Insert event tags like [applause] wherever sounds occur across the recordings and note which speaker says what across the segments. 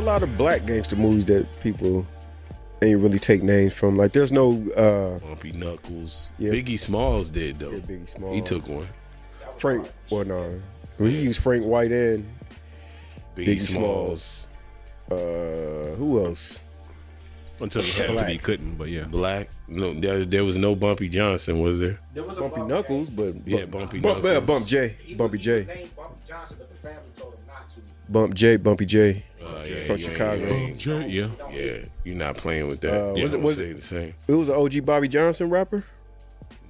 Speaker 1: lot of black gangster movies that people ain't really take names from. Like there's no uh
Speaker 2: Bumpy Knuckles.
Speaker 1: Yeah.
Speaker 2: Biggie Smalls did though.
Speaker 1: Yeah, Biggie Smalls.
Speaker 2: He took one.
Speaker 1: Frank or no. We used Frank White and
Speaker 2: Biggie,
Speaker 1: Biggie
Speaker 2: Smalls.
Speaker 1: uh who else?
Speaker 3: Until he had to,
Speaker 1: Black.
Speaker 3: he couldn't. But yeah,
Speaker 2: Black. No, there, there was no Bumpy Johnson, was there?
Speaker 4: There was a
Speaker 1: Bumpy
Speaker 4: Bump
Speaker 1: Knuckles, but
Speaker 2: Yeah,
Speaker 1: Bump-
Speaker 2: Bumpy
Speaker 1: Bump,
Speaker 2: Knuckles.
Speaker 1: uh, Bump J,
Speaker 4: He was-
Speaker 1: Bumpy
Speaker 4: he was
Speaker 1: J,
Speaker 4: named Bumpy Johnson, but the family told him not to.
Speaker 1: Bump J, Bumpy J.
Speaker 2: Uh, yeah,
Speaker 1: From
Speaker 2: you ain't-
Speaker 1: Chicago.
Speaker 2: you ain't-
Speaker 3: Sure, yeah.
Speaker 2: Yeah, you're not playing with that.
Speaker 1: Uh, was
Speaker 2: yeah,
Speaker 1: it-
Speaker 2: don't
Speaker 1: was
Speaker 2: say the same.
Speaker 1: It was an OG Bobby Johnson rapper.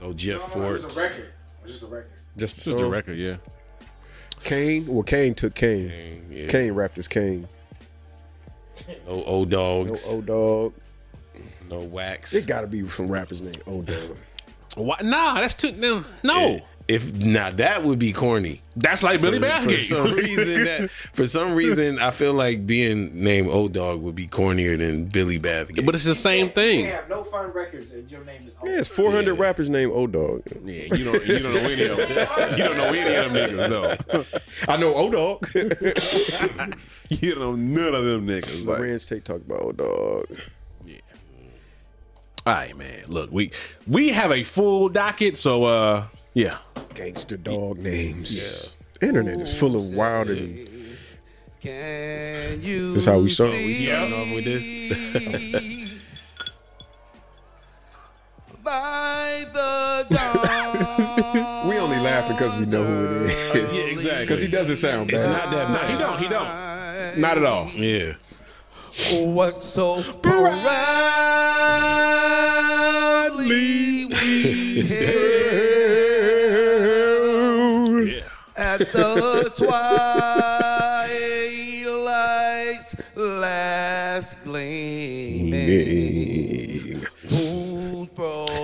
Speaker 2: No Jeff
Speaker 4: No, no, no, it was
Speaker 2: Forts.
Speaker 4: a record. It was just a record.
Speaker 1: Just the
Speaker 3: It's just a
Speaker 1: song.
Speaker 3: record. Yeah,
Speaker 1: Kane. Well, Kane took Kane.
Speaker 2: Yeah.
Speaker 1: Kane rapped as Kane.
Speaker 2: No old
Speaker 1: No
Speaker 2: dogs.
Speaker 1: O
Speaker 2: No,
Speaker 1: Dog.
Speaker 2: wax.
Speaker 1: It gotta be some rappers named O
Speaker 2: [laughs]
Speaker 1: Dog.
Speaker 3: Why? Nah, that's too. No, no.
Speaker 2: Yeah. If now that would be corny.
Speaker 3: that's like Billy
Speaker 2: For- For
Speaker 3: Bathgate.
Speaker 2: some reason, that for some reason, I feel like being named Old Dog would be cornier than Billy
Speaker 3: [laughs]
Speaker 2: Bathgate.
Speaker 3: but it's the same
Speaker 4: You
Speaker 3: thing.
Speaker 4: have no fun records and your name is.
Speaker 1: Yeah, it's 400
Speaker 2: Yeah.
Speaker 1: rappers named O Dog.
Speaker 3: Yeah, you don't. You don't know any of them. You don't know any of them niggas though.
Speaker 1: [laughs] I know O Dog.
Speaker 3: [laughs] You don't know none of them niggas. Like,
Speaker 1: Lorenz Tate talked about O Dog.
Speaker 3: all right, man. Look, we we have a full docket, so uh, yeah.
Speaker 1: Gangster dog names. Yeah. Internet is full of wild and
Speaker 5: Can you?
Speaker 1: That's how we start.
Speaker 5: see
Speaker 1: We
Speaker 2: starting off with
Speaker 5: by the dawn.
Speaker 1: we only laughing because we know who it is.
Speaker 3: exactly.
Speaker 1: Because he doesn't sound
Speaker 3: It's
Speaker 1: bad.
Speaker 3: not that. Nah, he don't. He don't. Not at all.
Speaker 2: yeah.
Speaker 5: What so proudly we hailed at the twilight's last gleaming.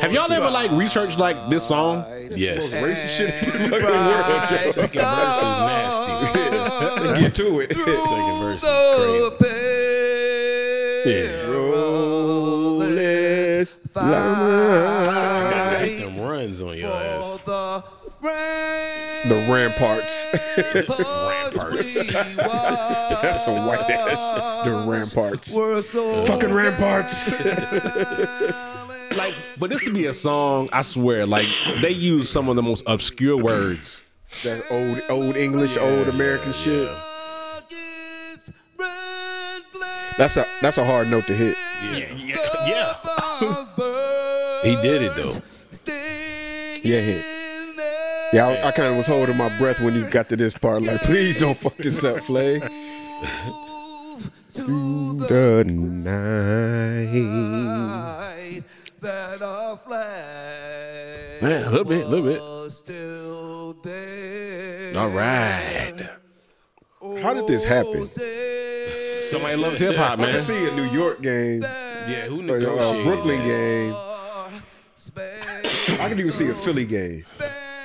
Speaker 3: Have y'all ever like researched like this song?
Speaker 2: Yes.
Speaker 1: Racist shit in the
Speaker 5: And
Speaker 1: fucking world.
Speaker 5: bright
Speaker 1: Joe. [laughs]
Speaker 5: stars
Speaker 1: Get [laughs] to it.
Speaker 2: Second verse
Speaker 5: through
Speaker 2: is
Speaker 5: the perilous
Speaker 2: I gotta
Speaker 5: fight
Speaker 2: hit them runs on your
Speaker 5: for
Speaker 2: ass.
Speaker 5: the
Speaker 1: The
Speaker 5: [laughs]
Speaker 1: ramparts.
Speaker 5: ramparts.
Speaker 1: [laughs] That's some white ass. The ramparts. Fucking ramparts.
Speaker 3: Like, but this could be a song. I swear. Like they use some of the most obscure words.
Speaker 1: that old old English, old American shit. That's a that's a hard note to hit.
Speaker 3: Yeah. yeah.
Speaker 2: [laughs] He did it though.
Speaker 1: Yeah, hit. Yeah, I, I kind of was holding my breath when you got to this part. Like, please don't fuck this up,
Speaker 5: [laughs]
Speaker 1: Flay. [laughs] Through the night.
Speaker 5: that our flag
Speaker 3: Man, a little bit, a little bit.
Speaker 5: was still there.
Speaker 3: All right.
Speaker 1: How did this happen?
Speaker 3: Somebody loves hip hop,
Speaker 1: I [laughs]
Speaker 3: man.
Speaker 1: can see a New York game,
Speaker 2: Yeah, who
Speaker 1: or
Speaker 2: negotiated?
Speaker 1: a Brooklyn
Speaker 2: that?
Speaker 1: game. I can even see a Philly game.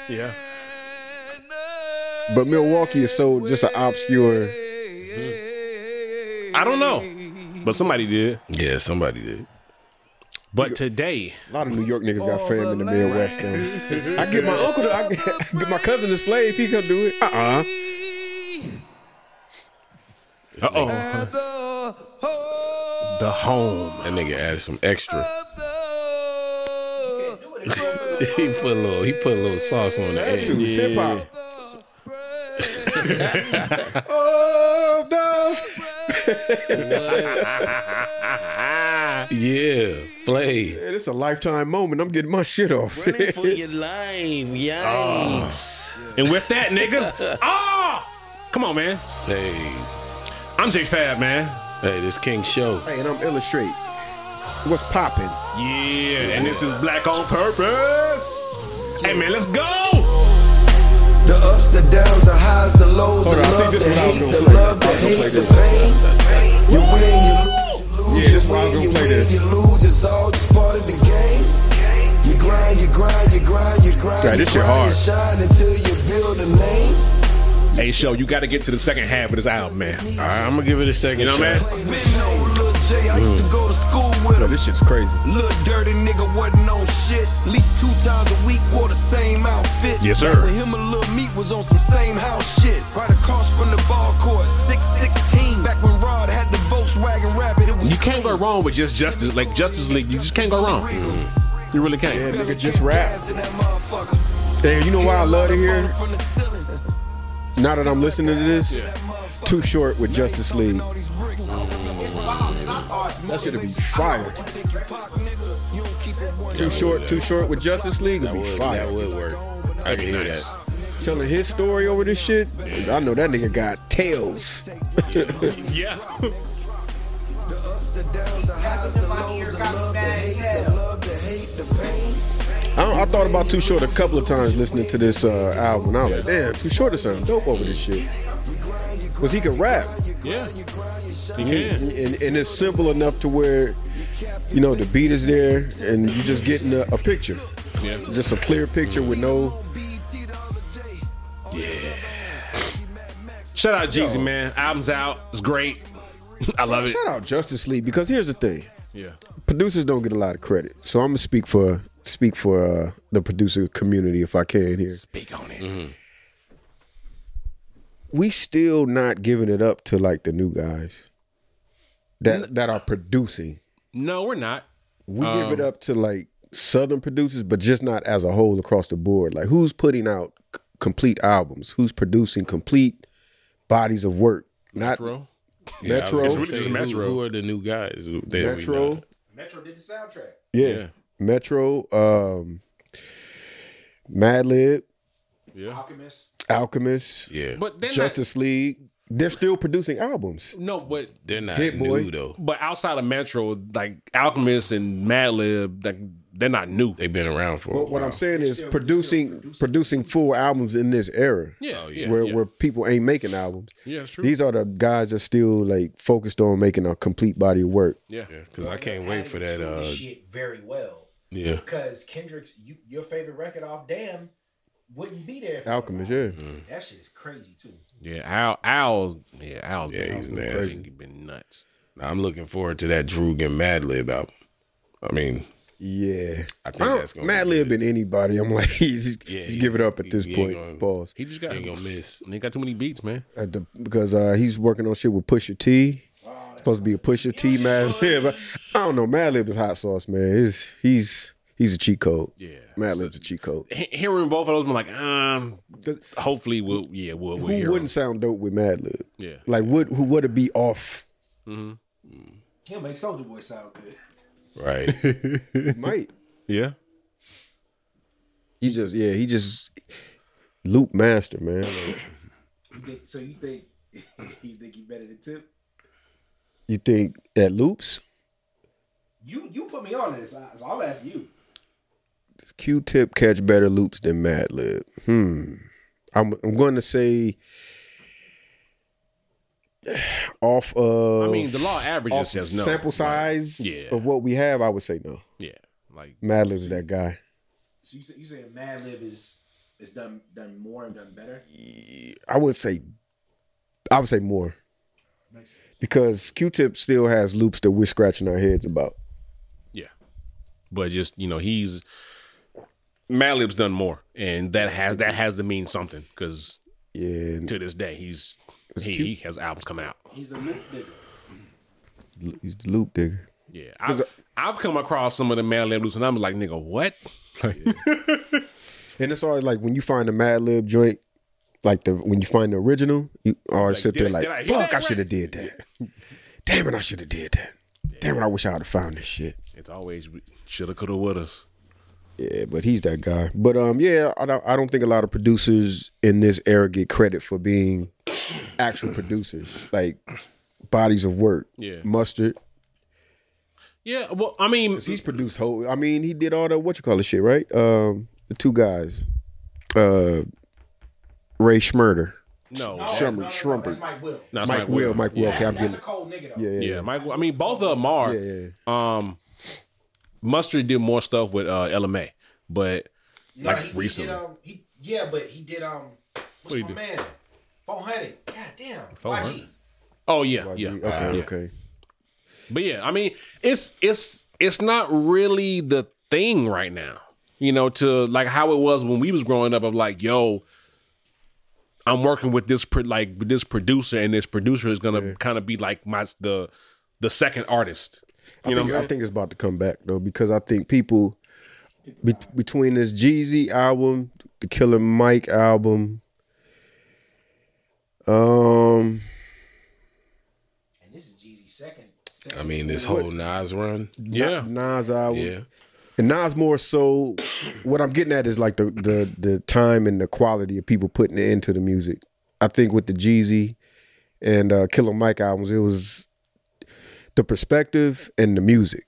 Speaker 3: Yeah.
Speaker 1: But Milwaukee is so just an obscure.
Speaker 3: I don't know, but somebody did.
Speaker 2: Yeah, somebody did.
Speaker 3: But today,
Speaker 1: A lot of New York niggas got fame in Oh, the Midwest. Though. I get my uncle, to, [laughs] I get my cousin to play if he can do it. Uh uh
Speaker 3: uh oh, the home.
Speaker 2: That nigga added some
Speaker 3: [laughs]
Speaker 2: extra. he put a little. He put a little sauce on the
Speaker 1: That too,
Speaker 2: end.
Speaker 1: it's hip hop. Oh, no.
Speaker 2: Yeah, play.
Speaker 1: Man, it's a lifetime moment. I'm getting my shit off. [laughs]
Speaker 2: for your life, yikes.
Speaker 3: And with that, niggas, [laughs] ah, come on, man.
Speaker 2: Hey,
Speaker 3: I'm J Fab, man.
Speaker 2: hey, this King Show.
Speaker 1: Hey, and I'm illustrate. What's popping?
Speaker 3: Yeah, and this is Black on Purpose. Hey, man, let's go.
Speaker 6: The ups, the downs, the highs, the lows,
Speaker 1: Hold
Speaker 6: the
Speaker 1: on, I
Speaker 6: love,
Speaker 1: think
Speaker 6: the
Speaker 1: this is
Speaker 6: hate,
Speaker 1: what I was
Speaker 6: the
Speaker 1: gonna play.
Speaker 6: love,
Speaker 1: I
Speaker 6: the
Speaker 1: was gonna play
Speaker 6: hate, the
Speaker 1: this.
Speaker 6: pain. You win, you lose,
Speaker 1: Yeah,
Speaker 6: you
Speaker 1: this is what I was
Speaker 6: win, you
Speaker 1: gonna play
Speaker 6: win,
Speaker 1: this.
Speaker 6: you lose. It's all just part of the game. You grind, you grind, you grind, you grind,
Speaker 1: Dad,
Speaker 6: you
Speaker 1: this shit
Speaker 6: grind,
Speaker 1: hard.
Speaker 6: you shine until you build a name.
Speaker 3: Hey, show, you got to get to the second half of this album, man.
Speaker 2: All right, I'm gonna give it a second.
Speaker 3: You know,
Speaker 2: shot.
Speaker 3: man.
Speaker 6: Been no Lil J, I used to go to school with Mm. him.
Speaker 1: This shit's crazy.
Speaker 6: Little dirty nigga wasn't on shit. At least two times a week wore the same outfit.
Speaker 3: Yes, sir.
Speaker 6: Back when him and Lil Meat was on some same house shit. Right across from the ball court, 616. Back when Rod had the votes Volkswagen Rapid. It was
Speaker 3: You can't go wrong with just Justice, like Justice League. You just can't go wrong. You really
Speaker 1: Yeah,
Speaker 3: can't.
Speaker 1: nigga just rap. Hey, you know why I love to hear? Now that I'm listening to this, Too Short with Justice League. That should be fire. Too short, too short with Justice League would be
Speaker 2: That would, that
Speaker 1: fire.
Speaker 2: would work. I can hear that.
Speaker 1: Telling his story over this shit, I know that nigga got tails.
Speaker 3: Yeah.
Speaker 1: I, don't- I thought about Too Short a couple of times listening to this uh, album. I was like, damn, Too Short is something dope over this shit. Because he could rap.
Speaker 3: [laughs] Yeah. You can.
Speaker 1: and, and it's simple enough to where you know the beat is there and you just getting a, a picture
Speaker 3: Yeah.
Speaker 1: just a clear picture with no
Speaker 3: Shout out Jeezy, man. Album's out. It's great. [laughs] I love it.
Speaker 1: shout out justice league because here's the thing
Speaker 3: Yeah.
Speaker 1: producers don't get a lot of credit so i'm gonna speak for speak for uh, the producer community if i can here
Speaker 3: Speak on it.
Speaker 1: we still not giving it up to like the new guys that that are producing
Speaker 3: No, we're not.
Speaker 1: we give it up to like southern producers but just not as a whole across the board like who's putting out c- complete albums who's producing complete bodies of work not
Speaker 3: Bro.
Speaker 2: Yeah, I was
Speaker 1: Metro.
Speaker 2: gonna
Speaker 1: It's really
Speaker 2: say,
Speaker 3: just
Speaker 2: who-
Speaker 3: Metro.
Speaker 2: Who, are the new guys? that we
Speaker 1: metro
Speaker 2: not-
Speaker 4: Metro did the soundtrack.
Speaker 1: yeah.
Speaker 3: Yeah.
Speaker 1: metro um madlib
Speaker 3: Yeah.
Speaker 4: Alchemist.
Speaker 1: alchemist
Speaker 2: Yeah, but
Speaker 3: But then
Speaker 1: justice league they're still producing albums
Speaker 3: no, but
Speaker 2: they're not
Speaker 1: Hit
Speaker 2: new
Speaker 1: Boy.
Speaker 2: though.
Speaker 3: but outside of Metro, like Alchemist and Madlib, like they're not new.
Speaker 2: They've been around for. a
Speaker 1: but what
Speaker 2: while.
Speaker 1: i'm saying is
Speaker 4: still
Speaker 1: producing
Speaker 4: producing.
Speaker 1: producing full albums in this era
Speaker 3: Yeah.
Speaker 2: Oh,
Speaker 3: yeah.
Speaker 2: yeah.
Speaker 1: where,
Speaker 3: yeah.
Speaker 1: where people ain't making albums
Speaker 3: yeah, it's true.
Speaker 1: these are the guys that still like focused on making a complete body of work
Speaker 3: yeah.
Speaker 2: because I can't wait for that.
Speaker 4: Adding to the
Speaker 2: Uh,
Speaker 4: shit very well.
Speaker 2: yeah,
Speaker 4: Because Kendrick's you, your favorite record off Damn wouldn't be there. if it
Speaker 1: alchemist yeah
Speaker 4: wasn't
Speaker 2: Mm-hmm.
Speaker 4: Alchemist. That shit is crazy too.
Speaker 3: Yeah, Al, Al's, yeah, Al's,
Speaker 2: Yeah, he's
Speaker 3: been
Speaker 2: nasty.
Speaker 3: crazy. He's been nuts.
Speaker 2: I'm looking forward to that Droog and Madlib album. I mean,
Speaker 1: Yeah,
Speaker 2: I think that's gonna
Speaker 1: Mad
Speaker 2: be
Speaker 1: Lib and anybody. I'm like, [laughs] just,
Speaker 2: Yeah,
Speaker 1: just
Speaker 2: he-
Speaker 1: give it up at
Speaker 2: he-
Speaker 1: this
Speaker 2: he ain't
Speaker 1: point.
Speaker 2: gonna-
Speaker 1: Pause.
Speaker 3: He just got,
Speaker 2: ain't gonna miss.
Speaker 3: he got too many beats, man.
Speaker 1: At the, because uh, he's working on shit with Pusha T.
Speaker 3: Oh,
Speaker 1: Supposed to be a Pusha T Mad [laughs] Lib. I don't know. Mad Lib is hot sauce, man. He's he's he's a cheat code.
Speaker 3: Yeah.
Speaker 1: Mad Lib's a cheat code.
Speaker 2: [laughs]
Speaker 3: He- Hearing both of those, I'm like, um,
Speaker 1: 'Cause
Speaker 3: hopefully we'll, yeah, we'll, we'll hear
Speaker 1: Who
Speaker 3: 'em.
Speaker 1: wouldn't sound dope with Mad Lib?
Speaker 3: Yeah.
Speaker 1: Like, would who would it be off? [laughs]
Speaker 4: He'll make Soldier Boy sound good.
Speaker 2: Right.
Speaker 1: Might
Speaker 3: Yeah.
Speaker 1: he just yeah he just loop master man.
Speaker 4: You think, so you think [laughs] you think you better than Tip?
Speaker 1: You think that loops?
Speaker 4: You you put me on to this, I- so I'll ask you.
Speaker 1: Q-Tip catch better loops than Mad Lib. Hmm. I'm I'm going to say [sighs] off of
Speaker 3: I mean, the law averages
Speaker 1: off
Speaker 3: says no.
Speaker 1: sample size
Speaker 3: yeah.
Speaker 1: of what we have, I would say no.
Speaker 3: Yeah. Like,
Speaker 1: Mad Lib's that guy.
Speaker 4: So you say, you saying Mad Lib is is done done more and done better?
Speaker 1: I would say I would say more
Speaker 4: Makes sense.
Speaker 1: because Q-Tip still has loops that we're scratching our heads about.
Speaker 3: yeah. But just, you know, he's, Madlib's done more. And that has, that has to mean something because
Speaker 1: Yeah, and
Speaker 3: to this day, he's, he,
Speaker 1: cute.
Speaker 3: he has albums coming out.
Speaker 4: He's the loop digger.
Speaker 1: he's the loop digger.
Speaker 3: Yeah. I've,
Speaker 1: uh,
Speaker 3: I've come across some of the Madlib loops and I'm like, nigga, what?
Speaker 1: And it's always like when you find the Mad Lib joint, like the when you find the original, you always sit
Speaker 3: did
Speaker 1: there
Speaker 3: I-
Speaker 1: like,
Speaker 3: did I hear
Speaker 1: "Fuck,
Speaker 3: that
Speaker 1: I should have did that. [laughs] Damn it, I should have did that. Damn it, I wish I would have found this shit."
Speaker 3: It's always shoulda, coulda, wouldas.
Speaker 1: Yeah, but he's that guy. But um, yeah, I don't, I don't think a lot of producers in this era get credit for being actual producers, like bodies of work.
Speaker 3: Yeah.
Speaker 1: Mustard.
Speaker 3: Yeah, well, I mean,
Speaker 1: He's produced whole. I mean, he did all the what you call it shit, right? Um, the two guys, uh, Ray Schmurder.
Speaker 3: no,
Speaker 4: No,
Speaker 3: sure.
Speaker 1: Shumpert,
Speaker 4: Oh, that's not-
Speaker 1: Shumpert.
Speaker 4: That's Mike Will.
Speaker 3: No, it's
Speaker 1: Mike, Will, Mike Will.
Speaker 4: That's,
Speaker 1: Okay, I'm
Speaker 4: that's
Speaker 1: getting.
Speaker 4: a cold nigga though.
Speaker 1: Yeah, yeah,
Speaker 3: Yeah, Mike. I mean, both of them are.
Speaker 1: yeah, yeah.
Speaker 3: Um, Mustard did more stuff with uh, LMA, but
Speaker 4: No,
Speaker 3: Like
Speaker 4: he- he,
Speaker 3: recently.
Speaker 4: Did, um, he, yeah, but he did um what's
Speaker 3: he
Speaker 4: my
Speaker 3: do?
Speaker 4: man? Four hundred. God damn.
Speaker 3: 400?
Speaker 4: YG.
Speaker 3: oh yeah,
Speaker 1: YG.
Speaker 3: yeah,
Speaker 1: Okay, okay.
Speaker 3: but yeah, I mean, it's it's it's not really the thing right now, you know, to like how it was when we was growing up. Of like, yo, I'm working with this pro- like with this producer, and this producer is gonna kind of be like my the the second artist. You know,
Speaker 1: I think it's about to come back though because I think people be- between this Jeezy album, the Killer Mike album, um,
Speaker 4: And this is Jeezy's second.
Speaker 2: I mean, this whole Nas run.
Speaker 3: yeah,
Speaker 1: Nas album,
Speaker 2: Yeah.
Speaker 1: and Nas more so. What I'm getting at is like the the the time and the quality of people putting it into the music. I think with the Jeezy and uh, Killer Mike albums, it was the perspective and the music.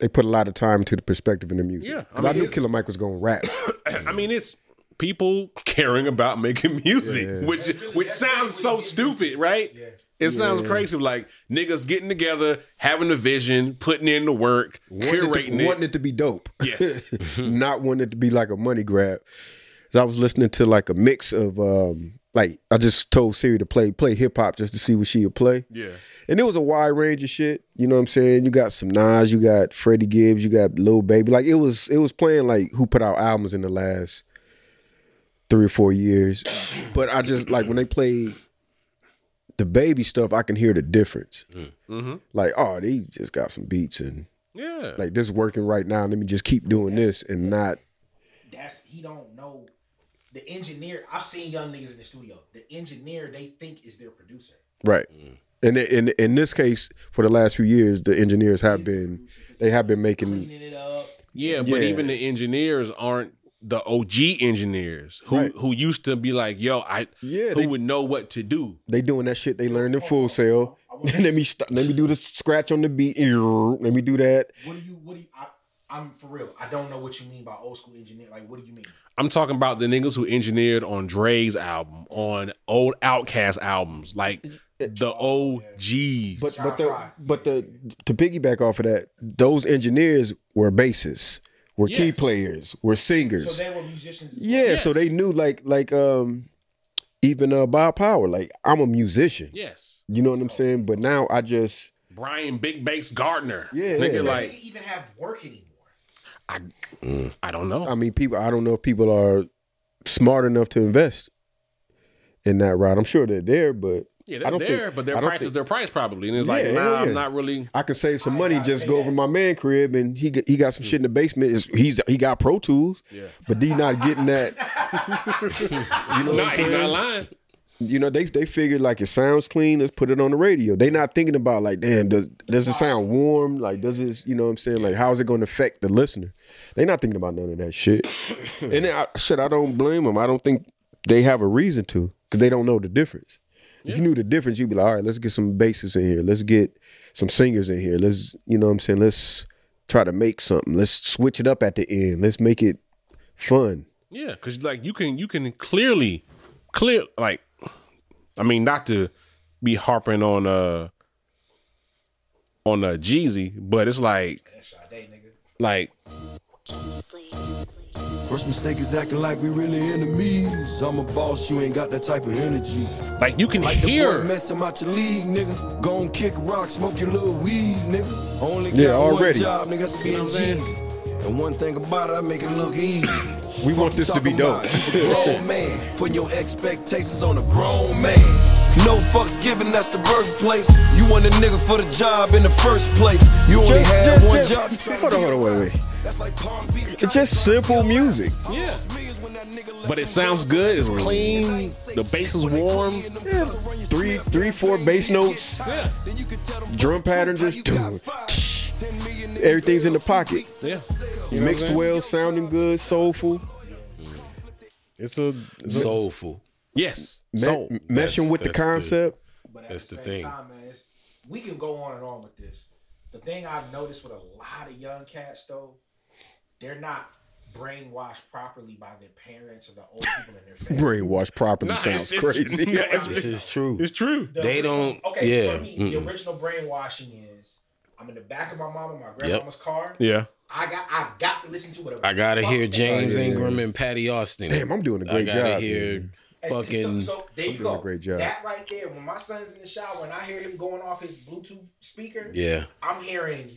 Speaker 1: They put a lot of time to the perspective and the music.
Speaker 3: Yeah, I
Speaker 1: I, I
Speaker 3: mean,
Speaker 1: knew
Speaker 3: it's-
Speaker 1: Killer Mike was gonna rap.
Speaker 3: I mean, it's people caring about making music, which which sounds so stupid, right? It sounds crazy, like niggas getting together, having a vision, putting in the work,
Speaker 1: wanting
Speaker 3: curating
Speaker 1: it to,
Speaker 3: it.
Speaker 1: wanting it to be dope. [laughs]
Speaker 3: Yes.
Speaker 1: not wanting it to be like a money grab. 'Cause I was listening to like a mix of um like I just told Siri to play play hip hop just to see what she would play.
Speaker 3: yeah.
Speaker 1: And it was a wide range of shit. You know what I'm saying? You got some Nas, you got Freddie Gibbs, you got Lil Baby. Like it was it was playing like who put out albums in the last three or four years. But I just like when they play the baby stuff, I can hear the difference.
Speaker 3: Mm-hmm.
Speaker 1: Like, oh, they just got some beats and
Speaker 3: Yeah.
Speaker 1: like this working right now. Let me just keep doing this and not.
Speaker 4: That's he don't know. The engineer, I've seen young niggas in the studio. The engineer they think is their producer.
Speaker 1: Right. And in, in in this case, for the last few years, the engineers have been they have been making.
Speaker 4: Cleaning it up.
Speaker 3: Yeah, but
Speaker 1: Yeah.
Speaker 3: even the engineers aren't the OG engineers who
Speaker 1: Right.
Speaker 3: who used to be like, yo, I
Speaker 1: Yeah,
Speaker 3: who
Speaker 1: they-
Speaker 3: would know what to do.
Speaker 1: They doing that shit they learned in full sale. [laughs] let me st- let me do the scratch on the beat. [laughs] Let me do that.
Speaker 4: What do you? What do you? I, I'm for real. I don't know what you mean by old school engineer. Like, what do you mean?
Speaker 3: I'm talking about the niggas who engineered on Dre's album, on old Outcast albums, like the OGs.
Speaker 1: But but
Speaker 4: Sci-fi.
Speaker 1: the but the to piggyback off of that, those engineers were bassists, were key
Speaker 3: Yes.
Speaker 1: players, were singers.
Speaker 4: So they were musicians. as well.
Speaker 1: yeah, so they knew like like um even uh Bob Power, like I'm a musician.
Speaker 3: yes,
Speaker 1: You know what I'm saying? But now I just
Speaker 3: Brian Big Bakes Gardner.
Speaker 1: Yeah,
Speaker 3: nigga,
Speaker 1: yeah.
Speaker 4: They
Speaker 3: like
Speaker 4: didn't even have work anymore.
Speaker 3: I, I don't know.
Speaker 1: I mean, people. I don't know if people are smart enough to invest in that route. I'm sure they're there, but
Speaker 3: yeah,
Speaker 1: I
Speaker 3: they're
Speaker 1: don't
Speaker 3: there,
Speaker 1: think-
Speaker 3: but
Speaker 1: I
Speaker 3: their
Speaker 1: don't
Speaker 3: price is
Speaker 1: think-
Speaker 3: their price probably, and it's like,
Speaker 1: Yeah,
Speaker 3: nah,
Speaker 1: hell yeah.
Speaker 3: I'm not really.
Speaker 1: I can save some
Speaker 4: I
Speaker 1: money.
Speaker 4: gotta
Speaker 1: Just
Speaker 4: say
Speaker 1: go
Speaker 4: that.
Speaker 1: over my man crib, and he got- he got some shit in the basement. It's, he's he got Pro Tools,
Speaker 3: Yeah.
Speaker 1: but he not getting that. you know, what
Speaker 3: Nah,
Speaker 1: I'm
Speaker 3: he's
Speaker 1: saying?
Speaker 3: not lying.
Speaker 1: you know they they figured like it sounds clean. Let's put it on the radio. They not thinking about like, damn, does does it sound warm? Like, does this? You know what I'm saying? Like, how is it going to affect the listener? They not thinking about none of that shit. and then I said I don't blame them. I don't think they have a reason to because they don't know the difference. If you knew the difference, you'd be like, all right, let's get some bassists in here. Let's get some singers in here. Let's, you know what I'm saying? Let's try to make something. Let's switch it up at the end. Let's make it fun.
Speaker 3: Yeah, because like you can you can clearly clear like I mean not to be harping on uh on uh Jeezy, but it's like
Speaker 4: Sade, nigga.
Speaker 3: like
Speaker 6: First mistake is acting like we really enemies. I'm a boss, you ain't got that type of energy.
Speaker 3: like you can
Speaker 6: Like the boy
Speaker 3: hear
Speaker 6: messing out your league, nigga. Gon' kick rock, smoke your little weed, nigga. Only got
Speaker 1: Yeah, already.
Speaker 6: one job, nigga, that's being Jesus. And one thing about it, I make it look easy.
Speaker 1: We want this to be
Speaker 6: Talking
Speaker 1: dope.
Speaker 6: about He's a
Speaker 1: [laughs]
Speaker 6: grown man, putting your expectations on a grown man. No fucks given, that's the birthplace. You want a nigga for the job in the first place. You only
Speaker 1: Just-
Speaker 6: had
Speaker 1: just-
Speaker 6: one
Speaker 1: just-
Speaker 6: job. you tryna
Speaker 1: hold on,
Speaker 6: get
Speaker 1: hold on, wait,
Speaker 6: right.
Speaker 1: wait.
Speaker 6: That's like Palm Beach,
Speaker 1: It's just simple music.
Speaker 3: yeah,
Speaker 6: millions when that nigga left
Speaker 3: but it
Speaker 6: them
Speaker 3: sounds good. It's clean. The bass is warm.
Speaker 1: Three, three, four bass notes.
Speaker 3: Yeah,
Speaker 1: drum pattern just everything's in the pocket
Speaker 3: yeah.
Speaker 1: mixed well sounding good soulful
Speaker 3: It's a
Speaker 2: Soulful.
Speaker 3: yes.
Speaker 1: me-
Speaker 2: Soul.
Speaker 1: meshing
Speaker 2: That's-
Speaker 1: with the
Speaker 2: that's the-
Speaker 1: concept
Speaker 4: But at
Speaker 2: That's
Speaker 4: the
Speaker 2: the
Speaker 4: same
Speaker 2: thing.
Speaker 4: time, man, it's, we can go on and on with this. The thing I've noticed with a lot of young cats though, they're not brainwashed properly by their parents or the old people in their family.
Speaker 1: brainwashed properly
Speaker 3: Nah,
Speaker 1: sounds
Speaker 3: [laughs] it's- it's-
Speaker 1: crazy
Speaker 3: nah, it's-
Speaker 2: This is true.
Speaker 3: It's true.
Speaker 4: The
Speaker 2: They
Speaker 4: original-
Speaker 2: don't-
Speaker 4: Okay,
Speaker 2: yeah,
Speaker 4: for me,
Speaker 2: mm-mm.
Speaker 4: the original brainwashing is I'm in the back of my mama, my grandmama's car.
Speaker 3: Yeah.
Speaker 4: I got, I got to listen to whatever.
Speaker 2: I gotta
Speaker 4: fuck
Speaker 2: hear
Speaker 4: they-
Speaker 2: James
Speaker 1: Oh, yeah.
Speaker 2: Ingram and Patty
Speaker 1: [laughs]
Speaker 2: Austin.
Speaker 1: Damn, I'm doing a
Speaker 2: I
Speaker 1: great
Speaker 2: gotta
Speaker 1: job,
Speaker 2: hear
Speaker 1: man.
Speaker 4: And so-
Speaker 2: fucking.
Speaker 4: So, so there you
Speaker 1: doing a
Speaker 4: go.
Speaker 1: great job.
Speaker 4: That right there. When my son's in the shower and I hear him going off his Bluetooth speaker,
Speaker 2: yeah,
Speaker 4: I'm hearing,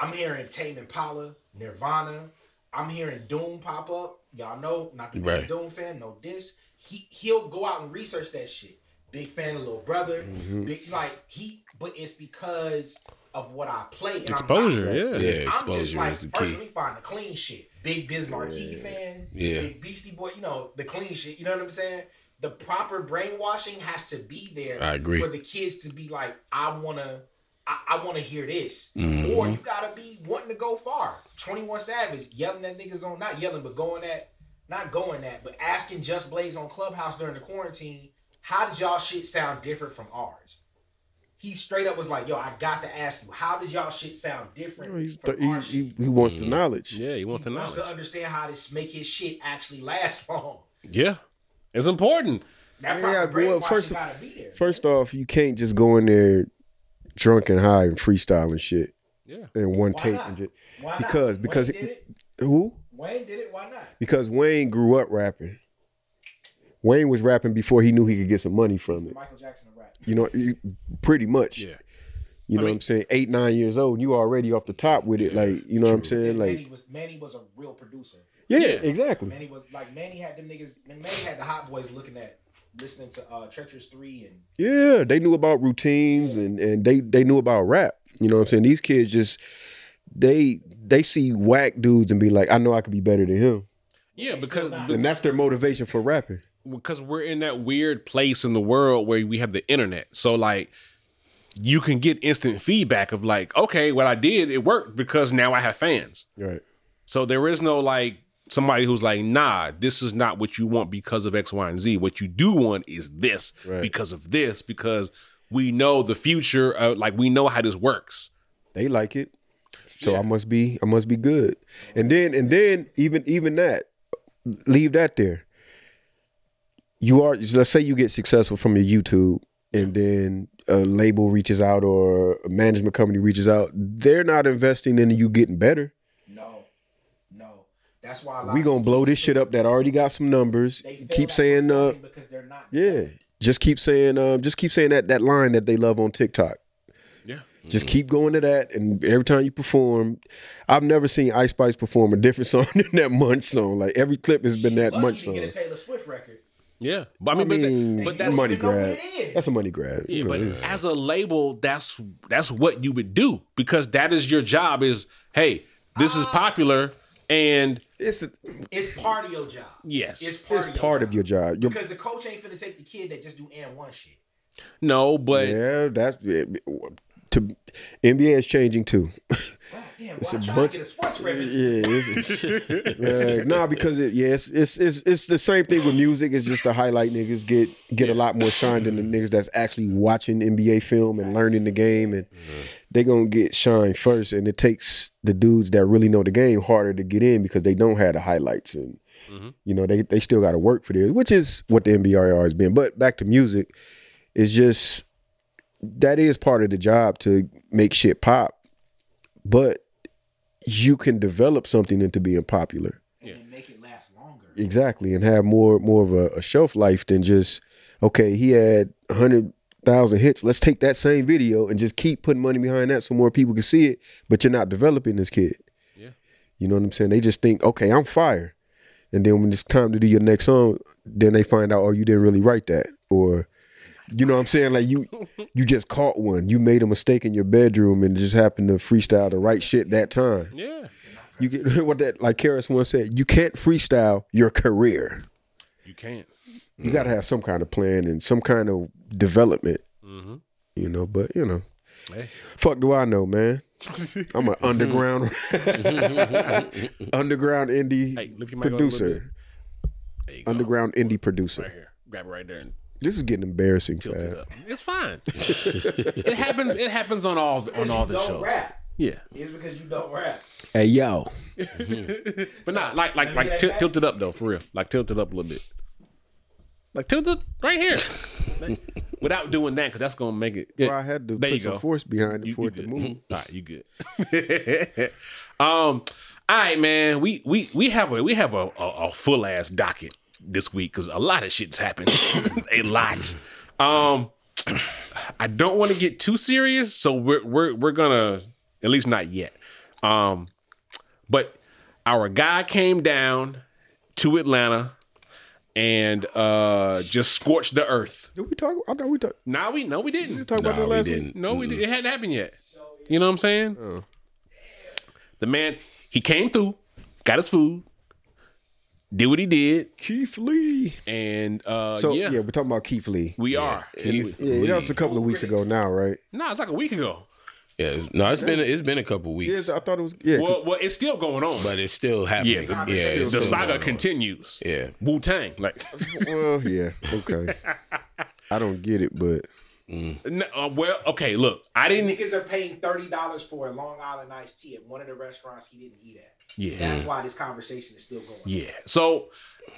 Speaker 4: I'm hearing Tame Impala, Nirvana. I'm hearing Doom pop up. Y'all know, not the biggest
Speaker 2: Right.
Speaker 4: Doom fan, no diss. He he'll go out and
Speaker 2: Mm-hmm.
Speaker 4: research that shit. Big fan of Little Brother. Big like he, but it's because of what I play. And
Speaker 3: Exposure,
Speaker 4: I'm not,
Speaker 3: yeah.
Speaker 2: Yeah,
Speaker 4: I'm just
Speaker 2: exposure
Speaker 4: like,
Speaker 2: is the
Speaker 4: First,
Speaker 2: key.
Speaker 4: let me find the clean shit. Big Biz Marquee fan.
Speaker 2: Yeah.
Speaker 4: Big Beastie Boy. You know the clean shit. You know what I'm saying? The proper brainwashing has to be there.
Speaker 2: I agree.
Speaker 4: For the kids to be like, I wanna, I, I wanna hear this.
Speaker 2: Mm-hmm.
Speaker 4: Or you gotta be wanting to go far. 21 Savage yelling at niggas on, not yelling, but going at, not going at, but asking Just Blaze on Clubhouse during the quarantine, how did y'all shit sound different from ours? He straight up was like, "Yo, I got to ask you, how does y'all shit sound different?"
Speaker 1: He's
Speaker 4: from our
Speaker 1: he's,
Speaker 4: shit?
Speaker 1: he, he wants the knowledge.
Speaker 3: Yeah, he wants to know.
Speaker 4: wants to understand how to make his shit actually last [laughs] long.
Speaker 3: Yeah, it's important.
Speaker 4: That
Speaker 1: Yeah,
Speaker 4: proper
Speaker 1: well,
Speaker 4: brainwashing
Speaker 1: first-
Speaker 4: gotta be there.
Speaker 1: First off, you can't just go in there drunk and high and freestyle and shit.
Speaker 3: Yeah.
Speaker 1: In one
Speaker 4: Why
Speaker 1: take
Speaker 4: not?
Speaker 1: and just,
Speaker 4: Why
Speaker 1: because- because
Speaker 4: Wayne
Speaker 1: it-
Speaker 4: did it.
Speaker 1: who?
Speaker 4: Wayne did it. Why not?
Speaker 1: Because Wayne grew up rapping. Wayne was rapping before he knew he could get some money from
Speaker 4: The
Speaker 1: it.
Speaker 4: Michael Jackson of rap.
Speaker 1: You know, you- pretty much.
Speaker 3: Yeah.
Speaker 1: You know what I'm saying? Eight, nine years old, you already off the top with it. Like, you know what I'm saying? Like,
Speaker 4: Manny was Manny was a real producer.
Speaker 1: yeah, exactly.
Speaker 4: Manny was like Manny had them niggas. Manny had the hot boys looking at listening to uh, Treacherous Three and
Speaker 1: Yeah, they knew about routines and and they they knew about rap. You know what I'm saying? These kids just they they see whack dudes and be like, I know I could be better than him,
Speaker 3: Yeah, because the-
Speaker 1: and that's their motivation for rapping.
Speaker 3: because we're in that weird place in the world where we have the internet. So like you can get instant feedback of like, okay, what I did, it worked because now I have fans.
Speaker 1: Right.
Speaker 3: So there is no like somebody who's like, nah, this is not what you want because of X, Y, and Z. What you do want is this
Speaker 1: Right.
Speaker 3: because of this, because we know the future, uh, like we know how this works.
Speaker 1: They like it, so I must be I must be good. And then and then even even that, leave that there. You are let's say you get successful from your YouTube, and then a label reaches out or a management company reaches out. They're not investing in you getting better.
Speaker 4: no, no. That's why a lot
Speaker 1: we
Speaker 4: of
Speaker 1: gonna
Speaker 4: these
Speaker 1: blow
Speaker 4: kids
Speaker 1: this shit
Speaker 4: fail.
Speaker 1: up that already got some numbers.
Speaker 4: They fail
Speaker 1: Keep
Speaker 4: at
Speaker 1: saying, uh,
Speaker 4: performing because they're not.
Speaker 1: yeah, just keep saying, um, just keep saying that that line that they love on TikTok.
Speaker 3: Yeah.
Speaker 1: Just keep going to that, and every time you perform, I've never seen Ice Spice perform a different [laughs] song than that Munch song. Like every clip has been that
Speaker 4: Lucky
Speaker 1: Munch
Speaker 4: to
Speaker 1: song.
Speaker 4: get a Taylor Swift record.
Speaker 3: Yeah. But I
Speaker 1: I
Speaker 3: mean, but,
Speaker 1: mean,
Speaker 3: that, but
Speaker 4: that-
Speaker 3: that's
Speaker 1: money
Speaker 4: they don't know
Speaker 1: grab.
Speaker 4: what it is.
Speaker 1: That's a money grab.
Speaker 3: Yeah,
Speaker 1: You know,
Speaker 3: but
Speaker 1: it's-
Speaker 3: as a label, that's that's what you would do because that is your job. Is hey, this is popular, and
Speaker 1: it's, a,
Speaker 4: It's part of your job.
Speaker 3: yes,
Speaker 4: It's part,
Speaker 1: it's
Speaker 4: of, your
Speaker 1: part
Speaker 4: job.
Speaker 1: of your job. Your-
Speaker 4: Because the coach ain't finna take the kid that just do and one shit.
Speaker 3: no, but
Speaker 1: yeah, that's to NBA is changing too. [laughs]
Speaker 4: Wow, damn,
Speaker 1: It's
Speaker 4: why
Speaker 1: a
Speaker 4: I try
Speaker 1: bunch-
Speaker 4: to get a sports reference.
Speaker 1: Yeah, it's, Yeah, nah, because it, yeah, it's, it's it's it's the same thing with music. It's just the highlight niggas get get a lot more shine than the niggas that's actually watching NBA film and learning the game, and they gonna get shine first. And it takes the dudes that really know the game harder to get in because they don't have the highlights, and you know they they still got to work for this, which is what the NBRR has been. But back to music, it's just that is part of the job to make shit pop, but you can develop something into being popular
Speaker 4: And then make it last longer.
Speaker 1: exactly and have more more of a, a shelf life than just okay he had 100000 hits let's take that same video and just keep putting money behind that so more people can see it but you're not developing this kid
Speaker 3: Yeah.
Speaker 1: you know what i'm saying they just think okay i'm fire and then when it's time to do your next song then they find out oh you didn't really write that or you know what i'm saying like you you just caught one you made a mistake in your bedroom and just happened to freestyle the right shit that time
Speaker 3: yeah,
Speaker 1: you get [laughs] what that like Karis once said, you can't freestyle your career.
Speaker 3: you can't.
Speaker 1: You gotta
Speaker 3: Mm-hmm.
Speaker 1: have some kind of plan and some kind of development.
Speaker 3: Mhm.
Speaker 1: You know, but you know.
Speaker 3: Hey.
Speaker 1: Fuck do I know,
Speaker 3: [laughs]
Speaker 1: man. I'm an underground [laughs] underground indie
Speaker 3: Hey, lift your mic up a little bit.
Speaker 1: producer.
Speaker 3: There you go.
Speaker 1: Underground indie producer.
Speaker 3: right here, grab it right there and
Speaker 1: This is getting embarrassing,
Speaker 3: tilt it
Speaker 1: fam.
Speaker 3: up. It's fine. it happens. It happens on all on all the
Speaker 4: don't
Speaker 3: shows.
Speaker 4: rap.
Speaker 3: Yeah,
Speaker 4: It's because you don't rap.
Speaker 1: Hey yo.
Speaker 3: but not like like like tilt tilt it up though for real. Like tilt it up a little bit. Like tilt it right here, Like, without doing that because that's gonna make it.
Speaker 1: Bro, I had to
Speaker 3: There you
Speaker 1: put some
Speaker 3: go.
Speaker 1: force behind it
Speaker 3: You-
Speaker 1: for
Speaker 3: you Mm-hmm.
Speaker 1: it to
Speaker 3: good.
Speaker 1: move.
Speaker 3: [laughs] All right, you good. [laughs] um, all right, man. We we we have a we have a, a, a full ass docket this week because a lot of shit's happened. [laughs] a lot. Um, [clears throat] I don't want to get too serious, so we're we're we're gonna at least not yet. Um, but our guy came down to Atlanta and uh just scorched the earth.
Speaker 1: Did we talk I thought we talked
Speaker 3: Now we no we didn't.
Speaker 1: talk about
Speaker 2: Nah,
Speaker 1: that
Speaker 2: we
Speaker 1: last week?
Speaker 2: didn't.
Speaker 3: No, we did. it hadn't happened yet. You know what I'm saying? The man, he came through, got his food, did what he did,
Speaker 1: Keith Lee.
Speaker 3: and uh,
Speaker 1: So yeah.
Speaker 3: yeah,
Speaker 1: we're talking about Keith Lee.
Speaker 3: we are. Keith.
Speaker 1: Yeah, that was a couple of weeks ago now, right?
Speaker 3: Nah, it's like a week ago.
Speaker 2: Yeah, it's- no, it's been it's been a couple
Speaker 1: Yeah,
Speaker 2: weeks,
Speaker 1: I thought it was. Yeah,
Speaker 3: Well, well, it's still going on.
Speaker 2: but it's still happening.
Speaker 3: yeah, the,
Speaker 2: yeah, it's
Speaker 3: the
Speaker 2: still
Speaker 3: saga
Speaker 2: going on.
Speaker 3: continues.
Speaker 2: Yeah,
Speaker 3: Wu Tang, like, [laughs]
Speaker 1: well, yeah, okay. [laughs] I don't get it, but
Speaker 3: n- uh, well, okay, look, I didn't.
Speaker 4: Niggas are paying thirty dollars for a Long Island iced tea at one of the restaurants he didn't eat at.
Speaker 3: Yeah,
Speaker 4: That's why this conversation is still going. on.
Speaker 3: yeah. So,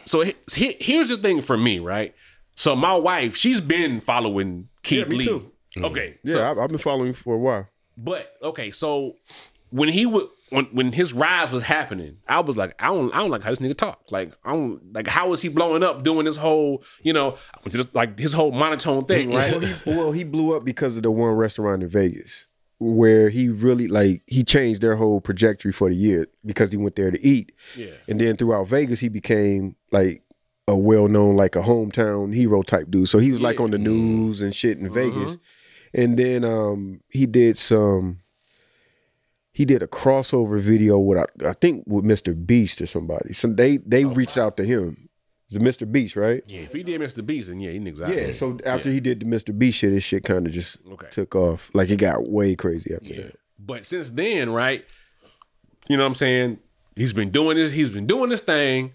Speaker 3: so he, he- here's the thing for me, right? So my wife, she's been following Keith
Speaker 1: me
Speaker 3: Lee.
Speaker 1: too.
Speaker 3: Okay,
Speaker 1: yeah, I, I've been following him for a while.
Speaker 3: But okay, so when he would when when his rise was happening, I was like, I don't I don't like how this nigga talk. Like I don't like how is he blowing up doing this whole you know just like his whole monotone thing,
Speaker 1: Well, [laughs]
Speaker 3: right?
Speaker 1: he, well, he blew up because of the one restaurant in Vegas where he really like he changed their whole trajectory for the year because he went there to eat. Yeah. And then throughout Vegas, he became like a well-known like a hometown hero type dude. So he was like on the news and shit
Speaker 3: Uh-huh.
Speaker 1: in Vegas. And then um he did some he did a crossover video with I, I think with Mr. Beast or somebody. So they they reached out to him. It's Mr. Beast, right?
Speaker 3: Oh, yeah, if he did Mr. Beast, then yeah, he niggas out.
Speaker 1: Yeah, so after he did the Mr. B shit, his shit kind of just
Speaker 3: Okay.
Speaker 1: took off. Like it got way crazy after that.
Speaker 3: But since then, right? You know what I'm saying? He's been doing this. He's been doing this thing,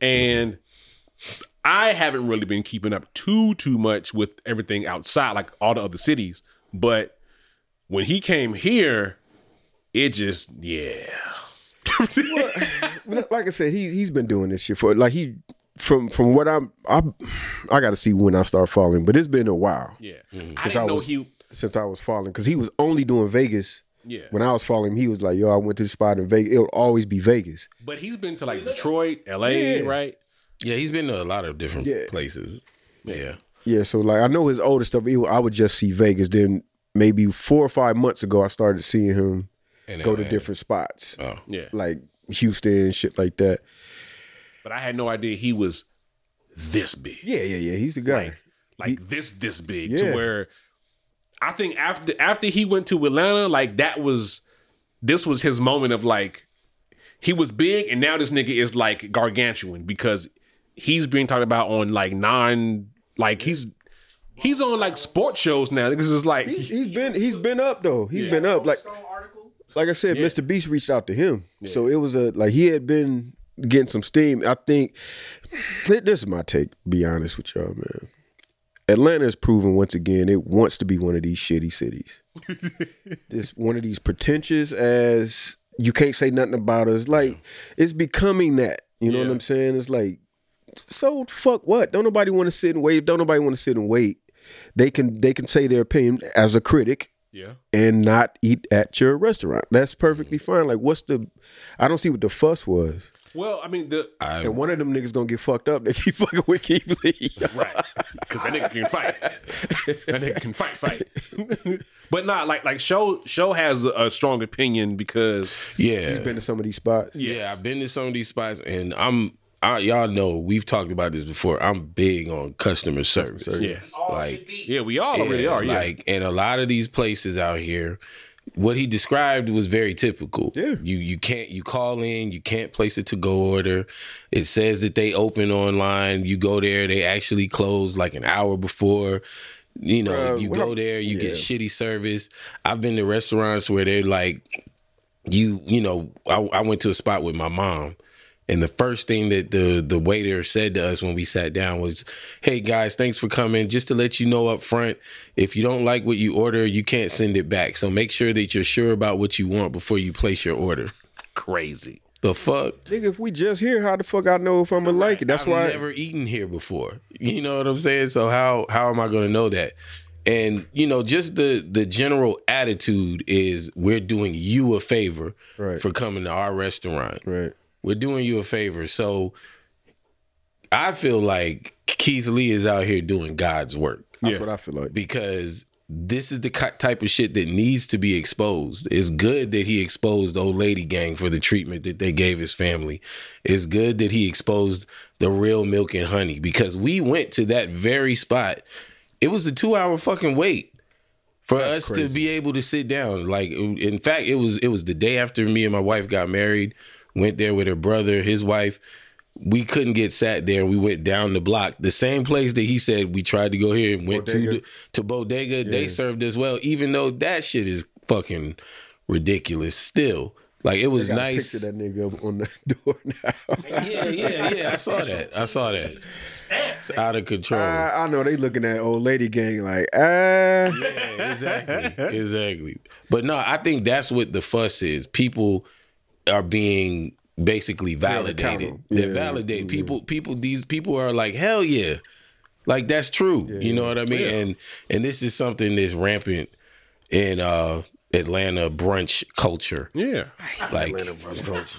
Speaker 3: and I haven't really been keeping up too too much with everything outside, like all the other cities. But when he came here, it just yeah.
Speaker 1: But Like I said, he he's been doing this shit for like he from from what I'm I I got to see when I start following, but it's been a while
Speaker 3: [laughs] Yeah, [laughs] Mm-hmm. I didn't
Speaker 1: I
Speaker 3: know
Speaker 1: was-
Speaker 3: he.
Speaker 1: since I was following because he was only doing Vegas.
Speaker 3: Yeah.
Speaker 1: When I was following him, he was like, "Yo, I went to the spot in Vegas. It would always be Vegas."
Speaker 3: But he's been to like Detroit, L.A., right?
Speaker 2: yeah. He's been to a lot of different
Speaker 1: Yeah.
Speaker 2: places. Yeah,
Speaker 1: Yeah, so like I know his older stuff. He, I would just see Vegas. Then maybe four or five months ago, I started seeing him
Speaker 2: and
Speaker 1: go to
Speaker 2: uh,
Speaker 1: different spots,
Speaker 2: Oh,
Speaker 3: Yeah,
Speaker 1: like Houston, shit like that.
Speaker 3: but I had no idea he was this big.
Speaker 1: Yeah, yeah, yeah. He's the guy.
Speaker 3: like this this big
Speaker 1: Yeah.
Speaker 3: to where I think after after he went to Atlanta, like that was this was his moment of like he was big and now this nigga is like gargantuan because he's being talked about on like non like he's he's on like sports shows now. This is like
Speaker 1: He's- he's been he's been up though. He's been up. Like
Speaker 4: Stone article.
Speaker 1: like I said, Mr. Beast reached out to him. So it was a like he had been getting some steam. I think this is my take, be honest with y'all, man. Atlanta is proven once again it wants to be one of these shitty cities. this one of these pretentious as you can't say nothing about us. Like it's becoming that. You know what I'm saying? It's like so fuck what? Don't nobody want to sit and wait. Don't nobody want to sit and wait. They can they can say their opinion as a critic
Speaker 3: yeah.
Speaker 1: and not eat at your restaurant. That's perfectly fine. Like, what's the? I don't see what the fuss was.
Speaker 3: Well, I mean the
Speaker 2: I,
Speaker 1: And one of them niggas gonna get fucked up. [laughs] They keep fucking with Keith Lee. [laughs]
Speaker 3: right [laughs] because that nigga can fight. That nigga can fight, fight. [laughs] but not like like show show has a, a strong opinion because
Speaker 2: yeah.
Speaker 1: Been to some of these spots.
Speaker 2: Yeah, I've been to some of these spots, and I'm I, y'all know we've talked about this before. I'm big on customer service.
Speaker 3: yeah
Speaker 4: All
Speaker 2: Like,
Speaker 4: should be.
Speaker 3: yeah we all already
Speaker 2: Yeah,
Speaker 3: are yeah.
Speaker 2: Like, and a lot of these places out here, what he described was very typical.
Speaker 1: Yeah.
Speaker 2: You you can't you call in, you can't place a to go order. It says that they open online. You go there, they actually close like an hour before. You know,
Speaker 1: Bruh,
Speaker 2: you
Speaker 1: what
Speaker 2: go
Speaker 1: I'm-
Speaker 2: there, you
Speaker 1: yeah.
Speaker 2: get shitty service. I've been to restaurants where they're like, you you know, I, I went to a spot with my mom. And the first thing that the the waiter said to us when we sat down was, "Hey guys, thanks for coming. Just to let you know up front, if you don't like what you order, you can't send it back. So make sure that you're sure about what you want before you place your order."
Speaker 3: crazy.
Speaker 2: The fuck?
Speaker 1: Nigga, if we just here, how the fuck I know if I'm gonna like it? That's
Speaker 2: I've
Speaker 1: why.
Speaker 2: never eaten here before. You know what I'm saying? So how how am I going to know that? And you know, just the the general attitude is we're doing you a favor
Speaker 1: Right.
Speaker 2: for coming to our restaurant.
Speaker 1: right.
Speaker 2: We're doing you a favor. So I feel like Keith Lee is out here doing God's work
Speaker 1: That's what I feel like.
Speaker 2: because this is the ki- type of shit that needs to be exposed. It's good that he exposed the old lady gang for the treatment that they gave his family. It's good that he exposed the real milk and honey because we went to that very spot. It was a two hour fucking wait for
Speaker 1: That's
Speaker 2: us to
Speaker 1: crazy.
Speaker 2: be able to sit down. Like in fact, it was it was the day after me and my wife got married. Went there with her brother, his wife. We couldn't get sat there. We went down the block, the same place that he said we tried to go here and went to
Speaker 1: Bodega.
Speaker 2: the, to Bodega. They served as well, even though that shit is fucking ridiculous. Still, like it was
Speaker 1: I gotta
Speaker 2: nice.
Speaker 1: Picture that nigga up on the [laughs] door now.
Speaker 2: Yeah, yeah, yeah. I saw that. I saw that. It's out of control.
Speaker 1: I, I know they looking at old lady gang like ah.
Speaker 2: Yeah, exactly. [laughs] exactly. But no, I think that's what the fuss is. People are being basically validated.
Speaker 1: accountable.
Speaker 2: They're
Speaker 1: Yeah,
Speaker 2: validated. People people these people are like, hell yeah. Like that's true. You know what I mean? And and this is something that's rampant in uh Atlanta brunch culture.
Speaker 3: Yeah.
Speaker 2: Like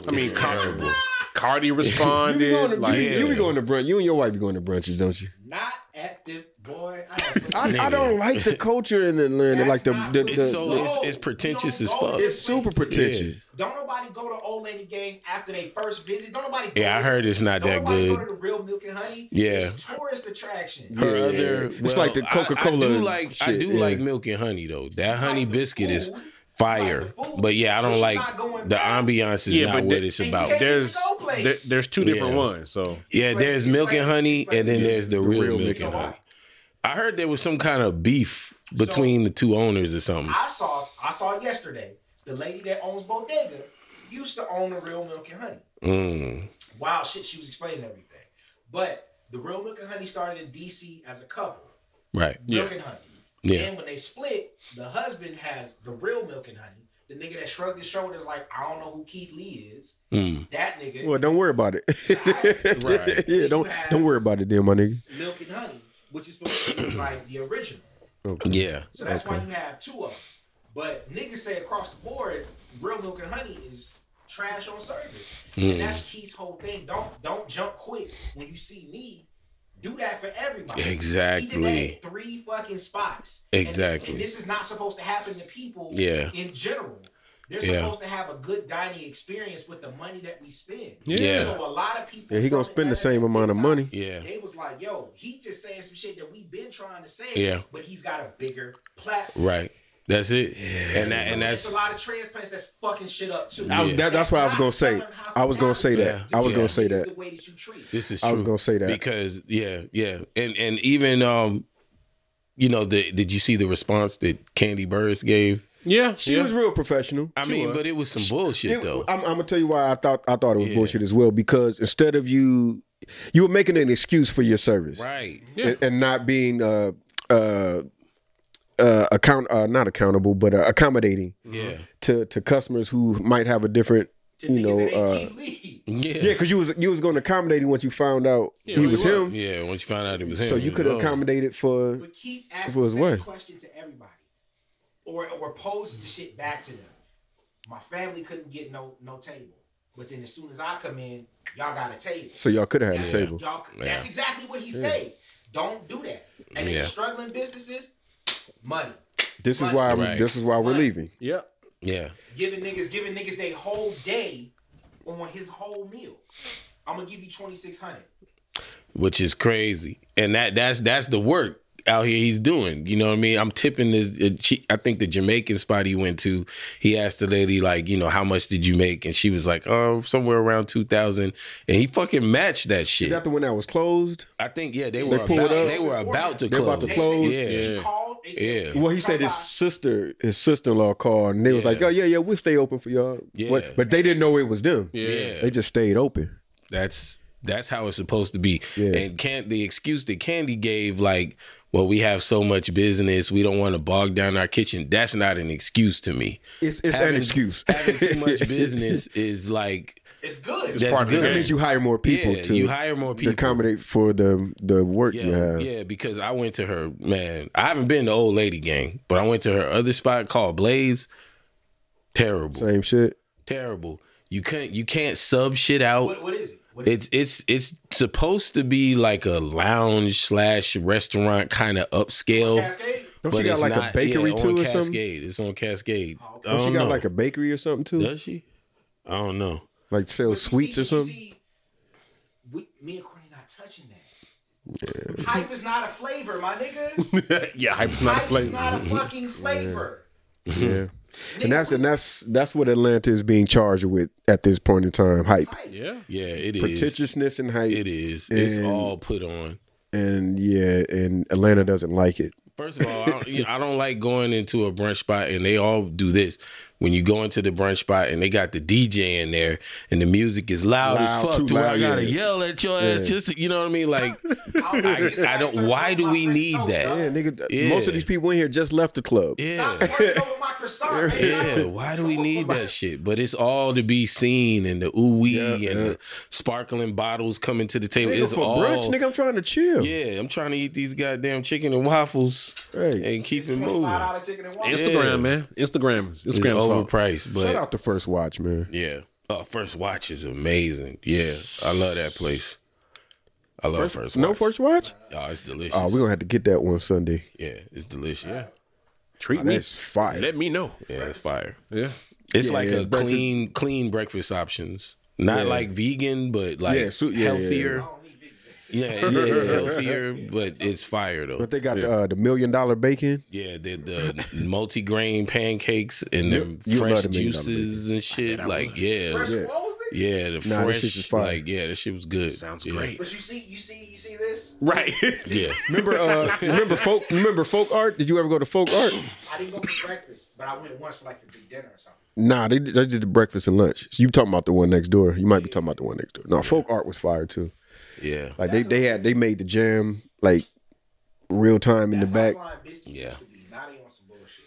Speaker 3: I mean, Cardi, Cardi responded.
Speaker 1: You be, going to,
Speaker 3: like,
Speaker 1: you, you be going to brunch. You and your wife be going to brunches, don't you?
Speaker 4: Not at the boy. I had some-
Speaker 1: [laughs] I, I don't like the culture in Atlanta.
Speaker 4: That's
Speaker 1: like the,
Speaker 4: not
Speaker 1: the,
Speaker 4: what
Speaker 1: the,
Speaker 2: it's so
Speaker 1: the-
Speaker 2: it's,
Speaker 4: No,
Speaker 2: it's
Speaker 4: you
Speaker 2: pretentious
Speaker 4: don't
Speaker 2: as
Speaker 4: go
Speaker 2: fuck.
Speaker 4: to
Speaker 1: it's super pretentious.
Speaker 2: Yeah.
Speaker 4: Don't nobody go to old lady gang after they first visit. Don't nobody. Go
Speaker 2: Yeah, I
Speaker 4: to-
Speaker 2: heard it's not
Speaker 4: don't
Speaker 2: that
Speaker 4: nobody
Speaker 2: good.
Speaker 4: Go to the real milk and honey.
Speaker 2: Yeah.
Speaker 4: It's a tourist attraction.
Speaker 2: her
Speaker 1: Yeah, yeah,
Speaker 2: other.
Speaker 1: yeah. It's like the
Speaker 2: I-
Speaker 1: Coca-Cola
Speaker 2: I, do like I
Speaker 1: shit,
Speaker 2: do
Speaker 1: yeah.
Speaker 2: like milk and honey though. That honey
Speaker 4: the
Speaker 2: biscuit is
Speaker 4: food. You
Speaker 2: fire,
Speaker 4: like the food,
Speaker 2: but yeah, I
Speaker 4: but
Speaker 2: don't
Speaker 4: you're
Speaker 2: like
Speaker 4: not going
Speaker 2: the
Speaker 4: back.
Speaker 2: ambiance is
Speaker 3: Yeah,
Speaker 2: not
Speaker 3: but
Speaker 2: what
Speaker 3: that-
Speaker 2: it's
Speaker 4: And you
Speaker 2: about.
Speaker 4: can't-
Speaker 3: there's
Speaker 4: It's a place.
Speaker 3: there, there's two different
Speaker 2: Yeah.
Speaker 3: ones. So
Speaker 2: yeah,
Speaker 4: like-
Speaker 2: there's
Speaker 4: it's
Speaker 2: milk
Speaker 4: like-
Speaker 2: and honey,
Speaker 4: it's like-
Speaker 2: and then there's the, real, milk and
Speaker 1: and
Speaker 2: honey. I heard there was some kind of beef between the two owners or something.
Speaker 4: I saw. I saw yesterday. The lady that owns Bodega used to own the real milk and honey.
Speaker 2: Mm.
Speaker 4: Wow, shit. She was explaining everything. But the real milk and honey started in D.C. as a couple.
Speaker 2: Right.
Speaker 4: Milk and honey.
Speaker 2: Yeah.
Speaker 4: Then when they split, the husband has the real milk and honey. The nigga that shrugged his shoulders like, I don't know who Keith Lee is.
Speaker 2: Mm.
Speaker 4: That nigga.
Speaker 1: Well, don't worry about it.
Speaker 2: Right.
Speaker 1: [laughs] yeah, don't don't worry about it, then, my nigga.
Speaker 4: milk and honey, which is supposed to be like the original.
Speaker 2: Yeah.
Speaker 4: So that's why you have two of them. But niggas say across the board, real milk and honey is trash on service, and that's Keith's whole thing. Don't don't jump quick when you see me. Do that for everybody. He did
Speaker 2: Exactly.
Speaker 4: that at three fucking spots. And this,
Speaker 2: Exactly.
Speaker 4: and this is not supposed to happen to people.
Speaker 2: Yeah.
Speaker 4: In general, they're
Speaker 2: Yeah.
Speaker 4: supposed to have a good dining experience with the money that we spend.
Speaker 2: Yeah.
Speaker 4: So a lot of people.
Speaker 1: Yeah, he gonna
Speaker 4: from
Speaker 1: spend the
Speaker 4: Atlanta's
Speaker 1: same amount of
Speaker 4: TikTok,
Speaker 1: money.
Speaker 2: Yeah.
Speaker 4: they was like, yo, he just saying some shit that we've been trying to say,
Speaker 2: Yeah.
Speaker 4: but he's got a bigger platform.
Speaker 2: Right. That's it. And that,
Speaker 4: So
Speaker 2: and
Speaker 4: it's
Speaker 2: that's
Speaker 4: a lot of transplants that's fucking shit up too.
Speaker 1: I-
Speaker 2: Yeah.
Speaker 1: that- that's what I was
Speaker 4: not
Speaker 1: gonna say.
Speaker 4: Southern
Speaker 1: I was gonna say that.
Speaker 2: Yeah.
Speaker 1: I was
Speaker 2: Yeah.
Speaker 1: gonna say
Speaker 4: It's
Speaker 1: that.
Speaker 4: The way that you treat.
Speaker 2: This is true.
Speaker 1: I was gonna say that.
Speaker 2: because yeah, yeah, and and even um, you know, the did you see the response that Candy Burris gave?
Speaker 3: yeah,
Speaker 1: She was real professional.
Speaker 2: I mean, but it was some bullshit
Speaker 1: It-
Speaker 2: though.
Speaker 1: I'm, I'm gonna tell you why I thought I thought it was bullshit as well because instead of you, you were making an excuse for your service,
Speaker 2: right.
Speaker 1: and, and not being uh uh uh account uh not accountable but uh, accommodating
Speaker 2: Yeah.
Speaker 1: to to customers who might have a different
Speaker 4: To
Speaker 1: you
Speaker 4: niggas
Speaker 1: know
Speaker 4: that ain't
Speaker 1: uh
Speaker 4: Keith Lee.
Speaker 1: yeah
Speaker 2: Yeah.
Speaker 1: because you was you was gonna accommodate him once you found out he was him
Speaker 2: Yeah, once you found out it was him.
Speaker 1: so you
Speaker 2: it
Speaker 1: could
Speaker 2: was over.
Speaker 1: accommodate it for
Speaker 4: But Keith asks
Speaker 1: It
Speaker 4: the
Speaker 1: was
Speaker 4: same
Speaker 1: what?
Speaker 4: question to everybody, or or poses the shit back to them. My family couldn't get no no table, but then as soon as I come in, y'all got a table.
Speaker 1: so y'all could have had a
Speaker 4: That's-
Speaker 1: table
Speaker 4: Y'all,
Speaker 2: Yeah.
Speaker 4: That's exactly what he said. Don't do that. And
Speaker 2: Yeah.
Speaker 4: in struggling businesses, money.
Speaker 1: this is why
Speaker 2: Right.
Speaker 1: we, this is why we're
Speaker 4: Right.
Speaker 1: leaving
Speaker 3: yeah.
Speaker 2: Yeah.
Speaker 4: Giving niggas, giving niggas they whole day on his whole meal. I'm gonna give you twenty six hundred.
Speaker 2: Which is crazy. And that that's that's the work out here he's doing. You know what I mean? I'm tipping this uh, she- I think the Jamaican spot he went to, he asked the lady like, you know, how much did you make? And she was like, "Oh, somewhere around 2000." And he fucking matched that shit.
Speaker 1: is that the one that was closed
Speaker 2: I think yeah, they were
Speaker 1: pulled
Speaker 2: about,
Speaker 1: up.
Speaker 2: they were about to
Speaker 1: They
Speaker 2: close.
Speaker 1: about to
Speaker 4: close.
Speaker 2: Yeah.
Speaker 4: He called. They said,
Speaker 2: Yeah.
Speaker 1: well he said his
Speaker 4: Bye-bye.
Speaker 1: sister his sister-in-law called and they was like oh yeah yeah we'll stay open for y'all
Speaker 2: Yeah.
Speaker 1: What- but they didn't know it was them
Speaker 3: Yeah.
Speaker 2: Yeah.
Speaker 1: they just stayed open
Speaker 2: That's that's how it's supposed to be.
Speaker 1: Yeah.
Speaker 2: And can the excuse that Candy gave, like, well, we have so much business, we don't want to bog down our kitchen. That's not an excuse to me.
Speaker 1: it's it's
Speaker 2: Having-
Speaker 1: an excuse
Speaker 2: [laughs] Having too much
Speaker 1: [laughs]
Speaker 2: business is like
Speaker 4: It's good.
Speaker 2: that's
Speaker 3: part of the
Speaker 2: good.
Speaker 1: That means you hire more people
Speaker 2: yeah,
Speaker 1: to
Speaker 2: you hire more
Speaker 1: to
Speaker 2: people.
Speaker 1: accommodate for the the work you
Speaker 2: yeah,
Speaker 1: have.
Speaker 2: yeah, because I went to her, man. I haven't been to old lady gang, but I went to her other spot called Blaze. Terrible.
Speaker 1: Same shit.
Speaker 2: Terrible. You can't you can't sub shit out.
Speaker 4: What, what is it? What is
Speaker 2: it's it's it's supposed to be like a lounge slash restaurant kind of
Speaker 4: it?
Speaker 2: upscale.
Speaker 4: Cascade?
Speaker 1: Don't she got
Speaker 2: it's
Speaker 1: like a bakery
Speaker 2: yeah,
Speaker 1: too
Speaker 2: on
Speaker 1: or something?
Speaker 2: Cascade. It's on Cascade.
Speaker 4: Oh, okay.
Speaker 2: I
Speaker 1: Don't she
Speaker 2: don't
Speaker 1: got
Speaker 2: know.
Speaker 1: like a bakery or something too?
Speaker 2: Does she? I don't know.
Speaker 1: Like sell
Speaker 4: But you
Speaker 1: sweets
Speaker 4: see-
Speaker 1: or
Speaker 4: but you
Speaker 1: something?
Speaker 4: see, We, me and Courtney not touching that. Hype is not a flavor,
Speaker 1: [laughs]
Speaker 4: my nigga.
Speaker 3: yeah, hype's not a
Speaker 4: Hype is not a
Speaker 3: flavor.
Speaker 4: fucking flavor.
Speaker 1: Yeah. And that's and that's that's what Atlanta is being charged with at this point in time. Hype.
Speaker 3: Yeah.
Speaker 2: Yeah, it is.
Speaker 1: Pretentiousness and hype.
Speaker 2: It is. It's
Speaker 1: And-
Speaker 2: all put on.
Speaker 1: And yeah, and Atlanta doesn't like it.
Speaker 2: First of all, I don't, you know, I don't like going into a brunch spot, and they all do this. When you go into the brunch spot and they got the DJ in there, and the music is loud, as
Speaker 1: Loud,
Speaker 2: fuck,
Speaker 1: too
Speaker 2: to where I
Speaker 1: loud,
Speaker 2: gotta
Speaker 1: yeah.
Speaker 2: yell at your ass. Just to, you know what I mean?
Speaker 1: [laughs]
Speaker 2: Like,
Speaker 4: I,
Speaker 2: I don't- why do we need that?
Speaker 1: Yeah, nigga.
Speaker 2: Yeah.
Speaker 1: Most of these people in here just left the club.
Speaker 4: Stop
Speaker 2: yeah,
Speaker 4: working over my croissant.
Speaker 2: yeah. Why do we need that shit? But it's all to be seen, and the ooh wee and the sparkling bottles coming to the table.
Speaker 1: Nigga,
Speaker 2: it's
Speaker 1: for
Speaker 2: all
Speaker 1: brunch, nigga, I'm trying to chill.
Speaker 2: Yeah, I'm trying to eat these goddamn chicken and waffles
Speaker 1: Right.
Speaker 2: and keep it
Speaker 4: Twenty
Speaker 2: moving.
Speaker 4: five dollar chicken and waffles.
Speaker 3: [laughs] Instagram, man. Instagram.
Speaker 2: It's
Speaker 3: Instagram.
Speaker 2: overpriced, but
Speaker 1: Shout out to First Watch, man.
Speaker 2: Yeah. Oh, First Watch is amazing. Yeah. I love that place. I love First, Watch.
Speaker 1: No First Watch?
Speaker 2: Oh, it's delicious.
Speaker 1: Oh, we're gonna have to get that one Sunday.
Speaker 2: yeah, it's delicious. Yeah.
Speaker 3: Treat me.
Speaker 1: That's [laughs] fire.
Speaker 3: Let me know.
Speaker 2: it's fire.
Speaker 3: Yeah.
Speaker 2: It's like
Speaker 1: yeah,
Speaker 2: a
Speaker 1: breakfast-
Speaker 2: clean, clean breakfast options. Not like vegan, but like
Speaker 1: Yeah, so- yeah, yeah, yeah.
Speaker 2: healthier. Yeah,
Speaker 1: [laughs]
Speaker 2: it's, it's healthier, but it's fire though.
Speaker 1: but they got the, uh, the million dollar bacon.
Speaker 2: yeah, the, the multi-grain pancakes and the
Speaker 1: you love
Speaker 2: fresh
Speaker 1: the million dollar
Speaker 2: juices and shit. Like, yeah,
Speaker 4: Fresh rolls, nigga?
Speaker 2: yeah, the
Speaker 1: Nah, that
Speaker 2: fresh.
Speaker 1: shit is fire.
Speaker 2: like, yeah, that shit was good.
Speaker 3: Sounds
Speaker 2: Yeah.
Speaker 3: great.
Speaker 4: But you see, you see, you see this.
Speaker 3: Right.
Speaker 2: Yes.
Speaker 1: Remember,
Speaker 2: [laughs]
Speaker 1: uh, remember folk. Remember folk art. Did you ever go to folk art?
Speaker 4: I didn't go for breakfast, but I went once for like for big dinner or something.
Speaker 1: Nah, they, they did the breakfast and lunch. you talking about the one next door? You might be talking about the one next door. No, folk art was fire too.
Speaker 2: Yeah.
Speaker 1: Like they, they had they made the jam like real time in the
Speaker 4: That's
Speaker 1: back.
Speaker 4: how flying biscuit
Speaker 2: Yeah.
Speaker 4: used to be. Now they on some bullshit.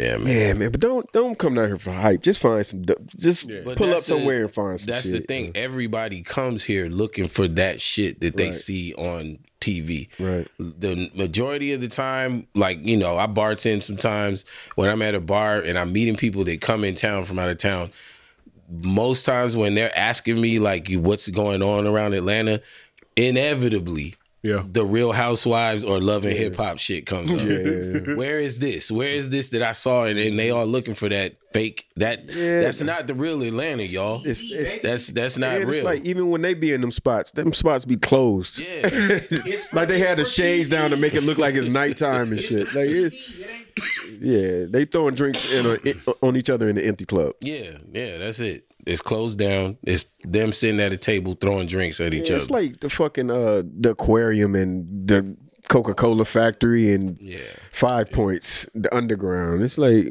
Speaker 2: Yeah, man.
Speaker 1: Yeah, man. But don't don't come down here for hype. Just find some. du- Just
Speaker 2: But
Speaker 1: pull
Speaker 2: that's
Speaker 1: up somewhere and find some.
Speaker 2: That's the
Speaker 1: shit.
Speaker 2: thing. Everybody comes here looking for that shit that they
Speaker 1: Right.
Speaker 2: see on TV.
Speaker 1: Right.
Speaker 2: The majority of the time, like, you know, I bartend sometimes when I'm at a bar and I'm meeting people that come in town from out of town. Most times when they're asking me like you what's going on around Atlanta, inevitably [laughs]
Speaker 3: yeah.
Speaker 2: the Real Housewives or Love and Hip Hop shit comes up. Where is this? Where is this that I saw? And, and they all looking for that fake. That
Speaker 1: Yeah.
Speaker 2: that's not the real Atlanta, y'all.
Speaker 1: It's, it's,
Speaker 2: That's that's not
Speaker 1: and
Speaker 2: real.
Speaker 1: it's like even when they be in them spots, them spots be closed. [laughs]
Speaker 2: yeah,
Speaker 4: It's
Speaker 1: Like they
Speaker 4: for-
Speaker 1: had the
Speaker 4: it's for
Speaker 1: shades
Speaker 4: TV.
Speaker 1: down to make it look like it's nighttime and
Speaker 4: It's for
Speaker 1: shit. Like
Speaker 4: TV.
Speaker 1: it,
Speaker 4: It ain't for-
Speaker 1: yeah, they throwing drinks in a, on each other in the empty club.
Speaker 2: yeah, yeah. That's it. It's closed down. It's them sitting at a table throwing drinks at each
Speaker 1: Yeah,
Speaker 2: other.
Speaker 1: it's like the fucking uh the aquarium and the Coca Cola factory and
Speaker 2: Yeah.
Speaker 1: Five Points, the underground. It's like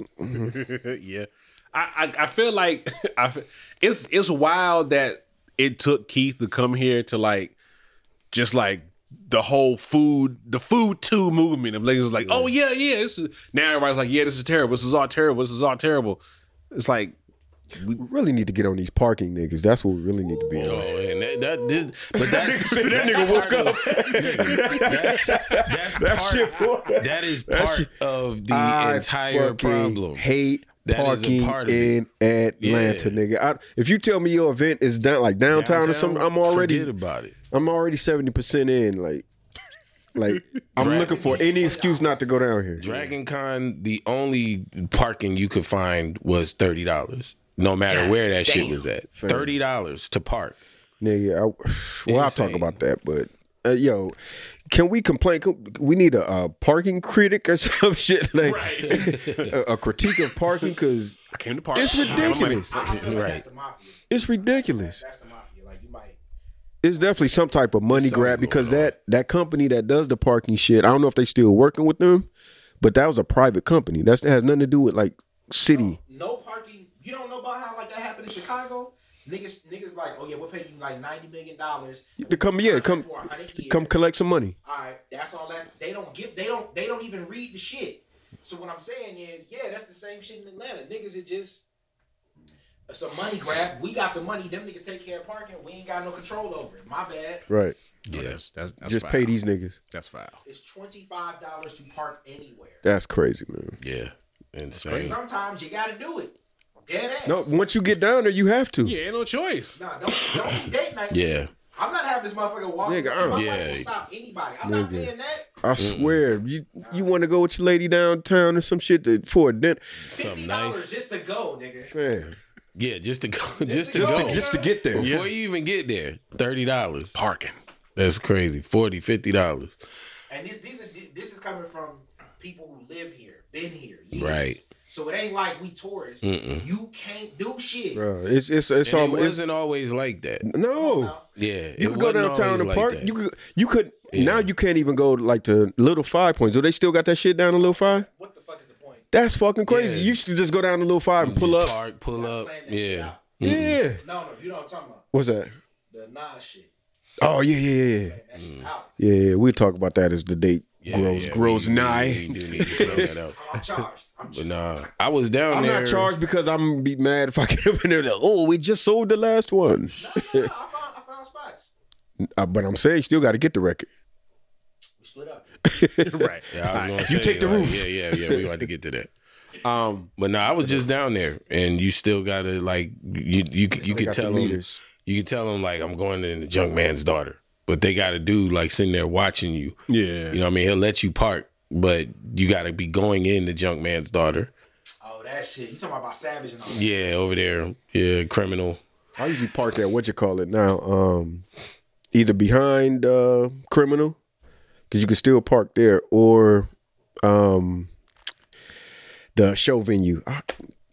Speaker 3: yeah. I, I I feel like [laughs] I fe- it's it's wild that it took Keith to come here to like just like the whole food the food too movement of niggas was like oh yeah yeah this is now everybody's like yeah this is terrible this is all terrible this is all terrible it's like
Speaker 1: we really need to get on these parking niggas. That's what we really need to be
Speaker 2: Oh,
Speaker 1: on.
Speaker 2: and that, that this,
Speaker 1: [laughs]
Speaker 2: but that's
Speaker 1: That nigga woke
Speaker 2: up. [laughs] that's,
Speaker 1: [laughs]
Speaker 2: that's part, that is part of the
Speaker 1: I
Speaker 2: entire
Speaker 1: fucking
Speaker 2: problem.
Speaker 1: Hate
Speaker 2: That is a
Speaker 1: parking
Speaker 2: part of it.
Speaker 1: in Atlanta,
Speaker 2: Yeah.
Speaker 1: nigga. I, if you tell me your event is down like downtown, or something, I'm
Speaker 2: forget
Speaker 1: already
Speaker 2: about it.
Speaker 1: I'm already seventy percent in. Like, like I'm
Speaker 2: Right.
Speaker 1: looking for any excuse not to go down here.
Speaker 2: Dragon Con, the only parking you could find was thirty dollars. No matter where that shit was at, thirty dollars to park.
Speaker 1: Nigga, I, [sighs] well, I'll talk
Speaker 2: Insane.
Speaker 1: about that, but uh, yo, can we complain? Can, we need a, uh parking critic or [laughs] some shit, like [laughs] a, a critique of parking, because
Speaker 3: I came to park
Speaker 1: It's
Speaker 3: I got my money.
Speaker 1: ridiculous.
Speaker 4: I feel
Speaker 2: [laughs]
Speaker 4: like
Speaker 2: Right.
Speaker 4: that's the mafia.
Speaker 1: it's ridiculous.
Speaker 4: That's the mafia. Like you might.
Speaker 1: It's definitely some type of money grab because that that company that does the parking shit, I don't know if they still working with them, but that was a private company. That's that has nothing to do with like city.
Speaker 4: no parking. You don't know about how like that happened in Chicago. Niggas, niggas like, oh yeah, we'll pay you like ninety million dollars.
Speaker 1: To come, yeah, come,
Speaker 4: For 100 years.
Speaker 1: come collect some money.
Speaker 4: All right, that's all that they don't give. They don't. They don't even read the shit. So what I'm saying is, yeah, that's the same shit in Atlanta. Niggas are just it's a money grab. We got the money. Them niggas take care of parking. We ain't got no control over it. My bad.
Speaker 1: Right.
Speaker 3: yes that's, that's
Speaker 1: Just
Speaker 3: foul.
Speaker 1: pay these niggas.
Speaker 3: that's foul
Speaker 4: It's twenty five dollars to park anywhere.
Speaker 1: That's crazy, man.
Speaker 2: Yeah,
Speaker 4: But
Speaker 2: insane.
Speaker 4: sometimes you gotta do it. Dead ass.
Speaker 1: No, once you get down there, you have to.
Speaker 3: yeah ain't no choice
Speaker 4: Nah, don't don't be date night.
Speaker 2: Yeah,
Speaker 4: I'm not having this motherfucker walk.
Speaker 1: Nigga,
Speaker 4: My
Speaker 1: I'm-
Speaker 4: wife
Speaker 2: Yeah.
Speaker 4: will stop anybody. I'm not paying that.
Speaker 1: I swear, you you want to go with your lady downtown or some shit to, for a dinner?
Speaker 4: Fifty
Speaker 2: something
Speaker 4: dollars
Speaker 2: nice.
Speaker 4: just to go, nigga.
Speaker 1: Man,
Speaker 2: Yeah, just to go, [laughs] just to
Speaker 4: to
Speaker 1: just
Speaker 2: go,
Speaker 1: to, just to get there. [laughs]
Speaker 2: before you even get there, thirty dollars.
Speaker 3: parking
Speaker 2: That's crazy. 40 dollars.
Speaker 4: And this these are this is coming from people who live here, been here, years.
Speaker 2: Right.
Speaker 4: So it ain't like we tourists. You can't do shit.
Speaker 1: Bro, it's it's it's
Speaker 2: So it
Speaker 1: all it's,
Speaker 2: wasn't always like that.
Speaker 1: no.
Speaker 2: Yeah, it
Speaker 1: You could go
Speaker 2: wasn't
Speaker 1: downtown
Speaker 2: always
Speaker 1: to
Speaker 2: like
Speaker 1: park.
Speaker 2: that.
Speaker 1: You could you could now you can't even go like to Little Five Points. Do they still got that shit down to Little Five?
Speaker 4: What the fuck is the point?
Speaker 1: That's fucking crazy.
Speaker 2: Yeah. Mm-hmm.
Speaker 1: You should just go down to Little Five and pull up.
Speaker 2: park, pull up.
Speaker 4: Plan that shit
Speaker 2: Yeah,
Speaker 4: out.
Speaker 1: Yeah.
Speaker 2: Mm-hmm.
Speaker 4: No, no, you know what I'm talking about.
Speaker 1: What's that?
Speaker 4: The Nas shit.
Speaker 1: Oh yeah yeah yeah yeah.
Speaker 4: That
Speaker 2: Mm.
Speaker 4: shit out.
Speaker 1: Yeah, yeah, we'll talk about that as the date
Speaker 2: yeah
Speaker 1: grows
Speaker 2: yeah,
Speaker 1: grows
Speaker 2: we- we-
Speaker 1: nigh.
Speaker 2: We do need to close that out.
Speaker 4: I'm charged.
Speaker 2: [laughs]
Speaker 4: I'm
Speaker 2: But
Speaker 4: charged.
Speaker 2: nah, I was down
Speaker 1: I'm
Speaker 2: there.
Speaker 1: not charged because I'm gonna be mad if I get up in there. Like, oh, we just sold the last
Speaker 2: [laughs]
Speaker 1: one.
Speaker 4: Nah, I, found, I found spots.
Speaker 1: Uh, but I'm saying, you still got to get the record.
Speaker 4: We split up.
Speaker 3: right.
Speaker 2: Yeah, I was gonna
Speaker 1: You
Speaker 2: say,
Speaker 1: take the
Speaker 2: like,
Speaker 1: roof.
Speaker 2: Yeah, yeah, yeah. We about to get to that.
Speaker 3: Um,
Speaker 2: But no, I was just down there, and you still gotta like you you you could
Speaker 1: got
Speaker 2: tell
Speaker 1: the
Speaker 2: them
Speaker 1: meters.
Speaker 2: you could tell them like I'm going in the junk man's daughter, but they got a dude like sitting there watching you.
Speaker 3: yeah.
Speaker 2: You know what I mean? He'll let you park, but you gotta be going in the junk man's daughter.
Speaker 4: Oh, that shit. You talking about Savage and all that.
Speaker 2: Yeah, over there. Yeah, criminal.
Speaker 1: I usually park at what you call it now, um, either behind uh, criminal, because you can still park there, or um, the show venue. I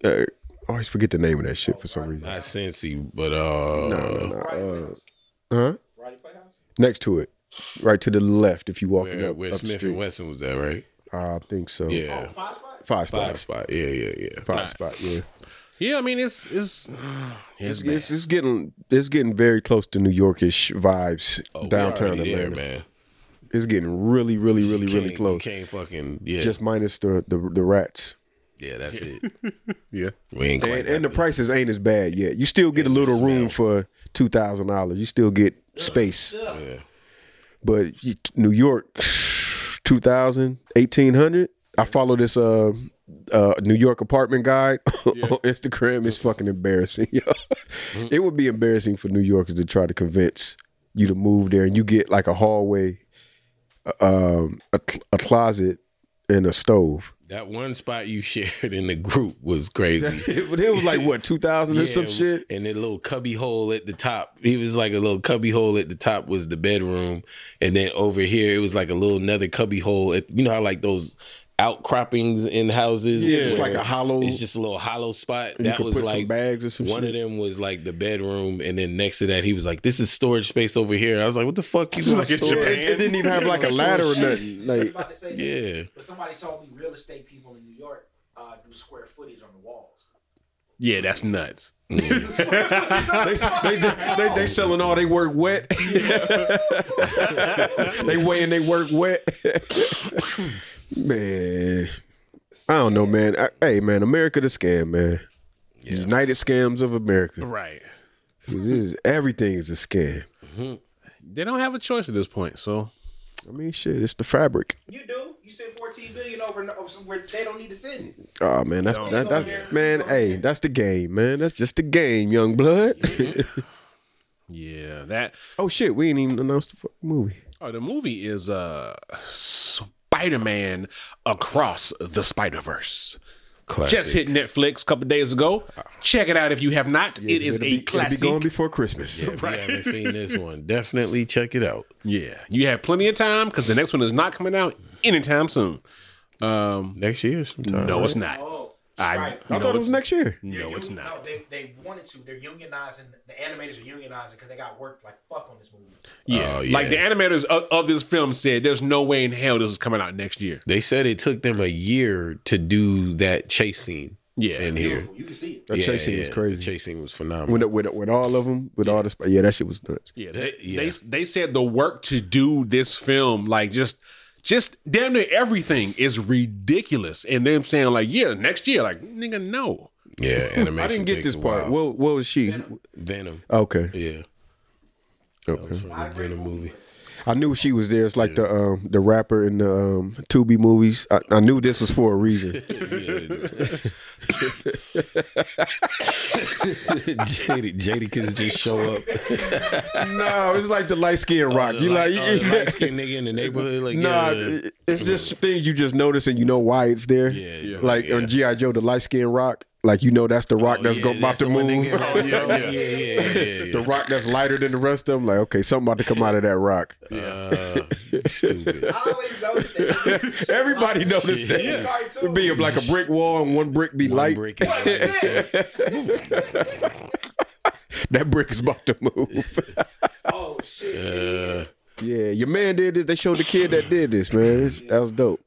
Speaker 1: uh, always forget the name of that shit for some reason. uh,
Speaker 2: Not Cincy, but uh,
Speaker 1: Huh?
Speaker 4: Roddy Playhouse?
Speaker 1: Next to it, right to the left, if you walking
Speaker 2: where,
Speaker 1: up,
Speaker 2: where
Speaker 1: up the
Speaker 2: Smith
Speaker 1: street.
Speaker 2: and Wesson was at, right?
Speaker 1: I think so.
Speaker 2: Yeah,
Speaker 4: Five spot?
Speaker 1: Five spot.
Speaker 2: five spot. Yeah, yeah, yeah.
Speaker 1: Five spot. Yeah.
Speaker 3: Yeah, I mean it's it's it's,
Speaker 1: It's, it's, it's getting it's getting very close to New Yorkish vibes
Speaker 2: Oh, we
Speaker 1: downtown
Speaker 2: already
Speaker 1: Atlanta.
Speaker 2: there, man.
Speaker 1: It's getting really, really, really,
Speaker 2: You
Speaker 1: really
Speaker 2: can't-
Speaker 1: close.
Speaker 2: You can't fucking yeah.
Speaker 1: Just minus the the, the rats.
Speaker 2: yeah, that's it.
Speaker 3: yeah.
Speaker 2: We ain't quite
Speaker 1: And, and the
Speaker 2: got there.
Speaker 1: prices ain't as bad yet. You still get a little room for two thousand dollars. You still get space,
Speaker 2: Yeah.
Speaker 1: but you, New York, 2000, 1800 I follow this uh, uh, New York apartment guide [laughs] on Instagram. It's fucking embarrassing. [laughs] yo. It would be embarrassing for New Yorkers to try to convince you to move there, and you get like a hallway, uh, um, a, cl- a closet, and a stove.
Speaker 2: That one spot you [laughs] shared in the group
Speaker 1: [laughs]
Speaker 2: was crazy.
Speaker 1: but [laughs] it was like what two thousand or some
Speaker 2: Yeah,
Speaker 1: shit.
Speaker 2: And that little cubby hole at the top. It was like a little cubby hole at the top was the bedroom. And then over here it was like a little another cubby hole at you know how like those outcroppings in houses.
Speaker 1: Yeah, it's
Speaker 2: where
Speaker 1: like a hollow-
Speaker 2: It's just a little hollow spot.
Speaker 1: And
Speaker 2: that
Speaker 1: you could
Speaker 2: was
Speaker 1: put
Speaker 2: like
Speaker 1: some bags or some
Speaker 2: one
Speaker 1: shit.
Speaker 2: of them was like the bedroom, and then next to that he was like, "This is storage space over here." I was like, "What the fuck you
Speaker 3: It's
Speaker 2: gonna
Speaker 3: like a
Speaker 2: store?"
Speaker 3: Japan-
Speaker 1: It, it didn't even have like a ladder or nothing.
Speaker 4: I was
Speaker 1: Like
Speaker 4: about to say that.
Speaker 2: Yeah,
Speaker 4: But somebody told me real estate people in New York uh, do square footage on the walls.
Speaker 3: Yeah, that's nuts.
Speaker 1: they, they, they selling all they work wet. they weighing they work wet. man, I don't know, man. I, hey, man, America the scam, man. United Scams of America.
Speaker 3: Right.
Speaker 1: 'Cause This is, everything is a scam.
Speaker 3: They don't have a choice at this point, so
Speaker 1: I mean, shit, it's the fabric.
Speaker 4: You do. You send 14 billion over, over somewhere they don't need to send it.
Speaker 1: Oh man, that's that, that's man. Hey, that's the game, man. That's just the game, young blood.
Speaker 3: Mm-hmm. yeah, that
Speaker 1: [laughs] oh shit, we ain't even announced the fucking movie.
Speaker 3: oh the movie is uh Spider-Man Across the Spider-Verse.
Speaker 2: classic.
Speaker 3: Just hit Netflix a couple days ago. Check it out if you have not. it is a
Speaker 1: It'll be-
Speaker 3: classic.
Speaker 1: It'll be gone before Christmas.
Speaker 2: If you haven't seen this one, definitely check it out.
Speaker 3: yeah, you have plenty of time because the next one is not coming out anytime soon. Um,
Speaker 2: Next year, sometime.
Speaker 3: no, it's not.
Speaker 4: Oh,
Speaker 3: I-
Speaker 4: right.
Speaker 1: I thought it was
Speaker 3: it's-
Speaker 1: next year.
Speaker 3: No,
Speaker 4: You-
Speaker 3: it's not.
Speaker 4: No, they, they wanted to. They're unionizing. The animators are unionizing because they got worked like fuck on this movie.
Speaker 3: Yeah.
Speaker 2: Oh,
Speaker 3: Like
Speaker 2: yeah.
Speaker 3: the animators of, of this film said, there's no way in hell this is coming out next year.
Speaker 2: They said it took them a year to do that chase scene.
Speaker 3: Yeah.
Speaker 2: in here,
Speaker 4: You can see it.
Speaker 1: That
Speaker 2: yeah,
Speaker 1: chase scene
Speaker 2: yeah,
Speaker 1: was
Speaker 2: The
Speaker 1: crazy.
Speaker 2: chase scene was phenomenal.
Speaker 1: With, with with all of them, with all the sp- yeah, that shit was nuts.
Speaker 3: Yeah. They,
Speaker 2: yeah.
Speaker 3: they they said the work to do this film, like just just damn near everything is ridiculous. And them saying like, yeah, next year, like nigga, no.
Speaker 2: yeah, animation.
Speaker 1: I didn't get
Speaker 2: takes
Speaker 1: this
Speaker 2: a
Speaker 1: part.
Speaker 2: while.
Speaker 1: What Uh, what was she?
Speaker 2: Venom.
Speaker 1: Okay,
Speaker 2: Yeah,
Speaker 1: okay.
Speaker 2: from the Venom
Speaker 1: [laughs]
Speaker 2: movie.
Speaker 1: I knew she was there. It's like the um the rapper in the um Tubi movies. I, I knew this was for a [laughs] reason.
Speaker 2: Jada, Jada can just show up. [laughs]
Speaker 1: no, it's like Oh, the light skinned rock. you like,
Speaker 2: uh,
Speaker 1: [laughs]
Speaker 2: light skinned nigga in the neighborhood? Like,
Speaker 1: nah,
Speaker 2: yeah.
Speaker 1: it- it's just things you just notice and you know why it's there.
Speaker 2: Yeah, yeah.
Speaker 1: like on GI Joe, the light skinned rock. Like you know Oh, that's the rock that's
Speaker 2: Oh, yeah,
Speaker 1: go, about
Speaker 2: that's
Speaker 1: to
Speaker 2: the one they
Speaker 1: move.
Speaker 2: get- oh, yeah, yeah, yeah, yeah, yeah,
Speaker 1: [laughs]
Speaker 2: yeah.
Speaker 1: The rock that's lighter than the rest of them. Like, okay, something about to come out of that rock. [laughs]
Speaker 2: Uh, Stupid.
Speaker 4: I always
Speaker 3: [laughs]
Speaker 4: notice that.
Speaker 1: Everybody noticed that.
Speaker 4: Yeah. Cartoons.
Speaker 1: It'd be like a brick wall and one brick be light.
Speaker 3: [laughs]
Speaker 2: Brick.
Speaker 4: What is this?
Speaker 1: That brick is about to move.
Speaker 4: oh shit!
Speaker 1: yeah, your man did this. They showed the kid that did this, man. It's- that was dope.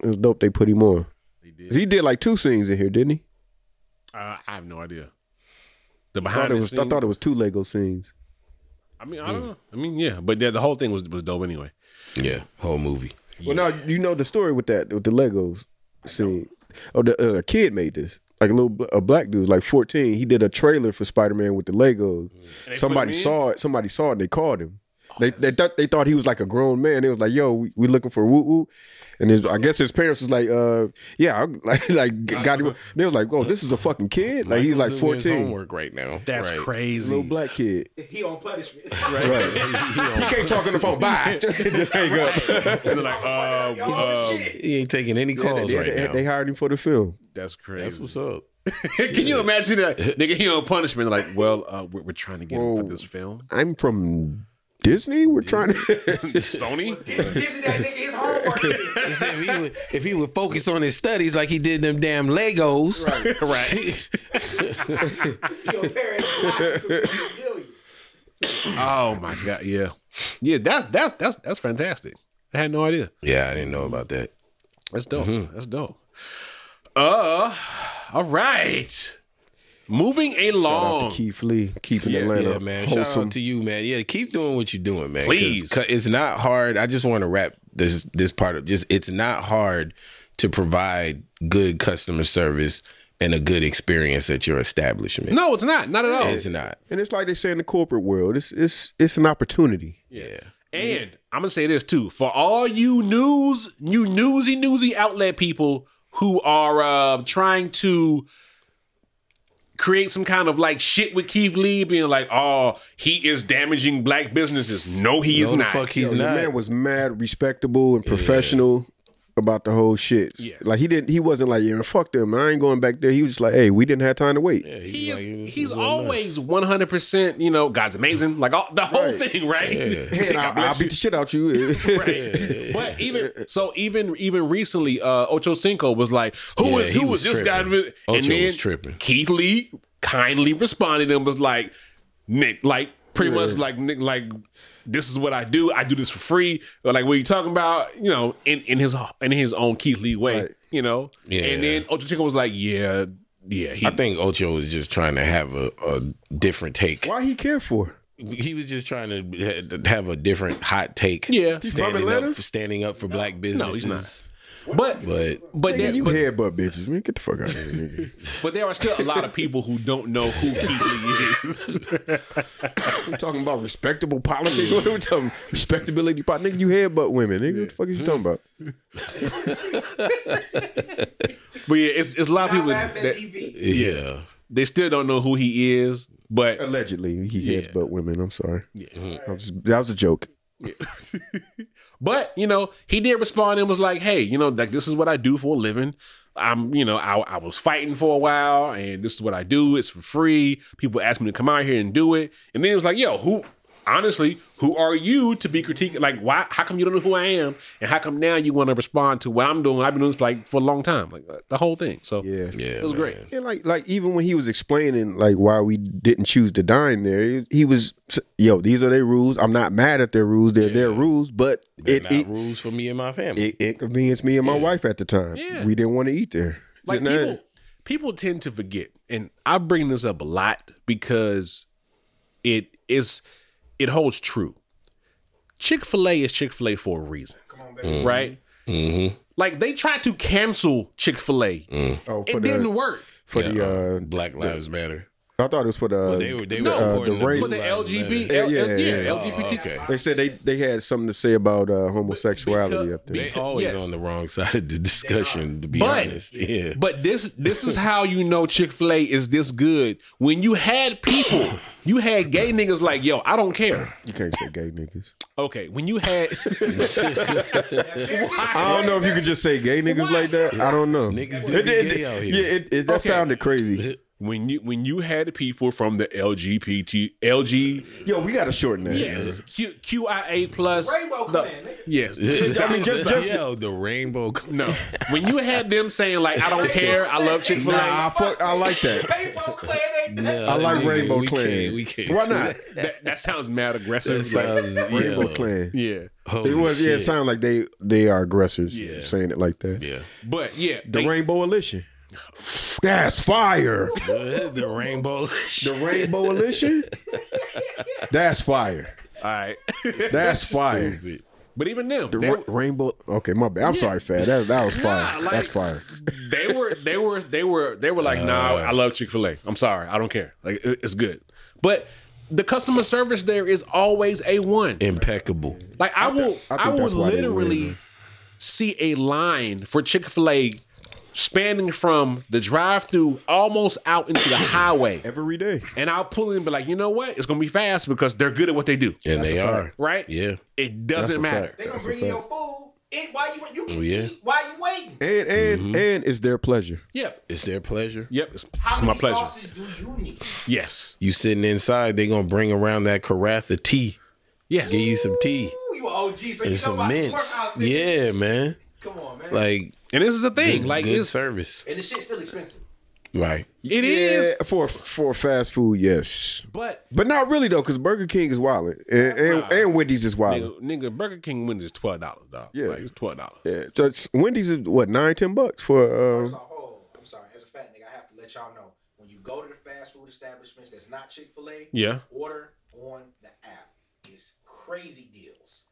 Speaker 1: It was dope they put him on. He did like two scenes in here, didn't he?
Speaker 3: Uh, I have no idea. The
Speaker 1: I thought
Speaker 3: behind
Speaker 1: it
Speaker 3: the
Speaker 1: was,
Speaker 3: scenes.
Speaker 1: I
Speaker 3: I,
Speaker 1: thought it was two Lego scenes.
Speaker 3: mean, I don't know. I mean, yeah, but yeah, the whole thing was was dope anyway.
Speaker 1: [laughs]
Speaker 2: Yeah, whole movie.
Speaker 1: Well, now you know the story with that with the Legos scene. Oh, the uh, kid made this. Like a little bl- a black dude, like fourteen. He did a trailer for Spider Man with the Legos. Somebody
Speaker 3: him in?
Speaker 1: saw it. Somebody saw it. and They called him. They they thought they thought he was like a grown man. They was like, "Yo, we, we looking for woo woo," and his, I guess his parents was like, "Uh, yeah, I- [laughs] like like got him." They was like, "Oh, this is a fucking kid." Like he's like
Speaker 2: Michael's doing his
Speaker 1: fourteen,
Speaker 2: Homework right now.
Speaker 3: That's
Speaker 2: Right.
Speaker 3: crazy.
Speaker 1: little black kid.
Speaker 4: He
Speaker 3: [laughs]
Speaker 4: on punishment.
Speaker 1: He can't talk on the phone. Bye. Just hang up.
Speaker 3: They're like, uh,
Speaker 4: Y'all
Speaker 3: uh,
Speaker 4: some shit.
Speaker 2: He ain't taking any calls
Speaker 1: they,
Speaker 2: right
Speaker 1: they-
Speaker 2: now.
Speaker 1: they hired him for the film.
Speaker 3: that's crazy.
Speaker 2: That's what's up.
Speaker 3: Can you imagine
Speaker 1: [laughs]
Speaker 3: that? Nigga, he on punishment. Like, well, uh, we're, we're trying to get him for
Speaker 1: Whoa.
Speaker 3: this
Speaker 1: [laughs]
Speaker 3: film.
Speaker 1: I'm from Disney. We're trying to.
Speaker 3: Sony?
Speaker 4: Dis- Disney that nigga
Speaker 3: [laughs]
Speaker 4: his homework.
Speaker 2: He said if, he would, if he would focus on his studies like he did them damn Legos, right?
Speaker 4: Your parents blocked you from millions.
Speaker 3: Oh my god, yeah, yeah. That's that's that's that's fantastic. I had no idea.
Speaker 2: yeah, I didn't know about that.
Speaker 3: That's dope. That's dope. Uh, all right. Moving along.
Speaker 1: Keith Lee, keeping Atlanta
Speaker 2: Yeah, man. Shout
Speaker 1: wholesome.
Speaker 2: out to you, man. Yeah, keep doing what you're doing, man. 'Cause
Speaker 3: Please.
Speaker 2: cu- it's not hard. I just want to wrap this this part of just. It's not hard to provide good customer service and a good experience at your establishment.
Speaker 3: no, it's not. Not at all.
Speaker 2: it's not.
Speaker 1: and it's like they say in the corporate world, it's it's it's an opportunity.
Speaker 2: Yeah.
Speaker 3: And I'm gonna say this too for all you news, you newsy newsy outlet people who are uh, trying to create some kind of like shit with Keith Lee, being like, "Oh, he is damaging black businesses." No, he is
Speaker 2: no, the
Speaker 3: not.
Speaker 2: fuck he's
Speaker 1: Yo, the
Speaker 2: not.
Speaker 1: man was mad respectable and professional about the whole shit. Like he didn't, he wasn't like yeah, fuck them. I ain't going back there. He was just like, hey, we didn't have time to wait.
Speaker 2: Yeah,
Speaker 3: he
Speaker 2: like,
Speaker 3: is,
Speaker 2: this
Speaker 3: he's
Speaker 2: what I'm not.
Speaker 3: always 100%, you know, God's amazing. Like all, the whole
Speaker 1: Right.
Speaker 3: thing, right? [laughs]
Speaker 1: Hey, I, I'll beat the shit out you.
Speaker 3: Right. But even so, even even recently, uh, Ocho Cinco was like, "Who
Speaker 2: Yeah,
Speaker 3: is
Speaker 2: he
Speaker 3: who
Speaker 2: was
Speaker 3: is this
Speaker 2: tripping.
Speaker 3: guy?"
Speaker 2: Ocho was tripping.
Speaker 3: Keith Lee kindly responded and was like, "Nick, like pretty much like Nick, like this is what I do. I do this for free. Or, like what are you talking about? You know, in in his in his own Keith Lee way.
Speaker 1: Right.
Speaker 3: You know.
Speaker 2: Yeah.
Speaker 3: And then Ocho Cinco was like, "Yeah, yeah, he
Speaker 2: I think Ocho was just trying to have a, a different take.
Speaker 1: Why he care for?
Speaker 2: He was just trying to ha- have a different hot take.
Speaker 3: Yeah. He's
Speaker 1: from
Speaker 2: standing
Speaker 1: Atlanta?
Speaker 2: up for standing up for black businesses.
Speaker 3: But
Speaker 2: But
Speaker 3: but
Speaker 1: Nigga,
Speaker 3: there,
Speaker 1: you
Speaker 3: but,
Speaker 1: headbutt bitches, man. Get the fuck out of here, nigga.
Speaker 3: but there are still a lot of people who don't know who Keith Lee is. [laughs]
Speaker 1: we talking about respectable politics. What are [laughs] we talking? Respectability, pot nigga. You headbutt women, nigga. What the fuck is you talking about?
Speaker 3: But yeah, it's, it's a lot of
Speaker 4: I
Speaker 3: people
Speaker 4: laughed at
Speaker 3: that
Speaker 4: EV.
Speaker 2: yeah.
Speaker 3: they still don't know who he is. But
Speaker 1: Allegedly, he headbutt women. I'm sorry. I was- that was a joke.
Speaker 3: but you know, he did respond and was like, "Hey, you know, like this is what I do for a living. I'm, you know, I, I was fighting for a while, and this is what I do. It's for free. People ask me to come out here and do it, and then he was like, "Yo, who?" Honestly, who are you to be critiquing? Like, why? How come you don't know who I am? And how come now you want to respond to what I'm doing? I've been doing this like for a long time, like uh, the whole thing. So
Speaker 1: Yeah.
Speaker 2: Yeah.
Speaker 3: it was
Speaker 2: man.
Speaker 3: great.
Speaker 1: And like, like even when he was explaining like why we didn't choose to dine there, he- he was, yo, these are their rules. I'm not mad at their rules. They're their rules, but
Speaker 2: They're
Speaker 1: it
Speaker 2: not
Speaker 1: it,
Speaker 2: rules for me and my family.
Speaker 1: it inconvenienced me and my wife at the time.
Speaker 3: Yeah.
Speaker 1: We didn't want to eat there.
Speaker 3: like
Speaker 1: You know?
Speaker 3: people people tend to forget and i bring this up a lot because it is it holds true chick-fil-a is chick-fil-a for a reason right
Speaker 1: Mm-hmm.
Speaker 3: like they tried to cancel chick-fil-a
Speaker 1: Oh, for
Speaker 3: it
Speaker 1: the,
Speaker 3: didn't work
Speaker 1: for
Speaker 2: Yeah,
Speaker 1: the
Speaker 2: uh,
Speaker 1: uh,
Speaker 2: Black Lives Matter.
Speaker 1: I thought it was for the. uh,
Speaker 2: They were they were
Speaker 3: no,
Speaker 2: supporting
Speaker 1: the race-
Speaker 3: for
Speaker 2: Blue
Speaker 3: the
Speaker 2: Lives
Speaker 3: lgb
Speaker 2: Matter.
Speaker 3: L-
Speaker 1: Yeah,
Speaker 3: yeah,
Speaker 1: yeah, yeah.
Speaker 2: Oh,
Speaker 3: lgbtq
Speaker 2: okay.
Speaker 1: they said they they had something to say about uh, homosexuality up there.
Speaker 2: They always
Speaker 3: Yes.
Speaker 2: on the wrong side of the discussion, to be
Speaker 3: But-
Speaker 2: honest.
Speaker 3: [laughs]
Speaker 2: Yeah. [laughs]
Speaker 3: But this this is how you know Chick Fil A is this good. When you had people, you had gay niggas like, yo, I don't care.
Speaker 1: you can't say gay niggas.
Speaker 2: [laughs]
Speaker 3: Okay, when you had
Speaker 1: I don't know if you could just say gay niggas like that. I don't know.
Speaker 2: Niggas do
Speaker 1: It-
Speaker 2: be
Speaker 1: it-
Speaker 2: gay out here.
Speaker 1: Yeah, it, it, that
Speaker 3: Okay.
Speaker 2: [laughs]
Speaker 1: sounded crazy.
Speaker 3: when you when you had people from the LGBT LG
Speaker 1: Yo, we gotta shorten that.
Speaker 3: yes Q, QIA plus
Speaker 4: Rainbow
Speaker 3: the-
Speaker 4: Clan, nigga.
Speaker 3: [laughs] yes
Speaker 1: I mean, just- just-
Speaker 2: yo, the rainbow. Clan.
Speaker 3: no when you had them saying like I don't care I love Chick Fil A
Speaker 1: Nah, I fuck. I like that.
Speaker 4: Rainbow Clan ain't
Speaker 2: No,
Speaker 1: I like
Speaker 2: nigga,
Speaker 1: Rainbow
Speaker 2: we
Speaker 1: Clan.
Speaker 2: Can't, we can't.
Speaker 1: Why
Speaker 2: do
Speaker 1: not?
Speaker 2: that.
Speaker 3: that, that sounds mad aggressive
Speaker 2: That
Speaker 3: like,
Speaker 2: sounds
Speaker 1: Rainbow
Speaker 2: yeah.
Speaker 1: Clan.
Speaker 3: yeah
Speaker 2: Holy
Speaker 1: It was. Yeah, it
Speaker 2: shit.
Speaker 1: sounded like they they are aggressors.
Speaker 2: Yeah.
Speaker 1: saying it like that.
Speaker 2: Yeah.
Speaker 3: but yeah
Speaker 1: The
Speaker 3: they-
Speaker 1: Rainbow Alition. That's fire.
Speaker 2: [laughs] The, the rainbow.
Speaker 1: The Rainbow Alition. That's fire.
Speaker 3: all right
Speaker 1: That's fire.
Speaker 3: but even them
Speaker 1: The
Speaker 3: they,
Speaker 1: ra- Rainbow. Okay, my bad. I'm sorry, Fad. That, that was fire.
Speaker 3: like-
Speaker 1: That's fire.
Speaker 3: they were they were they were they were like, nah, I love Chick Fil A. I'm sorry, I don't care. Like it- it's good, but the customer service there is always a one.
Speaker 2: Impeccable.
Speaker 3: Like I will
Speaker 1: I
Speaker 3: I,
Speaker 1: think
Speaker 3: will
Speaker 1: that's why they win,
Speaker 3: literally
Speaker 1: man.
Speaker 3: see a line for Chick Fil A spanning from the drive through almost out into the highway,
Speaker 1: [coughs] Every day.
Speaker 3: and I'll pull in and be like, you know what? It's gonna be fast because they're good at what they do.
Speaker 2: And they
Speaker 1: a
Speaker 2: are.
Speaker 1: fact.
Speaker 3: Right?
Speaker 2: Yeah.
Speaker 3: It doesn't
Speaker 1: That's a
Speaker 3: matter.
Speaker 4: They gonna
Speaker 1: That's a
Speaker 4: bring you your
Speaker 1: fact.
Speaker 4: food. It while you you can
Speaker 2: Oh, yeah.
Speaker 4: eat while you waiting.
Speaker 1: And and
Speaker 2: Mm-hmm.
Speaker 1: and it's their pleasure.
Speaker 3: Yep.
Speaker 2: It's their pleasure.
Speaker 3: Yep. It's,
Speaker 4: How
Speaker 3: it's
Speaker 4: many
Speaker 3: my pleasure.
Speaker 4: sauces do you need?
Speaker 3: Yes.
Speaker 2: You sitting inside, they gonna bring around that carafe of tea.
Speaker 3: Yes.
Speaker 2: Give you some tea
Speaker 4: Ooh, you an OG, so you
Speaker 2: and
Speaker 4: know
Speaker 2: some
Speaker 4: about the
Speaker 2: mints.
Speaker 4: workhouse. nigga.
Speaker 2: Yeah, man.
Speaker 4: Come on, man.
Speaker 2: Like
Speaker 3: And this is the thing. Like
Speaker 2: good
Speaker 3: it's
Speaker 2: service.
Speaker 4: and the shit's still expensive.
Speaker 2: Right.
Speaker 3: it is.
Speaker 1: Yeah, for for fast food, yes.
Speaker 3: But
Speaker 1: But not really though, because Burger King is wild, and and, and Wendy's is wild.
Speaker 3: nigga, nigga Burger King wins is twelve dollars, dog.
Speaker 1: Yeah.
Speaker 3: like, it's twelve dollars.
Speaker 1: Yeah, so it's- Wendy's is what nine ten bucks for.
Speaker 4: So,
Speaker 1: Um,
Speaker 4: oh, I'm sorry. As a fat nigga, I have to let y'all know when you go to the fast food establishments that's not Chick Fil A.
Speaker 3: Yeah.
Speaker 4: Order on the app. It's crazy deals.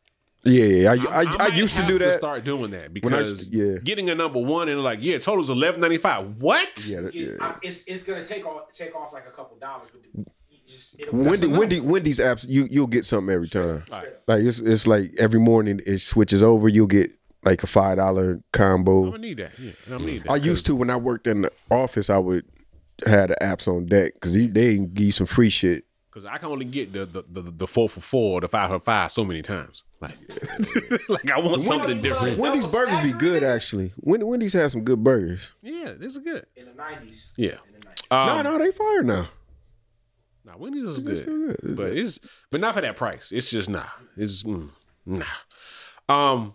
Speaker 1: yeah, yeah, I I, I,
Speaker 3: might
Speaker 1: used to
Speaker 3: have
Speaker 1: do that.
Speaker 3: start doing that
Speaker 1: When I
Speaker 3: because
Speaker 1: used to- yeah.
Speaker 3: getting a number one and like yeah, total's eleven ninety five. What?
Speaker 1: yeah, that-
Speaker 4: You-
Speaker 1: yeah.
Speaker 4: I- it's it's gonna take off take off like a couple dollars, but you just it'll
Speaker 1: Wendy,
Speaker 4: that's a
Speaker 1: Wendy, Wendy's apps. You you'll get something every time.
Speaker 4: no. Straight up.
Speaker 1: Like it's it's like every morning it switches over. You'll get like a five dollar combo.
Speaker 3: I'm gonna need that. Yeah, I'm gonna need that.
Speaker 1: I used to when I worked in the office. I would had the apps on deck because they can give you some free shit.
Speaker 3: because I can only get the the, the the four for four, or the five for five, so many times. Like, [laughs] like I want something different.
Speaker 4: Double
Speaker 1: Wendy's burgers be
Speaker 4: stacker,
Speaker 1: good
Speaker 4: nigga?
Speaker 1: actually. Wen- Wendy's has some good burgers.
Speaker 3: Yeah, this is good.
Speaker 4: In the nineties.
Speaker 3: Yeah.
Speaker 4: In the nineties.
Speaker 3: Um,
Speaker 1: no, no, they fire now.
Speaker 3: Nah, Wendy's is
Speaker 1: still
Speaker 3: good,
Speaker 1: good.
Speaker 3: but it's but not for that price. It's just nah. It's mm, nah. Um,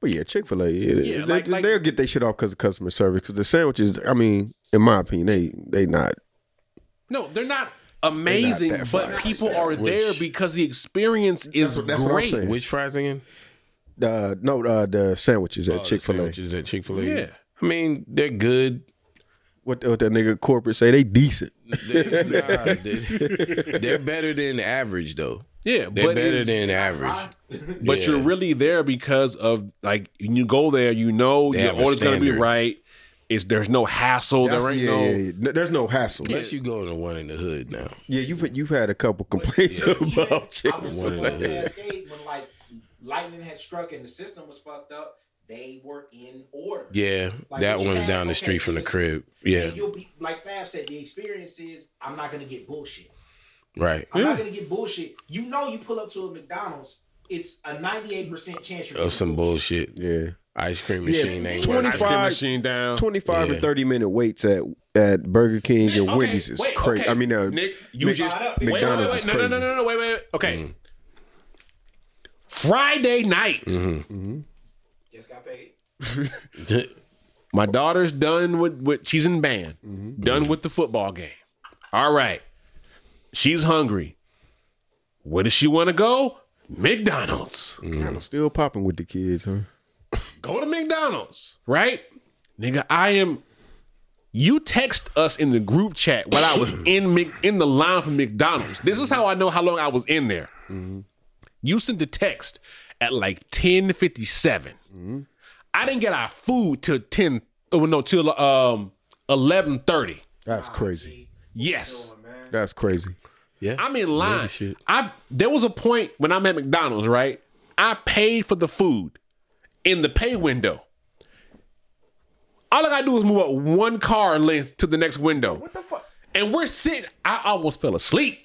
Speaker 1: But yeah, Chick Fil A, yeah,
Speaker 3: Yeah,
Speaker 1: they,
Speaker 3: like- like-
Speaker 1: will get their shit off because of customer service. Because the sandwiches, I mean, in my opinion, they they not.
Speaker 3: no, they're not amazing,
Speaker 1: that
Speaker 3: but
Speaker 1: fire.
Speaker 3: people are there because the experience is
Speaker 1: what- that's what I'm
Speaker 3: great.
Speaker 1: saying.
Speaker 2: Which fries again?
Speaker 1: Uh, no, uh, the sandwiches at
Speaker 2: Oh, the
Speaker 1: Chick Fil A.
Speaker 2: sandwiches at Chick Fil A.
Speaker 3: Yeah.
Speaker 2: I mean, they're good.
Speaker 1: What, what that nigga corporate say? They decent. [laughs]
Speaker 2: They're, nah, they- they're better than average though.
Speaker 3: Yeah,
Speaker 2: They're
Speaker 3: but
Speaker 2: better
Speaker 3: it's-
Speaker 2: than average.
Speaker 3: But
Speaker 2: Yeah.
Speaker 3: you're really there because of like when you go there, you know
Speaker 2: have a
Speaker 3: your order's gonna be
Speaker 2: standard.
Speaker 3: right. It's there's no hassle.
Speaker 1: That's-
Speaker 3: there ain't
Speaker 1: yeah,
Speaker 3: no
Speaker 1: yeah, yeah. No, There's no hassle. Yeah,
Speaker 2: Unless you go to one in the hood now.
Speaker 1: you've you've had a couple complaints [laughs] about Chick
Speaker 4: I was
Speaker 2: One of
Speaker 4: with like
Speaker 2: the hood.
Speaker 4: Cascade when like lightning had struck and the system was fucked up. They were in order.
Speaker 2: Yeah,
Speaker 4: Like,
Speaker 2: that
Speaker 4: what you
Speaker 2: one's
Speaker 4: had,
Speaker 2: down the
Speaker 4: okay,
Speaker 2: street from the
Speaker 4: this-
Speaker 2: crib. Yeah,
Speaker 4: And you'll be like Fab said, the experience is I'm not gonna get bullshit.
Speaker 2: right.
Speaker 4: I'm not gonna get bullshit. You know you pull up to a McDonald's, it's a ninety eight percent chance you're
Speaker 2: Or
Speaker 4: getting
Speaker 2: some
Speaker 4: bullshit.
Speaker 2: bullshit.
Speaker 1: Yeah,
Speaker 2: Ice cream
Speaker 1: Yeah,
Speaker 2: machine ain't
Speaker 3: Turn the
Speaker 1: 25
Speaker 2: working.
Speaker 3: ice cream machine down.
Speaker 1: twenty five
Speaker 2: Yeah.
Speaker 1: and thirty minute waits at at Burger King and
Speaker 3: Okay,
Speaker 1: Wendy's is
Speaker 3: wait,
Speaker 1: crazy.
Speaker 3: okay.
Speaker 1: I mean, uh,
Speaker 3: Nick, you
Speaker 1: Mc-
Speaker 3: just
Speaker 4: McDonald's
Speaker 3: wait, wait, wait,
Speaker 1: is
Speaker 3: wait, no, no, no,
Speaker 1: crazy.
Speaker 3: no, no, wait, wait, wait. Okay. Friday night,
Speaker 4: Just got paid.
Speaker 3: my daughter's done with with she's in band, done with the football game. All right, she's hungry. Where does she want to go? McDonald's.
Speaker 1: I'm still popping with the kids, huh?
Speaker 3: go to McDonald's, right? Nigga, I am. You text us in the group chat while I was in Mc, in the line for McDonald's. This is how I know how long I was in there. You sent the text at like ten fifty seven. I didn't get our food till ten. Oh no, till um eleven thirty.
Speaker 1: That's crazy.
Speaker 3: Yes.
Speaker 1: That's crazy.
Speaker 2: Yeah,
Speaker 3: I'm in line.
Speaker 2: shit.
Speaker 3: I there was a point when I'm at McDonald's, right? I paid for the food in the pay window. All I gotta do is move up one car length to the next window. What the fuck? And we're sitting. I almost fell asleep.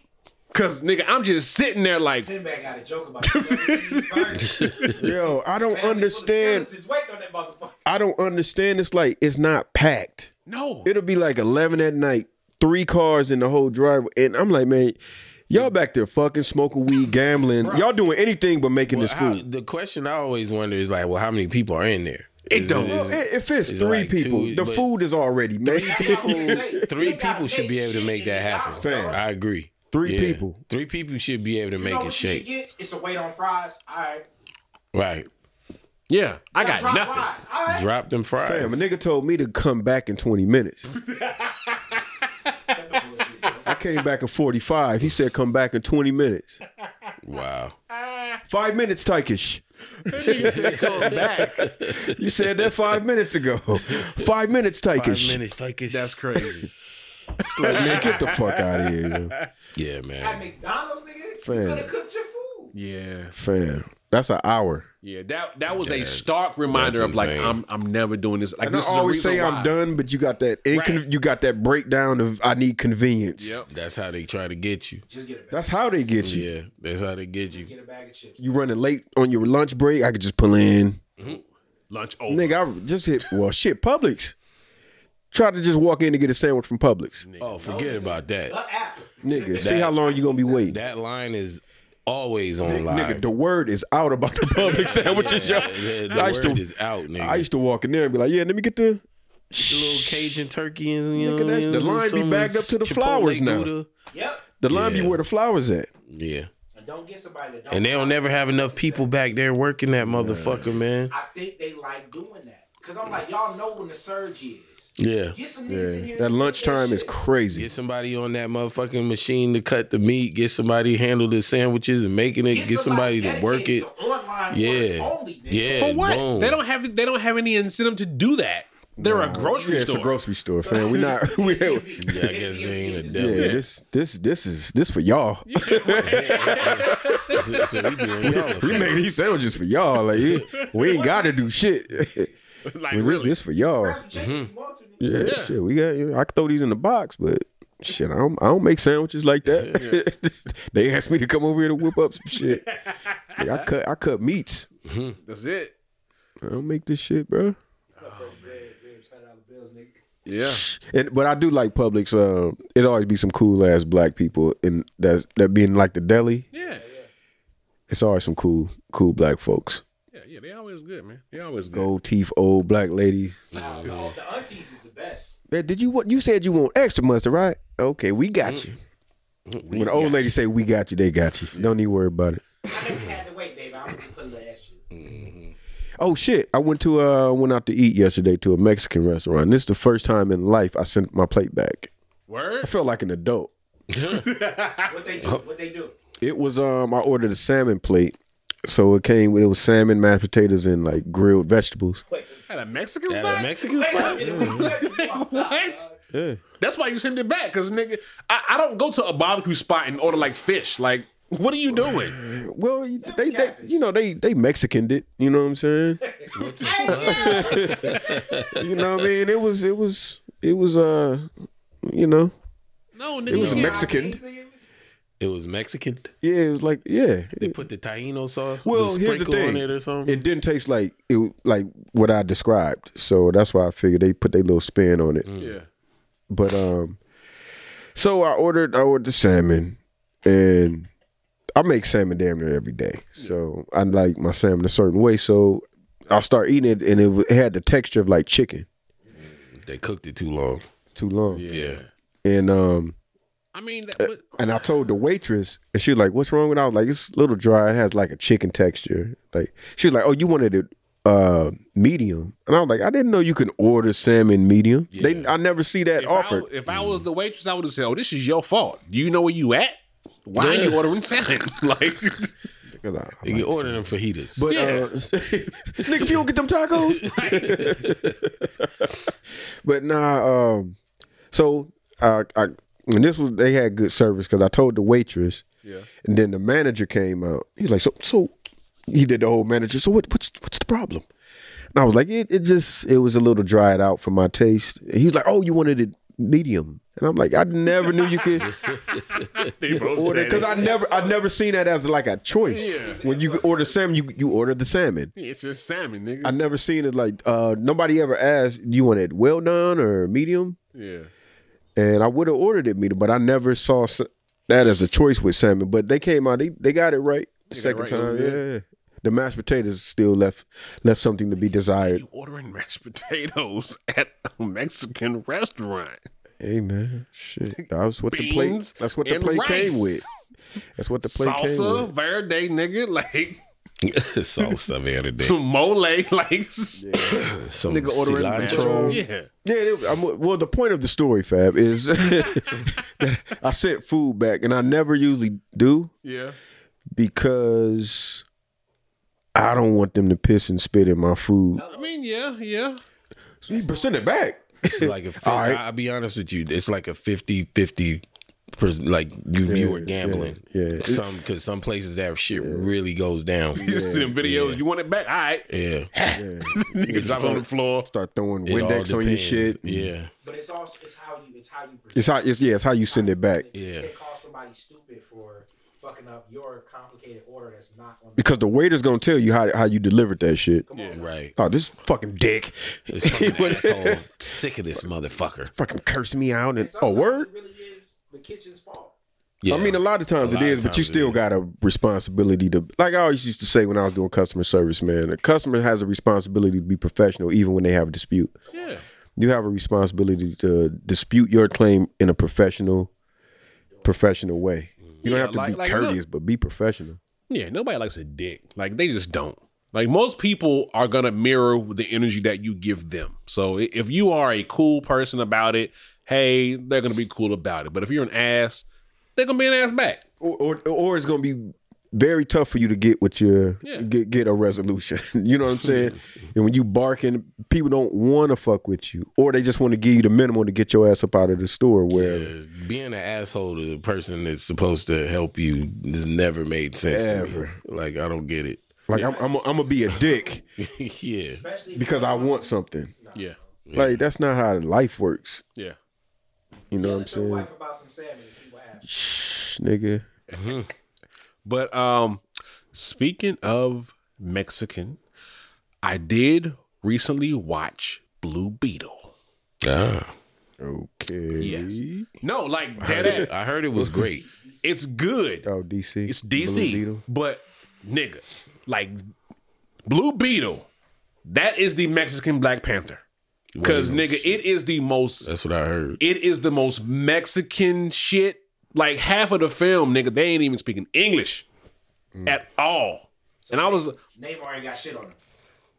Speaker 3: Cause nigga, I'm just sitting there like,
Speaker 4: Sinbad got a
Speaker 2: [laughs]
Speaker 4: joke about it.
Speaker 1: Yo, I don't understand.
Speaker 4: His weight on that motherfucker.
Speaker 1: I don't understand. It's like it's not packed.
Speaker 3: no.
Speaker 1: It'll be like eleven at night, three cars in the whole drive, and I'm like, man, y'all back there fucking smoking weed, gambling, y'all doing anything but making
Speaker 2: Well,
Speaker 1: this
Speaker 2: how-
Speaker 1: food.
Speaker 2: the question I always wonder is like, well, how many people are in there?
Speaker 3: It don't.
Speaker 1: Well, i- if it's
Speaker 2: it's
Speaker 1: three
Speaker 2: like
Speaker 1: people,
Speaker 2: two,
Speaker 1: the
Speaker 2: but-
Speaker 1: food is already made. [laughs]
Speaker 2: Three people should be able to make that happen.
Speaker 1: Fam.
Speaker 2: I agree.
Speaker 1: Three
Speaker 2: Yeah.
Speaker 1: people.
Speaker 2: Three people should be able to
Speaker 4: You
Speaker 2: make
Speaker 4: know
Speaker 2: it
Speaker 4: what you should
Speaker 2: shake.
Speaker 4: get? It's a weight on fries. All right.
Speaker 2: Right.
Speaker 3: Yeah, I
Speaker 4: Now
Speaker 3: got
Speaker 4: drop
Speaker 3: nothing.
Speaker 4: Fries. All right.
Speaker 2: Drop them fries.
Speaker 1: Fam, a nigga told me to come back in 20 minutes. I came back in 45. He said, come back in 20 minutes.
Speaker 2: Wow.
Speaker 1: Five minutes, Tykish. [laughs]
Speaker 3: back.
Speaker 1: You said that five minutes ago. Five minutes, Tykish.
Speaker 3: That's crazy.
Speaker 1: Like, man, get the fuck out of here, yo.
Speaker 2: Yeah,
Speaker 4: At
Speaker 2: man.
Speaker 4: McDonald's, nigga,
Speaker 1: Fam.
Speaker 4: you could have cooked your food.
Speaker 3: Yeah,
Speaker 1: Fam, that's an hour.
Speaker 3: yeah. That that was a stark reminder
Speaker 2: that's
Speaker 3: of like
Speaker 2: insane.
Speaker 3: I'm I'm never doing this. Like
Speaker 1: And I
Speaker 3: this is
Speaker 1: always
Speaker 3: a
Speaker 1: say
Speaker 3: reason
Speaker 1: I'm
Speaker 3: why.
Speaker 1: done, but you got that incon- you got that breakdown of I need convenience.
Speaker 3: Yep.
Speaker 2: That's how they try to get you.
Speaker 4: Just get a bag.
Speaker 1: That's how they get you.
Speaker 2: Yeah, that's how they get you.
Speaker 4: Get a bag of chips.
Speaker 1: You running late on your lunch break, I could just pull in.
Speaker 3: Lunch over.
Speaker 1: Nigga, I just hit well shit, Publix. Try to just walk in to get a sandwich from Publix.
Speaker 2: Oh, forget about
Speaker 4: The
Speaker 2: that.
Speaker 4: app.
Speaker 1: Nigga, see how long you gonna be waiting.
Speaker 2: That line is always on
Speaker 1: Nigga,
Speaker 2: live.
Speaker 1: the word is out about the Publix sandwiches, yo.
Speaker 2: The,
Speaker 1: [laughs] I
Speaker 2: word
Speaker 1: used to-
Speaker 2: is out, nigga.
Speaker 1: I used to walk in there and be like, yeah, let me get the
Speaker 2: little Cajun turkey and you
Speaker 1: Look
Speaker 2: know,
Speaker 1: at that shit. The
Speaker 2: some-
Speaker 1: line be
Speaker 2: some
Speaker 1: bagged up to the
Speaker 2: Chipotle
Speaker 1: flowers now.
Speaker 2: Gouda.
Speaker 4: Yep.
Speaker 1: the line be
Speaker 2: Yeah.
Speaker 1: where the flowers at.
Speaker 2: Yeah,
Speaker 4: And don't get somebody that don't.
Speaker 2: and they don't
Speaker 4: like-
Speaker 2: never have enough people back there working that motherfucker, man.
Speaker 4: I think they like doing that because I'm like, y'all know when the surge is.
Speaker 2: Yeah,
Speaker 4: Get some
Speaker 1: Yeah.
Speaker 4: niggas in here.
Speaker 1: That
Speaker 4: and cook
Speaker 1: lunchtime is
Speaker 4: shit.
Speaker 1: crazy.
Speaker 2: get somebody on that motherfucking machine to cut the meat. Get somebody to handle the sandwiches and making it. Get, somebody, to work it.
Speaker 4: dedicated to online work
Speaker 2: Yeah,
Speaker 4: only, nigga.
Speaker 2: yeah.
Speaker 3: For what?
Speaker 2: boom.
Speaker 3: They don't have they don't have any incentive to do that. They're a grocery
Speaker 1: yeah,
Speaker 3: store.
Speaker 1: it's a grocery store, fam. We not [laughs] we yeah,
Speaker 2: Yeah, I guess they ain't a
Speaker 4: Yeah.
Speaker 2: devil.
Speaker 1: this this this is this for y'all.
Speaker 2: So, so we doing y'all a
Speaker 1: we
Speaker 2: favor.
Speaker 1: make these sandwiches for y'all. Like it- we ain't gotta do shit. [laughs]
Speaker 3: like
Speaker 1: We
Speaker 3: really.
Speaker 1: this, this for y'all.
Speaker 4: Grab some chicken
Speaker 2: Mm-hmm.
Speaker 4: if you want to, nigga.
Speaker 1: Yeah, shit. We got I could throw these in the box, but shit, I don't I don't make sandwiches like that. [laughs] they asked me to come over here to whip up some shit. Yeah, I cut I cut meats.
Speaker 3: That's it.
Speaker 1: I don't make this shit, bro.
Speaker 3: Yeah.
Speaker 1: And but I do like Publix. Uh, it always be some cool ass black people in that that being like the deli.
Speaker 3: Yeah.
Speaker 1: It's always some cool cool black folks.
Speaker 3: Yeah, yeah, they always good, man. They always good.
Speaker 1: Gold teeth, old black lady.
Speaker 4: Nah, no, the aunties is the best.
Speaker 1: Man, did you want? You said you want extra mustard, right? Okay, we got you. when the old lady say Mm. Mm-hmm. we got you, they got you. Don't need to worry about it.
Speaker 4: I never had to wait, baby. I'm gonna put a little extra.
Speaker 1: Oh shit! I went to uh went out to eat yesterday to a Mexican restaurant. This is the first time in life I sent my plate back.
Speaker 3: Word?
Speaker 1: I felt like an adult.
Speaker 4: What they do? What they do?
Speaker 1: It was um I ordered a salmon plate, so it came with it was salmon, mashed potatoes, and like grilled vegetables.
Speaker 3: At a Mexican
Speaker 2: At
Speaker 3: spot?
Speaker 2: a Mexican
Speaker 4: Wait a
Speaker 2: spot.
Speaker 4: minute, what? you talking
Speaker 3: [laughs]
Speaker 4: about,
Speaker 3: What?
Speaker 4: dog?
Speaker 1: Yeah.
Speaker 3: That's why you send it back, cause nigga, I, I don't go to a barbecue spot and order like fish. Like, what are you doing?
Speaker 1: Well, they, they you know they they Mexicaned it. You know what I'm saying? you know what I mean? It was it was it was uh you know
Speaker 3: No,
Speaker 1: it
Speaker 3: nigga,
Speaker 1: was
Speaker 3: you get-
Speaker 1: Mexican.
Speaker 2: It was Mexican.
Speaker 1: Yeah, it was like yeah.
Speaker 2: They put the tahino sauce.
Speaker 1: Well,
Speaker 2: the
Speaker 1: here's the
Speaker 2: sprinkle on
Speaker 1: thing.
Speaker 2: it or something.
Speaker 1: It didn't taste like it like what I described. So that's why I figured they put their little spin on it.
Speaker 3: yeah.
Speaker 1: But um, so I ordered I ordered the salmon, and I make salmon damn near every day. So I like my salmon a certain way. So I start eating it, and it, w- it had the texture of like chicken.
Speaker 2: they cooked it too long.
Speaker 1: Too long.
Speaker 2: Yeah.
Speaker 1: And um,
Speaker 3: I mean, that, but,
Speaker 1: and I told the waitress, and she was like, "What's wrong with?" It? I was like, "It's a little dry. It has like a chicken texture." Like she was like, "Oh, you wanted it." Uh, medium, and I was like, I didn't know you can order salmon medium. They, I never see that
Speaker 3: if,
Speaker 1: offered.
Speaker 3: I, if I was the waitress, I would have said, "Oh, this is your fault. Do you know where you at? Why are you ordering salmon? [laughs] like,
Speaker 1: 'Cause I-
Speaker 2: You can order them fajitas.
Speaker 1: But
Speaker 2: [laughs]
Speaker 3: Yeah.
Speaker 1: uh, nigga, if you don't get them tacos, [laughs] but nah. Um, so I, I and this was they had good service because I told the waitress, yeah, and then the manager came out. He's like, so so he did the whole manager. So what what's what's the problem? And I was like, it, it just it was a little dried out for my taste. And he's like, oh, you wanted it medium, and I'm like, I never knew you could
Speaker 3: [laughs] they both
Speaker 1: order
Speaker 3: said
Speaker 1: because I never I never seen that as like a choice. When you order salmon, you you order the salmon.
Speaker 3: it. it's just salmon, nigga.
Speaker 1: I never seen it like uh nobody ever asked, you want it well done or medium?
Speaker 3: yeah,
Speaker 1: and I would have ordered it meat, but I never saw s- that as a choice with salmon. But they came out, they, they got it right the second
Speaker 3: right, it was
Speaker 1: time.
Speaker 3: good.
Speaker 1: Yeah, yeah. the mashed potatoes still left left something to be desired.
Speaker 3: You ordering mashed potatoes [laughs] at a Mexican restaurant.
Speaker 1: Hey man, shit, [laughs] that was what the
Speaker 3: Beans
Speaker 1: plate. That's what the
Speaker 3: and
Speaker 1: plate
Speaker 3: rice.
Speaker 1: came with. That's what the plate came
Speaker 3: Salsa,
Speaker 1: with.
Speaker 3: verde, nigga, [laughs] like
Speaker 2: Salsa the other day.
Speaker 3: some mole, [laughs] like
Speaker 2: Some
Speaker 3: nigga ordering mashed-
Speaker 2: cilantro.
Speaker 3: Yeah.
Speaker 1: Yeah, it, I'm, well, the point of the story, Fab, is [laughs] that I sent food back, and I never usually do
Speaker 3: Yeah.
Speaker 1: because I don't want them to piss and spit in my food.
Speaker 3: I mean, yeah, yeah.
Speaker 1: So you send it back.
Speaker 2: It's like a 50,
Speaker 1: All right.
Speaker 2: I'll be honest with you. It's like a 50 50 like you you were gambling.
Speaker 1: yeah, yeah.
Speaker 2: Some cuz some places that shit really goes down.
Speaker 3: You just see them videos. You want it back? All right.
Speaker 2: Yeah.
Speaker 3: Nigga drop on the floor.
Speaker 1: Start throwing
Speaker 2: It all
Speaker 1: Windex on your
Speaker 2: depends.
Speaker 1: shit.
Speaker 2: Yeah.
Speaker 4: But it's also it's how you it's how you present.
Speaker 1: It's how it's yeah, it's how you send it back.
Speaker 2: Yeah.
Speaker 4: They call somebody stupid for fucking up your complicated order that's not on. The-
Speaker 1: Because the waiter's gonna tell you how how you delivered that shit.
Speaker 2: Right.
Speaker 1: Oh, this fucking dick
Speaker 2: This
Speaker 1: [laughs]
Speaker 2: [laughs] fucking asshole. Sick of this motherfucker.
Speaker 1: fucking cursed me out and
Speaker 4: And
Speaker 1: oh
Speaker 4: sometimes
Speaker 1: word.
Speaker 4: It really is the kitchen's fault.
Speaker 2: Yeah.
Speaker 1: I mean, a lot of times
Speaker 2: A
Speaker 1: it
Speaker 2: lot
Speaker 1: is,
Speaker 2: of
Speaker 1: but you
Speaker 2: times it
Speaker 1: still
Speaker 2: is.
Speaker 1: got a responsibility to, like I always used to say when I was doing customer service, man, a customer has a responsibility to be professional even when they have a dispute.
Speaker 3: Yeah.
Speaker 1: You have a responsibility to dispute your claim in a professional, professional way. You don't
Speaker 3: Yeah,
Speaker 1: have to
Speaker 3: like-
Speaker 1: be
Speaker 3: like, look.
Speaker 1: courteous, but be professional.
Speaker 3: Yeah, nobody likes a dick. Like they just don't. Like most people are gonna mirror the energy that you give them. So i- if you are a cool person about it, hey, they're gonna be cool about it. But if you're an ass, they're gonna be an ass back.
Speaker 1: Or, or, or it's gonna be very tough for you to get what you
Speaker 3: Yeah.
Speaker 1: get get a resolution. [laughs] you know what I'm saying? and when you barking, people don't want to fuck with you, or they just want to give you the minimum to get your ass up out of the store. Where
Speaker 2: Uh, being an asshole to the person that's supposed to help you has never made sense to me.
Speaker 1: Ever.
Speaker 2: Like I don't get it.
Speaker 1: Like I'm, I'm, I'm gonna be a dick
Speaker 2: [laughs] yeah.
Speaker 4: Especially if
Speaker 1: because I want something.
Speaker 3: Yeah.
Speaker 1: Like that's not how life works.
Speaker 3: Yeah.
Speaker 1: You know what I'm
Speaker 4: Tell your
Speaker 1: saying,
Speaker 4: wife about some salmon and see what happens.
Speaker 1: Shh, nigga?
Speaker 3: But um speaking of Mexican, I did recently watch Blue Beetle.
Speaker 2: Ah.
Speaker 1: Okay.
Speaker 3: Yes. No, like
Speaker 2: I, heard
Speaker 3: dead
Speaker 2: it,
Speaker 3: ass.
Speaker 2: I heard it was great.
Speaker 3: It's good.
Speaker 1: Oh, DC.
Speaker 3: It's
Speaker 1: Blue
Speaker 3: DC,
Speaker 1: Beetle.
Speaker 3: but nigga, like Blue Beetle, that is the Mexican Black Panther. Because
Speaker 2: Well,
Speaker 3: nigga, it is the most,
Speaker 2: That's what I heard.
Speaker 3: it is the most Mexican shit. Like half of the film, nigga, they ain't even speaking English at all. And I was
Speaker 4: Neymar ain't got shit on him.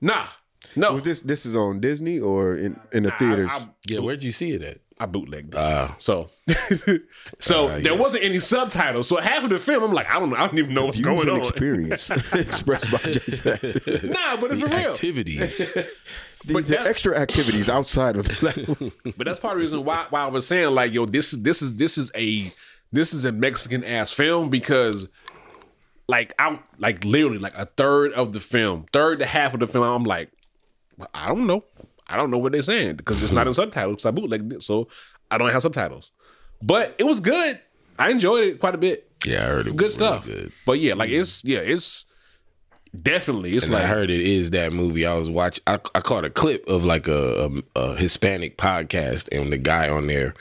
Speaker 3: nah, no,
Speaker 1: Was this this is on Disney or in in the theaters?
Speaker 3: I,
Speaker 2: Yeah, where'd you see it at?
Speaker 3: I bootlegged it.
Speaker 2: Ah.
Speaker 3: so, [laughs] so
Speaker 2: Ah,
Speaker 3: there
Speaker 2: yes.
Speaker 3: wasn't any subtitles. So half of the film, I'm like, I don't know, I don't even know what's
Speaker 1: Use
Speaker 3: going
Speaker 1: an
Speaker 3: on. [laughs]
Speaker 1: experience expressed by J. Fat.
Speaker 3: Nah, but it's
Speaker 2: The
Speaker 3: for real.
Speaker 2: [laughs] activities.
Speaker 1: The,
Speaker 3: But
Speaker 1: the
Speaker 3: that-
Speaker 1: extra activities outside of
Speaker 3: But that's part of the reason why why I was saying like, yo, this is this is this is a this is a Mexican ass film because like out like literally like a third of the film, third to half of the film, I'm like, well, I don't know. I don't know what they're saying because it's not
Speaker 2: Hmm.
Speaker 3: in subtitles. 'cause I bootlegged it, so I don't have subtitles. But it was good. I enjoyed it quite a bit.
Speaker 2: yeah, I heard it.
Speaker 3: Good
Speaker 2: was really
Speaker 3: stuff.
Speaker 2: good. Mm.
Speaker 3: But yeah, like it's yeah, it's definitely it's
Speaker 2: And
Speaker 3: like
Speaker 2: I heard it is that movie. I was watch. I, I caught a clip of like a, a, a Hispanic podcast, and the guy on there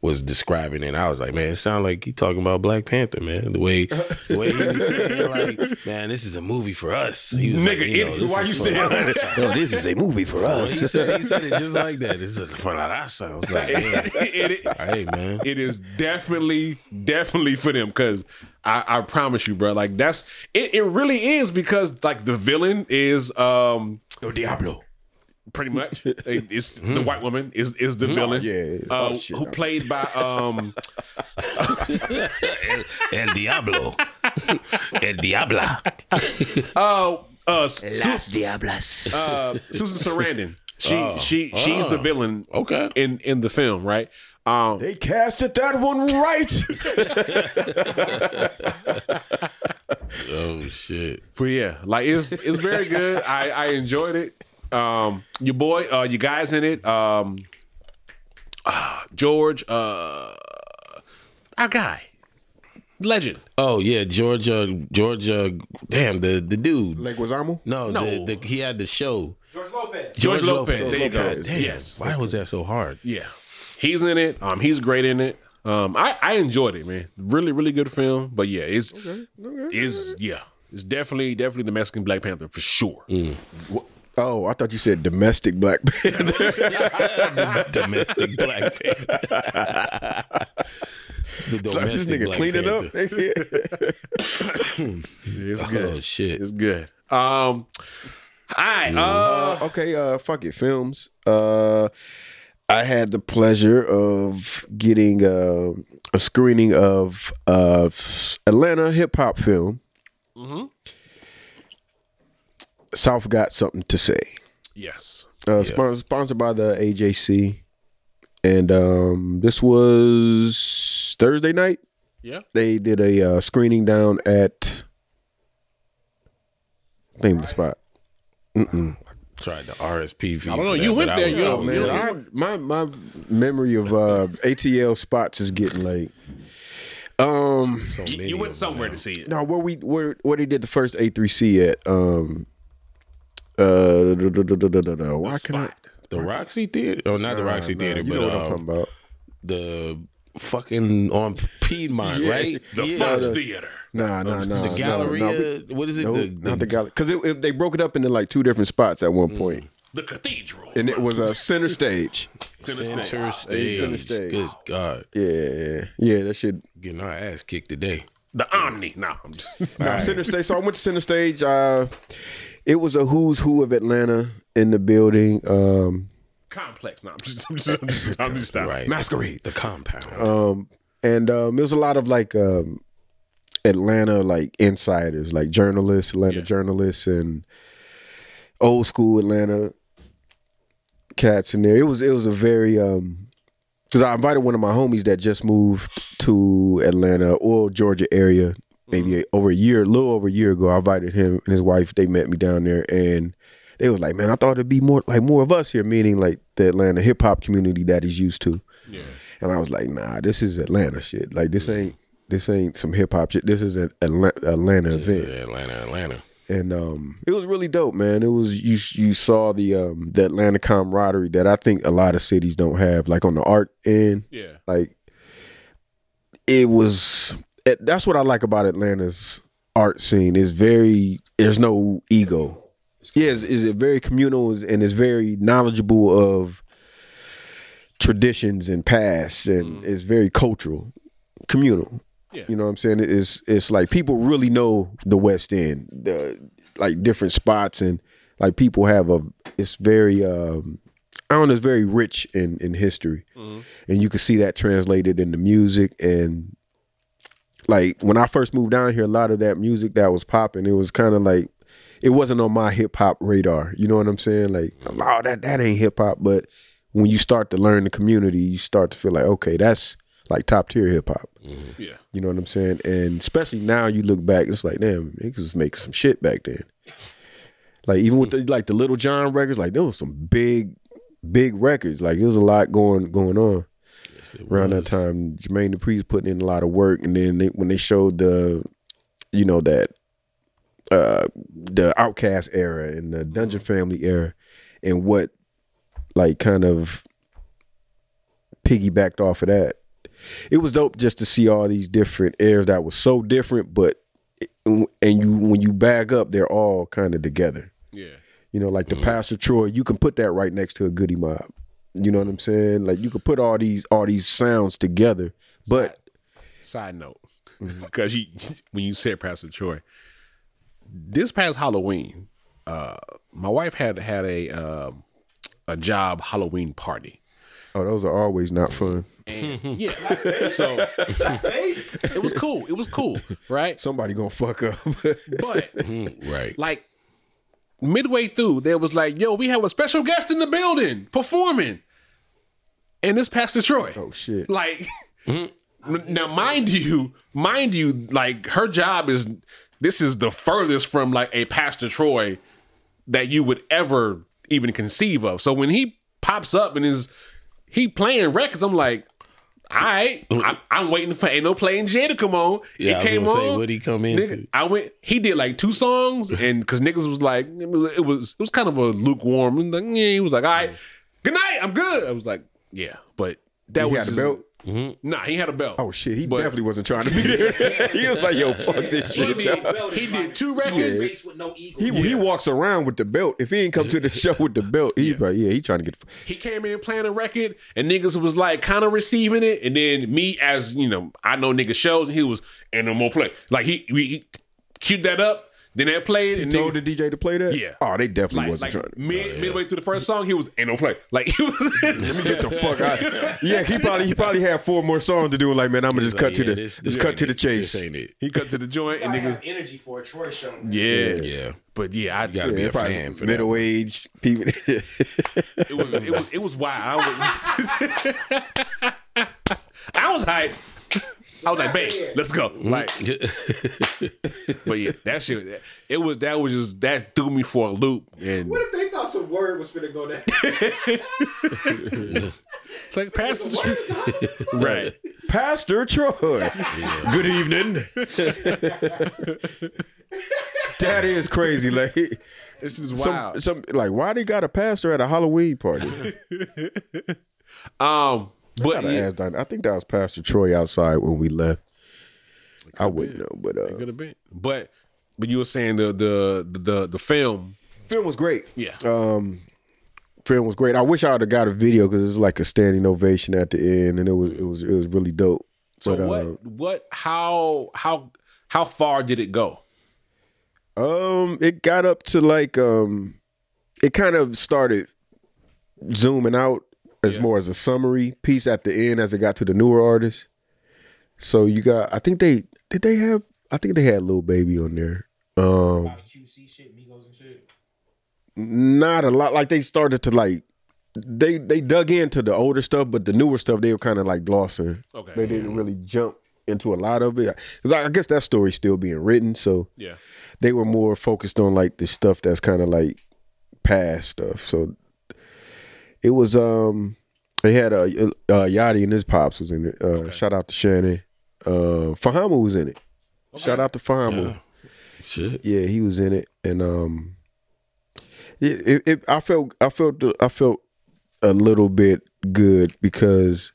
Speaker 2: was describing it. And I was like, man, it sounds like he talking about Black Panther, man. The way, the way he was
Speaker 3: [laughs]
Speaker 2: saying, like, man, this is a movie for us. He was like,
Speaker 3: Nigga,
Speaker 2: you know,
Speaker 3: idiot.
Speaker 2: this
Speaker 3: Why
Speaker 2: is
Speaker 3: you
Speaker 2: for
Speaker 3: saying
Speaker 2: our
Speaker 3: that?
Speaker 2: raza.
Speaker 1: No, this is a movie for us.
Speaker 2: He said, he said it just like that. It's just for la raza. I was like, [laughs]
Speaker 3: [laughs]
Speaker 2: yeah.
Speaker 3: it,
Speaker 2: all right, man.
Speaker 3: it is definitely definitely for them because I, I promise you bro like that's it, it really is because like the villain is um
Speaker 1: Diablo.
Speaker 3: pretty
Speaker 2: [laughs]
Speaker 3: much it- it's the
Speaker 2: Mm.
Speaker 3: white woman is is the villain
Speaker 1: yeah.
Speaker 3: uh,
Speaker 1: Oh, shit.
Speaker 3: who played by
Speaker 2: [laughs]
Speaker 3: um
Speaker 2: El Diablo. El Diabla.
Speaker 3: uh
Speaker 2: Oh,
Speaker 3: uh, Su-
Speaker 2: Diablas.
Speaker 3: uh [laughs] Susan Sarandon she she she's the villain
Speaker 2: Okay.
Speaker 3: in in the film right um
Speaker 1: They casted that one right.
Speaker 2: Oh, shit.
Speaker 3: But yeah, like it's it's very good. I I enjoyed it. Um, your boy, uh, you guys in it. Um, ah, George, uh, our guy, legend.
Speaker 2: Oh yeah, Georgia, Georgia. Damn the the dude.
Speaker 1: Leguizamo.
Speaker 2: no,
Speaker 3: No.
Speaker 2: The, the, he had the show.
Speaker 1: [laughs]
Speaker 4: George Lopez.
Speaker 3: George Lopez. There you go.
Speaker 2: Damn,
Speaker 3: Yes.
Speaker 2: Why was that so hard?
Speaker 3: Yeah, he's in it. Um, he's great in it. Um, I I enjoyed it, man. Really, really good film. But yeah, it's it's yeah, it's definitely definitely the Mexican Black Panther for sure.
Speaker 1: Oh, I thought you said domestic black panther.
Speaker 2: [laughs]
Speaker 1: [laughs]
Speaker 2: domestic Black Panther. the domestic
Speaker 1: like this nigga
Speaker 2: Black
Speaker 1: cleaning
Speaker 2: Panther.
Speaker 1: up. [laughs] yeah,
Speaker 3: It's
Speaker 2: Oh
Speaker 3: good.
Speaker 2: shit!
Speaker 3: It's good. Um, all right. Uh,
Speaker 1: okay, uh, fuck it, films. Uh, I had the pleasure of getting uh, a screening of uh, Atlanta hip hop film. South got something to say.
Speaker 3: yes.
Speaker 1: Uh, spon- sponsored by the AJC, and um, this was Thursday night.
Speaker 3: Yeah.
Speaker 1: They did a uh, screening down at. Name the spot.
Speaker 2: Tried the RSPV.
Speaker 3: I don't know. You went there. You know,
Speaker 1: Oh, Man, I, my my memory of uh, ATL spots is getting like. Um.
Speaker 3: You went somewhere to see it.
Speaker 1: No, where we where where they did the first A three C at. Um. Uh. da- da- da- da- da- da- da. Why can I?
Speaker 3: Spot.
Speaker 2: The Roxy Theater, or not the Roxy Theater,
Speaker 1: You
Speaker 2: but
Speaker 1: know what
Speaker 2: uh,
Speaker 1: I'm talking about.
Speaker 2: the fucking on Piedmont,
Speaker 1: Yeah.
Speaker 2: right?
Speaker 3: The
Speaker 2: yeah.
Speaker 3: Fox Theater.
Speaker 1: Nah, nah, nah.
Speaker 2: the Galleria. what is it?
Speaker 1: No,
Speaker 2: the,
Speaker 1: not uh, the Mm. gallery. Because it, it, they broke it up into like two different spots at one point,
Speaker 3: The Cathedral.
Speaker 1: and it was a center stage.
Speaker 3: Center State.
Speaker 2: center stage.
Speaker 1: Center stage.
Speaker 2: Good God,
Speaker 1: [laughs] Yeah, yeah, that shit.
Speaker 2: getting our ass kicked today.
Speaker 3: The Omni. No, I'm just.
Speaker 1: Nah, Center stage. So I went to center stage. Uh, it was a who's who of Atlanta in the building. Um,
Speaker 3: complex. No, I'm just. I'm just. I'm just, I'm just stopping.
Speaker 2: Right,
Speaker 1: Masquerade.
Speaker 2: the compound.
Speaker 1: and um, it was a lot of like um, Atlanta like insiders, like journalists, Atlanta journalists, and old school Atlanta cats in there. It was it was a very um because I invited one of my homies that just moved to Atlanta or Georgia area maybe
Speaker 2: Mm-hmm.
Speaker 1: over a year, a little over a year ago. I invited him and his wife. They met me down there and. They was like, man, I thought it'd be more like more of us here, meaning like the Atlanta hip hop community that is used to. And I was like, nah, this is Atlanta shit. Like this ain't this ain't some hip hop shit. This is an Atlanta, Atlanta
Speaker 2: This
Speaker 1: event.
Speaker 2: is Atlanta, Atlanta.
Speaker 1: And um it was really dope, man. It was you you saw the um the Atlanta camaraderie that I think a lot of cities don't have, like on the art end.
Speaker 3: Yeah.
Speaker 1: Like it was it- that's what I like about Atlanta's art scene. It's very there's no ego. Yeah, it's, it's very communal and it's very knowledgeable of traditions and past and it's very cultural communal
Speaker 3: Yeah.
Speaker 1: you know what i'm saying it's it's like people really know the west end the like different spots and like people have a it's very um i don't know it's very rich in in history and you can see that translated in the music and like when i first moved down here a lot of that music that was popping it was kind of like it wasn't on my hip hop radar. You know what I'm saying? Like, oh, that that ain't hip hop. But when you start to learn the community, you start to feel like, okay, that's like top tier hip hop.
Speaker 3: Yeah.
Speaker 1: You know what I'm saying? And especially now, you look back, it's like, damn, niggas was making some shit back then. Like even with the like the Little John records, like there was some big, big records. Like it was a lot going going on around that time. Jermaine Dupri's putting in a lot of work, and then they, when they showed the, you know that, uh, the Outcast era and the Dungeon Family era, and what, like, kind of piggybacked off of that. It was dope just to see all these different eras that was so different, but and you when you bag up, they're all kind of together.
Speaker 3: Yeah.
Speaker 1: You know, like the Pastor Troy, you can put that right next to a Goody Mob. You know what I'm saying? Like you could put all these all these sounds together, but
Speaker 3: Side note, [laughs] because you when you said Pastor Troy, this past Halloween, uh, my wife had had a um, a job Halloween party.
Speaker 1: oh, those are always not fun.
Speaker 3: And yeah, so it was cool. It was cool, right?
Speaker 1: [laughs] Somebody gonna fuck up. [laughs]
Speaker 3: But
Speaker 2: Right.
Speaker 3: like midway through, there was like, "Yo, we have a special guest in the building performing," and it's Pastor Troy.
Speaker 1: oh shit!
Speaker 3: Like
Speaker 2: Mm-hmm.
Speaker 3: n- now, mind you, mind you, like her job is this is the furthest from like a Pastor Troy that you would ever even conceive of. So when he pops up and is he playing records, I'm like, all right, I'm, I'm waiting for ain't no playing Jay to come on.
Speaker 2: Yeah, I was gonna say, what'd he come in
Speaker 3: Nigga,
Speaker 2: to?
Speaker 3: I went. He did like two
Speaker 2: [laughs]
Speaker 3: songs, and because niggas was like, it was it was, it was kind of a lukewarm. Like, yeah, he was like, all right, good night, I'm good. I was like, yeah, but That
Speaker 1: He
Speaker 3: was
Speaker 1: had a
Speaker 3: just-
Speaker 1: belt?
Speaker 3: Nah, he had a belt.
Speaker 1: Oh shit, he
Speaker 3: But-
Speaker 1: definitely wasn't trying to [laughs] be there. he was like, "Yo, fuck this
Speaker 4: He
Speaker 1: shit."
Speaker 4: did-
Speaker 1: y'all.
Speaker 3: He did two
Speaker 4: Like,
Speaker 3: records.
Speaker 4: no race with no ego.
Speaker 1: He, he walks around with the belt. If he ain't come to [laughs] the show with the belt, he's like, "Yeah, he trying to get."
Speaker 3: He came in playing a record, and niggas was like kind of receiving it, and then me as you know, I know niggas shows, and he was and no more play. Like he we he queued that up, then that played,
Speaker 1: He
Speaker 3: and
Speaker 1: told
Speaker 3: niggas-
Speaker 1: the DJ to play that.
Speaker 3: Yeah.
Speaker 1: Oh, they definitely
Speaker 3: like,
Speaker 1: wasn't
Speaker 3: like
Speaker 1: trying. Oh,
Speaker 3: mid, midway through the first song, he was ain't no play. Like he was.
Speaker 1: Let me
Speaker 3: [laughs]
Speaker 1: get the fuck
Speaker 2: [laughs]
Speaker 1: out. Yeah, he probably he probably had four more songs to do. and Like, man, I'm gonna just
Speaker 2: Like,
Speaker 1: cut to
Speaker 2: yeah,
Speaker 1: the
Speaker 2: this-
Speaker 1: just
Speaker 2: this
Speaker 1: cut
Speaker 2: ain't
Speaker 1: to the
Speaker 2: it.
Speaker 1: chase.
Speaker 2: This ain't it.
Speaker 3: He cut to the joint, and
Speaker 4: Gotta have
Speaker 3: niggas.
Speaker 4: energy for a Troy show.
Speaker 1: Mm.
Speaker 4: man.
Speaker 3: Yeah.
Speaker 2: Yeah,
Speaker 3: but yeah, I
Speaker 2: gotta be
Speaker 1: Yeah,
Speaker 2: a fan for
Speaker 1: probably
Speaker 2: that.
Speaker 1: middle aged people. [laughs]
Speaker 3: It was it was it was wild. I was, [laughs] I was hype. I was like, babe, let's go. Like, but yeah, that shit. It was that was just that threw me for a loop. And
Speaker 4: What if they thought some word was finna
Speaker 1: [laughs]
Speaker 4: go down?
Speaker 3: it's like past the street, right?
Speaker 1: Pastor
Speaker 2: [laughs]
Speaker 1: Troy. Good evening. that is crazy. Like
Speaker 3: It's just
Speaker 1: some
Speaker 3: wild.
Speaker 1: some like why they got a pastor at a Halloween
Speaker 2: [laughs]
Speaker 1: party?
Speaker 3: um, but
Speaker 1: Gotta
Speaker 3: yeah,
Speaker 1: ask that. I think that was Pastor Troy outside when we left. I wouldn't know, but uh,
Speaker 3: could have been. But but you were saying the the the the, the film.
Speaker 1: film was great.
Speaker 3: Yeah.
Speaker 1: um film was great. I wish I would have got a video because it was like a standing ovation at the end, and it was it was it was really dope.
Speaker 3: so
Speaker 1: but,
Speaker 3: what what how how how far did it go?
Speaker 1: Um, it got up to like um, it kind of started zooming out as more as a summary piece at the end as it got to the newer artists. So you got, I think they did they have, I think they had Lil Baby on there. Um,
Speaker 4: QC shit, Migos and shit.
Speaker 1: not a lot. Like they started to like they they dug into the older stuff, but the newer stuff they were kind of like glossing.
Speaker 3: Okay.
Speaker 1: they didn't really jump into a lot of it because I, I guess that story's still being written. So
Speaker 3: Yeah.
Speaker 1: they were more focused on like the stuff that's kind of like past stuff. So it was um they had a uh, uh, Yachty and his pops was in it. Uh, Shout out to Shannon. Uh, Fahamu was in it. Shout out to Fahamu.
Speaker 2: shit.
Speaker 1: Yeah, he was in it, and um, it, it, it I felt I felt I felt a little bit good because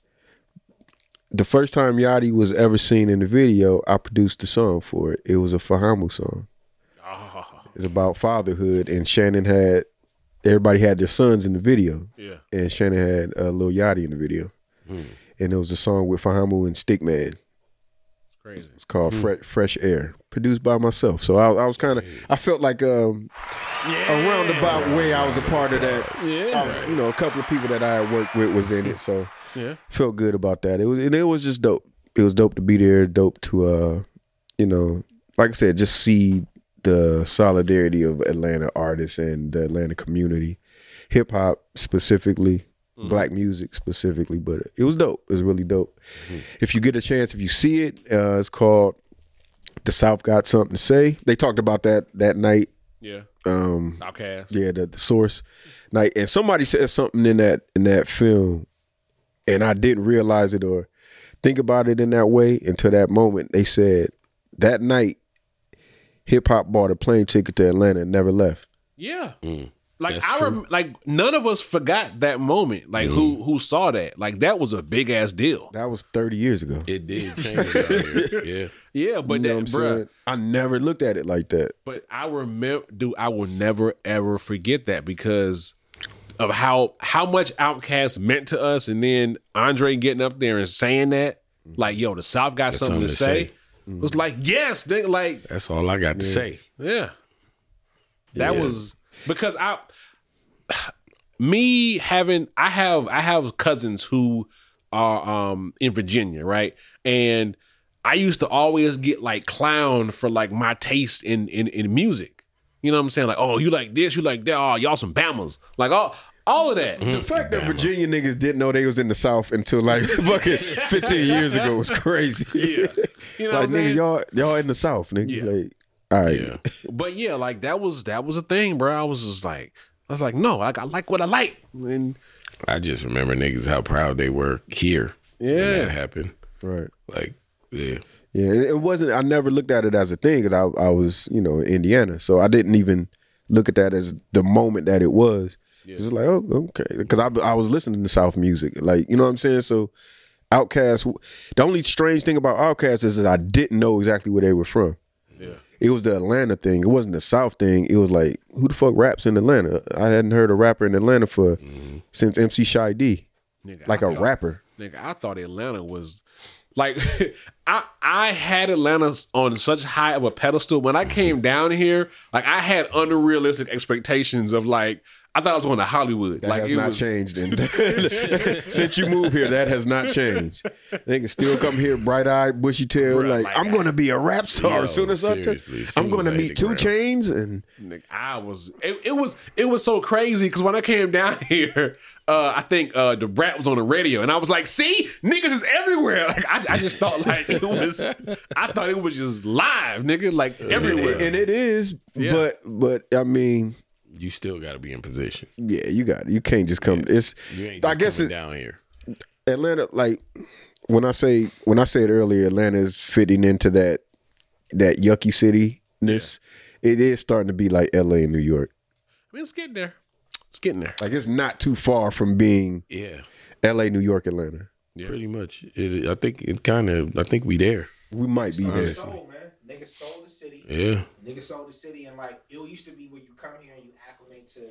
Speaker 1: the first time Yachty was ever seen in the video, I produced the song for it. It was a Fahamu song. It's about fatherhood, and Shannon had everybody had their sons in the video,
Speaker 3: [laughs] Yeah.
Speaker 1: and Shannon had uh, Lil Yachty in the video,
Speaker 3: Hmm.
Speaker 1: and it was a song with Fahamu and Stickman.
Speaker 3: It's crazy.
Speaker 1: It's called Fre- Fresh Air, produced by myself. So I, I was kind of, I felt like um, a roundabout way I was a part of that. I was- you know, a couple of people that I had worked with was in it, so
Speaker 3: Yeah.
Speaker 1: felt good about that. It was, and it was just dope. It was dope to be there. Dope to, uh, you know, like I said, just see the solidarity of Atlanta artists and the Atlanta community, hip hop specifically.
Speaker 3: Mm-hmm.
Speaker 1: Black music specifically, but it was dope. It was really dope.
Speaker 3: Mm-hmm.
Speaker 1: If you get a chance, if you see it, uh, it's called the South got something to say. They talked about that that night.
Speaker 3: Yeah.
Speaker 1: Um,
Speaker 3: Outcast.
Speaker 1: yeah, the, the source night, and somebody said something in that in that film, and I didn't realize it or think about it in that way until that moment. They said that night, hip hop bought a plane ticket to Atlanta and never left.
Speaker 3: Yeah. Like
Speaker 2: That's
Speaker 3: I rem- like none of us forgot that moment. Like who who saw that? Like that was a big ass deal.
Speaker 1: That was thirty years ago.
Speaker 2: It [laughs] did change. it out here. Yeah,
Speaker 3: Yeah, but
Speaker 1: You know
Speaker 3: that
Speaker 1: what I'm
Speaker 3: bruh,
Speaker 1: saying? I never looked at it like that.
Speaker 3: but I remember dude, I will never ever forget that because of how how much Outcast meant to us and then Andre getting up there and saying that
Speaker 1: Mm-hmm.
Speaker 3: like yo, the South got something, to say. It was like, "Yes, they, like
Speaker 2: that's all I got to say.
Speaker 3: Yeah. That
Speaker 2: Yeah.
Speaker 3: was because I [sighs] me having I have I have cousins who are um in Virginia, right? And I used to always get like clown for like my taste in in, in music. You know what I'm saying? Like, oh, you like this, you like that. Oh, y'all some bammers. Like all all of that.
Speaker 1: The fact that Virginia niggas didn't know they was in the South until like [laughs] fucking 15 years ago was crazy. Yeah.
Speaker 3: You know what
Speaker 1: [laughs] like
Speaker 3: I'm saying?
Speaker 1: nigga, y'all y'all in the South, nigga.
Speaker 3: Yeah.
Speaker 1: Like, all right.
Speaker 2: Yeah.
Speaker 3: But yeah, like that was that was a thing, bro. I was just like, I was like, no, like I like what I like. And
Speaker 2: I just remember niggas how proud they were here. when
Speaker 3: Yeah.
Speaker 2: that happened.
Speaker 1: Right.
Speaker 2: Like, yeah,
Speaker 1: Yeah. It it wasn't I never looked at it as a thing because I I was, you know, in Indiana. So I didn't even look at that as the moment that it was. It's like, oh, okay. Because I, I was listening to South music. Like, you know what I'm saying? So, Outcast, the only strange thing about Outcast is that I didn't know exactly where they were from.
Speaker 3: Yeah.
Speaker 1: It was the Atlanta thing. It wasn't the South thing. It was like, who the fuck raps in Atlanta? I hadn't heard a rapper in Atlanta for since MC Shy D.
Speaker 3: Nigga,
Speaker 1: Like
Speaker 3: I
Speaker 1: a
Speaker 3: thought-
Speaker 1: rapper.
Speaker 3: Nigga, I thought Atlanta was like [laughs] I I had Atlanta on such high of a pedestal when I came down here. Like I had unrealistic expectations of like I thought I was going to Hollywood.
Speaker 1: That
Speaker 3: like
Speaker 1: has
Speaker 3: it
Speaker 1: not
Speaker 3: was,
Speaker 1: changed.
Speaker 2: [laughs]
Speaker 1: in- [laughs] Since you moved here, that has not changed. They can still come here bright eyed, bushy tail,
Speaker 3: Bruh,
Speaker 1: like,
Speaker 3: like,
Speaker 1: I'm going to be a rap star
Speaker 2: Yo,
Speaker 1: as soon as I touch.
Speaker 2: seriously, as
Speaker 1: I'm
Speaker 2: soon
Speaker 1: going
Speaker 2: as
Speaker 1: to
Speaker 2: I
Speaker 1: meet
Speaker 2: hit the
Speaker 1: Two
Speaker 2: ground."
Speaker 1: Chains and
Speaker 3: Nigga, I was it, it was it was so crazy because when I came down [laughs] here, uh, I think uh the brat was on the radio and I was like, see, niggas is everywhere. [laughs] Like I, I just thought like it was I thought it was just live, nigga, like everywhere.
Speaker 1: and it is,
Speaker 3: Yeah.
Speaker 1: but but I mean,
Speaker 2: You still got to be in position.
Speaker 1: yeah, you got it. You can't just come. It's
Speaker 2: You ain't
Speaker 1: I
Speaker 2: just
Speaker 1: guess
Speaker 2: coming
Speaker 1: it,
Speaker 2: down here.
Speaker 1: Atlanta. Like when I say when I said earlier, Atlanta is fitting into that that yucky city ness. It is starting to be like L.A. and New York.
Speaker 3: I mean, it's getting there. It's getting there.
Speaker 1: Like it's not too far from being
Speaker 2: Yeah,
Speaker 1: L.A., New York, Atlanta.
Speaker 2: pretty much. It, I think it kind of. I think we there.
Speaker 1: We might be there.
Speaker 4: sold, man. Niggas sold the city.
Speaker 2: Yeah,
Speaker 4: Niggas sold the city, and like it used to be when you come here and you acclimate to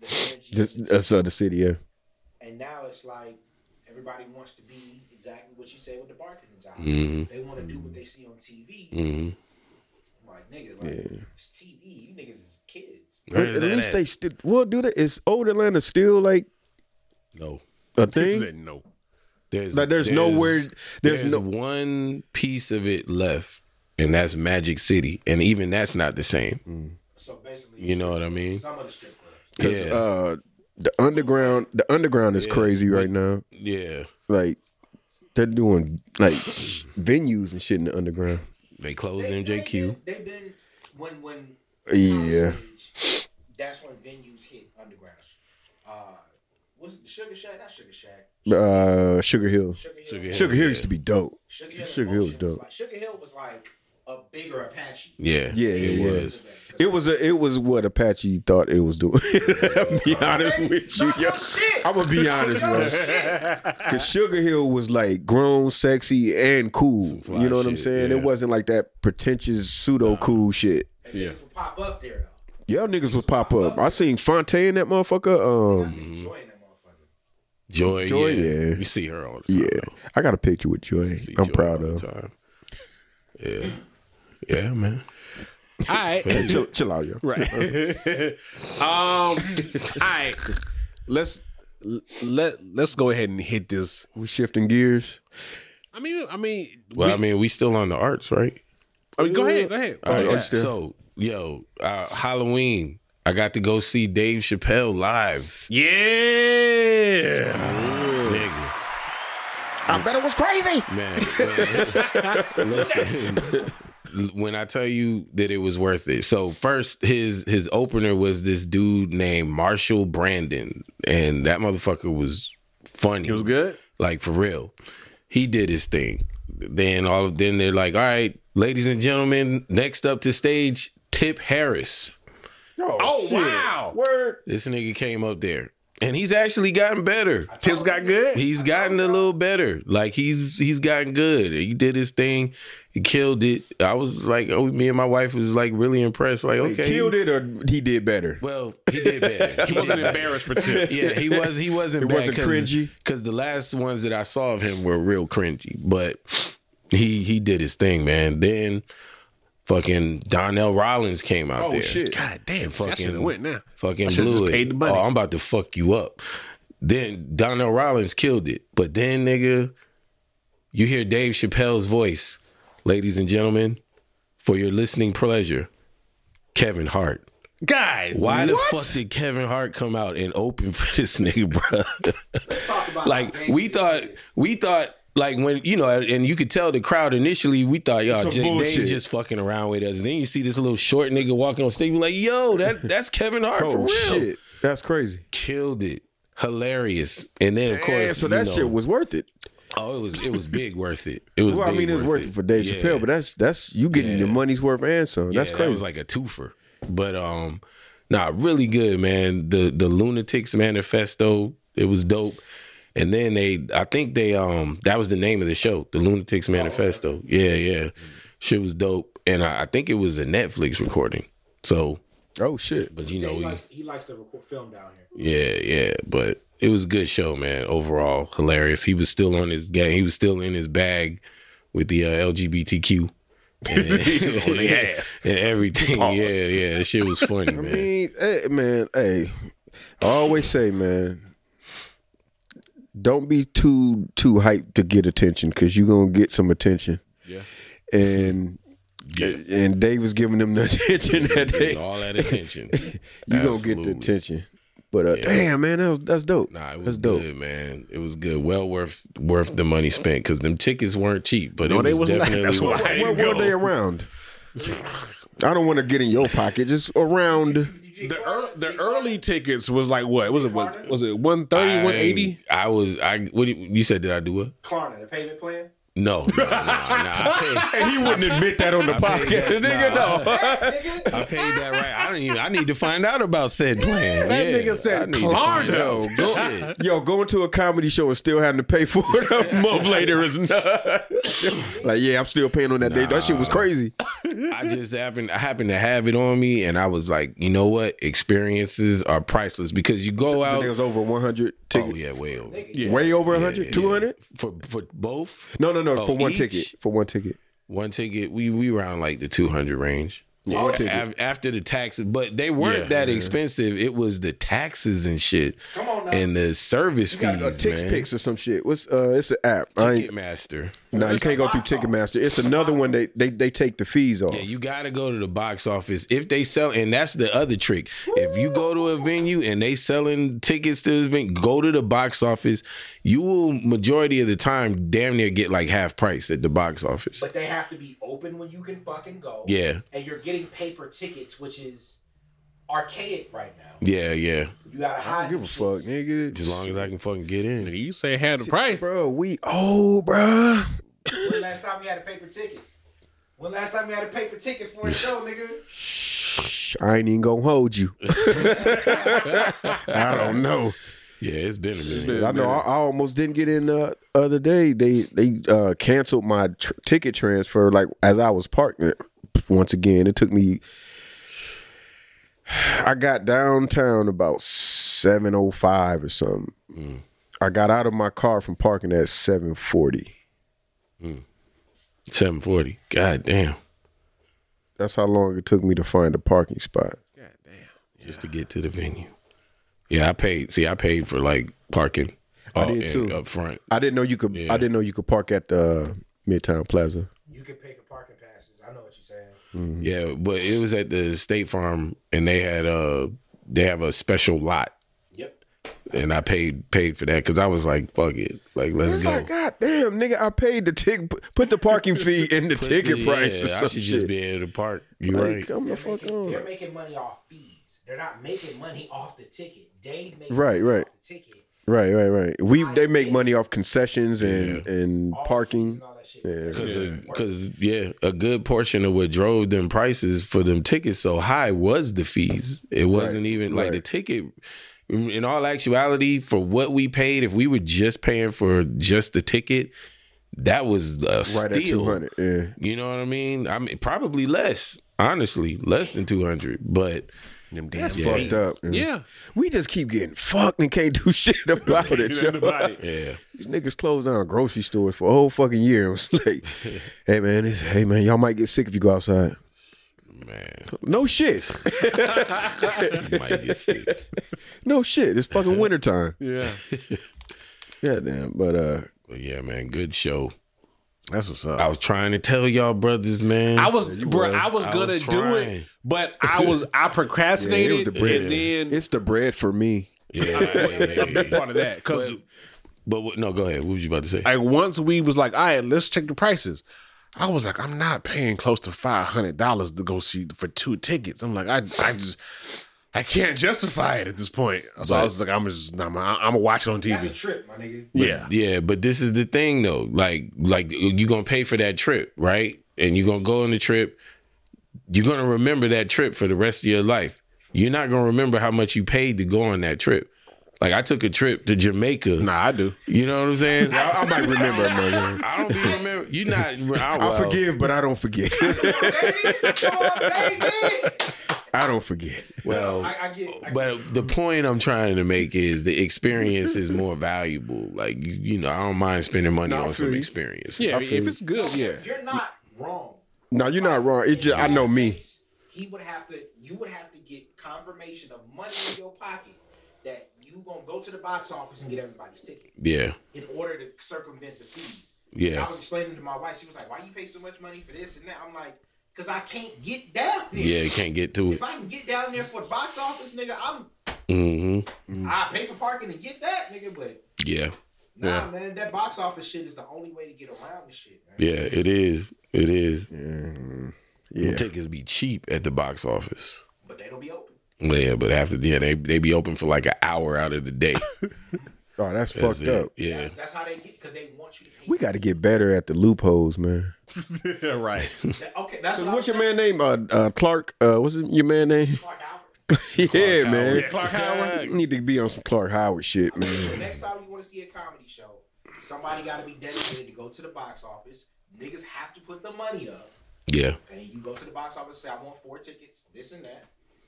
Speaker 4: the energy,
Speaker 1: Just that's the city, yeah.
Speaker 4: and now it's like everybody wants to be exactly what you say with the bartending job.
Speaker 2: Mhm.
Speaker 4: They want to do what they see on TV.
Speaker 2: mm-hmm.
Speaker 4: I'm like nigga, like it's TV. You niggas is kids.
Speaker 1: But at least they still will do that. Is old Atlanta still like
Speaker 2: no.
Speaker 1: a
Speaker 3: He
Speaker 1: thing?
Speaker 3: said no.
Speaker 2: There's
Speaker 1: Like, there's nowhere- there's no-
Speaker 2: one piece of it left, and that's Magic City, and even that's not the same.
Speaker 4: So basically,
Speaker 2: You know what I mean?
Speaker 4: some of the strip clubs.
Speaker 1: Because
Speaker 2: Yeah,
Speaker 1: uh, the underground, the underground is crazy right now.
Speaker 2: yeah.
Speaker 1: Like they're doing like venues and shit in the underground.
Speaker 2: They closed
Speaker 4: They-
Speaker 2: MJQ.
Speaker 4: They've been, they've been when when
Speaker 1: Yeah.
Speaker 4: college that's when venues hit underground. Uh, what's the Sugar Shack? Not Sugar Shack.
Speaker 1: Uh, Sugar Hill.
Speaker 4: Sugar Hill.
Speaker 2: Sugar Hill.
Speaker 1: Sugar Hill used to be dope.
Speaker 4: Sugar Hill,
Speaker 1: Sugar Hill was
Speaker 4: Emotion
Speaker 1: dope.
Speaker 4: like, Sugar Hill was like a bigger Apache.
Speaker 2: Yeah,
Speaker 1: Yeah,
Speaker 2: it
Speaker 1: yeah, yeah.
Speaker 2: was.
Speaker 1: It was a, it was what Apache thought it was doing. [laughs] I'll be honest with you.
Speaker 4: No, no Oh, shit.
Speaker 1: I'm gonna be honest,
Speaker 4: No
Speaker 1: bro.
Speaker 4: shit.
Speaker 1: Cause Sugar Hill was like grown, sexy, and cool.
Speaker 2: Some fly
Speaker 1: You know what I'm
Speaker 2: shit,
Speaker 1: saying?
Speaker 2: yeah.
Speaker 1: It wasn't like that pretentious pseudo cool shit.
Speaker 4: And Niggas would pop up there though.
Speaker 1: Y'all niggas would pop up. I seen Fontaine that motherfucker.
Speaker 4: I
Speaker 1: Um,
Speaker 4: see Joy in that motherfucker.
Speaker 2: Joy.
Speaker 1: Joy,
Speaker 2: yeah.
Speaker 1: yeah.
Speaker 2: you see her all the time.
Speaker 1: yeah,
Speaker 2: though.
Speaker 1: I got a picture with Joy.
Speaker 2: See
Speaker 1: I'm
Speaker 2: Joy
Speaker 1: proud
Speaker 2: all the
Speaker 1: of.
Speaker 2: time. Yeah, yeah, man.
Speaker 3: All right.
Speaker 1: Chill, chill out, yo.
Speaker 3: Right. um. All right. Let's let let's go ahead and hit this.
Speaker 1: We shifting gears.
Speaker 3: I mean, I mean,
Speaker 2: Well,
Speaker 3: we-
Speaker 2: I mean, we still on the arts, right?
Speaker 3: I mean, go ahead, go ahead.
Speaker 1: All right,
Speaker 2: Yeah.
Speaker 1: I'm still-
Speaker 2: So, yo, uh, Halloween. I got to go see Dave Chappelle live.
Speaker 3: Yeah.
Speaker 2: Nigga.
Speaker 1: I bet it was crazy.
Speaker 2: Man, man. [laughs] listen. When I tell you that it was worth it. So first his his opener was this dude named Marshall Brandon and that motherfucker was funny.
Speaker 3: It was good.
Speaker 2: Like for real. He did his thing. Then all of then they're like, "All right, ladies and gentlemen, next up to stage Tip Harris."
Speaker 1: Oh,
Speaker 3: Oh wow.
Speaker 1: Word.
Speaker 2: This nigga came up there and he's actually gotten better.
Speaker 3: Tips got good.
Speaker 2: He's gotten a little better. Like he's he's gotten good. He did his thing. He killed it. I was like, oh, me and my wife was like really impressed. Like, okay,
Speaker 1: He killed it, or he did better.
Speaker 2: Well, he did better.
Speaker 3: [laughs] He wasn't embarrassed for Tip.
Speaker 2: Yeah, he was. He wasn't.
Speaker 1: It wasn't cringy.
Speaker 2: because the last ones that I saw of him were real cringy. But he he did his thing, man. Then fucking Donnell Rollins came out
Speaker 1: Oh,
Speaker 2: there.
Speaker 1: shit.
Speaker 2: God damn,
Speaker 3: I
Speaker 2: fucking
Speaker 3: should've went now.
Speaker 2: Fucking
Speaker 3: I should've
Speaker 2: blew
Speaker 3: just
Speaker 2: it.
Speaker 3: paid the money.
Speaker 2: Oh, I'm about to fuck you up. Then Donnell Rollins killed it. But then, nigga, you hear Dave Chappelle's voice, ladies and gentlemen, for your listening pleasure, Kevin Hart.
Speaker 3: God. what?
Speaker 2: Why the fuck did Kevin Hart come out and open [laughs] for this nigga, bro?
Speaker 4: Let's talk about
Speaker 2: like
Speaker 4: how
Speaker 2: we
Speaker 4: basic
Speaker 2: thought,
Speaker 4: this is.
Speaker 2: we thought like when you know, and you could tell the crowd initially, we thought y'all
Speaker 1: Some
Speaker 2: Jay, they
Speaker 1: bullshit.
Speaker 2: just fucking around with us. And then you see this little short nigga walking on stage, be like, yo, that that's Kevin Hart
Speaker 1: [laughs]
Speaker 2: for
Speaker 1: Oh
Speaker 2: real.
Speaker 1: shit, that's crazy.
Speaker 2: Killed it. Hilarious. And then of course,
Speaker 1: Yeah, so
Speaker 2: you
Speaker 1: that
Speaker 2: know,
Speaker 1: shit was worth it.
Speaker 2: oh, it was it was big worth it. It was.
Speaker 1: Well, I
Speaker 2: big
Speaker 1: mean, it's worth it for Dave
Speaker 2: Yeah.
Speaker 1: Chappelle, but that's that's you getting
Speaker 2: Yeah.
Speaker 1: your money's worth and some. That's
Speaker 2: Yeah,
Speaker 1: crazy.
Speaker 2: That was like a twofer. But um, Nah, really good, man. The the Lunatics Manifesto, it was dope. And then they, I think they, um, that was the name of the show, the
Speaker 1: Oh,
Speaker 2: Lunatics Manifesto. Yeah, yeah, shit was dope. And I, I think it was a Netflix recording. So,
Speaker 1: Oh shit.
Speaker 2: but you know,
Speaker 4: he
Speaker 2: we-
Speaker 4: likes he likes to record film down here.
Speaker 2: yeah, yeah, but it was a good show, man. Overall, hilarious. He was still on his game. He was still in his bag with the uh,
Speaker 3: [laughs]
Speaker 2: LGBTQ.
Speaker 3: He's on their ass.
Speaker 2: and [laughs] everything.
Speaker 3: Pause.
Speaker 2: Yeah, yeah, that shit
Speaker 3: [laughs]
Speaker 2: was funny,
Speaker 1: I
Speaker 2: man.
Speaker 1: mean, hey, man, hey. I always say, man, don't be too too hyped to get attention because you're gonna get some attention.
Speaker 3: Yeah.
Speaker 1: And and they was giving them the [laughs] attention that
Speaker 2: It was
Speaker 1: they
Speaker 2: all
Speaker 3: [laughs]
Speaker 2: that attention.
Speaker 1: you gonna get the
Speaker 2: Absolutely.
Speaker 1: attention. But uh, damn, man, that was, that's dope.
Speaker 2: Nah, it
Speaker 1: that's
Speaker 2: was
Speaker 1: dope.
Speaker 2: good, man. It was good. Well worth worth the money spent because them tickets weren't cheap, but
Speaker 3: No,
Speaker 2: it
Speaker 3: they
Speaker 2: was
Speaker 3: wasn't.
Speaker 2: definitely
Speaker 3: That's why
Speaker 2: worth
Speaker 3: I
Speaker 2: it.
Speaker 3: ain't
Speaker 1: Where were
Speaker 3: go.
Speaker 1: they around? I don't want to get in your pocket. Just around.
Speaker 3: The, ear the early tickets was like what? Was it what? Was it 130,
Speaker 2: I-
Speaker 3: 180?
Speaker 2: I, was. I what do you, you said? Did I do what?
Speaker 4: Klarna, the payment plan.
Speaker 2: No, no, no,
Speaker 3: [laughs]
Speaker 2: no. I
Speaker 3: And he wouldn't admit that on the podcast. Nigga, no.
Speaker 2: paid, I paid that right. I don't even. I need to find out about said plan.
Speaker 3: That
Speaker 2: Yeah,
Speaker 3: nigga said
Speaker 2: I need to find
Speaker 3: Clarno.
Speaker 2: out.
Speaker 3: Go-
Speaker 2: Shit.
Speaker 1: Yo, going to a comedy show and still having to pay for [laughs] it a month later is nuts. like, yeah, I'm still paying on that day. That shit was crazy.
Speaker 2: I just happened I happened to have it on me and I was like, you know what? Experiences are priceless because you go
Speaker 1: I think
Speaker 2: out
Speaker 1: it was over 100
Speaker 2: Oh
Speaker 1: tickets.
Speaker 2: yeah, way over.
Speaker 1: Way over
Speaker 2: Yeah,
Speaker 1: 100?
Speaker 2: yeah.
Speaker 1: 200?
Speaker 2: For for both?
Speaker 1: No, no, no.
Speaker 2: Oh,
Speaker 1: for one
Speaker 2: each?
Speaker 1: ticket. For one ticket.
Speaker 2: One ticket, we we around like the 200 range.
Speaker 1: Yeah, one ticket.
Speaker 2: Af- after the taxes, but they weren't
Speaker 3: Yeah.
Speaker 2: that expensive. It was the taxes and shit
Speaker 4: Come on now.
Speaker 2: and the service
Speaker 1: You got a
Speaker 2: fees,
Speaker 1: Tix
Speaker 2: man.
Speaker 1: Pix or some shit. What's uh? It's an app. I ain't,
Speaker 2: Ticketmaster.
Speaker 1: nah, you can't go through Ticketmaster. It's another one. They they they take the fees off.
Speaker 2: Yeah, you got to go to the box office if they sell, and that's the other trick. If you go to a venue and they selling tickets to the venue, go to the box office. You will majority of the time damn near get like half price at the box office.
Speaker 4: But they have to be open when you can fucking go.
Speaker 2: Yeah.
Speaker 4: And you're getting paper tickets, which is archaic right now.
Speaker 2: Yeah, yeah.
Speaker 4: You gotta hide.
Speaker 1: I don't give a
Speaker 4: shits.
Speaker 1: fuck, nigga.
Speaker 2: As long as I can fucking get in.
Speaker 3: You say had the price.
Speaker 1: Bro, we old, bro.
Speaker 4: When last time you had a paper ticket? When last time you had a paper
Speaker 1: [laughs]
Speaker 4: ticket for a show, nigga?
Speaker 1: I ain't even gonna hold you. [laughs] I don't know.
Speaker 2: Yeah, it's been a minute.
Speaker 1: I know. I, I almost didn't get in the other day. They they uh, canceled my tr- ticket transfer like as I was parked. Once again, it took me. [sighs] I got downtown about seven oh five or something.
Speaker 2: Mm.
Speaker 1: I got out of my car from parking at seven forty.
Speaker 2: Seven forty. God damn.
Speaker 1: That's how long it took me to find a parking spot.
Speaker 2: Just to get to the venue. Yeah, I paid. See, I paid for like parking.
Speaker 1: I
Speaker 2: all
Speaker 1: did,
Speaker 2: in-
Speaker 1: too.
Speaker 2: Up front.
Speaker 1: I didn't know you could. I didn't know you could park at the uh, Midtown Plaza.
Speaker 4: You can pay for parking passes. I know what you're saying.
Speaker 1: Mm-hmm.
Speaker 2: Yeah, but it was at the State Farm, and they had uh they have a special lot,
Speaker 4: Yep.
Speaker 2: and I paid paid for that because I was like, fuck it, like let's
Speaker 1: It's
Speaker 2: go.
Speaker 1: like, God damn, Oh, nigga, I paid the ticket. Put the parking fee in the ticket
Speaker 2: Yeah,
Speaker 1: price. or
Speaker 2: I
Speaker 1: some
Speaker 2: should
Speaker 1: shit.
Speaker 2: just be able to park. You
Speaker 1: Like, uh,
Speaker 2: right?
Speaker 1: Come the
Speaker 4: They're
Speaker 1: fuck
Speaker 4: making, they're
Speaker 1: on.
Speaker 4: making money off fees. They're not making money off the ticket. They make
Speaker 1: Right,
Speaker 4: money
Speaker 1: right.
Speaker 4: off the ticket.
Speaker 1: Right, right, right. We they make money off concessions and
Speaker 2: Yeah.
Speaker 1: and
Speaker 4: all fees
Speaker 1: parking.
Speaker 4: and all that shit.
Speaker 1: Yeah.
Speaker 2: Because yeah, a good portion of what drove them prices for them tickets so high was the fees. It wasn't even like the
Speaker 1: right.
Speaker 2: ticket. In all actuality, for what we paid, if we were just paying for just the ticket, that was a
Speaker 1: Right at two
Speaker 2: steal.
Speaker 1: hundred. Yeah.
Speaker 2: You know what I mean? I mean, probably less. Honestly, less than two hundred. But
Speaker 3: Them damn
Speaker 2: Yeah.
Speaker 1: Fucked up. Yeah.
Speaker 3: Yeah.
Speaker 1: We just keep getting fucked and can't do [laughs] shit about it.
Speaker 3: Nothing
Speaker 1: Yo.
Speaker 3: about it.
Speaker 2: yeah,
Speaker 1: These niggas closed down grocery stores for a whole fucking year. [laughs] It was like, hey man, this, hey man, y'all might get sick if you go outside.
Speaker 2: man,
Speaker 1: No shit. [laughs]
Speaker 2: you might get sick.
Speaker 1: No shit. It's fucking wintertime.
Speaker 3: Yeah.
Speaker 1: [laughs] Yeah, damn. But uh
Speaker 2: But yeah, man, good show.
Speaker 3: That's what's up.
Speaker 2: I was trying to tell y'all, brothers, man.
Speaker 3: I was, bro. I was
Speaker 2: I
Speaker 3: gonna
Speaker 2: was
Speaker 3: do
Speaker 2: trying.
Speaker 3: it, but I was, I
Speaker 1: Yeah, it
Speaker 3: procrastinated,
Speaker 1: was the bread.
Speaker 3: and then [laughs]
Speaker 1: it's the bread for me.
Speaker 2: Yeah, yeah, yeah, yeah.
Speaker 3: part of that because
Speaker 2: But what, no, go ahead. What was you about to say?
Speaker 3: like once we was like, all right, let's check the prices. I was like, I'm not paying close to five hundred dollars to go see for two tickets. I'm like, I, I just, I can't justify it at this point. So I was like, I'm just, I'm, I'm gonna watch it on
Speaker 4: That's a
Speaker 3: TV.
Speaker 4: trip, my nigga.
Speaker 3: Yeah,
Speaker 2: Yeah, but this is the thing though. Like, like you gonna pay for that trip, right? And you're gonna go on the trip. You're gonna remember that trip for the rest of your life. you're not gonna remember how much you paid to go on that trip. Like I took a trip to Jamaica.
Speaker 3: Nah, I do.
Speaker 2: You know what I'm saying? I,
Speaker 1: I might remember it, man.
Speaker 2: I don't even remember. You're not. I,
Speaker 1: I
Speaker 2: well,
Speaker 1: forgive, but I don't forget. [laughs]
Speaker 4: Baby, come on, baby.
Speaker 1: I don't forget.
Speaker 2: Well,
Speaker 4: I, I get. I,
Speaker 2: But the point I'm trying to make is the experience is more valuable. Like you, you know, I don't mind spending money on some experience.
Speaker 3: Yeah, if it's good, yeah.
Speaker 4: you're not wrong.
Speaker 1: No, you're not wrong. It just I
Speaker 4: In
Speaker 1: know
Speaker 4: that
Speaker 1: me.
Speaker 4: case, He would have to. You would have to get confirmation of money in your pocket that you gonna go to the box office and get everybody's ticket
Speaker 2: yeah,
Speaker 4: in order to circumvent the fees.
Speaker 2: Yeah.
Speaker 4: I was explaining to my wife. She was like, "Why you pay so much money for this and that?" I'm like, "Cause I can't get down there.
Speaker 2: yeah. You can't get to it.
Speaker 4: If I can get down there for the box office, nigga, I'm
Speaker 2: hmm
Speaker 1: Mm.
Speaker 4: I pay for parking to get that, nigga. But
Speaker 2: Yeah,
Speaker 4: nah,
Speaker 2: Yeah.
Speaker 4: man, that box office shit is the only way to get around the shit. Man.
Speaker 2: yeah. It is. It is.
Speaker 1: Yeah.
Speaker 2: Tickets be cheap at the box office.
Speaker 4: But they don't be open.
Speaker 2: Yeah, but after yeah, they they be open for like an hour out of the day.
Speaker 1: Oh, that's, fucked
Speaker 2: That's it.
Speaker 1: up.
Speaker 2: Yeah,
Speaker 4: That's, that's how they get because they want you to pay.
Speaker 1: We got to get better at the loopholes, man.
Speaker 3: Yeah, right.
Speaker 4: That- okay, that's what
Speaker 1: What's
Speaker 4: I'm
Speaker 1: your man name? Uh, uh Clark. Uh, what's his- your man name? [laughs]
Speaker 4: Clark
Speaker 2: [laughs]
Speaker 4: Albert.
Speaker 1: yeah, man.
Speaker 3: Clark Howard.
Speaker 1: Need to be on some Clark Howard shit, man.
Speaker 4: The next time you want to see a comedy show, somebody got to be dedicated to go to the box office. Niggas have to put the money up,
Speaker 2: yeah,
Speaker 4: and you go to the box office. Say, I want four tickets, this and that.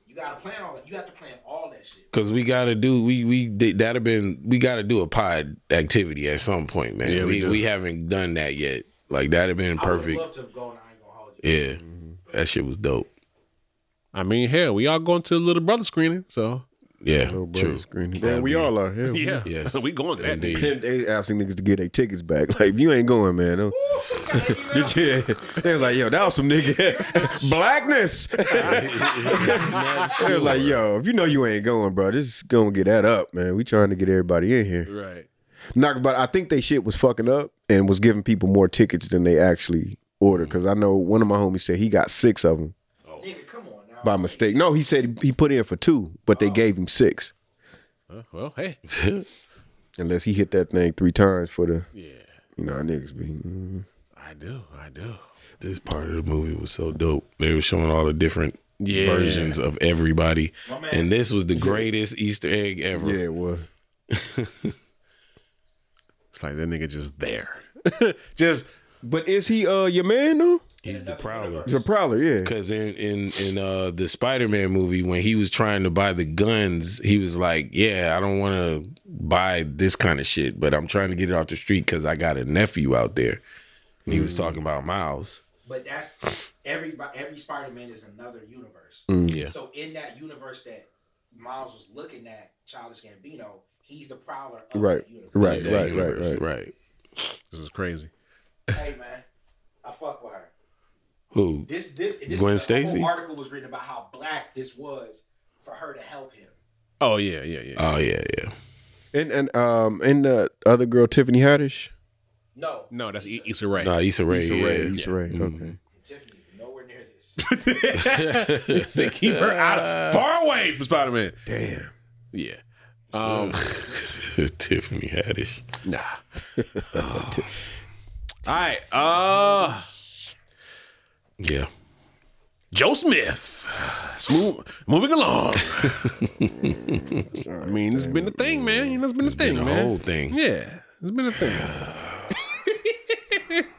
Speaker 4: You got to plan all that. You have to plan all that shit.
Speaker 2: because we gotta do we we did- that have been we gotta do a pod activity at some point, man.
Speaker 3: Yeah, we
Speaker 2: we
Speaker 3: do.
Speaker 2: we haven't done that yet. Like that'd have been
Speaker 4: I would
Speaker 2: perfect.
Speaker 4: love to have gone. I ain't gonna hold you.
Speaker 2: Yeah,
Speaker 3: Mm-hmm.
Speaker 2: that shit was dope.
Speaker 3: I mean, hell, we all going to the little brother screening, so
Speaker 2: Yeah, true.
Speaker 1: Man, we all are. Yeah.
Speaker 3: yeah,
Speaker 2: Yes.
Speaker 3: [laughs] we going to that.
Speaker 2: Indeed.
Speaker 1: They- They asking niggas to get their tickets back. [laughs] Like, if you ain't going, man. I'm- [laughs] yeah. They was like, yo, that was some nigga. [laughs] Blackness. [laughs] they was like, yo, if you know you ain't going, bro, this is going to get that up, man. We trying to get everybody in here.
Speaker 3: Right.
Speaker 1: Not, but I think they shit was fucking up and was giving people more tickets than they actually ordered.
Speaker 3: Mm-hmm.
Speaker 1: Because I know one of my homies said he got six of them
Speaker 4: Nigga, come on now.
Speaker 3: Oh,
Speaker 1: by mistake. No, he said he put in for two, but they gave him six.
Speaker 3: Uh, well, hey.
Speaker 1: Unless he hit that thing three times for the,
Speaker 3: Yeah,
Speaker 1: you know, how niggas be.
Speaker 3: I do. I do.
Speaker 2: This part of the movie was so dope. They were showing all the different
Speaker 3: Yeah.
Speaker 2: versions of everybody,
Speaker 4: My man.
Speaker 2: and this was the greatest Easter egg ever.
Speaker 1: Yeah, well,
Speaker 3: It's like that nigga just there. just
Speaker 1: But is he uh your man though?
Speaker 2: He's the prowler.
Speaker 1: He's a prowler, yeah.
Speaker 2: Cause in in in uh the Spider Man movie when he was trying to buy the guns, he was like, "Yeah, I don't want to buy this kind of shit, but I'm trying to get it off the street because I got a nephew out there."
Speaker 3: Mm.
Speaker 2: And he was talking about Miles.
Speaker 4: But that's every every Spider Man is another universe.
Speaker 2: yeah.
Speaker 4: So in that universe that Miles was looking at, Childish Gambino, he's the prowler of
Speaker 1: Right,
Speaker 4: that universe.
Speaker 1: right,
Speaker 2: That
Speaker 1: right, right,
Speaker 2: universe,
Speaker 1: right.
Speaker 2: right.
Speaker 3: this is crazy.
Speaker 4: Hey man, I fuck with her.
Speaker 2: Who?
Speaker 4: This this this
Speaker 2: Gwen
Speaker 4: the
Speaker 2: Stacy?
Speaker 4: whole article was written about how black this was for her to help him.
Speaker 3: Oh yeah, yeah, yeah.
Speaker 2: Oh yeah, yeah.
Speaker 1: And and um and the other girl Tiffany Haddish.
Speaker 4: No,
Speaker 3: no, that's E- Issa Rae.
Speaker 2: No, Issa Rae.
Speaker 1: Issa
Speaker 2: yeah.
Speaker 1: Rae, Issa Rae, Okay.
Speaker 4: Tiffany, nowhere near this.
Speaker 3: They keep her out [laughs] of, far away from Spider Man.
Speaker 1: Damn.
Speaker 3: Yeah. Um,
Speaker 2: [laughs] Tiffany Haddish.
Speaker 3: nah. All right. Uh,
Speaker 2: Yeah.
Speaker 3: Joe Smith. Let's move, moving [laughs] along. I mean, it's been a thing, man. You know, it's been a thing,
Speaker 2: The
Speaker 3: man.
Speaker 2: whole thing.
Speaker 3: Yeah, it's been a thing.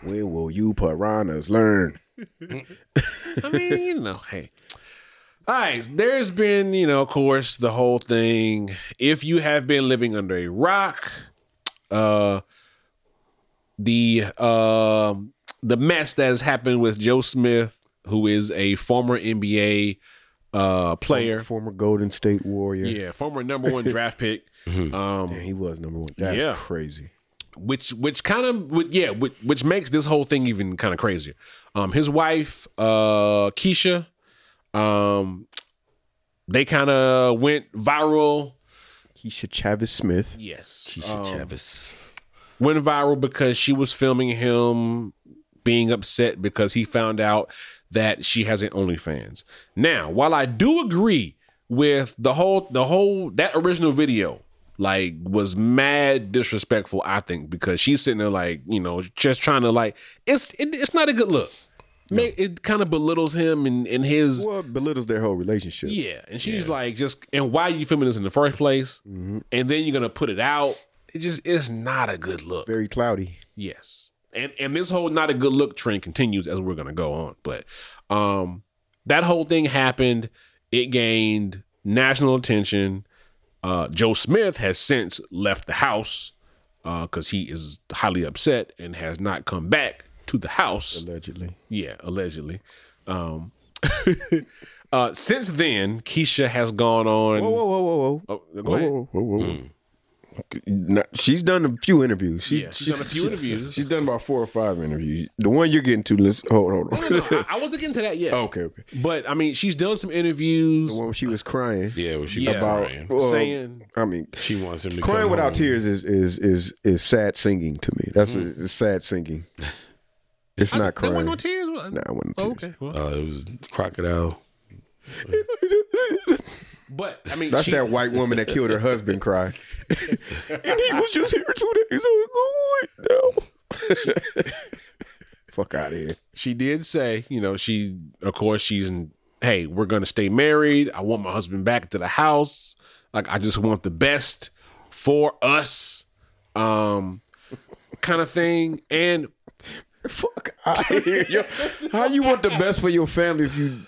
Speaker 1: When will you piranhas learn?
Speaker 3: I mean, you know, hey. All right, there's been, you know, of course, the whole thing. If you have been living under a rock, uh the um the mess that has happened with Joe Smith, who is a former NBA uh player.
Speaker 1: Former Golden State Warrior. Oh,
Speaker 3: Yeah, former number one draft pick. Um
Speaker 1: Man, he was number one. That's
Speaker 3: Yeah.
Speaker 1: crazy.
Speaker 3: which which kind of yeah which, which makes this whole thing even kind of crazier um his wife uh keisha um they kind of went viral
Speaker 1: Keisha Chavez Smith.
Speaker 3: yes
Speaker 2: Keisha Chavez.
Speaker 3: went viral because she was filming him being upset because he found out that she has an OnlyFans. Now, while I do agree with the whole the whole that original video, like was mad disrespectful, I think, because she's sitting there like, you know, just trying to like it's it, it's not a good look. Ma- It kind of belittles him and, and his
Speaker 1: Well, it belittles their whole relationship.
Speaker 3: yeah. And she's like, just and why are you feminist in the first place? And then you're gonna put it out. It just it's not a good look.
Speaker 1: Very cloudy.
Speaker 3: Yes. And and this whole not a good look trend continues as we're gonna go on. But um that whole thing happened. It gained national attention. Uh Joe Smith has since left the house because he is highly upset and has not come back to the house.
Speaker 1: Allegedly.
Speaker 3: Yeah, allegedly. Um [laughs] uh since then, Keisha has gone on.
Speaker 1: Whoa, whoa, whoa, whoa, whoa.
Speaker 3: Oh, go
Speaker 1: Whoa,
Speaker 3: ahead.
Speaker 1: whoa, whoa, whoa. Not- she's done a few interviews. She,
Speaker 3: Yeah, she's done a [laughs] few interviews.
Speaker 1: She's done about four or five interviews. The one you're getting to, let's hold, hold on. [laughs]
Speaker 3: No, [laughs] I, I wasn't getting to that yet.
Speaker 1: okay, okay.
Speaker 3: But I mean, she's done some interviews.
Speaker 1: The one she was crying
Speaker 2: Yeah, well, she
Speaker 3: Yeah.
Speaker 2: was
Speaker 1: about.
Speaker 2: crying.
Speaker 1: well,
Speaker 3: Saying-
Speaker 1: I mean,
Speaker 2: She wants him to
Speaker 1: crying
Speaker 2: come
Speaker 1: without
Speaker 2: home.
Speaker 1: tears is is is is sad singing to me. That's what
Speaker 2: Mm-hmm.
Speaker 1: it's sad
Speaker 2: [laughs]
Speaker 1: singing. It's not
Speaker 3: There
Speaker 1: crying.
Speaker 3: weren't no tears. Well,
Speaker 1: Nah, I wasn't
Speaker 3: oh, okay.
Speaker 1: tears.
Speaker 3: Well,
Speaker 2: Uh, it was crocodile.
Speaker 3: but I mean,
Speaker 1: That's
Speaker 3: she,
Speaker 1: that white woman that killed her husband
Speaker 2: [laughs]
Speaker 1: cry. [laughs] and he was just here two days ago. No. [laughs] Fuck out of here.
Speaker 3: she did say, you know, she of course she's in, hey, we're gonna stay married. I want my husband back to the house. Like I just want the best for us, um, kind of thing. And
Speaker 1: Fuck out of here. yo. How you want the best for your family if you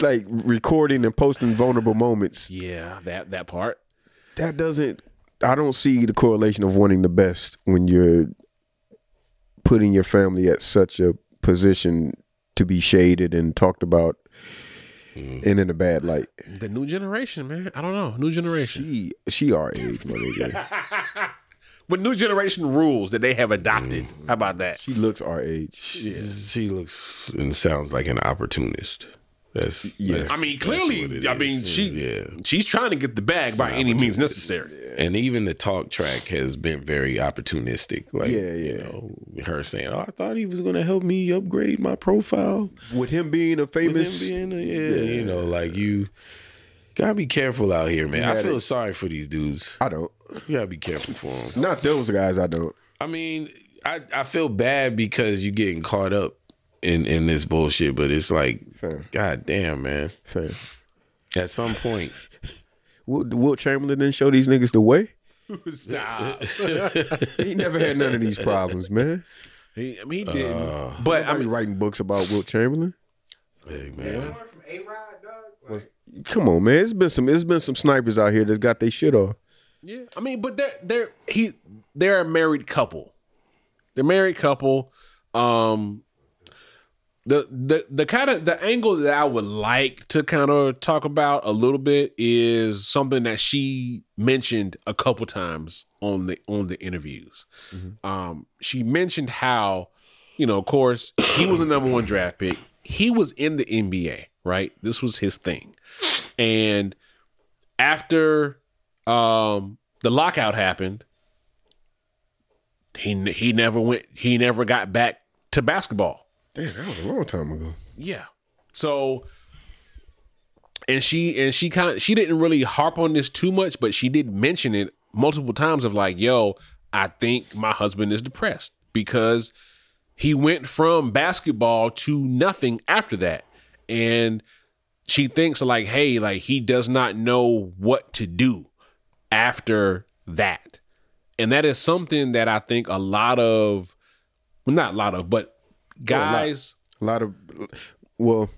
Speaker 1: like recording and posting vulnerable moments?
Speaker 3: yeah, that that part.
Speaker 1: That doesn't I don't see the correlation of wanting the best when you're putting your family at such a position to be shaded and talked about and in a bad light.
Speaker 3: The new generation, man. I don't know, new generation.
Speaker 1: She she our age, my nigga.
Speaker 3: With new generation rules that they have adopted. How about that?
Speaker 1: She looks our age.
Speaker 2: She looks and sounds like an opportunist. That's
Speaker 1: Yeah.
Speaker 2: that's-
Speaker 3: I mean,
Speaker 2: that's what it
Speaker 3: clearly, I
Speaker 2: is.
Speaker 3: mean, she
Speaker 2: yeah.
Speaker 3: she's trying to get the bag by any means necessary.
Speaker 2: And even the talk track has been very opportunistic. Like,
Speaker 1: Yeah, yeah.
Speaker 2: you know, her saying, "Oh, I thought he was going to help me upgrade my profile."
Speaker 1: With him being a
Speaker 2: With him
Speaker 1: famous
Speaker 2: being a- yeah, you know, like you gotta be careful out here, man. I
Speaker 1: had
Speaker 2: feel
Speaker 1: it.
Speaker 2: sorry for these dudes.
Speaker 1: I don't.
Speaker 2: You gotta be careful for them.
Speaker 1: Not those guys I don't.
Speaker 2: I mean, I, I feel bad because you getting caught up in in this bullshit, but it's like,
Speaker 1: Fair.
Speaker 2: god damn, man. At some point,
Speaker 1: Will, Will Chamberlain didn't show these niggas the way.
Speaker 3: Stop.
Speaker 1: He never had none of these problems, man.
Speaker 3: He, I mean, he didn't. but I
Speaker 1: I be
Speaker 3: mean,
Speaker 1: writing books about Will Chamberlain.
Speaker 2: big man.
Speaker 4: Learn from A Rod, dog. Like,
Speaker 1: Come on, man. It's been some. It's been some snipers out here that's got their shit off.
Speaker 3: yeah, I mean, but they're they're he they're a married couple. They're a married couple. Um, the the the kind of the angle that I would like to kind of talk about a little bit is something that she mentioned a couple times on the on the interviews. Um, she mentioned how you know, of course, [clears throat] he was a number one draft pick. He was in the NBA, right? This was his thing. And after um the lockout happened, he he never went he never got back to basketball.
Speaker 1: Damn, that was a long time ago.
Speaker 3: Yeah. So and she and she kind of she didn't really harp on this too much, but she did mention it multiple times of like, yo, I think my husband is depressed because he went from basketball to nothing after that. And she thinks like, hey, like he does not know what to do after that. And that is something that I think a lot of well, not a lot of, but guys
Speaker 1: A lot of. Well,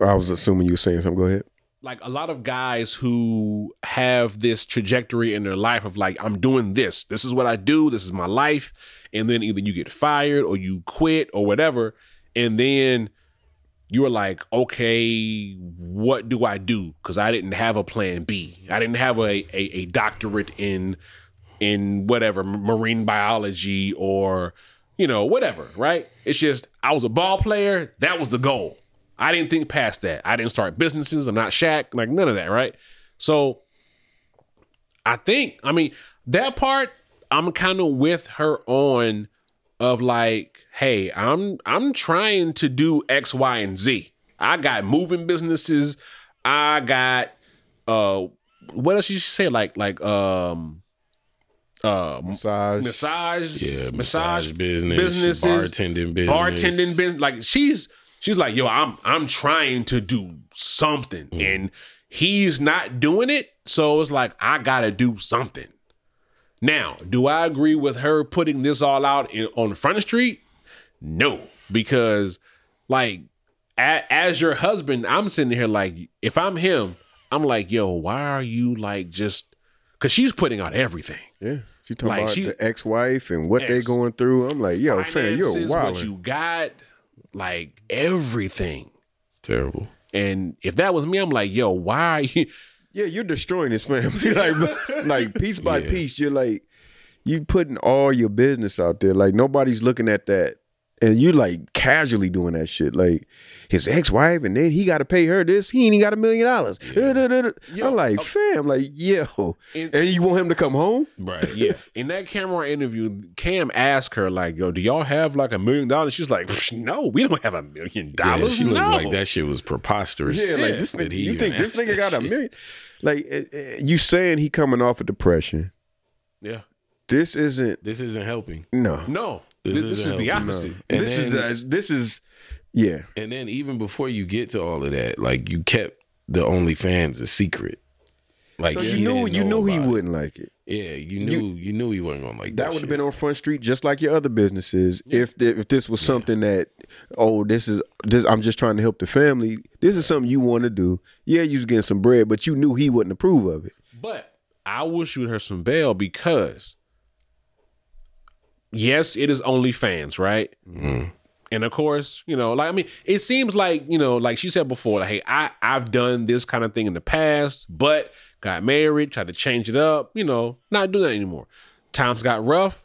Speaker 1: I was assuming you were saying something. Go ahead.
Speaker 3: like a lot of guys who have this trajectory in their life of like I'm doing this. This is what I do. This is my life. And then either you get fired or you quit or whatever, and then you're like, "Okay, what do I do?" cuz I didn't have a plan B. I didn't have a a, a doctorate in in whatever m- marine biology or you know whatever right it's just i was a ball player that was the goal i didn't think past that i didn't start businesses i'm not Shaq like none of that right so i think i mean that part i'm kind of with her on of like hey i'm i'm trying to do x y and z i got moving businesses i got uh what else you say like like um uh
Speaker 1: Massage.
Speaker 3: massage,
Speaker 2: Yeah,
Speaker 3: massage,
Speaker 2: massage business,
Speaker 3: businesses,
Speaker 2: bartending business.
Speaker 3: bartending business. Like she's she's like, yo, I'm I'm trying to do something,
Speaker 2: Mm.
Speaker 3: and he's not doing it. So it's like I gotta do something. Now, do I agree with her putting this all out in, on the front of the street? No, because like a, as your husband, I'm sitting here like if I'm him, I'm like, yo, why are you like just because she's putting out everything.
Speaker 1: Yeah. She talking
Speaker 3: Like,
Speaker 1: about
Speaker 3: she-
Speaker 1: the ex-wife and what they
Speaker 3: Ex-
Speaker 1: going through. I'm like, yo, fam, you're
Speaker 3: Finances,
Speaker 1: wild.
Speaker 3: what you got, like everything.
Speaker 2: Terrible.
Speaker 3: And if that was me, I'm like, yo, why? [laughs] Are you?
Speaker 1: yeah, you're destroying this family. [laughs] like, like piece by
Speaker 2: Yeah.
Speaker 1: piece, you're like, you putting all your business out there. Like nobody's looking at that. And you like casually doing that shit, like his ex-wife, and then he got to pay her this. He ain't even got a million dollars. Da-da-da-da. I'm like,
Speaker 2: Oh.
Speaker 1: fam, like yo,
Speaker 3: And-
Speaker 1: and you want him to come home?
Speaker 2: Right.
Speaker 3: Yeah. In that camera interview, Cam asked her, like, yo, do y'all have like a million dollars? She's like, "Psh, no, we don't have a million
Speaker 2: Yeah,
Speaker 3: dollars.
Speaker 2: she looked
Speaker 3: no.
Speaker 2: like that shit was preposterous.
Speaker 1: Yeah, like this
Speaker 2: That
Speaker 1: nigga.
Speaker 2: he
Speaker 1: You
Speaker 2: even
Speaker 1: think this
Speaker 2: asked
Speaker 1: nigga
Speaker 2: that
Speaker 1: got a
Speaker 2: shit.
Speaker 1: million? Like eh, eh, you saying he coming off of depression?
Speaker 3: Yeah.
Speaker 1: This isn't
Speaker 2: This isn't helping.
Speaker 1: no.
Speaker 3: No.
Speaker 2: This
Speaker 3: This, this
Speaker 2: is
Speaker 3: is the
Speaker 2: hell.
Speaker 3: opposite.
Speaker 2: And
Speaker 1: this
Speaker 2: then-
Speaker 1: is the, this is yeah.
Speaker 2: And then even before you get to all of that, like you kept the OnlyFans a secret. Like
Speaker 1: So
Speaker 2: he
Speaker 1: you knew
Speaker 2: didn't
Speaker 1: you
Speaker 2: know
Speaker 1: knew he
Speaker 2: about it.
Speaker 1: wouldn't like it.
Speaker 2: Yeah, you knew you, knew he wasn't gonna like that.
Speaker 1: That would have
Speaker 2: shit.
Speaker 1: been on Front Street, just like your other businesses. If the, if this was something that oh this is this I'm just trying to help the family. This is something you want to do. Yeah, you was getting some bread, but you knew he wouldn't approve of it.
Speaker 3: But I will shoot her some bail because yes, it is OnlyFans, right? And of course, you know, like I mean, it seems like you know, like she said before, like, hey, I I've done this kind of thing in the past, but got married, tried to change it up, you know, not doing that anymore. Times got rough.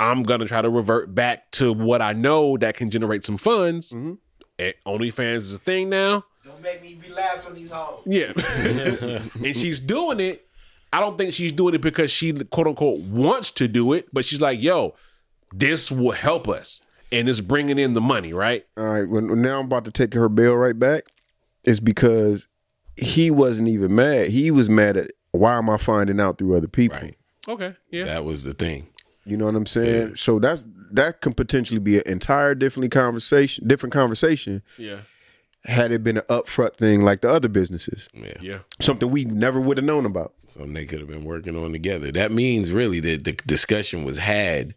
Speaker 3: I'm gonna try to revert back to what I know that can generate some funds. And OnlyFans is a thing now.
Speaker 4: Don't make me relapse on these hoes.
Speaker 3: Yeah. [laughs] and she's doing it. I don't think she's doing it because she quote unquote wants to do it, but she's like, yo, this will help us. And it's bringing in the money, right?
Speaker 1: All right, well now I'm about to take her bail right back. It's because he wasn't even mad. He was mad at why am I finding out through other people?
Speaker 2: right.
Speaker 3: Okay. Yeah.
Speaker 2: That was the thing.
Speaker 1: You know what I'm saying? So that's that can potentially be an entire differently conversation, different conversation,
Speaker 3: yeah.
Speaker 1: had it been an upfront thing like the other businesses,
Speaker 2: Yeah.
Speaker 3: Yeah.
Speaker 1: something we never would have known about.
Speaker 2: Something they could have been working on together. That means really that the discussion was had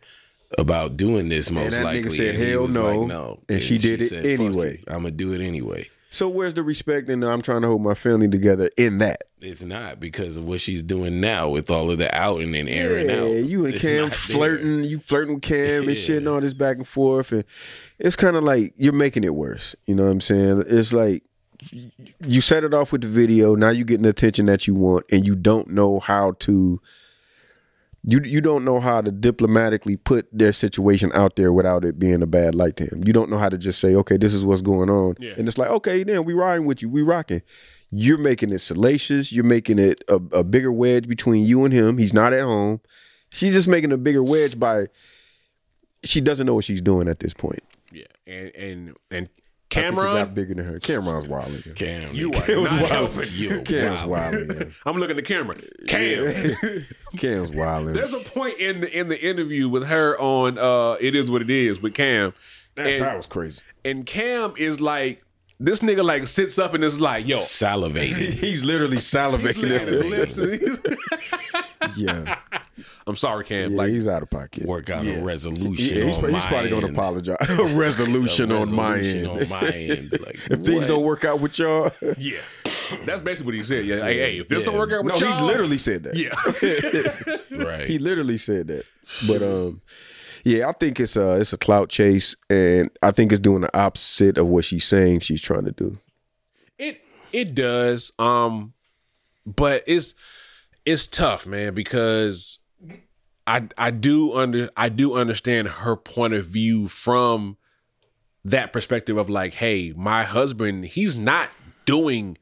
Speaker 2: about doing this most
Speaker 1: that nigga
Speaker 2: likely.
Speaker 1: said,
Speaker 2: he
Speaker 1: "Hell
Speaker 2: was
Speaker 1: no."
Speaker 2: like, no.
Speaker 1: And she did it anyway.
Speaker 2: I'm gonna do it anyway.
Speaker 1: So where's the respect and I'm trying to hold my family together in that?
Speaker 2: It's not because of what she's doing now with all of the outing and airing
Speaker 1: Yeah,
Speaker 2: out.
Speaker 1: you and
Speaker 2: It's
Speaker 1: Cam
Speaker 2: not there.
Speaker 1: flirting, you flirting with Cam and shit and all this back and forth, and it's kind of like you're making it worse. You know what I'm saying? It's like you set it off with the video. Now you're getting the attention that you want, and you don't know how to. You you don't know how to diplomatically put their situation out there without it being a bad light to him. You don't know how to just say, okay, this is what's going on, and it's like, okay, then we riding with you, we rocking. You're making it salacious. You're making it a, a bigger wedge between you and him. He's not at home. She's just making a bigger wedge by. She doesn't know what she's doing at this point.
Speaker 3: Yeah. And and and
Speaker 1: I think it got
Speaker 3: Cameron,
Speaker 1: bigger than her. Cameron's wild. nigga.
Speaker 2: Cam,
Speaker 3: you
Speaker 2: nigga.
Speaker 3: are not helping.
Speaker 1: [laughs]
Speaker 2: You
Speaker 1: Cam's
Speaker 2: wild.
Speaker 1: wild. nigga.
Speaker 3: I'm looking at camera. Cam.
Speaker 1: [laughs] Cam's wild. nigga.
Speaker 3: There's a point in the in the interview with her on uh It Is What It Is with Cam. and,
Speaker 1: that was crazy.
Speaker 3: and Cam is like, this nigga like sits up and is like, yo,
Speaker 1: [laughs]
Speaker 2: Salivated.
Speaker 1: He's literally
Speaker 3: licking at his
Speaker 1: salivating.
Speaker 3: lips and he's- [laughs]
Speaker 1: yeah.
Speaker 3: I'm sorry, Cam.
Speaker 1: yeah,
Speaker 3: like
Speaker 1: he's out of pocket.
Speaker 2: Work out a resolution.
Speaker 1: Yeah, he's,
Speaker 2: on
Speaker 1: pro- he's
Speaker 2: my
Speaker 1: probably going to
Speaker 2: end.
Speaker 1: apologize. [laughs] a resolution,
Speaker 2: A
Speaker 1: on my
Speaker 2: resolution
Speaker 1: end.
Speaker 2: on my
Speaker 1: [laughs]
Speaker 2: end. Like,
Speaker 1: if things
Speaker 2: what?
Speaker 1: don't work out with y'all,
Speaker 3: Yeah, that's basically what he said. Yeah, hey, hey if this don't work out
Speaker 1: no,
Speaker 3: with y'all,
Speaker 1: he literally said that.
Speaker 3: [laughs] yeah,
Speaker 2: right,
Speaker 1: He literally said that. But um yeah, I think it's a it's a clout chase and I think it's doing the opposite of what she's saying she's trying to do.
Speaker 3: it it does. Um, but it's it's tough, man, because I I do under I do understand her point of view from that perspective of like, hey, my husband, he's not doing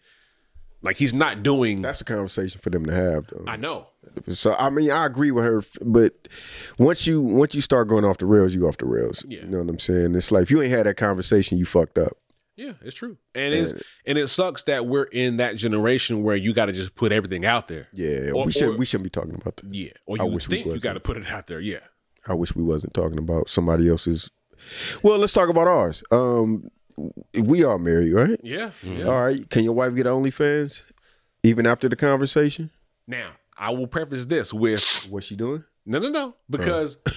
Speaker 3: like he's not doing.
Speaker 1: That's a conversation for them to have though.
Speaker 3: I know.
Speaker 1: So I mean, I agree with her, but once you once you start going off the rails, you off the rails.
Speaker 3: Yeah.
Speaker 1: You know what I'm saying? It's like if you ain't had that conversation, you fucked up.
Speaker 3: Yeah, it's true, and it's and it sucks that we're in that generation where you got to just put everything out there.
Speaker 1: Yeah,
Speaker 3: Or-
Speaker 1: we should
Speaker 3: or-
Speaker 1: we shouldn't be talking about that.
Speaker 3: Yeah, or
Speaker 1: I
Speaker 3: you
Speaker 1: wish we
Speaker 3: think you
Speaker 1: wasn't.
Speaker 3: got to put it out there. Yeah,
Speaker 1: I wish we wasn't talking about somebody else's. Well, let's talk about ours. Um, we are married, right?
Speaker 3: Yeah.
Speaker 1: All right. Can your wife get OnlyFans even after the conversation?
Speaker 3: Now, I will preface this with
Speaker 1: What's she doing?
Speaker 3: no, no, no, because
Speaker 1: Uh.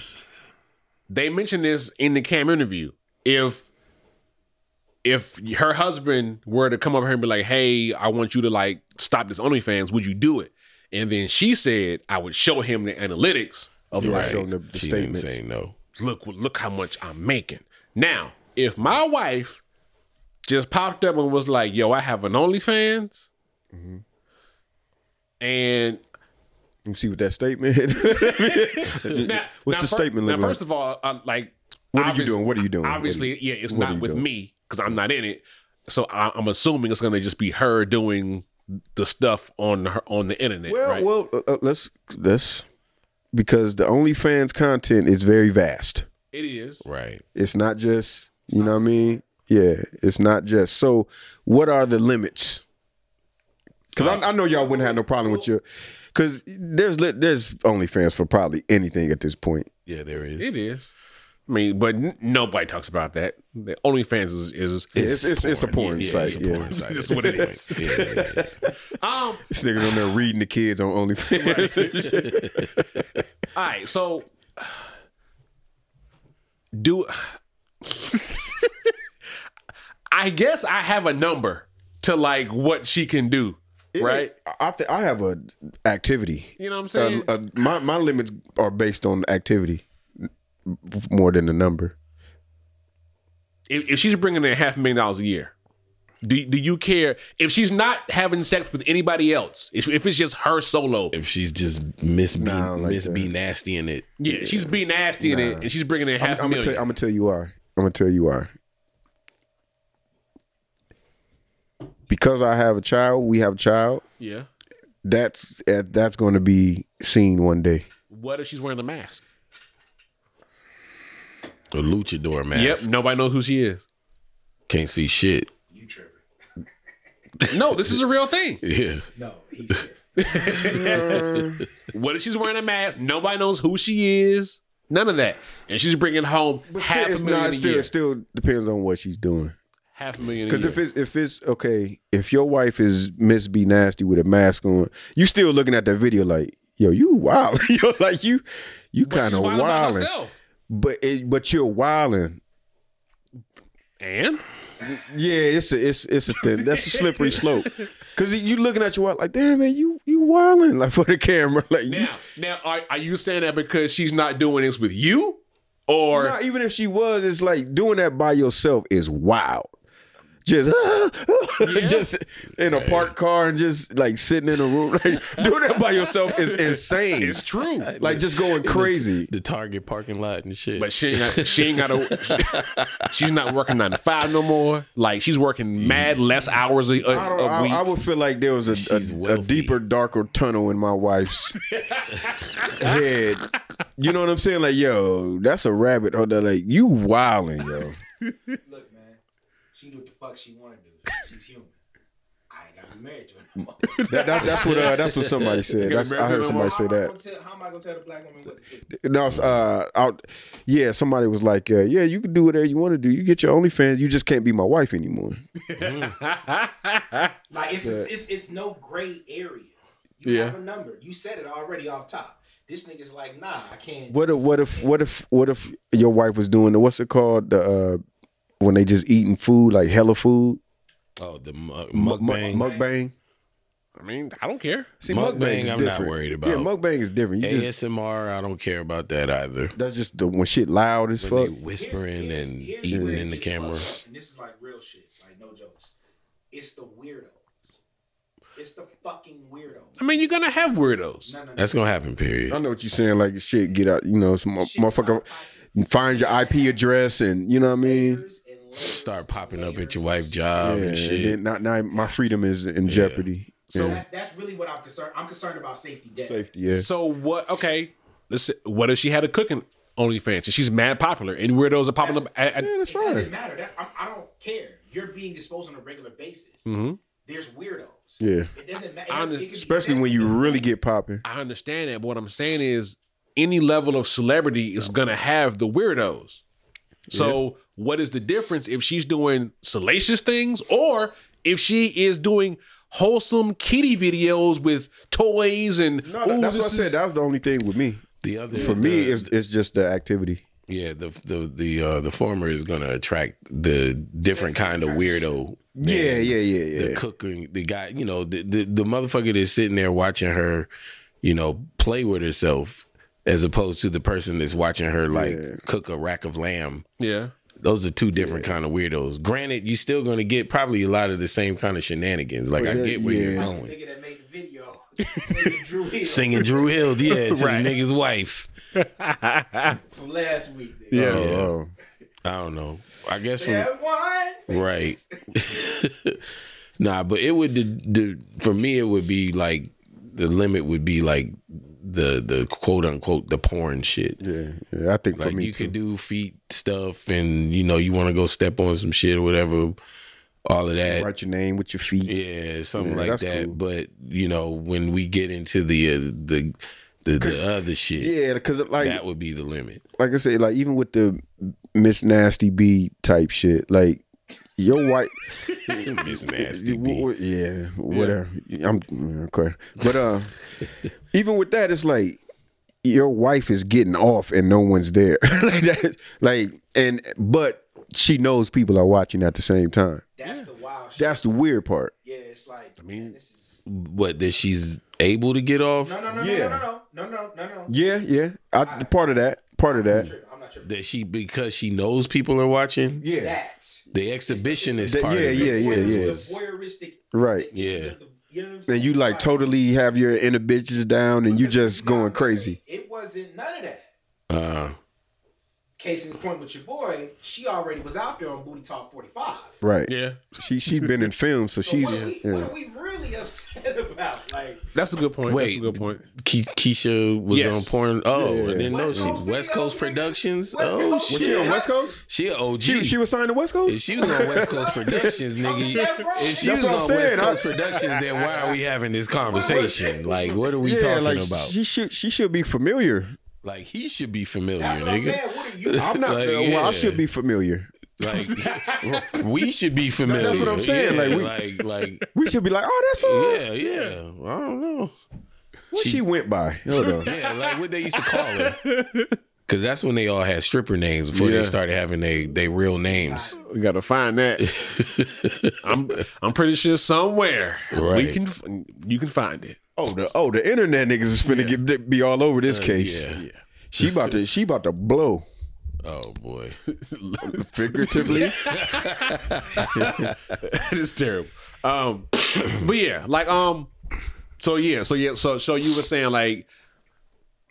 Speaker 3: [laughs] they mentioned this in the cam interview. If if her husband were to come up here and be like, "Hey, I want you to like stop this OnlyFans," would you do it? And then she said, "I would show him the analytics of like,
Speaker 1: Showing the, the
Speaker 2: she didn't
Speaker 1: statements.
Speaker 2: say no.
Speaker 3: look, look how much I'm making." Now, if my wife just popped up and was like, "Yo, I have an OnlyFans,"
Speaker 1: [laughs]
Speaker 3: and
Speaker 1: Let me see what that statement. [laughs]
Speaker 3: Now-
Speaker 1: What's
Speaker 3: now
Speaker 1: the
Speaker 3: fir-
Speaker 1: statement
Speaker 3: Now,
Speaker 1: look
Speaker 3: first
Speaker 1: like?
Speaker 3: of all, I'm like,
Speaker 1: What are you
Speaker 3: obvious-
Speaker 1: doing? What are you doing?
Speaker 3: Obviously, yeah, it's
Speaker 1: what are
Speaker 3: not
Speaker 1: you
Speaker 3: with
Speaker 1: doing?
Speaker 3: me because I'm not in it. So I, I'm assuming it's going to just be her doing the stuff on her on the internet.
Speaker 1: Well,
Speaker 3: right?
Speaker 1: well, uh, uh, let's let's because the OnlyFans content is very vast.
Speaker 3: it is.
Speaker 2: Right.
Speaker 1: It's not just you know what I mean. Yeah, it's not just. So, what are the limits? Because I, I know y'all wouldn't have no problem with your. Because there's li- there's OnlyFans for probably anything at this point.
Speaker 2: Yeah, there is.
Speaker 3: It is. I mean, but n- nobody talks about that. The OnlyFans is, is,
Speaker 1: It's it's, it's, a porn
Speaker 2: Yeah,
Speaker 1: site.
Speaker 2: it's a
Speaker 1: Yeah.
Speaker 2: porn site.
Speaker 3: That's what it is.
Speaker 2: Yeah, yeah, yeah.
Speaker 3: um.
Speaker 1: This nigga's on there reading the kids on OnlyFans. [laughs]
Speaker 3: All right, so do [laughs] I guess I have a number to like what she can do, right?
Speaker 1: I- I th- I have a activity.
Speaker 3: You know what I'm
Speaker 1: Uh,
Speaker 3: saying?
Speaker 1: uh, my my limits are based on activity f- more than the number.
Speaker 3: if, if she's bringing in half a million dollars a year, do do you care if she's not having sex with anybody else? If, if it's just her solo,
Speaker 2: If she's just miss be,
Speaker 1: Nah, I don't like
Speaker 2: miss
Speaker 1: that.
Speaker 2: be nasty in it.
Speaker 3: yeah, she's being nasty in it, and she's bringing in half a
Speaker 1: I'm gonna,
Speaker 3: million.
Speaker 1: tell, I'm gonna tell you why. I'm gonna tell you why. Because I have a child, we have a child.
Speaker 3: yeah.
Speaker 1: That's eh, that's going to be seen one day.
Speaker 3: What if she's wearing the mask?
Speaker 2: A luchador mask.
Speaker 3: Yep. Nobody knows who she is.
Speaker 1: [laughs]
Speaker 2: Can't see shit.
Speaker 3: No, this is a real thing.
Speaker 2: Yeah.
Speaker 4: No, he should.
Speaker 3: What if she's wearing a mask? Nobody knows who she is. None of that. And she's bringing home half
Speaker 1: it's
Speaker 3: a million
Speaker 1: not
Speaker 3: a
Speaker 1: still
Speaker 3: year.
Speaker 1: it still depends on what she's doing.
Speaker 3: half a million a
Speaker 1: Because
Speaker 3: year.
Speaker 1: if it's if it's okay, if your wife is Miss B Nasty with a mask on, you still looking at that video like, yo, you wild, [laughs] yo, like you, you
Speaker 3: But she's
Speaker 1: kind of
Speaker 3: wilding by
Speaker 1: wilding,
Speaker 3: herself.
Speaker 1: but it, but you're wilding.
Speaker 3: And
Speaker 1: Yeah, it's a it's it's a thing. That's a
Speaker 3: [laughs]
Speaker 1: slippery slope. Cause you looking at your wife like, damn man, you you wilding like for the camera, [laughs] like you,
Speaker 3: now, now are, are you saying that because she's not doing this with you? Or
Speaker 1: Nah, even if she was, it's like doing that by yourself is wild. Just, [laughs] just in a parked car and just like sitting in a room, [laughs] like doing that by yourself is insane.
Speaker 3: [laughs] it's true.
Speaker 1: like just going crazy.
Speaker 2: The Target parking lot and shit.
Speaker 3: But she ain't got, she ain't got a
Speaker 1: [laughs]
Speaker 3: she's not working nine to five no more. Like she's working mad less hours a, a,
Speaker 1: I,
Speaker 3: a
Speaker 1: don't, I,
Speaker 3: week.
Speaker 1: I would feel like there was a,
Speaker 2: She's
Speaker 1: a, a
Speaker 2: wealthy.
Speaker 1: deeper, darker tunnel in my
Speaker 2: [laughs]
Speaker 1: wife's head. You know what I'm saying? Like, yo, that's a rabbit hole. That like you wilding, yo.
Speaker 4: Look, man, she do what the fuck she want to do. She's human. I ain't gotta be married to her. no more.
Speaker 1: That, that, that's what uh, that's what somebody said. That's, I heard somebody
Speaker 4: How
Speaker 1: say
Speaker 4: am I
Speaker 1: that.
Speaker 4: gonna tell- How am I gonna tell the black woman what to do?
Speaker 1: No, it's, uh, out. Yeah, somebody was like, uh, "Yeah, you can do whatever you want to do. You get your OnlyFans. You just can't be my wife anymore."
Speaker 4: Like it's it's, it's no gray area. You have a number. You said it already off top. This nigga's like, nah, I can't.
Speaker 1: What if? What if? What if? What if your wife was doing the what's it called? The uh, when they just eating food like hella food,
Speaker 2: oh, the mug,
Speaker 1: Mu- mu-
Speaker 2: mukbang.
Speaker 1: mukbang.
Speaker 3: I mean, I don't care.
Speaker 1: See,
Speaker 2: Mukbang,
Speaker 1: mukbang's
Speaker 2: I'm not worried about.
Speaker 1: Yeah, mukbang is different. You just
Speaker 2: ASMR. I don't care about that either.
Speaker 1: that's just the when shit loud as
Speaker 2: They
Speaker 1: fuck.
Speaker 4: Here's-
Speaker 2: whispering
Speaker 4: here's-
Speaker 2: and
Speaker 4: here's
Speaker 2: eating
Speaker 4: where it
Speaker 2: in the
Speaker 4: gets
Speaker 2: camera.
Speaker 4: fucked up, And this is like real shit, like no jokes. It's the weirdos. It's the fucking weirdos.
Speaker 3: I mean, you're gonna have weirdos.
Speaker 4: No, no, no.
Speaker 2: That's gonna happen.
Speaker 1: I
Speaker 2: Period.
Speaker 1: know what you're saying. Like shit, get out. You know, some mu-
Speaker 4: Shit
Speaker 1: motherfucker.
Speaker 4: out of
Speaker 1: Find your IP address and you know what I mean.
Speaker 4: Layers and layers
Speaker 2: Start
Speaker 4: and
Speaker 2: popping up at
Speaker 4: layers
Speaker 2: your
Speaker 4: of
Speaker 2: wife's
Speaker 4: shit.
Speaker 2: job
Speaker 1: Yeah,
Speaker 2: and
Speaker 1: and
Speaker 2: shit.
Speaker 1: then not now my freedom is in jeopardy.
Speaker 4: So
Speaker 1: Yeah.
Speaker 4: that's, that's really what I'm concerned. I'm concerned about safety. Debt.
Speaker 1: safety. Yeah.
Speaker 3: So what? Okay, let's. What if she had a cooking OnlyFans and she's mad popular and weirdos are popping up? At, at-
Speaker 1: that's
Speaker 4: It doesn't matter. That, I'm, I don't care. You're being exposed on a regular basis.
Speaker 2: Mm-hmm.
Speaker 4: There's weirdos.
Speaker 1: Yeah.
Speaker 4: It doesn't matter.
Speaker 3: I'm-
Speaker 4: It- it could be
Speaker 1: Especially when you
Speaker 4: sensitive.
Speaker 1: really get popping.
Speaker 3: I understand that, but what I'm saying is, any level of celebrity is gonna have the weirdos. So what is the difference if she's doing salacious things or if she is doing wholesome kitty videos with toys and
Speaker 1: No, that-
Speaker 3: "Ooh,
Speaker 1: that's what I
Speaker 3: this
Speaker 1: said.
Speaker 3: is-"
Speaker 1: That was the only thing with me.
Speaker 2: The other
Speaker 1: For me,
Speaker 2: the-
Speaker 1: it's it's just the activity.
Speaker 2: yeah, the the the uh, the former is gonna attract the different kind of weirdo.
Speaker 1: Yeah, yeah, yeah,
Speaker 2: The oh,
Speaker 1: yeah.
Speaker 2: cooking, the guy, you know, the, the the motherfucker that's sitting there watching her, you know, play with herself, as opposed to the person that's watching her like cook a rack of lamb.
Speaker 3: yeah
Speaker 2: Those are two different kind of weirdos. Granted, you're still gonna get probably a lot of the same kind of shenanigans. Like I
Speaker 1: that-
Speaker 2: get where you're
Speaker 1: yeah.
Speaker 2: going.
Speaker 4: Nigga that made the video.
Speaker 1: [laughs]
Speaker 4: Nigga Drew Hill
Speaker 2: Singing Drew Hill, yeah, to the nigga's wife.
Speaker 4: from last week. Nigga.
Speaker 3: yeah
Speaker 2: Yeah.
Speaker 1: Oh,
Speaker 2: I don't know. I guess from
Speaker 4: That one.
Speaker 2: right
Speaker 1: [laughs]
Speaker 2: [laughs] nah but it would the, the for me it would be like the limit would be like the the quote unquote the porn shit
Speaker 1: yeah, yeah. I think
Speaker 2: like
Speaker 1: for me
Speaker 2: you
Speaker 1: too.
Speaker 2: could do feet stuff and you know you want to go step on some shit or whatever all of that
Speaker 1: Write your name with your feet.
Speaker 2: yeah something
Speaker 1: Yeah,
Speaker 2: like
Speaker 1: that's
Speaker 2: that
Speaker 1: cool.
Speaker 2: but you know when we get into the uh, the the, the other shit
Speaker 1: Yeah, because like
Speaker 2: that would be the limit
Speaker 1: like I said, like even with the Miss Nasty B type shit, like
Speaker 2: [laughs]
Speaker 1: your wife.
Speaker 2: It's nasty
Speaker 1: W-
Speaker 2: B.
Speaker 1: w- yeah, whatever. I'm yeah, okay, but uh, even with that, it's like your wife is getting off and no one's there, [laughs] like that, like and but she knows people are watching at the same time.
Speaker 4: That's the wild shit.
Speaker 1: That's the weird part.
Speaker 4: yeah, it's like. I mean, this is.
Speaker 2: what that she's able to get off
Speaker 4: No, no, no,
Speaker 1: Yeah.
Speaker 4: no, no, no, no, no, no, no.
Speaker 1: Yeah, yeah. I, part of that. Part of that.
Speaker 4: I'm not tripping.
Speaker 2: that she because she knows people are watching
Speaker 1: Yeah.
Speaker 4: That.
Speaker 2: the exhibitionist
Speaker 1: That-
Speaker 2: part
Speaker 1: yeah,
Speaker 2: of it.
Speaker 1: yeah, yeah,
Speaker 4: Voyeur-
Speaker 1: yeah.
Speaker 4: the voyeuristic.
Speaker 1: Right.
Speaker 2: Yeah.
Speaker 4: You know what I'm saying?
Speaker 1: And you like
Speaker 4: It's
Speaker 1: totally have your inner bitches down and you just going crazy.
Speaker 4: It wasn't none of that.
Speaker 2: uh
Speaker 4: Case in point with your boy, she already was out there on Booty Talk 45.
Speaker 1: Right.
Speaker 3: yeah
Speaker 1: She she been in film, so
Speaker 4: [laughs] So
Speaker 1: she's
Speaker 4: what, are we,
Speaker 1: yeah.
Speaker 4: what are we really [laughs] upset about? Like,
Speaker 3: that's a good point that's a
Speaker 2: Wait.
Speaker 3: good point
Speaker 2: Ke- Keisha was
Speaker 3: Yes.
Speaker 2: on porn. Oh, I didn't
Speaker 4: West
Speaker 2: know she
Speaker 4: Coast
Speaker 2: West
Speaker 4: videos,
Speaker 2: Coast
Speaker 4: nigga.
Speaker 2: Productions.
Speaker 4: West
Speaker 2: oh
Speaker 4: Coast
Speaker 2: shit,
Speaker 1: Was she on West Coast?
Speaker 2: she an OG.
Speaker 1: She, she was signed to West
Speaker 2: if
Speaker 1: Coast?
Speaker 2: she was on West
Speaker 1: [laughs]
Speaker 2: Coast Productions,
Speaker 4: From
Speaker 2: nigga.
Speaker 4: Death Row.
Speaker 2: If she
Speaker 1: That's
Speaker 2: was
Speaker 1: what I'm
Speaker 2: on
Speaker 1: saying.
Speaker 2: West Coast
Speaker 1: I-
Speaker 2: Productions, then why are we having this conversation? Like, what are we talking
Speaker 1: like
Speaker 2: about?
Speaker 1: she should she should be familiar.
Speaker 2: like, he should be familiar,
Speaker 4: that's what I'm
Speaker 2: nigga.
Speaker 4: saying. What
Speaker 1: [laughs]
Speaker 4: are you?
Speaker 1: I'm not
Speaker 2: [laughs] Like,
Speaker 1: well,
Speaker 2: yeah.
Speaker 1: I should be familiar. [laughs]
Speaker 2: Like, [laughs] we should be familiar.
Speaker 1: what I'm saying,
Speaker 2: Yeah,
Speaker 1: like, we-
Speaker 2: like, like,
Speaker 1: We should be like, oh that's all
Speaker 2: yeah, yeah. I don't know.
Speaker 1: what she, went by. Hold
Speaker 2: [laughs]
Speaker 1: on.
Speaker 2: Yeah, like what they used to call her.
Speaker 3: [laughs]
Speaker 2: Cause that's when they all had stripper names before
Speaker 3: Yeah.
Speaker 2: they started having they they real names.
Speaker 3: we gotta find that
Speaker 2: [laughs]
Speaker 3: i'm i'm pretty sure somewhere we
Speaker 2: Right.
Speaker 3: can f- you can find it
Speaker 1: Oh the oh the internet niggas is finna get, be all over this case.
Speaker 2: Uh, Yeah.
Speaker 1: She about to she about to blow. [laughs]
Speaker 2: Oh boy. [laughs]
Speaker 1: Figuratively.
Speaker 3: It is terrible. Um, but yeah, like um, so yeah, so yeah, so so you were saying like,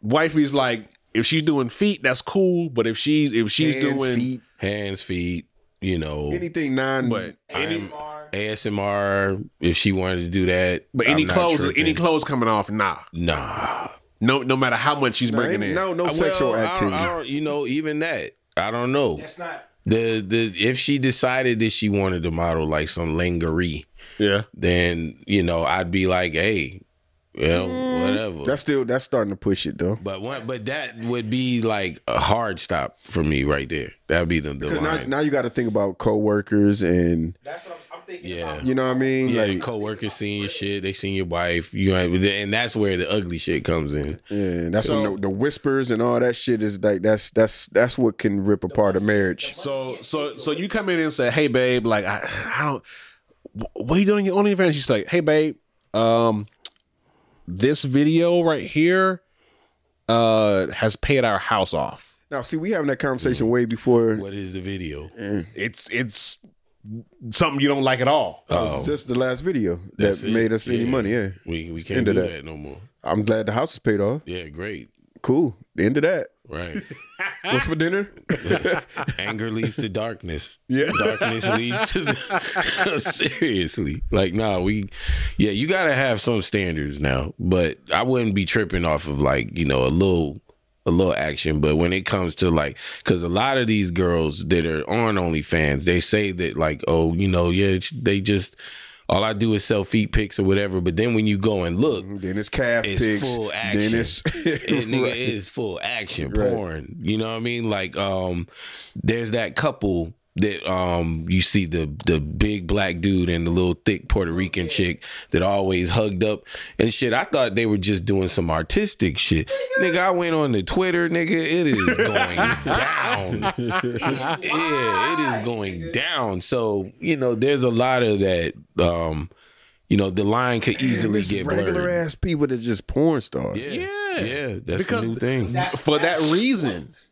Speaker 3: wifey's like if she's doing feet, that's cool, but if she's if she's
Speaker 1: Hands,
Speaker 3: doing
Speaker 1: feet,
Speaker 2: Hands, feet, you know,
Speaker 1: anything non
Speaker 3: but any
Speaker 4: AMR.
Speaker 2: ASMR. If she wanted to do that,
Speaker 3: but any
Speaker 2: I'm not
Speaker 3: clothes
Speaker 2: tripping.
Speaker 3: any clothes coming off, nah,
Speaker 2: nah.
Speaker 3: no no matter how much she's
Speaker 1: no,
Speaker 3: bringing in,
Speaker 1: no, no
Speaker 2: Uh, Well,
Speaker 1: sexual
Speaker 2: I don't-
Speaker 1: activity.
Speaker 2: I don't- you know, even that. I don't know.
Speaker 4: That's not.
Speaker 2: The the if she decided that she wanted to model like some lingerie,
Speaker 3: yeah,
Speaker 2: then you know I'd be like, hey, well,
Speaker 3: Mm.
Speaker 2: whatever.
Speaker 1: That's still that's starting to push it though.
Speaker 2: But one, but that would be like a hard stop for me right there. That'd be the, the
Speaker 1: 'Cause Now,
Speaker 2: line.
Speaker 1: now you got to think about coworkers and
Speaker 4: That's what I'm, I'm thinking
Speaker 2: Yeah.
Speaker 4: about.
Speaker 1: you know what I mean.
Speaker 2: yeah,
Speaker 1: like,
Speaker 2: coworkers seeing your shit. They seen your wife. You know, and that's where the ugly shit comes in.
Speaker 1: yeah, that's
Speaker 3: So-
Speaker 1: when the, the whispers and all that shit is like that's that's that's what can rip apart a marriage.
Speaker 3: so so so you come in and say, hey babe, like I I don't, wh- what are you doing on your OnlyFans? She's like, hey babe, um, this video right here, uh, has paid our house off.
Speaker 1: Now, see, we having that conversation way before.
Speaker 2: What is the video?
Speaker 3: it's it's something you don't like at all.
Speaker 1: It's just the last video that
Speaker 2: Oh. That's it.
Speaker 1: made us any
Speaker 2: Yeah.
Speaker 1: money. Yeah,
Speaker 2: We we can't
Speaker 1: Into
Speaker 2: do
Speaker 1: that.
Speaker 2: that. no more.
Speaker 1: I'm glad the house is paid off.
Speaker 2: Yeah, great.
Speaker 1: Cool. The end of that.
Speaker 2: Right.
Speaker 1: What's for dinner?
Speaker 2: Anger leads to darkness. [laughs] Yeah. Darkness leads to the, [laughs] seriously. Like, nah, we yeah, you gotta have some standards now. But I wouldn't be tripping off of like, you know, a little a little action. But when it comes to like cause a lot of these girls that are on OnlyFans, they say that like, oh, you know, yeah, it's- they just all I do is sell feet pics or whatever. But then when you go and look,
Speaker 1: Then it's calf
Speaker 2: it's
Speaker 1: pics.
Speaker 2: full action.
Speaker 1: then it's [laughs]
Speaker 2: [laughs] it, nigga,
Speaker 1: Right.
Speaker 2: is full action
Speaker 1: Right.
Speaker 2: porn. You know what I mean? Like, um, there's that couple that um you see the the big black dude and the little thick Puerto Rican chick that always hugged up and shit. I thought they were just doing some artistic shit. Nigga, I went on the Twitter, nigga. It
Speaker 1: [laughs]
Speaker 2: is going down. yeah, it is going down. So, you know, there's a lot of that um you know, the line could easily
Speaker 1: It's
Speaker 2: get blurred.
Speaker 1: regular ass people that's just porn stars.
Speaker 2: Yeah, yeah, that's
Speaker 3: Because
Speaker 2: the
Speaker 3: th-
Speaker 2: new thing.
Speaker 4: That's-
Speaker 3: For that
Speaker 4: that's the
Speaker 3: reason.
Speaker 4: point.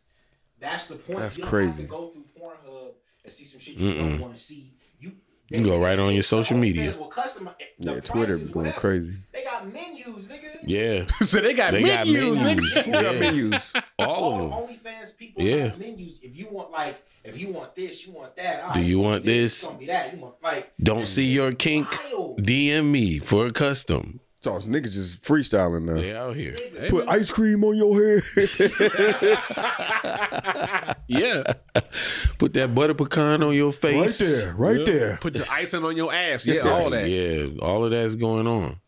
Speaker 4: That's the point.
Speaker 1: That's
Speaker 4: you don't have
Speaker 1: crazy.
Speaker 4: to go through Pornhub and see some shit you don't want to see. You, they-
Speaker 2: can go right on your
Speaker 4: the
Speaker 2: social
Speaker 4: OnlyFans
Speaker 2: media.
Speaker 4: will customize- the
Speaker 1: Yeah, Twitter
Speaker 4: prices,
Speaker 1: be going
Speaker 4: whatever.
Speaker 1: crazy.
Speaker 4: They got menus, nigga.
Speaker 3: [laughs]
Speaker 2: Yeah,
Speaker 3: so they got
Speaker 2: They got
Speaker 3: menus,
Speaker 2: menus.
Speaker 1: [laughs]
Speaker 3: nigga.
Speaker 2: Yeah.
Speaker 1: Menus.
Speaker 2: all of
Speaker 4: the
Speaker 2: them.
Speaker 4: OnlyFans people
Speaker 2: Yeah.
Speaker 4: have menus. If you want like, if you want this, you want that. All
Speaker 2: Do you want
Speaker 4: It's
Speaker 2: this?
Speaker 4: gonna be that. You want like.
Speaker 2: Don't see your kink.
Speaker 4: Wild.
Speaker 2: DM me for a custom.
Speaker 1: So it's niggas just freestyling now.
Speaker 2: They out here.
Speaker 1: Put ice cream on your head. [laughs]
Speaker 3: Yeah.
Speaker 2: [laughs] Put that butter pecan on your
Speaker 1: right
Speaker 2: face.
Speaker 1: there, right there.
Speaker 3: Put the icing on your ass. Yeah, all that.
Speaker 2: Yeah, all of that's going on.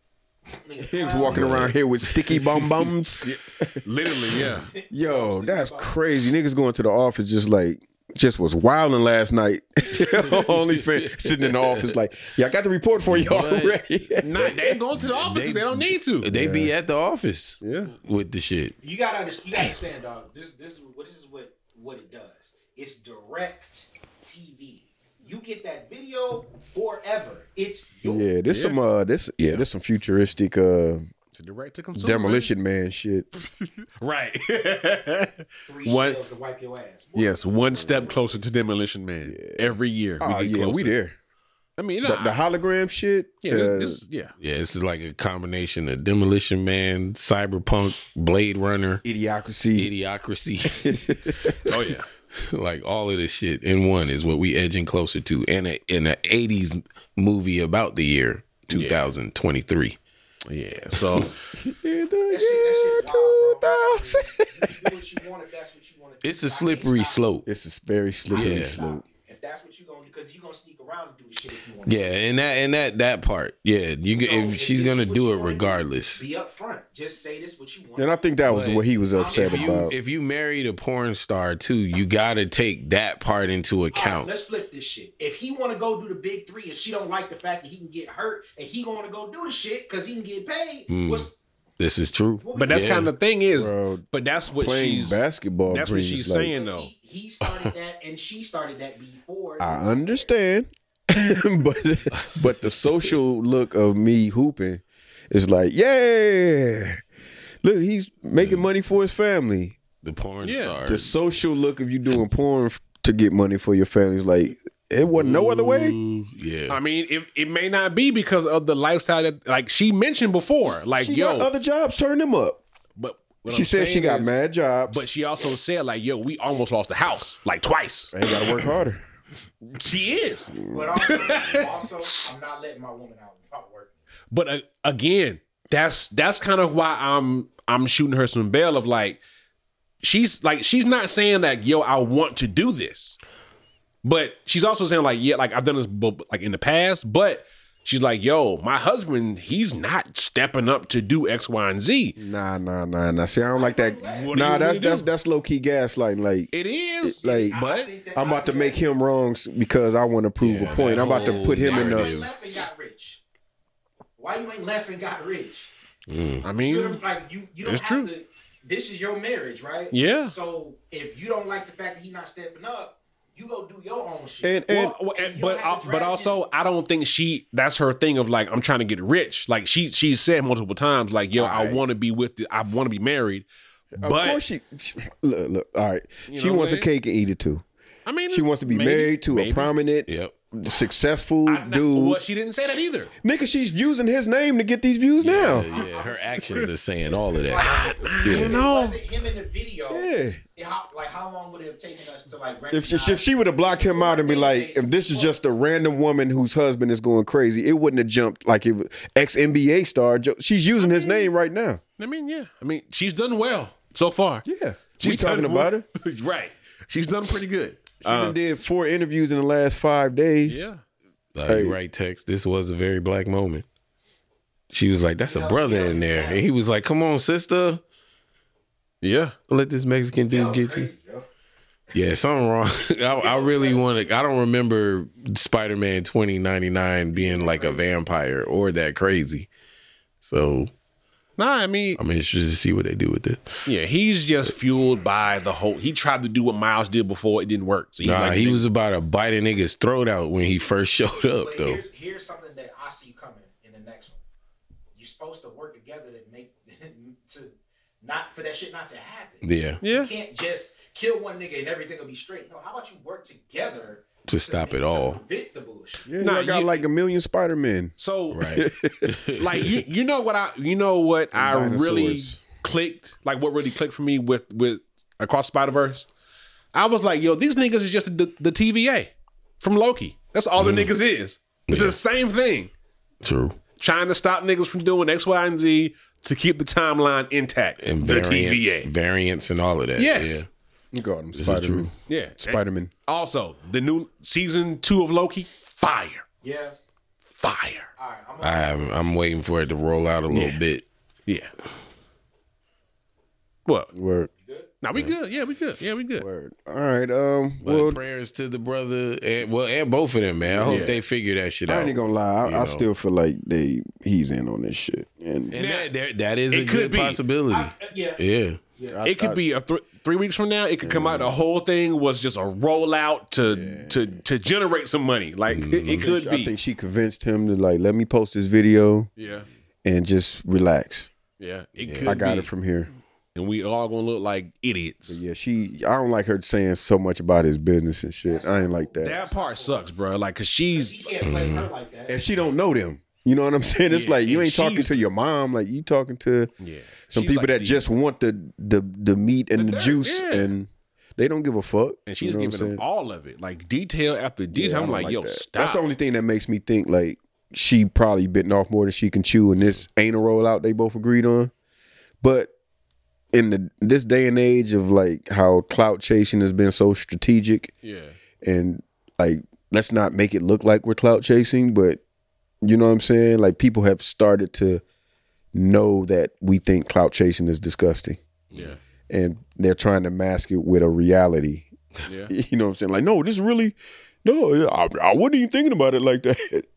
Speaker 1: Niggas walking around here with
Speaker 2: [laughs]
Speaker 1: sticky bum bums.
Speaker 3: Literally,
Speaker 1: [laughs]
Speaker 3: yeah.
Speaker 1: Yo, that's crazy. Niggas going to the office just like just was wilding last night. [laughs] Only fan sitting in the office like, yeah, I got the report for you already. [laughs]
Speaker 3: Not they ain't going to the office. 'cause They, don't need to.
Speaker 2: They be at the office.
Speaker 1: Yeah.
Speaker 2: with the shit.
Speaker 4: You gotta understand, you gotta understand, dog. This this is what this is what what it does. It's direct TV. You get that video forever. It's yours.
Speaker 1: yeah, this some uh this yeah, this some futuristic uh
Speaker 3: To direct to consumer.
Speaker 1: demolition man shit. [laughs]
Speaker 3: Right.
Speaker 4: Three
Speaker 3: What?
Speaker 4: shells to wipe your ass.
Speaker 3: yes, one step closer to demolition man. Every year.
Speaker 1: Oh
Speaker 3: get
Speaker 1: yeah,
Speaker 3: closer.
Speaker 1: we there.
Speaker 3: I mean,
Speaker 1: The,
Speaker 3: nah,
Speaker 1: the hologram shit.
Speaker 3: yeah,
Speaker 1: uh,
Speaker 3: this, this- yeah.
Speaker 1: [laughs]
Speaker 2: Yeah, this is like a combination of Demolition Man, Cyberpunk, Blade Runner,
Speaker 1: idiocracy.
Speaker 2: Idiocracy, [laughs]
Speaker 3: Oh yeah.
Speaker 2: like all of this shit in one is what we edging closer to, and a, in an '80s movie about the year 2023.
Speaker 3: Yeah.
Speaker 1: [laughs]
Speaker 3: So
Speaker 1: In the
Speaker 4: That shit, that shit's
Speaker 1: year
Speaker 4: wild, bro.
Speaker 1: 2000. [laughs]
Speaker 4: You do what you want if that's what you want to do.
Speaker 2: It's a
Speaker 4: I can't
Speaker 2: slippery
Speaker 4: stop
Speaker 2: slope.
Speaker 1: It's a very slippery
Speaker 2: Yeah.
Speaker 4: you.
Speaker 1: slope.
Speaker 4: If that's what you gonna do, because you gonna sneak around and do the shit if you want.
Speaker 2: Yeah, and that and that that part. Yeah, you g if she's gonna do it regardless.
Speaker 4: Be upfront. Just say this what you want.
Speaker 1: And I think that was
Speaker 2: But
Speaker 1: what he was upset
Speaker 2: If you
Speaker 1: about.
Speaker 2: if you married a porn star too, you gotta take that part into
Speaker 4: Alright,
Speaker 2: account.
Speaker 4: let's flip this shit. If he want to go do the big three, and she don't like the fact that he can get hurt, and he going to go do the shit because he can get paid,
Speaker 2: Hmm.
Speaker 4: what's
Speaker 2: This is true.
Speaker 3: But that's
Speaker 2: Yeah.
Speaker 3: kind of the thing is,
Speaker 1: Bro,
Speaker 3: but that's what
Speaker 1: Playing
Speaker 3: she's
Speaker 1: basketball.
Speaker 3: that's what
Speaker 1: brings,
Speaker 3: she's
Speaker 1: like,
Speaker 3: saying though.
Speaker 4: He, he started that, and she started that before.
Speaker 1: I understand, [laughs] but but the social look of me hooping is like, yeah, look, he's making money for his family.
Speaker 2: The porn
Speaker 3: Yeah.
Speaker 2: star.
Speaker 1: The social look of you doing porn f- to get money for your family is like, it wasn't no other way.
Speaker 2: Ooh, yeah.
Speaker 3: I mean, it, it may not be because of the lifestyle that like she mentioned before. Like,
Speaker 1: She
Speaker 3: yo,
Speaker 1: got other jobs, turn them up.
Speaker 3: but what
Speaker 1: she
Speaker 3: I'm
Speaker 1: said she
Speaker 3: saying
Speaker 1: got
Speaker 3: is-
Speaker 1: mad jobs,
Speaker 3: But she also said, like, yo, we almost lost the house, like twice.
Speaker 1: I ain't gotta work harder.
Speaker 3: She is.
Speaker 4: but also, also, I'm not letting my woman out without work.
Speaker 3: But uh, again, that's that's kind of why I'm I'm shooting her some bail of like she's like she's not saying like yo I want to do this, but she's also saying like yeah like I've done this bu- like in the past, but she's like yo my husband he's not stepping up to do X Y and Z.
Speaker 1: Nah, nah, nah, nah. See, I don't like that.
Speaker 3: What do
Speaker 1: nah,
Speaker 3: you
Speaker 1: that's
Speaker 3: really do?
Speaker 1: that's that's low key gaslighting. Like,
Speaker 3: It is
Speaker 1: like,
Speaker 3: but
Speaker 1: I'm about to make him wrong s- because I want to prove
Speaker 2: Yeah,
Speaker 1: a point.
Speaker 2: that
Speaker 1: I'm about to
Speaker 2: whole
Speaker 1: put him in
Speaker 4: Why you ain't
Speaker 1: the.
Speaker 2: narrative.
Speaker 4: left and got rich? Why you ain't left and got rich?
Speaker 3: I
Speaker 4: You see what
Speaker 3: mean
Speaker 4: I'm- like you, you don't
Speaker 3: It's
Speaker 4: have
Speaker 3: true.
Speaker 4: to. This is your marriage, right?
Speaker 3: Yeah.
Speaker 4: So if you don't like the fact that he not stepping up, you go do your own shit.
Speaker 1: And, and
Speaker 3: Well, well, and-
Speaker 4: You
Speaker 3: but
Speaker 4: don't have
Speaker 3: al-
Speaker 4: to
Speaker 3: but
Speaker 4: drag
Speaker 3: also I don't think she that's her thing of like I'm trying to get rich. Like she she said multiple times like yo I want to be with the, I want to be married. But
Speaker 1: of course she, she- look, look, all right. she
Speaker 3: know what
Speaker 1: wants a
Speaker 3: I'm saying?
Speaker 1: cake and eat it too.
Speaker 3: I mean
Speaker 1: She wants to be
Speaker 3: maybe-
Speaker 1: married to
Speaker 3: maybe.
Speaker 1: a prominent,
Speaker 2: Yep.
Speaker 1: successful
Speaker 3: I- not-
Speaker 1: dude.
Speaker 3: Well, she didn't say that either.
Speaker 1: Nigga, she's using his name to get these views
Speaker 2: Yeah,
Speaker 1: now.
Speaker 2: yeah, her actions are saying all of that.
Speaker 3: You
Speaker 4: It
Speaker 3: know.
Speaker 4: wasn't him in the video.
Speaker 1: Yeah.
Speaker 4: it- How, like how long would it have taken us to like
Speaker 1: If
Speaker 4: recognize?
Speaker 1: she, if she would have blocked him out and be like, if this is just a random woman whose husband is going crazy, it wouldn't have jumped like it was ex NBA star. Jo- She's using his name right now.
Speaker 3: I mean, yeah. I mean, she's done well so far.
Speaker 1: Yeah.
Speaker 3: She's
Speaker 1: She's talking
Speaker 3: done
Speaker 1: about
Speaker 3: well. [laughs]
Speaker 1: it.
Speaker 3: right. She's done pretty good.
Speaker 1: She done did four interviews in the last five days.
Speaker 3: Uh. Yeah.
Speaker 2: Uh,
Speaker 1: Hey.
Speaker 2: You right, text. This was a very black moment. She was like, "That's a brother in there," and he was like, "Come on, sister,
Speaker 3: Yeah.
Speaker 2: let this Mexican dude get you." Yeah, something wrong. [laughs] I, I really want to. I don't remember Spider Man twenty ninety nine being like a vampire or that crazy. So
Speaker 3: Nah, I mean,
Speaker 2: I'm interested to see what they do with this.
Speaker 3: yeah, he's just fueled by the whole. He tried to do what Miles did before, it didn't work. So he's
Speaker 2: Nah,
Speaker 3: like,
Speaker 2: he was about to bite a nigga's throat out when he first [laughs] showed up,
Speaker 4: But
Speaker 2: though.
Speaker 4: here's here's something that I see coming in the next one. You're supposed to work together to make [laughs] to not for that shit not to happen.
Speaker 2: Yeah,
Speaker 3: [laughs] Yeah.
Speaker 4: You can't just kill one nigga and everything will be straight. No, how about you work together
Speaker 2: to stop it
Speaker 4: to
Speaker 2: all.
Speaker 4: prevent the bullshit?
Speaker 1: Yeah,
Speaker 3: Nah,
Speaker 1: I got
Speaker 3: you-
Speaker 1: like a million Spider Men.
Speaker 3: so
Speaker 2: [laughs] Right.
Speaker 3: [laughs] like you you know what I you know what I really
Speaker 1: dinosaurs.
Speaker 3: clicked like what really clicked for me with with across Spider Verse. I was like, yo, these niggas is just the, the TVA from Loki. That's all the
Speaker 1: Mm-hmm.
Speaker 3: niggas is. It's the same thing,
Speaker 2: True.
Speaker 3: trying to stop niggas from doing X, Y, and Z to keep the timeline intact.
Speaker 2: And
Speaker 3: the
Speaker 2: variants,
Speaker 3: TVA.
Speaker 2: variants and all of that.
Speaker 3: Yes.
Speaker 2: Yeah.
Speaker 1: You got him,
Speaker 2: is
Speaker 1: Spider
Speaker 2: true.
Speaker 1: Man.
Speaker 3: Yeah,
Speaker 1: Spider Man.
Speaker 3: Also, the new season two of Loki, fire,
Speaker 4: Yeah.
Speaker 3: fire.
Speaker 4: All right. I'm gonna,
Speaker 2: I'm, I'm waiting for it to roll out a little bit.
Speaker 3: Yeah. What?
Speaker 1: Word.
Speaker 3: Now we good. Yeah, we good. Yeah, we good.
Speaker 1: Word. All right. Um.
Speaker 2: But
Speaker 1: Well,
Speaker 2: prayers to the brother, and, well, and both of them, man. I hope
Speaker 3: Yeah.
Speaker 2: they figure that shit
Speaker 1: I
Speaker 2: out.
Speaker 1: ain't gonna lie. I, I still feel like they he's in on this shit. And
Speaker 3: Now,
Speaker 2: and that, that, that is a
Speaker 3: it could
Speaker 2: good
Speaker 3: be.
Speaker 2: possibility.
Speaker 4: uh, yeah.
Speaker 2: yeah.
Speaker 3: it could be a thr three weeks from now. It could come out.
Speaker 1: Mm.
Speaker 3: The whole thing was just a rollout to to to generate some money. Like it, it could
Speaker 1: Mm-hmm. I
Speaker 3: be.
Speaker 1: think she convinced him to like let me post this video
Speaker 3: Yeah,
Speaker 1: and just relax.
Speaker 3: yeah. It could.
Speaker 1: I got
Speaker 3: be.
Speaker 1: it from here.
Speaker 3: and we all gonna look like idiots.
Speaker 1: Yeah, she. I don't like her saying so much about his business and shit. I ain't like that.
Speaker 3: That part sucks, bro. Like, cause
Speaker 4: He
Speaker 3: she's
Speaker 4: can't
Speaker 2: Mm-hmm.
Speaker 4: play her like that.
Speaker 1: and she don't know them. You know what I'm saying? It's
Speaker 3: Yeah,
Speaker 1: like you
Speaker 3: and
Speaker 1: ain't talking
Speaker 3: she's-
Speaker 1: to your mom. Like you talking to
Speaker 3: yeah.
Speaker 1: some
Speaker 3: She's
Speaker 1: people
Speaker 3: like
Speaker 1: that
Speaker 3: the-
Speaker 1: just want the the the meat and the,
Speaker 3: dirt,
Speaker 1: juice,
Speaker 3: yeah.
Speaker 1: and they don't give a fuck.
Speaker 3: and she's
Speaker 1: You know what I'm
Speaker 3: giving them
Speaker 1: saying?
Speaker 3: all of it, like detail after
Speaker 1: Yeah,
Speaker 3: detail.
Speaker 1: I
Speaker 3: I'm
Speaker 1: don't
Speaker 3: like, yo,
Speaker 1: that.
Speaker 3: stop.
Speaker 1: That's the only thing that makes me think like she probably bitten off more than she can chew, and this ain't a rollout they both agreed on. But in the this day and age of like how clout chasing has been so strategic,
Speaker 3: yeah.
Speaker 1: and like let's not make it look like we're clout chasing, but you know what I'm saying? Like people have started to know that we think clout chasing is disgusting.
Speaker 3: Yeah.
Speaker 1: And they're trying to mask it with a reality.
Speaker 3: Yeah.
Speaker 1: [laughs] You know what I'm saying? Like, no, this really no, I, I wasn't even thinking about it like that. [laughs]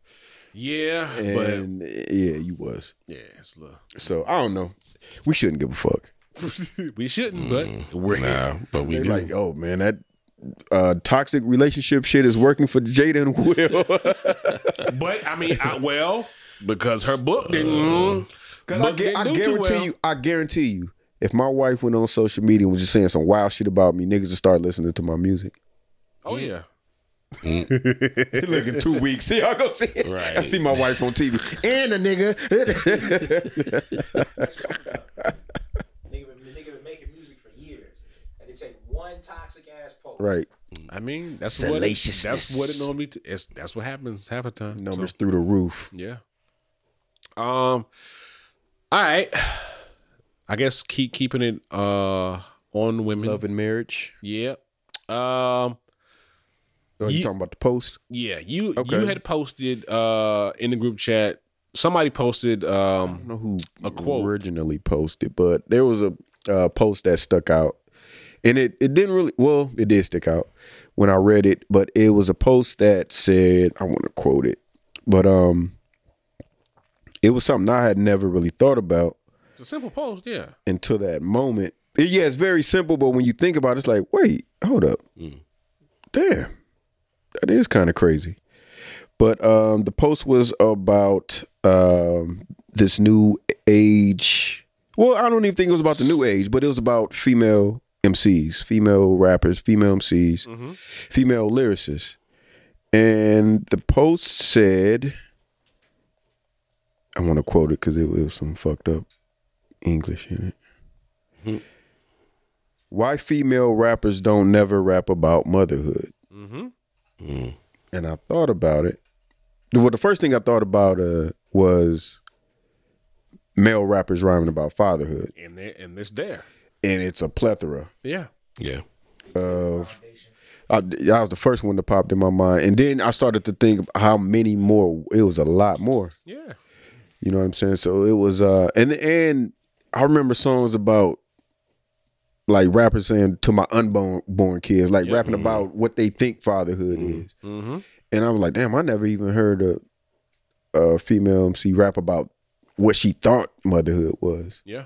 Speaker 3: Yeah. but
Speaker 1: And yeah, you was.
Speaker 3: yeah, it's a little. [laughs]
Speaker 1: So I don't know. We shouldn't give a fuck.
Speaker 3: we shouldn't,
Speaker 1: Mm.
Speaker 3: but we're here.
Speaker 2: Nah, but we
Speaker 1: They
Speaker 2: do.
Speaker 1: like, oh man, that uh, toxic relationship shit is working for Jada [laughs] and Will.
Speaker 3: But I mean, I, well, because her book didn't. mm,
Speaker 1: Because Uh, I,
Speaker 3: book
Speaker 1: gu-
Speaker 3: didn't
Speaker 1: I
Speaker 3: do too
Speaker 1: guarantee
Speaker 3: well.
Speaker 1: you, I guarantee you, if my wife went on social media and was just saying some wild shit about me, niggas would start listening to my [laughs] music.
Speaker 3: Oh yeah.
Speaker 1: Look, in two weeks, see, I go see it.
Speaker 2: Right.
Speaker 1: I see my wife on TV and a nigga.
Speaker 4: Nigga, been, nigga been making music for years, and it take one toxic ass post.
Speaker 1: right,
Speaker 3: I mean, that's what it, that's what it normally t- it's, that's what happens half the time.
Speaker 1: numbers through the roof.
Speaker 3: So, yeah. Um. All right. I guess keep keeping it uh on women.
Speaker 1: Love and marriage.
Speaker 3: Yeah. Um.
Speaker 1: Oh, you
Speaker 3: Ye-
Speaker 1: talking about the post?
Speaker 3: Yeah. You
Speaker 1: Okay.
Speaker 3: you had posted uh in the group chat. Somebody posted
Speaker 1: I
Speaker 3: um.
Speaker 1: don't know who
Speaker 3: A quote.
Speaker 1: originally posted, but there was a uh, post that stuck out, and it it didn't really. Well, it did stick out when I read it, but it was a post that said I want to quote it, but um, it was something I had never really thought about
Speaker 3: It's a simple post. Yeah.
Speaker 1: until that moment. It- yeah, it's very simple, but when you think about it, it's like, wait, hold up. Damn. That is kind of crazy. But um the post was about um this new age. Well, I don't even think it was about the new age, but it was about female MCs, female rappers, female MCs, female lyricists. And the post said I want to quote it because it was some fucked up English in it. Why female rappers don't never rap about motherhood? Mm-hmm. And I thought about it. Well, the first thing I thought about uh, was male rappers rhyming about fatherhood,
Speaker 3: And there and it's there.
Speaker 1: and it's a plethora
Speaker 3: Yeah.
Speaker 2: yeah.
Speaker 1: of I, I was the first one that popped in my mind, and then I started to think of how many more. It was a lot more.
Speaker 3: Yeah.
Speaker 1: You know what I'm saying? So it was uh and and I remember songs about like rappers saying to my unborn born kids, like rapping about what they think fatherhood is. And I was like, damn, I never even heard a, a female MC rap about what she thought motherhood was,
Speaker 3: Yeah.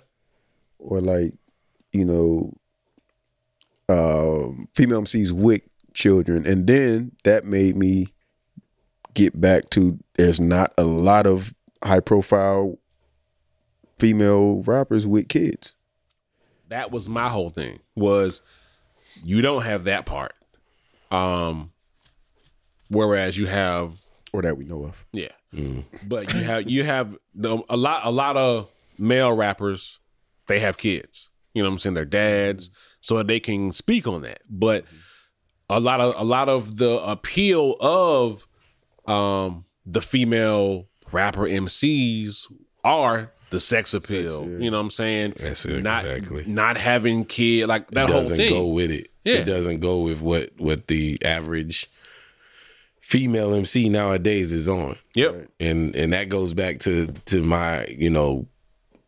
Speaker 1: or like, you know, um, female MCs with children. And then that made me get back to there's not a lot of high profile female rappers with kids.
Speaker 3: That was my whole thing was you don't have that part. Um whereas you have
Speaker 1: Or that we know of.
Speaker 3: yeah.
Speaker 2: Mm.
Speaker 3: But you have you have the, a lot a lot of male rappers they have kids. You know what I'm saying? They're dads so they can speak on that. But a lot of a lot of the appeal of um the female rapper MCs are the sex appeal. You know what I'm saying?
Speaker 2: That's it,
Speaker 3: not,
Speaker 2: exactly.
Speaker 3: Not having kid like that whole
Speaker 2: doesn't
Speaker 3: thing.
Speaker 2: go with it.
Speaker 3: Yeah.
Speaker 2: It doesn't go with what what the average female MC nowadays is on.
Speaker 3: yep.
Speaker 2: And and that goes back to to my, you know,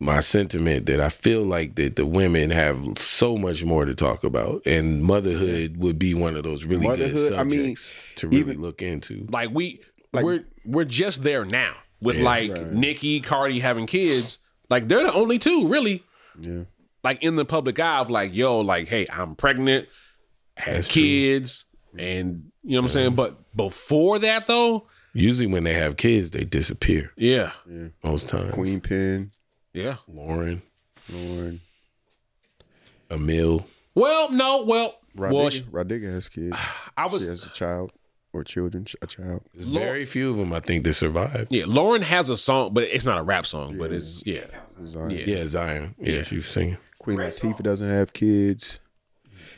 Speaker 2: my sentiment that I feel like that the women have so much more to talk about and motherhood would be one of those really good
Speaker 1: Motherhood, I mean,
Speaker 2: subjects to really
Speaker 1: even-
Speaker 2: look into.
Speaker 3: Like we we're we're just there now with like Nicki, Cardi having kids. Like they're the only two really.
Speaker 1: Yeah.
Speaker 3: Like in the public eye of like, yo, like, hey, I'm pregnant, have
Speaker 2: That's true.
Speaker 3: kids, and you know what I'm saying? But before that though,
Speaker 2: Usually when they have kids, they disappear
Speaker 3: yeah.
Speaker 2: most times.
Speaker 1: Queen Pen,
Speaker 3: Yeah.
Speaker 2: Lauren,
Speaker 1: Lauren,
Speaker 2: Emil.
Speaker 3: Well, no, well, well,
Speaker 1: Rodriguez,
Speaker 3: sh-
Speaker 1: Rodriguez has kids.
Speaker 3: I
Speaker 1: She
Speaker 3: was
Speaker 1: has a child or children, a child.
Speaker 2: There's very few of them I think that survive.
Speaker 3: Yeah, Lauren has a song, but it's not a rap song, but it's yeah.
Speaker 1: Zion.
Speaker 2: Yeah, Zion. Yeah, she was singing.
Speaker 1: uh, Queen Latifah doesn't have kids.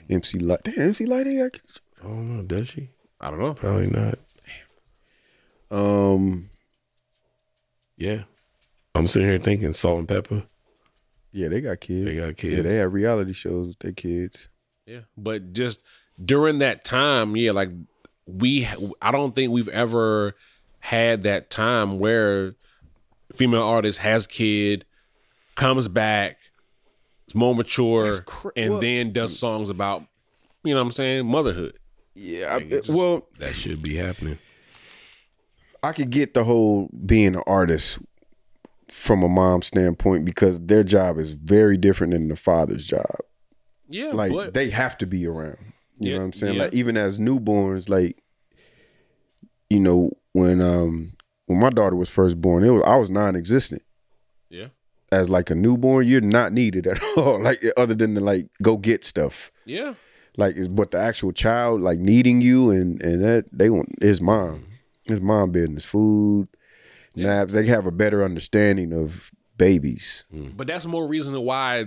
Speaker 1: MC Light, damn, MC Light ain't got kids.
Speaker 2: I don't know. Does she?
Speaker 3: I don't know.
Speaker 2: Probably not.
Speaker 1: Um,
Speaker 2: Yeah. I'm sitting here thinking salt and pepper.
Speaker 1: yeah, they got kids.
Speaker 2: They got
Speaker 1: Yeah,
Speaker 2: kids.
Speaker 1: they have reality shows with their kids.
Speaker 3: Yeah, but just during that time, yeah, like we I don't think we've ever had that time where female artist has kid, comes back, is more mature and then does songs about you know what I'm saying, motherhood.
Speaker 1: Yeah, I, well,
Speaker 2: that should be happening.
Speaker 1: I could get the whole being an artist from a mom's standpoint because their job is very different than the father's job.
Speaker 3: Yeah,
Speaker 1: Like
Speaker 3: but
Speaker 1: they have to be around. You
Speaker 3: Yeah,
Speaker 1: know what I'm saying?
Speaker 3: yeah.
Speaker 1: Like even as newborns, like you know when um when my daughter was first born, it was I was non-existent.
Speaker 3: yeah.
Speaker 1: As like a newborn, you're not needed at [laughs] all. Like other than to like go get stuff.
Speaker 3: Yeah.
Speaker 1: Like it's but the actual child like needing you and and that they want his mom,
Speaker 3: Mm-hmm.
Speaker 1: his mom business, food, naps. They have a better understanding of babies.
Speaker 3: But that's more reason why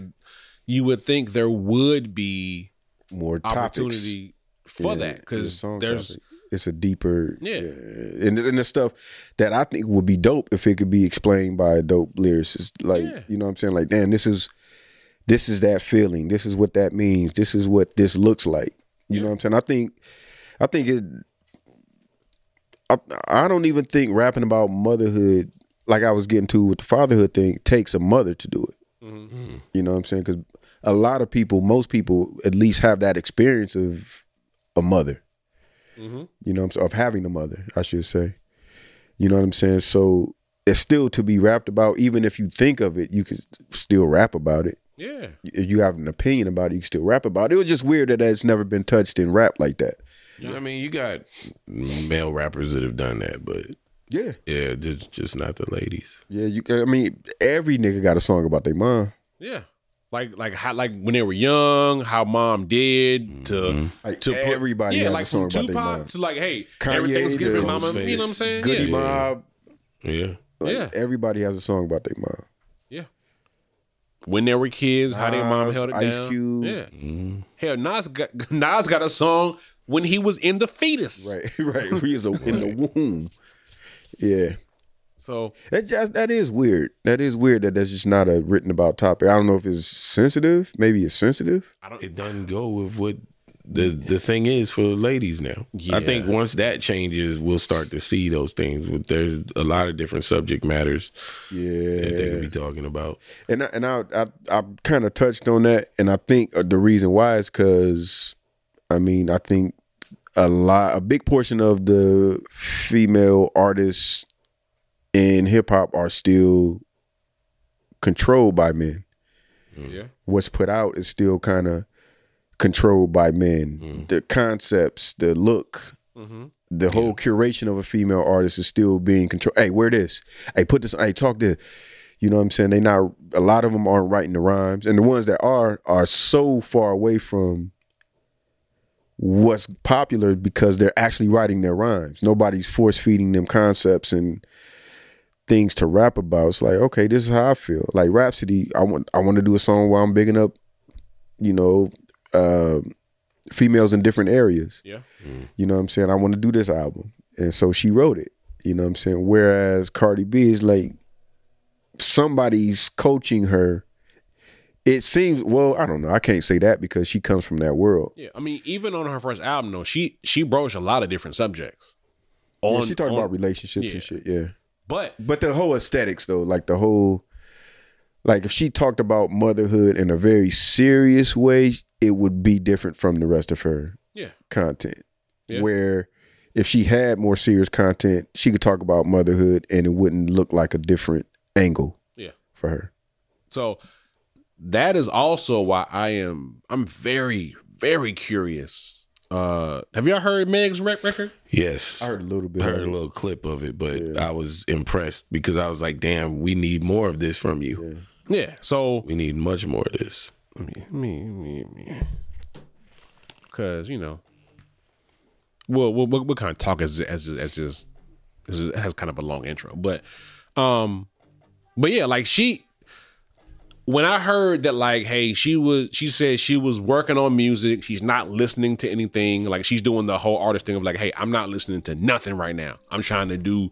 Speaker 3: you would think there would be
Speaker 1: More topics.
Speaker 3: opportunity for
Speaker 1: Yeah,
Speaker 3: that
Speaker 1: it's a
Speaker 3: because
Speaker 1: song
Speaker 3: there's
Speaker 1: topic. it's a deeper
Speaker 3: Yeah.
Speaker 1: and and the stuff that I think would be dope if it could be explained by a dope lyricist like
Speaker 3: Yeah.
Speaker 1: you know what I'm saying like damn this is this is that feeling this is what that means this is what this looks like you know what I'm saying I think I think it I, I don't even think rapping about motherhood like I was getting to with the fatherhood thing takes a mother to do it you know what I'm saying cuz a lot of people most people at least have that experience of a mother you know what I'm saying, of having a mother, I should say. You know what I'm saying? So it's still to be rapped about, even if you think of it, you can still rap about it.
Speaker 3: yeah.
Speaker 1: If you have an opinion about it, you can still rap about it. It was just weird that it's never been touched in rap like that.
Speaker 2: I mean, you got male rappers that have done that, but
Speaker 1: Yeah.
Speaker 2: yeah, just just not the ladies.
Speaker 1: Yeah, you I mean, every nigga got a song about their mom.
Speaker 3: Yeah. Like like how like when they were young, how mom did to
Speaker 1: Mm-hmm. Like,
Speaker 3: to put-
Speaker 1: everybody
Speaker 3: yeah,
Speaker 1: has
Speaker 3: like
Speaker 1: a song
Speaker 3: from
Speaker 1: about their mom.
Speaker 3: Tupac to like hey
Speaker 1: Kanye
Speaker 3: everything's
Speaker 1: to
Speaker 3: giving mama, you know what I'm
Speaker 2: Ghostface,
Speaker 3: saying?
Speaker 1: Goody
Speaker 3: yeah.
Speaker 1: Mob.
Speaker 2: Yeah.
Speaker 1: Like,
Speaker 3: Yeah.
Speaker 1: Everybody has a song about their mom.
Speaker 3: When they were kids, how their mom
Speaker 1: Nas,
Speaker 3: held it
Speaker 1: Ice
Speaker 3: down.
Speaker 1: Cube. Mm-hmm.
Speaker 3: Yeah, hell Nas got [laughs] Nas got a song when he was in the fetus.
Speaker 1: Right, [laughs] right. We is a, in the womb. Yeah.
Speaker 3: So
Speaker 1: That's just that is weird. That is weird that that's just not a written about topic. I don't know if it's sensitive. Maybe it's sensitive.
Speaker 2: I don't, it doesn't go with what the the thing is for the ladies now. I think
Speaker 3: Yeah.
Speaker 2: once that changes, we'll start to see those things. But There's a lot of different subject matters that they
Speaker 1: Yeah,
Speaker 2: could be talking about.
Speaker 1: and I, and I I, I kind of touched on that, and I think uh, the reason why is because, I mean, I think a lot, a big portion of the female artists in hip hop are still controlled by men.
Speaker 3: Yeah.
Speaker 1: what's put out is still kind of controlled by men. The concepts, the look,
Speaker 3: Mm-hmm.
Speaker 1: the whole curation of a female artist is still being controlled. Hey, wear this. Hey, put this. Hey, talk this. You know what I'm saying? They not a lot of them aren't writing the rhymes, and the ones that are are so far away from what's popular because they're actually writing their rhymes. Nobody's force feeding them concepts and things to rap about. It's like, okay, this is how I feel. Like Rhapsody, I want I want to do a song where I'm bigging up, you know, uh, females in different areas.
Speaker 3: Yeah.
Speaker 1: You know what I'm saying? I want to do this album. And so she wrote it. You know what I'm saying? Whereas Cardi B is like somebody's coaching her. It seems well, I don't know. I can't say that because she comes from that world.
Speaker 3: Yeah. I mean, even on her first album, though, she she broached a lot of different subjects.
Speaker 1: Yeah,
Speaker 3: On
Speaker 1: she talked
Speaker 3: on-
Speaker 1: about relationships
Speaker 3: yeah.
Speaker 1: and shit, yeah.
Speaker 3: but
Speaker 1: But the whole aesthetics though, like the whole like if she talked about motherhood in a very serious way, it would be different from the rest of her
Speaker 3: yeah,
Speaker 1: content.
Speaker 3: Yeah.
Speaker 1: Where if she had more serious content, she could talk about motherhood and it wouldn't look like a different angle
Speaker 3: yeah.
Speaker 1: for her.
Speaker 3: So that is also why I am I'm very very curious. Uh Have y'all heard Meg's rec- record?
Speaker 2: Yes,
Speaker 1: I heard a little bit.
Speaker 2: I heard
Speaker 1: of
Speaker 2: a
Speaker 1: it.
Speaker 2: little clip of it, but I was impressed because I was like, "Damn, we need more of this from you.
Speaker 3: Yeah. So
Speaker 2: We need much more of this."
Speaker 3: me me me me. Because you know, we'll we'll, we'll, we'll kind of talk as as as just as it has kind of a long intro, but um, but yeah, like she. When I heard that, like, hey, she was, she said she was working on music. She's not listening to anything. Like, she's doing the whole artist thing of like, hey, I'm not listening to nothing right now. I'm trying to do,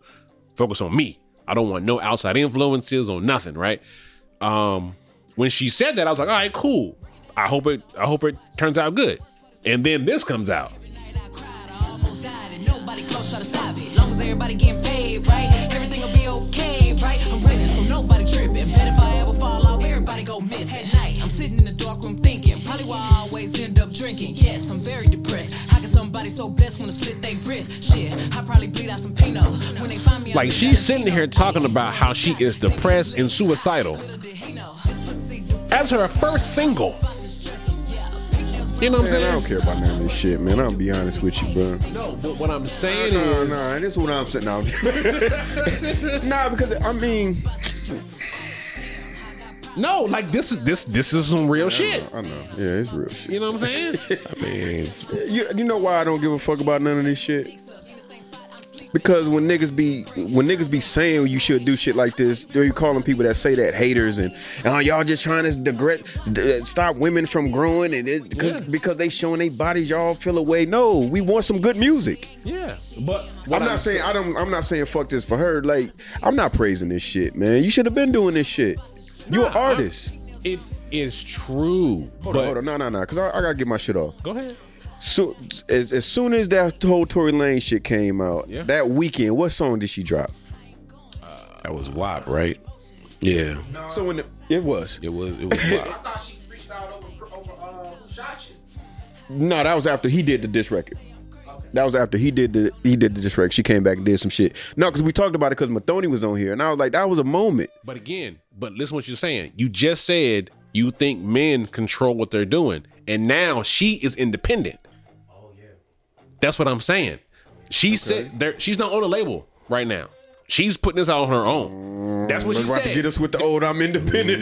Speaker 3: focus on me. I don't want no outside influences or nothing, right? um when she said that i was like all right cool i hope it i hope it turns out good and then this comes out
Speaker 7: night I cried, I almost died, and nobody close tried to stop it. Long as everybody getting paid, right? Everything'll be okay, right? I'm winning, so nobody tripping. Bet if I ever fall off, everybody go miss. At night, I'm sitting in the dark room thinking, probably why I always end up drinking. Yes, I'm very depressed. How can somebody so blessed want to slit their wrist? Shit, I probably bleed out some Pinot when they find me. I'll
Speaker 3: like
Speaker 7: be
Speaker 3: she's
Speaker 7: down in
Speaker 3: sitting here
Speaker 7: Pinot.
Speaker 3: talking about how she is depressed and suicidal
Speaker 7: Little did he know. Pussy about
Speaker 3: as her first single
Speaker 7: to stress him, yeah. Pinot's
Speaker 3: you know what i'm
Speaker 1: Man, I
Speaker 3: saying
Speaker 1: don't care about none of this shit, man. I'm gonna be honest with you, bro.
Speaker 3: no but what i'm saying
Speaker 1: No,
Speaker 3: is
Speaker 1: no, and this is what I'm saying. No. [laughs] nah, because I mean,
Speaker 3: no like this is this this is some real shit
Speaker 1: I know. Yeah, it's real shit.
Speaker 3: you know what i'm
Speaker 1: [laughs]
Speaker 3: saying
Speaker 2: I mean, it's,
Speaker 1: You, you know why I don't give a fuck about none of this shit? Because when niggas be when niggas be saying you should do shit like this, they you calling people that say that haters and oh y'all just trying to degre- d- uh, stop women from growing and it, cause, because they showing their bodies y'all feel away. No, we want some good music.
Speaker 3: yeah but what
Speaker 1: I'm not saying I don't. I'm not saying fuck this for her. Like I'm not praising this shit, man. You should have been doing this shit. You an
Speaker 3: Nah, I'm-
Speaker 1: artist.
Speaker 3: it is true but
Speaker 1: Hold on, hold on, no, no, no, because I, I gotta get my shit off.
Speaker 3: go ahead
Speaker 1: So as, as soon as that whole Tory Lane shit came out
Speaker 3: Yeah.
Speaker 1: that weekend, what song did she drop?
Speaker 2: that was WAP, right? Yeah,
Speaker 1: So when the, it was
Speaker 2: it was. It was
Speaker 4: I
Speaker 2: WAP.
Speaker 4: thought she freestyled over over uh, who shot you.
Speaker 1: no, that was after he did the diss record. That was after he did the he did the diss record. She came back and did some shit. No, because we talked about it because Mathoni was on here, and I was like, that was a moment.
Speaker 3: But again, but listen what you're saying. You just said you think men control what they're doing, and now she is independent. Oh yeah, that's what I'm saying. She said there, she's not on a label right now. She's putting this out on her own. That's what she
Speaker 1: About to
Speaker 3: said.
Speaker 1: get us with the old I'm independent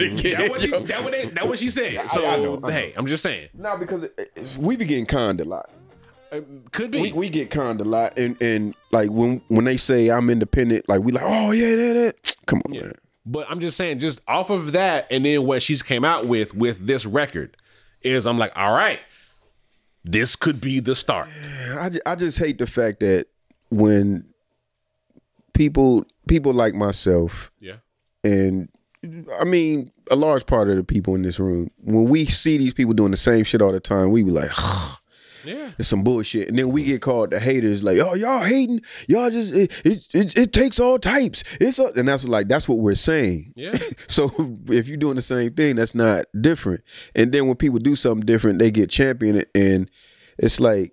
Speaker 3: [laughs] That
Speaker 1: again.
Speaker 3: what she,
Speaker 1: [laughs]
Speaker 3: that what they- that what she said. So hey, I'm just saying,
Speaker 1: No, because it- it- we be getting conned a lot.
Speaker 3: could
Speaker 1: Uh, We,
Speaker 3: be.
Speaker 1: we get conned a lot, and and like when when they say I'm independent, like we like, oh yeah, that that. Come on, man.
Speaker 3: But I'm just saying, just off of that, and then what she's came out with with this record is, I'm like, all right, this could be the start.
Speaker 1: I, ju- I just hate the fact that when people people like myself
Speaker 3: Yeah.
Speaker 1: and I mean a large part of the people in this room when we see these people doing the same shit all the time we be like
Speaker 3: Yeah.
Speaker 1: It's some bullshit. And then we get called the haters, like, oh, y'all hating. Y'all just it it, it, it takes all types. It's all, and that's like that's what we're saying.
Speaker 3: Yeah.
Speaker 1: [laughs] so if you're doing the same thing, that's not different. And then when people do something different, they get championed and it's like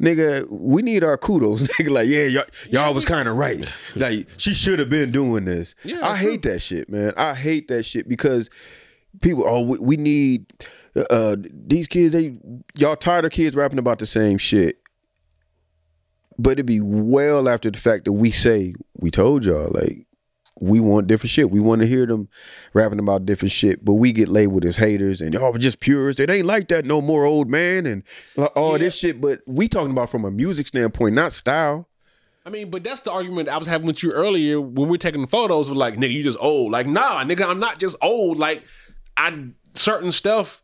Speaker 1: Nigga, we need our kudos. [laughs] Nigga, like, yeah, y'all, y'all was kind of right. Like, she should have been doing this.
Speaker 3: Yeah,
Speaker 1: I hate that shit, man. I hate that shit because people oh we, we need uh these kids they y'all tired of kids rapping about the same shit but it'd be well after the fact that we say we told y'all like we want different shit we want to hear them rapping about different shit but we get labeled as haters and y'all were just purists it ain't like that no more old man and all this shit but we talking about from a music standpoint not style
Speaker 3: I mean, but that's the argument I was having with you earlier when we were taking photos of like, nigga, you just old. Like, nah, nigga, I'm not just old. Like, I certain stuff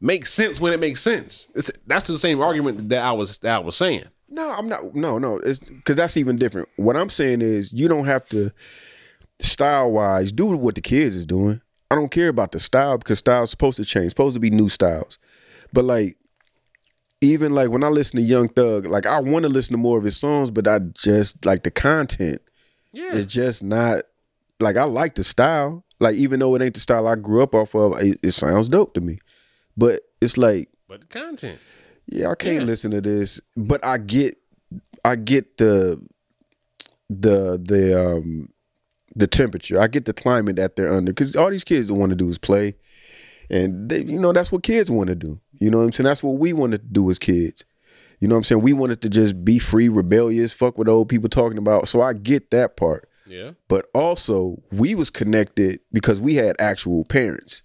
Speaker 3: makes sense when it makes sense. It's, that's the same argument that I was that I was saying.
Speaker 1: No, I'm not. No, no. It's because that's even different. What I'm saying is, you don't have to style wise do what the kids is doing. I don't care about the style because style's supposed to change. Supposed to be new styles, but like even like when I listen to Young Thug, like I want to listen to more of his songs, but I just like the content.
Speaker 3: Yeah.
Speaker 1: It's just not like I like the style. Like even though it ain't the style I grew up off of, it, it sounds dope to me. But it's like
Speaker 3: But the content.
Speaker 1: yeah, I can't listen to this, but I get, I get the, the the um, the temperature. I get the climate that they're under because all these kids want to do is play, and they, you know that's what kids want to do. You know what I'm saying? That's what we wanted to do as kids. You know what I'm saying? We wanted to just be free, rebellious, fuck what old people talking about. So I get that part
Speaker 3: Yeah.
Speaker 1: but also we was connected because we had actual parents.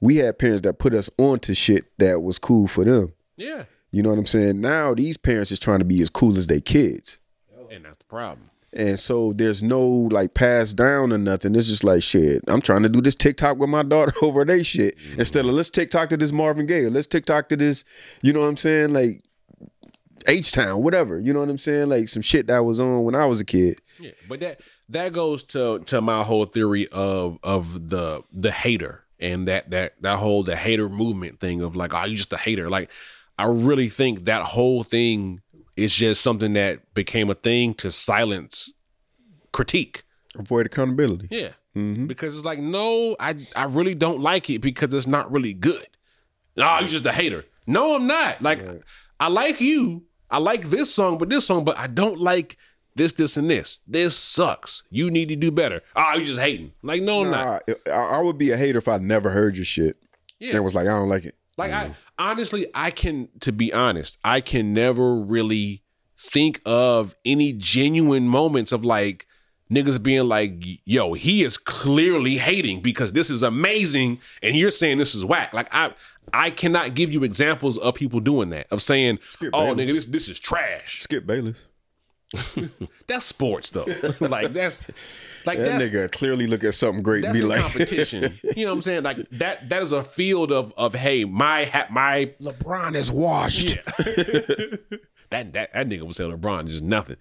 Speaker 1: We had parents that put us onto shit that was cool for them.
Speaker 3: Yeah.
Speaker 1: You know what I'm saying? Now these parents is trying to be as cool as they kids.
Speaker 3: And that's the problem.
Speaker 1: And so there's no like pass down or nothing. It's just like shit. I'm trying to do this TikTok with my [laughs] daughter over they shit instead of let's TikTok to this Marvin Gaye. Or let's TikTok to this. You know what I'm saying? Like H Town, whatever. You know what I'm saying? Like some shit that was on when I was a kid.
Speaker 3: Yeah. But that that goes to to my whole theory of of the the hater and that that that whole the hater movement thing of like, oh, you just a hater. Like, I really think that whole thing is just something that became a thing to silence critique.
Speaker 1: Avoid accountability.
Speaker 3: Yeah. Because it's like, no, I I really don't like it because it's not really good. No, you're just a hater. No, I'm not. Like I like you. I like this song, but this song, but I don't like this, this, and this. This sucks. You need to do better. Oh, you just hating. Like, no, I'm not.
Speaker 1: Nah, I, I would be a hater if I never heard your shit.
Speaker 3: Yeah.
Speaker 1: And was like, I don't like it.
Speaker 3: Like
Speaker 1: Mm.
Speaker 3: I honestly, I can to be honest, I can never really think of any genuine moments of like niggas being like, "Yo, he is clearly hating because this is amazing, and you're saying this is whack." Like I, I cannot give you examples of people doing that of saying,
Speaker 1: Skip
Speaker 3: "Oh,
Speaker 1: Bayless.
Speaker 3: nigga, this this is trash."
Speaker 1: Skip Bayless.
Speaker 3: That's sports though. [laughs] like that's like
Speaker 1: That
Speaker 3: that's
Speaker 1: nigga clearly look at something great and
Speaker 3: that's
Speaker 1: be
Speaker 3: a
Speaker 1: like, [laughs]
Speaker 3: competition. you know what I'm saying? Like that that is a field of of hey, my ha- my
Speaker 1: LeBron is washed.
Speaker 3: Yeah. [laughs] that, that that nigga was saying LeBron is just nothing.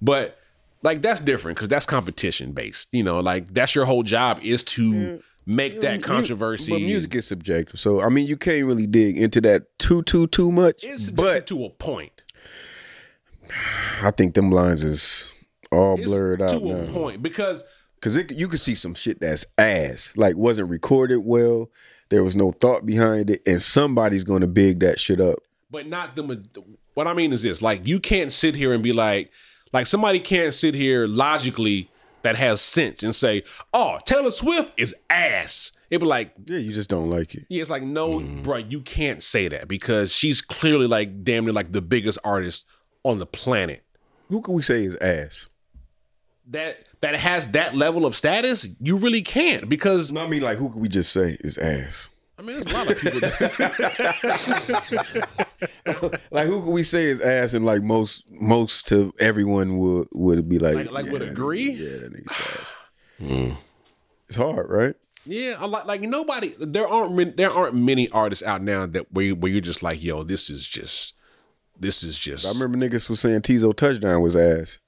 Speaker 3: But like that's different because that's competition based. You know, like that's your whole job is to make that controversy.
Speaker 1: But music is subjective, so I mean, you can't really dig into that too, too, too much.
Speaker 3: is
Speaker 1: but
Speaker 3: but to a point.
Speaker 1: I think them lines is all
Speaker 3: It's
Speaker 1: blurred out
Speaker 3: to a
Speaker 1: now.
Speaker 3: point because
Speaker 1: Cause it, you can see some shit that's ass, like wasn't recorded well. There was no thought behind it, and somebody's gonna big that shit up.
Speaker 3: but not the ma- what I mean is this like you can't sit here and be like like somebody can't sit here logically that has sense and say oh Taylor Swift is ass. It'd be like
Speaker 1: Yeah, you just don't like it.
Speaker 3: Yeah, it's like no, bro, you can't say that because she's clearly like damn near like the biggest artist on the planet.
Speaker 1: Who can we say is ass?
Speaker 3: That that has that level of status, you really can't because
Speaker 1: I mean, like, who could we just say is ass?
Speaker 3: I mean, there's a lot of people. That,
Speaker 1: Like who could we say is ass and like most most to everyone would would be like
Speaker 3: Like- like would
Speaker 1: that nigga-
Speaker 3: agree?
Speaker 1: yeah, that
Speaker 3: [sighs]
Speaker 1: nigga's ass. It's hard, right?
Speaker 3: [laughs] yeah, I like like nobody. There aren't many, there aren't many artists out now that where where you're just like, yo, this is just this is just.
Speaker 1: I remember niggas was saying Tizo touchdown was ass.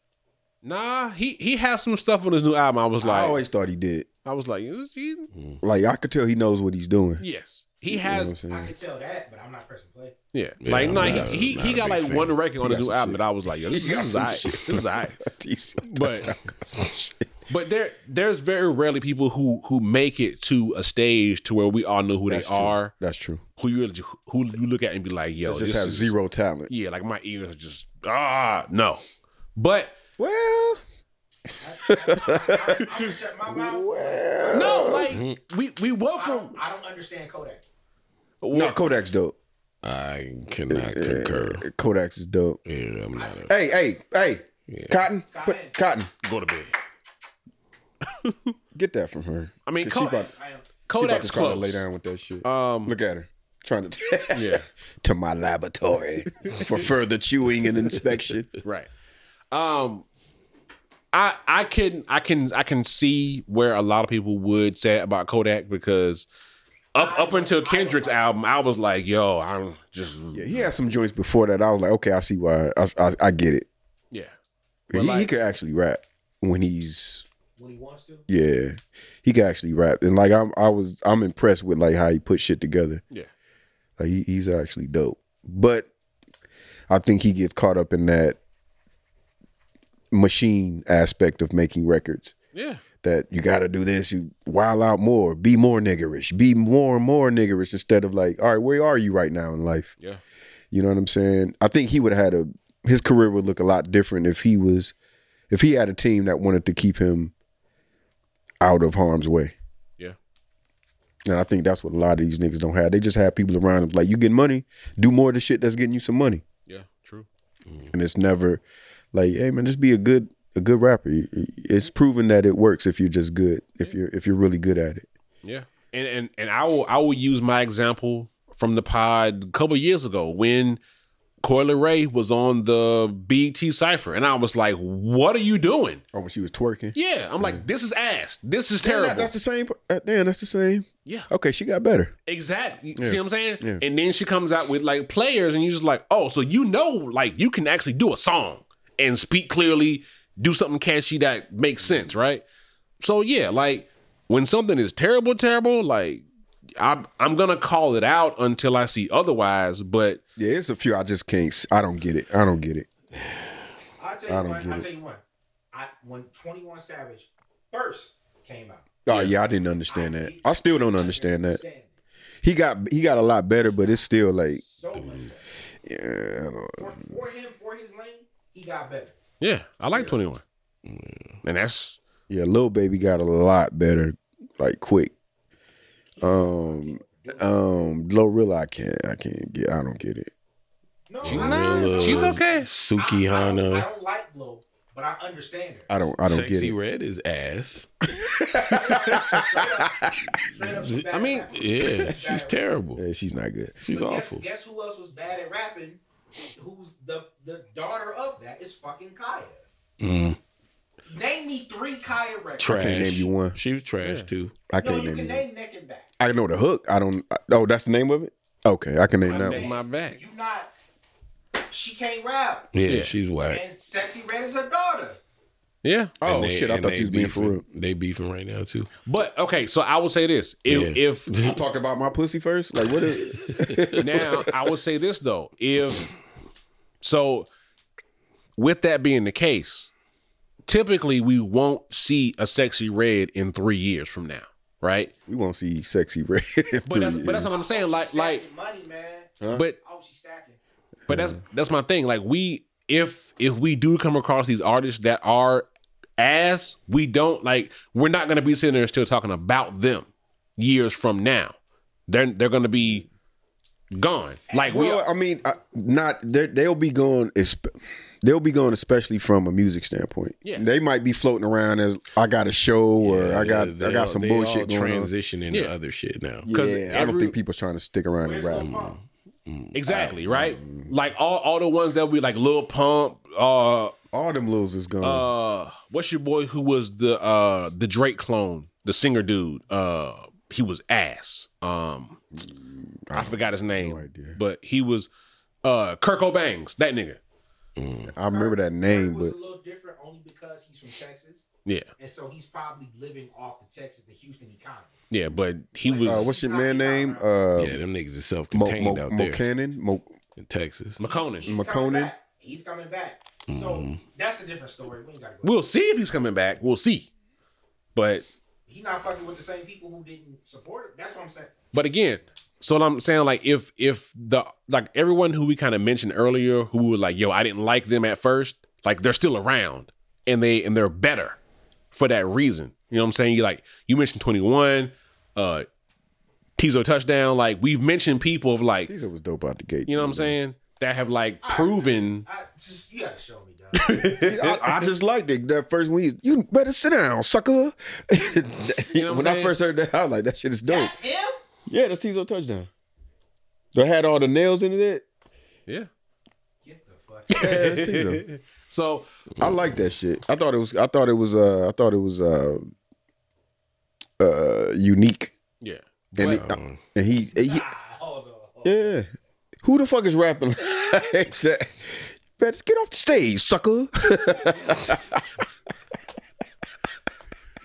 Speaker 3: nah, he he has some stuff on his new album. I was
Speaker 1: I
Speaker 3: like,
Speaker 1: always thought he did.
Speaker 3: I was like, "Is he-"
Speaker 1: Like I could tell he knows what he's doing.
Speaker 3: yes, He has
Speaker 1: You know what I'm saying?
Speaker 4: I can tell that, but I'm not pressing
Speaker 1: [laughs]
Speaker 4: play.
Speaker 3: Yeah, like nah,
Speaker 2: I'm not-
Speaker 3: he he,
Speaker 2: I'm
Speaker 3: he got
Speaker 2: not a big
Speaker 3: like
Speaker 2: fan.
Speaker 3: one record on his new
Speaker 1: some
Speaker 3: album
Speaker 1: shit.
Speaker 3: that I was like, yo, this,
Speaker 1: He got
Speaker 3: this is
Speaker 1: some
Speaker 3: alright,
Speaker 1: shit.
Speaker 3: this is
Speaker 1: [laughs]
Speaker 3: alright.
Speaker 1: These-
Speaker 3: But but there there's very rarely people who who make it to a stage to where we all know who
Speaker 1: That's
Speaker 3: they
Speaker 1: true.
Speaker 3: are,
Speaker 1: That's true.
Speaker 3: who you really- who you look at and be like, yo,
Speaker 1: Just
Speaker 3: this
Speaker 1: have
Speaker 3: is-
Speaker 1: zero talent.
Speaker 3: Yeah, like my ears are just ah no, but
Speaker 1: Well,
Speaker 4: I can shut my mouth.
Speaker 3: no, like
Speaker 1: Mm-hmm.
Speaker 3: we we
Speaker 4: I
Speaker 3: welcome.
Speaker 4: don't, I don't understand Kodak.
Speaker 1: no, Kodak's dope.
Speaker 2: [laughs] I cannot concur.
Speaker 1: Kodak's is dope.
Speaker 2: Yeah, I'm not. A,
Speaker 1: Hey, hey, hey, Cotton, put, Cotton,
Speaker 3: Go to bed.
Speaker 1: get that from her.
Speaker 3: I mean,
Speaker 1: 'Cause
Speaker 3: Ko-
Speaker 1: she about,
Speaker 4: I am.
Speaker 1: she about
Speaker 3: Kodak's
Speaker 1: to try to lay
Speaker 3: close.
Speaker 1: down with that shit.
Speaker 3: Um,
Speaker 1: Look at her trying to [laughs]
Speaker 3: yeah,
Speaker 1: to my laboratory for further chewing and
Speaker 3: [laughs]
Speaker 1: inspection.
Speaker 3: right. Um, I I can I can I can see where a lot of people would say about Kodak because up up until Kendrick's album, I was like, yo, I'm just
Speaker 1: Yeah, he had some joints before that. I was like, okay, I see why. I, I, I get it.
Speaker 3: yeah.
Speaker 1: He,
Speaker 3: But
Speaker 1: he
Speaker 3: like-
Speaker 1: could actually rap when he's
Speaker 4: When he wants to.
Speaker 1: yeah. He could actually rap, and like I'm, I was, I'm impressed with like how he put shit together.
Speaker 3: Yeah.
Speaker 1: Like he, he's actually dope. But I think he gets caught up in that machine aspect of making records.
Speaker 3: Yeah.
Speaker 1: That you got to do this, you wild out more, be more niggerish, be more and more niggerish instead of like, all right, where are you right now in life?
Speaker 3: Yeah.
Speaker 1: You know what I'm saying? I think he would have had a his career would look a lot different if he was if he had a team that wanted to keep him out of harm's way.
Speaker 3: Yeah.
Speaker 1: And I think that's what a lot of these niggas don't have. They just have people around them like you get money, do more of the shit that's getting you some money.
Speaker 3: Yeah. True.
Speaker 1: And it's never like, hey man, just be a good a good rapper. You- you- It's proven that it works if you're just good, if you're if you're really good at it.
Speaker 3: Yeah. And and and I will I will use my example from the pod a couple years ago when Coil Ray was on the BT Cipher, and I was like, "What are you doing?"
Speaker 1: Oh, when she was twerking.
Speaker 3: Yeah, I'm like, "This is ass. This is
Speaker 1: Damn,
Speaker 3: terrible."
Speaker 1: that- that's the same. uh, Damn, that's the same.
Speaker 3: yeah,
Speaker 1: Okay, she got better.
Speaker 3: exactly. You See what I'm saying?
Speaker 1: Yeah.
Speaker 3: And then she comes out with like players, and you're just like, "Oh, so you know, like you can actually do a song and speak clearly, do something catchy that makes sense, right?" So yeah, like when something is terrible, terrible, like I'm I'm gonna call it out until I see otherwise. But
Speaker 1: Yeah, it's a few. I just can't. s- I don't get it. I don't get it.
Speaker 4: I'll tell
Speaker 1: I
Speaker 4: you
Speaker 1: don't
Speaker 4: one.
Speaker 1: get
Speaker 4: I'll
Speaker 1: it.
Speaker 4: tell you one. I when 21 Savage first came out.
Speaker 1: Oh yeah, I didn't understand that. I still don't understand that.
Speaker 4: understand it
Speaker 1: He got he got a lot better, but it's still like
Speaker 4: So much better.
Speaker 1: yeah, I don't
Speaker 4: For, for him, for his lane, he got better.
Speaker 3: yeah, I like 21,
Speaker 1: Mm.
Speaker 3: and that's
Speaker 1: yeah. Lil baby got a lot better, like quick. Um, um, Lil real, I can't, I can't get, I don't get it.
Speaker 4: No, I,
Speaker 2: Glorilla,
Speaker 3: she's okay.
Speaker 2: Suki
Speaker 4: I, don't, I
Speaker 2: Hana.
Speaker 4: don't like Low, but I understand her.
Speaker 1: I don't, I don't get
Speaker 2: Sexy
Speaker 1: it.
Speaker 2: Red is ass.
Speaker 4: Straight up, she's bad
Speaker 2: I
Speaker 4: at
Speaker 2: mean,
Speaker 4: rapping.
Speaker 2: yeah, she's terrible.
Speaker 1: Yeah, she's not good.
Speaker 2: She's
Speaker 4: But
Speaker 2: awful.
Speaker 4: Guess, guess who else was bad at rapping? Who's the the daughter of that is fucking Kaya. Name me three Kaya records.
Speaker 2: Trash.
Speaker 1: name you one.
Speaker 2: She was trash too.
Speaker 1: I
Speaker 4: No,
Speaker 1: can't
Speaker 4: you
Speaker 1: name.
Speaker 4: can
Speaker 1: it.
Speaker 4: name neck and back.
Speaker 1: I know the hook. I don't. I, oh, that's the name of it. Okay, I can name that one.
Speaker 3: my back.
Speaker 4: You not. She can't rap,
Speaker 2: Yeah, she's whack.
Speaker 4: and Sexy Red is her daughter.
Speaker 3: Yeah.
Speaker 1: Oh
Speaker 2: And they-
Speaker 1: shit, I
Speaker 2: and
Speaker 1: thought
Speaker 2: they
Speaker 1: you was being for
Speaker 2: beefing.
Speaker 1: real.
Speaker 2: They beefing right now too.
Speaker 3: But okay, so I will say this: if if
Speaker 1: [laughs] You talked about my pussy first. Like what
Speaker 3: [laughs]
Speaker 1: is?
Speaker 3: now I will say this though. If so with that being the case, typically we won't see a sexy red in three years from now, right?
Speaker 1: we won't see sexy red. [laughs]
Speaker 3: But that's, but that's what I'm saying. Like like
Speaker 4: Stacking money, man.
Speaker 3: but
Speaker 4: Oh, she's stacking.
Speaker 3: but that's that's my thing. Like we if if we do come across these artists that are ass, we don't like we're not gonna be sitting there still talking about them years from now. They're they're gonna be gone. Like we
Speaker 1: Well, I mean, I, not they're- they'll be going. esp- They'll be going, especially from a music standpoint.
Speaker 3: Yes.
Speaker 1: they might be floating around as I got a show or I got
Speaker 2: They
Speaker 1: I
Speaker 2: all-
Speaker 1: got some
Speaker 2: they all
Speaker 1: bullshit going on.
Speaker 2: transitioning to
Speaker 3: Yeah.
Speaker 2: other shit now.
Speaker 1: Yeah,
Speaker 3: 'cause
Speaker 1: I don't
Speaker 3: every-
Speaker 1: think people's trying to stick around and rap.
Speaker 4: Where's Lil Pump?
Speaker 3: Exactly, right? Like all, all the ones that we like Lil Pump, uh
Speaker 1: All them lils is gone.
Speaker 3: uh what's your boy who was the uh the Drake clone, the singer dude. Uh he was ass. Um I forgot his name.
Speaker 1: idea.
Speaker 3: But he was uh Kirk O'Bangs, that nigga.
Speaker 1: I remember that name,
Speaker 4: was
Speaker 1: but
Speaker 4: a little different only because he's from Texas.
Speaker 3: Yeah,
Speaker 4: and so he's probably living off the Texas, the Houston economy.
Speaker 3: yeah, but he was.
Speaker 1: Uh, what's your man name? Uh,
Speaker 2: yeah, them niggas is self
Speaker 1: Mo,
Speaker 2: contained
Speaker 1: Mo,
Speaker 2: out
Speaker 1: Mo
Speaker 2: there
Speaker 1: Cannon. Mo,
Speaker 2: in Texas.
Speaker 3: McConan.
Speaker 4: He's coming
Speaker 1: McConan?
Speaker 4: back. He's coming back.
Speaker 3: Mm-hmm.
Speaker 4: So that's a different story. We ain't gotta go.
Speaker 3: We'll see if he's coming back. We'll see. But
Speaker 4: He's not fucking with the same people who didn't support it. That's what I'm saying.
Speaker 3: But again, so I'm saying like if if the like everyone who we kind of mentioned earlier who were like, yo, I didn't like them at first, like they're still around and they and they're better for that reason. You know what I'm saying? You like you mentioned 21, uh Tizo touchdown, like we've mentioned people of like, you
Speaker 1: Caesar was dope out the gate.
Speaker 3: know what I'm saying, that have like proven
Speaker 4: I just you gotta show me,
Speaker 3: [laughs]
Speaker 4: dog.
Speaker 1: I, I just liked it that first week. You better sit down, sucker. [laughs]
Speaker 3: You know what I'm
Speaker 1: when I
Speaker 3: saying?
Speaker 1: first heard that, I was like, that shit is dope.
Speaker 4: that's him.
Speaker 1: yeah, that's Tizo touchdown. That had all the nails in it.
Speaker 3: Yeah.
Speaker 4: Get the fuck. out.
Speaker 1: Yeah, that's [laughs] Tizo.
Speaker 3: So
Speaker 1: I like that shit. I thought it was. I thought it was. Uh, I thought it was uh, uh, unique.
Speaker 3: yeah.
Speaker 1: And, it- and he, and he-
Speaker 4: Ah, hold on. hold on.
Speaker 1: yeah. Who the fuck is rapping like that? [laughs] Better get off the stage, sucker.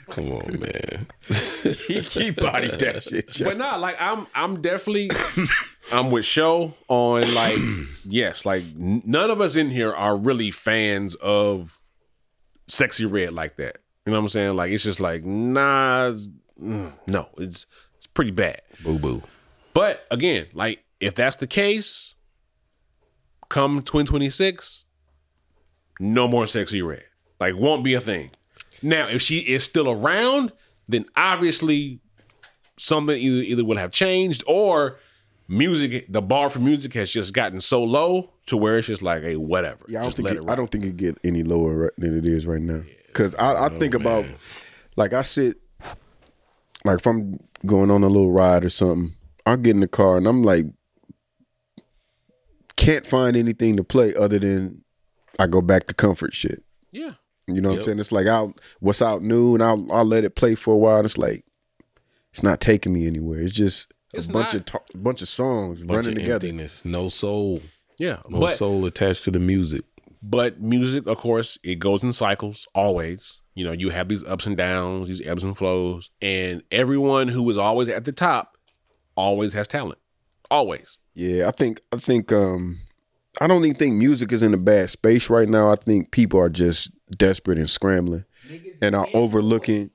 Speaker 2: Come
Speaker 1: [laughs]
Speaker 2: on, man.
Speaker 1: he keep body that shit. yo.
Speaker 3: But nah, like I'm I'm definitely [coughs] I'm with show on like yes, like n- none of us in here are really fans of sexy red like that. You know what I'm saying? Like it's just like nah mm, no, it's it's pretty bad.
Speaker 2: Boo boo.
Speaker 3: But again, like if that's the case, come 2026, no more sexy red. Like won't be a thing. Now, if she is still around, then obviously something either either would have changed or music the bar for music has just gotten so low to where it's just like, hey, whatever.
Speaker 1: Yeah, I don't
Speaker 3: just
Speaker 1: think
Speaker 3: let
Speaker 1: it,
Speaker 3: it
Speaker 1: I
Speaker 3: ride.
Speaker 1: don't think it get any lower right- than it is right now. Cause I, I think about like I sit like if I'm going on a little ride or something, I get in the car and I'm like can't find anything to play other than I go back to comfort shit.
Speaker 3: Yeah.
Speaker 1: You know what I'm saying? It's like I'll what's out new and I'll I'll let it play for a while. And it's like it's not taking me anywhere. It's just
Speaker 3: It's
Speaker 1: a bunch
Speaker 3: not.
Speaker 1: of ta- bunch of songs
Speaker 2: Bunch
Speaker 1: running
Speaker 2: of
Speaker 1: together.
Speaker 2: emptiness. No soul.
Speaker 3: Yeah.
Speaker 2: No
Speaker 3: but
Speaker 2: soul attached to the music.
Speaker 3: But music, of course, it goes in cycles always. You know, you have these ups and downs, these ebbs and flows, and everyone who is always at the top always has talent. Always.
Speaker 1: Yeah, I think I think um I don't even think music is in a bad space right now. I think people are just desperate and scrambling and are overlooking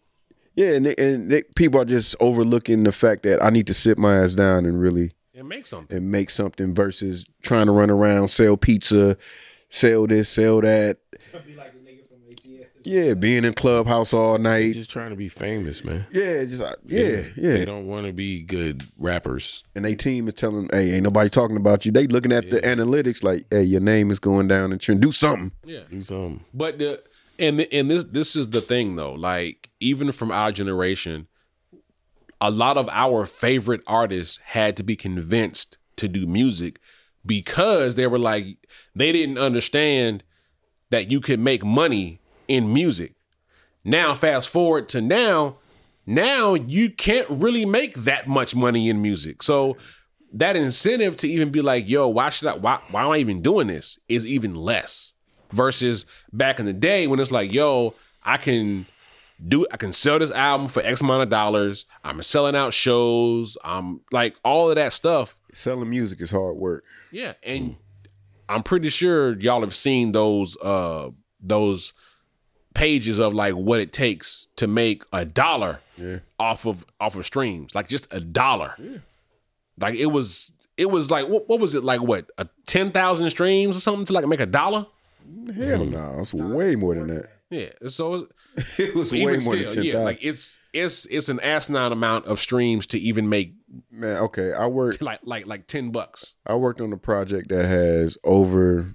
Speaker 1: yeah, and, they, and they, people are just overlooking the fact that I need to sit my ass down and really
Speaker 3: And make something.
Speaker 1: and make something versus trying to run around, sell pizza, sell this, sell that.
Speaker 4: Be like the nigga from ATL.
Speaker 1: Yeah, being in clubhouse all night.
Speaker 2: Just trying to be famous, man.
Speaker 1: Yeah, just uh, yeah, yeah.
Speaker 2: They don't want to be good rappers.
Speaker 1: and they team is telling, them, "Hey, ain't nobody talking about you." They looking at the analytics like, "Hey, your name is going down and trend. Do something."
Speaker 2: Do something.
Speaker 3: But the and and this this is the thing though. Like even from our generation, a lot of our favorite artists had to be convinced to do music because they were like they didn't understand that you could make money in music. Now fast forward to now, now you can't really make that much money in music. So that incentive to even be like, yo, why should I why why am I even doing this is even less versus back in the day when it's like, yo, I can do I can sell this album for X amount of dollars. I'm selling out shows. I'm like all of that stuff.
Speaker 1: Selling music is hard work.
Speaker 3: Yeah, and I'm pretty sure y'all have seen those uh those pages of like what it takes to make a dollar off of off of streams, like just a dollar. Like it was it was like what what was it like what a ten thousand streams or something to like make a dollar.
Speaker 1: Hell no, it's way more than
Speaker 3: [laughs]
Speaker 1: that.
Speaker 3: Yeah, so it's,
Speaker 1: It was way
Speaker 3: even
Speaker 1: more
Speaker 3: still,
Speaker 1: than ten thousand.
Speaker 3: yeah, like it's it's it's an asinine amount of streams to even make [laughs]
Speaker 1: Man, okay, I worked.
Speaker 3: like like like ten bucks.
Speaker 1: I worked on a project that has over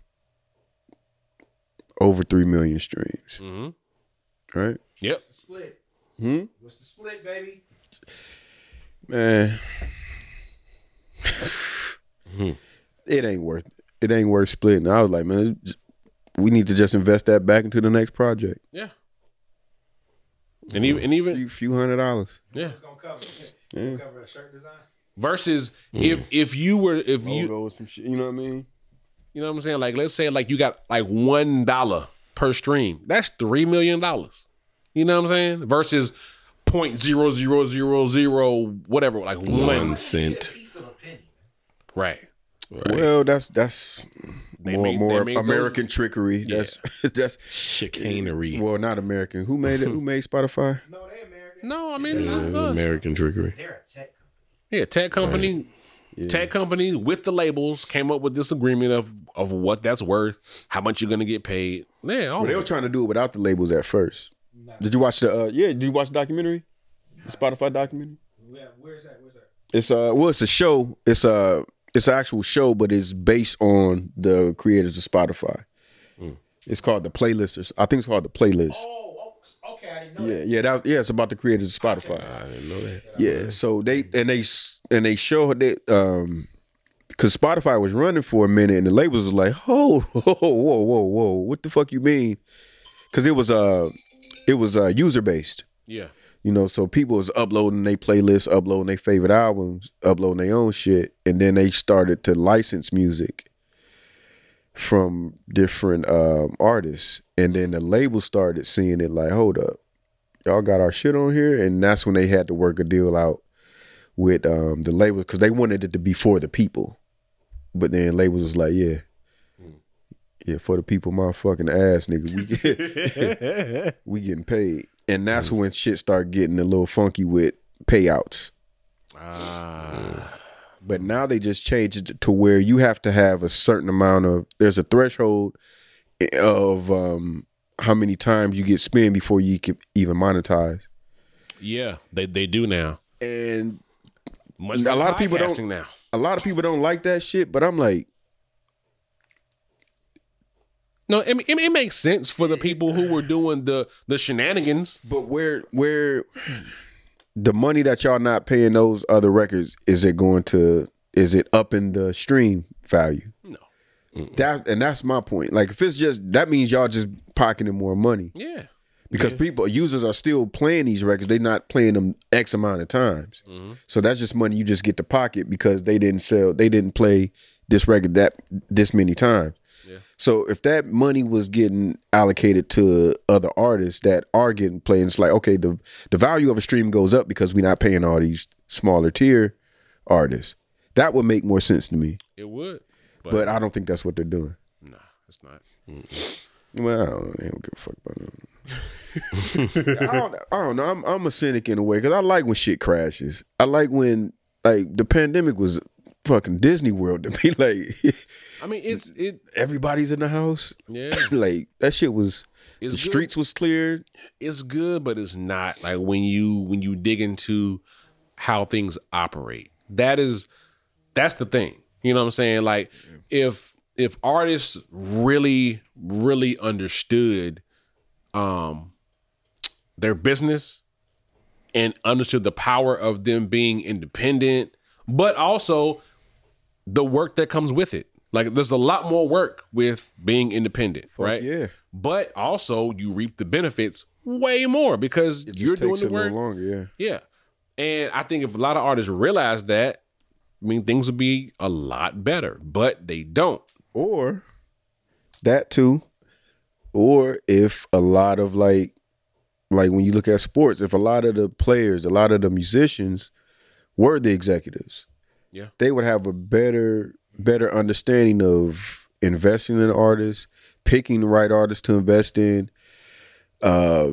Speaker 1: over three million streams.
Speaker 3: Mm-hmm.
Speaker 1: Right,
Speaker 3: Yep.
Speaker 4: Split.
Speaker 1: Hmm?
Speaker 4: What's the split, baby?
Speaker 1: man.
Speaker 3: Hmm.
Speaker 1: It ain't worth. It ain't worth splitting. I was like, man, it's- we need to just invest that back into the next project.
Speaker 3: Yeah. And even and even
Speaker 1: Few, few hundred dollars.
Speaker 3: yeah.
Speaker 4: It's gonna cover. Gonna cover a shirt design.
Speaker 3: versus
Speaker 1: Mm.
Speaker 3: if if you were if you
Speaker 1: Logo or some shit. You know what I mean?
Speaker 3: you know what I'm saying like let's say like you got like one dollar per stream that's three million dollars You know what I'm saying? Versus point zero zero zero zero whatever, like one.
Speaker 2: One cent.
Speaker 4: Piece of a penny.
Speaker 3: Right.
Speaker 1: Well, that's that's more
Speaker 3: make-
Speaker 1: more
Speaker 3: they make those-
Speaker 1: American trickery. That's [laughs] that's
Speaker 2: Chicanery.
Speaker 1: well, not American. Who made it? Who made Spotify?
Speaker 3: [laughs]
Speaker 4: No, they American.
Speaker 3: No, I mean that's us.
Speaker 2: American trickery.
Speaker 4: They're a tech company.
Speaker 3: Yeah, tech company, tech company with the labels came up with this agreement of of what that's worth, how much you're gonna get paid. Yeah, all
Speaker 1: Well, they
Speaker 3: that.
Speaker 1: were trying to do it without the labels at first. Did you watch the? Uh, yeah, did you watch the documentary? The Spotify documentary.
Speaker 4: Yeah, where's that? Where's that?
Speaker 1: It's uh, well, it's a show. It's a it's an actual show, but it's based on the creators of Spotify. It's called the Playlisters. I think it's called the Playlist.
Speaker 4: Oh, oh, okay, I didn't know
Speaker 1: Yeah,
Speaker 4: that.
Speaker 1: yeah, that was, yeah. It's about the creators of Spotify.
Speaker 2: Ah, I didn't know that.
Speaker 1: Yeah, so they and they s- and they showed that um because Spotify was running for a minute and the labels was like, [laughs] oh, whoa, whoa, whoa, whoa, what the fuck you mean? Because it was uh it was uh user based,
Speaker 3: yeah.
Speaker 1: you know. So people was uploading their playlists, uploading their favorite albums, uploading their own shit, and then they started to license music from different um artists, and then the labels started seeing it like, hold up, y'all got our shit on here, and that's when they had to work a deal out with um, the labels because they wanted it to be for the people, but then labels was like, yeah, yeah, for the people, my fucking ass, nigga, we get- [laughs] we getting paid, and that's when shit started getting a little funky with payouts. But now they just changed it to where you have to have a certain amount of there's a threshold eh, of um, how many times you get spent before you can even monetize.
Speaker 3: Yeah. They they do now.
Speaker 1: And
Speaker 3: Much
Speaker 1: A
Speaker 3: like
Speaker 1: lot of people don't-
Speaker 3: podcasting now.
Speaker 1: a lot of people don't like that shit, but I'm like,
Speaker 3: No, it, it, it makes sense for the people who were doing the the shenanigans.
Speaker 1: but where where the money that y'all not paying those other records is it going to is it up in the stream value?
Speaker 3: No.
Speaker 1: That and that's my point. Like if it's just that means y'all just pocketing more money.
Speaker 3: Yeah.
Speaker 1: because people users are still playing these records they're not playing them x amount of times so that's just money you just get to pocket because they didn't sell they didn't play this record that this many times so if that money was getting allocated to other artists that are getting played it's like okay the the value of a stream goes up because we're not paying all these smaller tier artists that would make more sense to me
Speaker 3: It would.
Speaker 1: but, i don't think that's what they're doing
Speaker 3: Nah, it's not.
Speaker 1: Well, I don't, I don't give a fuck about that. [laughs] I, don't, I don't know. I'm I'm a cynic in a way because I like when shit crashes. I like when like the pandemic was fucking Disney World to [laughs] me. Like
Speaker 3: I mean, it's it.
Speaker 1: everybody's in the house.
Speaker 3: Yeah.
Speaker 1: like that shit was.
Speaker 3: It's
Speaker 1: the
Speaker 3: good.
Speaker 1: streets was cleared.
Speaker 3: it's good, but it's not like when you when you dig into how things operate. That is that's the thing. You know what I'm saying? Like if if artists really really understood um their business and understood the power of them being independent, but also the work that comes with it. Like there's a lot more work with being independent, right?
Speaker 1: yeah.
Speaker 3: But also you reap the benefits way more because you're doing
Speaker 1: takes
Speaker 3: the
Speaker 1: a little
Speaker 3: work.
Speaker 1: longer. Yeah.
Speaker 3: Yeah. And I think if a lot of artists realize that, I mean things would be a lot better. But they don't.
Speaker 1: or that too or if a lot of like like when you look at sports if a lot of the players a lot of the musicians were the executives
Speaker 3: Yeah.
Speaker 1: they would have a better better understanding of investing in artists picking the right artists to invest in uh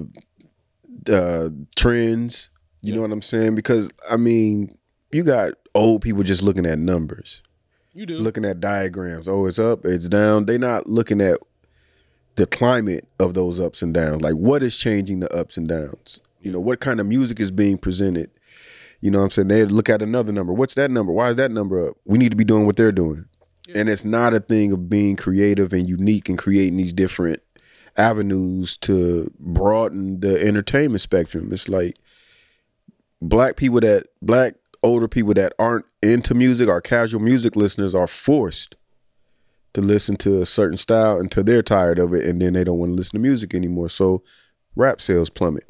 Speaker 1: uh trends you know what i'm saying because i mean you got old people just looking at numbers
Speaker 3: You do.
Speaker 1: looking at diagrams. Oh, it's up, it's down. They're not looking at the climate of those ups and downs. Like what is changing the ups and downs? You know, what kind of music is being presented? You know what I'm saying? They look at another number. What's that number? Why is that number up? We need to be doing what they're doing. And it's not a thing of being creative and unique and creating these different avenues to broaden the entertainment spectrum. It's like black people that black older people that aren't into music or casual music listeners are forced to listen to a certain style until they're tired of it and then they don't want to listen to music anymore. So rap sales plummet.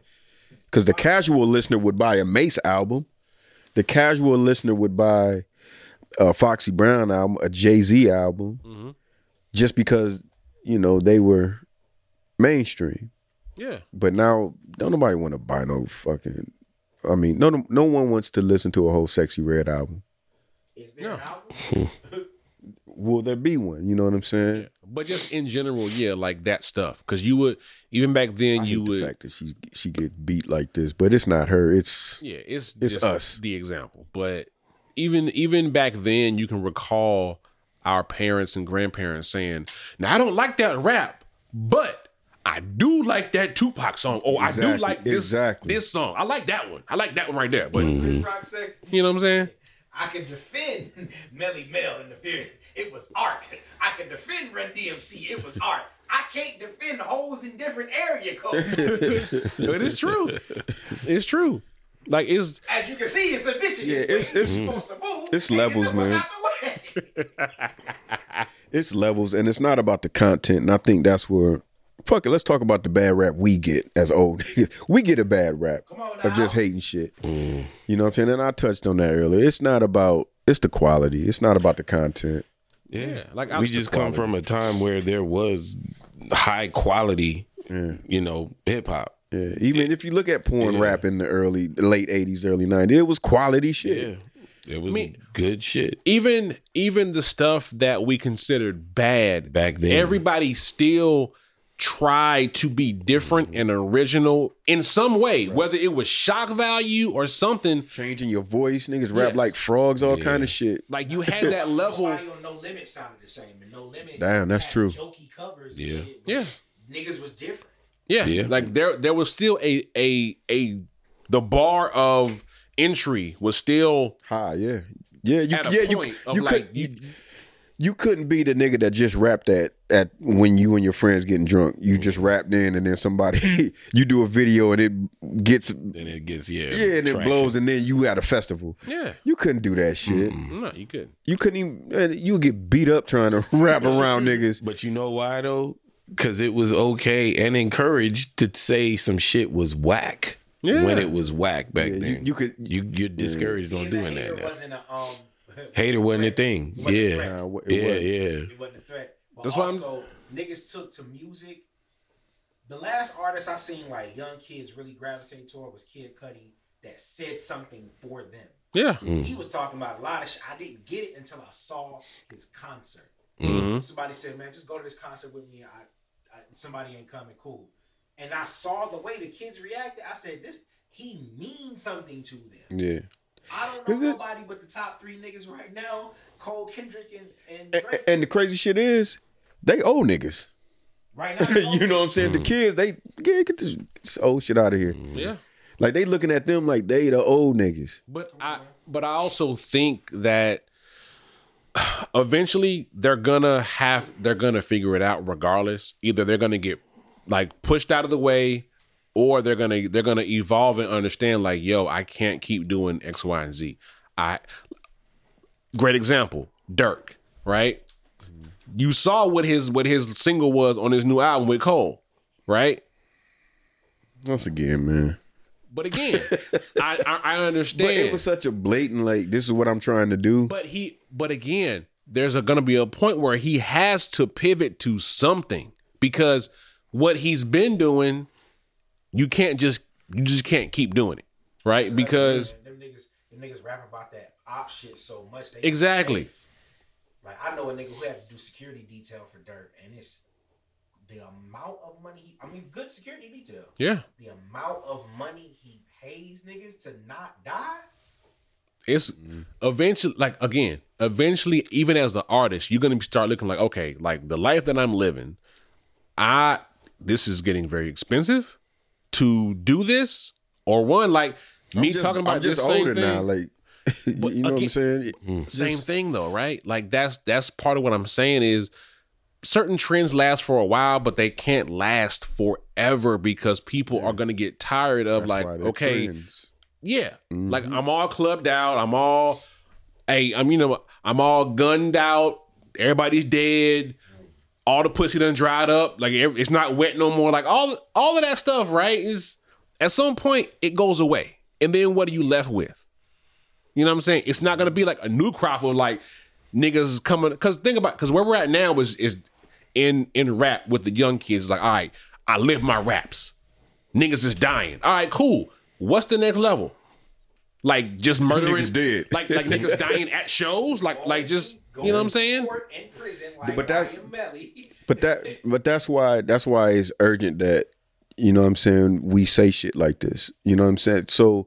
Speaker 1: Cause the casual listener would buy a Mace album. The casual listener would buy a Foxy Brown album, a Jay Z album, just because, you know, they were mainstream.
Speaker 3: Yeah.
Speaker 1: But now, don't nobody want to buy no fucking. I mean, no, no one wants to listen to a whole sexy red album.
Speaker 4: Is there an album?
Speaker 1: Will there be one? You know what I'm saying?
Speaker 3: But just in general, yeah, like that stuff. Because you would even back then,
Speaker 1: I
Speaker 3: you
Speaker 1: hate the
Speaker 3: would.
Speaker 1: fact that she she get beat like this, but it's not her. It's
Speaker 3: Yeah, it's
Speaker 1: It's
Speaker 3: just
Speaker 1: us.
Speaker 3: the example. But even even back then, you can recall our parents and grandparents saying, "Now I don't like that rap, but I do like that Tupac song. Oh, I
Speaker 1: Exactly,
Speaker 3: do like this
Speaker 1: exactly.
Speaker 3: this song. I like that one. I like that one right there." But
Speaker 2: Mm-hmm.
Speaker 4: Chris Rock said,
Speaker 3: you know what I'm saying?
Speaker 4: I can defend [laughs] Melly Mel in the fear. It was art. I can defend Run DMC. It was art. I can't defend holes in different area codes.
Speaker 1: [laughs]
Speaker 3: But it's
Speaker 2: [laughs]
Speaker 3: true. it's true. Like it's
Speaker 4: As you can see, it's a bitch.
Speaker 1: Yeah, it's- it's-
Speaker 4: supposed to move.
Speaker 1: it's
Speaker 4: and get the
Speaker 1: levels,
Speaker 4: fuck
Speaker 1: man.
Speaker 4: out the way.
Speaker 1: it's levels, and it's not about the content. And I think that's where fuck it. Let's talk about the bad rap we get as old. niggas. [laughs] we get a bad rap
Speaker 4: on
Speaker 1: of just
Speaker 4: now.
Speaker 1: hating shit. You know what I'm saying? And I touched on that earlier. It's not about it's the quality. It's not about the content.
Speaker 2: Yeah,
Speaker 3: like
Speaker 2: we
Speaker 3: Oster
Speaker 2: just come from a time where there was high quality, you know, hip hop.
Speaker 1: Yeah, even if you look at porn rap in the early late '80s, early '90s, it was quality shit.
Speaker 2: Yeah, it was good shit.
Speaker 3: even even the stuff that we considered bad
Speaker 2: Back then.
Speaker 3: everybody still tried to be different and original in some way, whether it was shock value or something.
Speaker 1: Changing your voice, niggas rap
Speaker 3: Yes.
Speaker 1: like frogs, all kind of shit.
Speaker 3: Like you had
Speaker 2: [laughs]
Speaker 3: that level.
Speaker 4: Nobody on No Limit sounded the same, and No Limit.
Speaker 1: Damn, that's
Speaker 4: had
Speaker 1: true.
Speaker 4: Jokey covers. and
Speaker 2: Yeah.
Speaker 4: shit, but
Speaker 3: Yeah.
Speaker 4: Niggas was different.
Speaker 3: Yeah.
Speaker 2: Yeah.
Speaker 3: Like there there was still a a a the bar of entry was still
Speaker 1: High, yeah, yeah, you,
Speaker 3: at a
Speaker 1: yeah,
Speaker 3: point
Speaker 1: you,
Speaker 3: of
Speaker 1: you
Speaker 3: like
Speaker 1: could,
Speaker 3: you,
Speaker 1: you, you couldn't be the nigga that just rapped at at when you and your friends getting drunk. You just
Speaker 3: Mm-hmm.
Speaker 1: rapped in, and then somebody [laughs] you do a video and it gets yeah,
Speaker 2: Then it gets yeah,
Speaker 1: and it
Speaker 2: traction.
Speaker 1: blows, and then you at a festival.
Speaker 3: Yeah.
Speaker 1: you couldn't do that shit.
Speaker 3: No, you couldn't.
Speaker 1: You couldn't even. man, You would get beat up trying to [laughs] rap around niggas.
Speaker 2: But you know why though? Because it was okay and encouraged to say some shit was whack
Speaker 3: Yeah.
Speaker 2: when it was whack back
Speaker 1: you-
Speaker 2: then.
Speaker 1: you could-
Speaker 2: you you're discouraged on
Speaker 4: Even
Speaker 2: doing
Speaker 4: the
Speaker 2: that.
Speaker 4: hater
Speaker 2: Now.
Speaker 4: wasn't a um.
Speaker 2: [laughs] Hater wasn't a thing.
Speaker 4: [laughs] Wasn't a threat.
Speaker 2: Yeah,
Speaker 1: Nah, it
Speaker 2: yeah,
Speaker 1: wasn't.
Speaker 2: yeah.
Speaker 4: It wasn't a threat. But
Speaker 3: That's why I'm-
Speaker 4: also, niggas took to music. The last artist I seen like young kids really gravitate toward was Kid Cudi that said something for them.
Speaker 3: Yeah.
Speaker 2: Mm-hmm.
Speaker 4: He was talking about a lot of shit. I didn't get it until I saw his concert. Somebody said, "Man, just go to this concert with me." I, I somebody ain't coming, cool. And I saw the way the kids reacted. I said, "This he means something to them."
Speaker 1: Yeah.
Speaker 4: I don't know
Speaker 1: Is it-
Speaker 4: nobody but the top three niggas right now: Cole, Kendrick, and and Drake.
Speaker 1: And the crazy shit is, they old niggas.
Speaker 4: right now,
Speaker 1: [laughs] you know what I'm
Speaker 3: Mm.
Speaker 1: saying? The kids, they get, get this, this old shit out of here.
Speaker 3: Yeah.
Speaker 1: Like they looking at them like they the old niggas.
Speaker 3: But I but I also think that eventually they're gonna have they're gonna figure it out regardless. Either they're gonna get like pushed out of the way or they're gonna they're gonna evolve and understand like, yo, I can't keep doing X, Y, and Z. I great example, Dirk, right? You saw what his what his single was on his new album with Cole, right?
Speaker 1: Once again, man.
Speaker 3: But
Speaker 1: [laughs]
Speaker 3: again, I, I I understand
Speaker 1: But it was such a blatant like this is what I'm trying to do.
Speaker 3: But he, but again, there's a, gonna be a point where he has to pivot to something because what he's been doing, you can't just you just can't keep doing it, right? Because
Speaker 4: Man, them niggas, them niggas rapping about that op shit so much. They
Speaker 3: exactly,
Speaker 4: Like I know a nigga who had to do security detail for dirt, and it's the amount of money. He, I mean, good security detail.
Speaker 3: yeah,
Speaker 4: The amount of money he pays niggas to not die.
Speaker 3: it's eventually like again, eventually, even as the artist, you're gonna start looking like okay, like the life that I'm living, I this is getting very expensive to do this or one like me
Speaker 1: Just-
Speaker 3: talking about
Speaker 1: I'm just
Speaker 3: this same
Speaker 1: older
Speaker 3: thing.
Speaker 1: now, like [laughs] you know what I'm
Speaker 3: again-
Speaker 1: saying?
Speaker 3: same thing though right like that's that's part of what i'm saying is certain trends last for a while but they can't last forever because people are going to get tired of like
Speaker 1: Why, they're Mm-hmm.
Speaker 3: okay
Speaker 1: trends.
Speaker 3: yeah like i'm all clubbed out i'm all hey i'm you know i'm all gunned out everybody's dead all the pussy done dried up like ev- it's not wet no more like all all of that stuff right is at some point it goes away and then what are you left with you know what I'm saying? It's not gonna be like a new crop of like niggas coming. Cause think about cause where we're at now is is in in rap with the young kids. Like, all right, I live my raps. Niggas is dying. All right, cool. What's the next level? Like just murdering
Speaker 8: Niggas dead.
Speaker 3: Like like
Speaker 8: [laughs]
Speaker 3: niggas dying at shows. Like like just you know what I'm saying.
Speaker 4: Court In prison, like
Speaker 1: But that-
Speaker 4: Ryan Melly.
Speaker 1: But that but that's why that's why it's urgent that you know what I'm saying we say shit like this. You know what I'm saying? So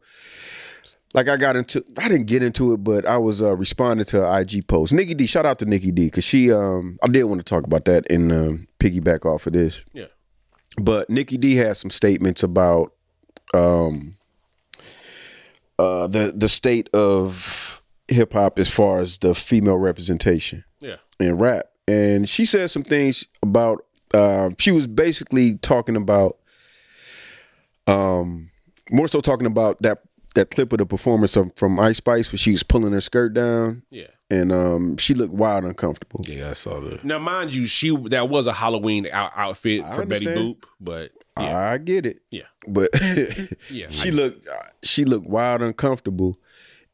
Speaker 1: like I got into I didn't get into it, but I was uh, responding to an IG post. Nikki D, shout out to Nikki D, cause she um I did want to talk about that and um, piggyback off of this.
Speaker 3: Yeah.
Speaker 1: But Nikki D has some statements about um uh the the state of hip hop as far as the female representation
Speaker 3: Yeah.
Speaker 1: and rap. And she said some things about. Uh, she was basically talking about, um, more so talking about that that clip of the performance of, from Ice Spice where she was pulling her skirt down
Speaker 3: Yeah.
Speaker 1: and um, she looked wild uncomfortable.
Speaker 2: Yeah, I saw the.
Speaker 3: Now mind you, she that was a Halloween out- outfit
Speaker 1: I
Speaker 3: for Betty
Speaker 1: understand.
Speaker 3: Boop, but yeah,
Speaker 1: I get it.
Speaker 3: Yeah.
Speaker 1: but [laughs]
Speaker 3: yeah.
Speaker 1: she looked she looked wild uncomfortable,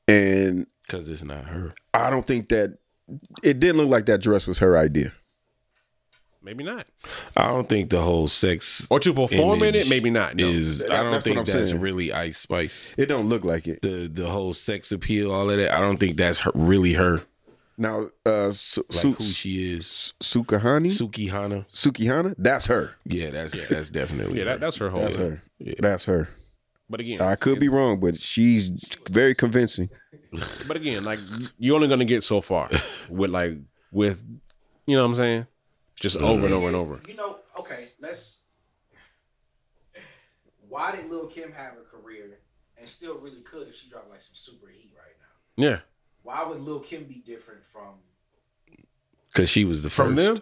Speaker 1: and
Speaker 2: Because it's not her.
Speaker 1: I don't think that it didn't look like that dress was her idea.
Speaker 3: maybe not.
Speaker 2: I don't think the whole sex.
Speaker 3: Or to perform in it,
Speaker 2: image
Speaker 3: maybe not. No.
Speaker 2: Is
Speaker 1: That-
Speaker 2: I don't
Speaker 1: that's what
Speaker 2: think
Speaker 1: I'm
Speaker 2: that's
Speaker 1: saying.
Speaker 2: really Ice Spice.
Speaker 1: It don't look like it.
Speaker 2: The the whole sex appeal, all of that. I don't think that's her, really her.
Speaker 1: Now, uh, Su-
Speaker 2: Like
Speaker 1: Su-
Speaker 2: who she is,
Speaker 1: Sukahani,
Speaker 2: Suki Hana.
Speaker 1: Sukihana, that's her.
Speaker 2: Yeah, that's that's definitely.
Speaker 3: yeah, that, that's her whole.
Speaker 1: That's her. That's her.
Speaker 3: But again,
Speaker 1: I could be wrong, but she's very convincing.
Speaker 3: But again, like you're only gonna get so far with like with you know what I'm saying? Just [laughs] over and over and over.
Speaker 4: You know, okay, let's. Why did Lil Kim have a career and still really could if she dropped like some super heat right now?
Speaker 3: Yeah.
Speaker 4: Why would Lil Kim be different from?
Speaker 2: because she was the first.
Speaker 3: From them?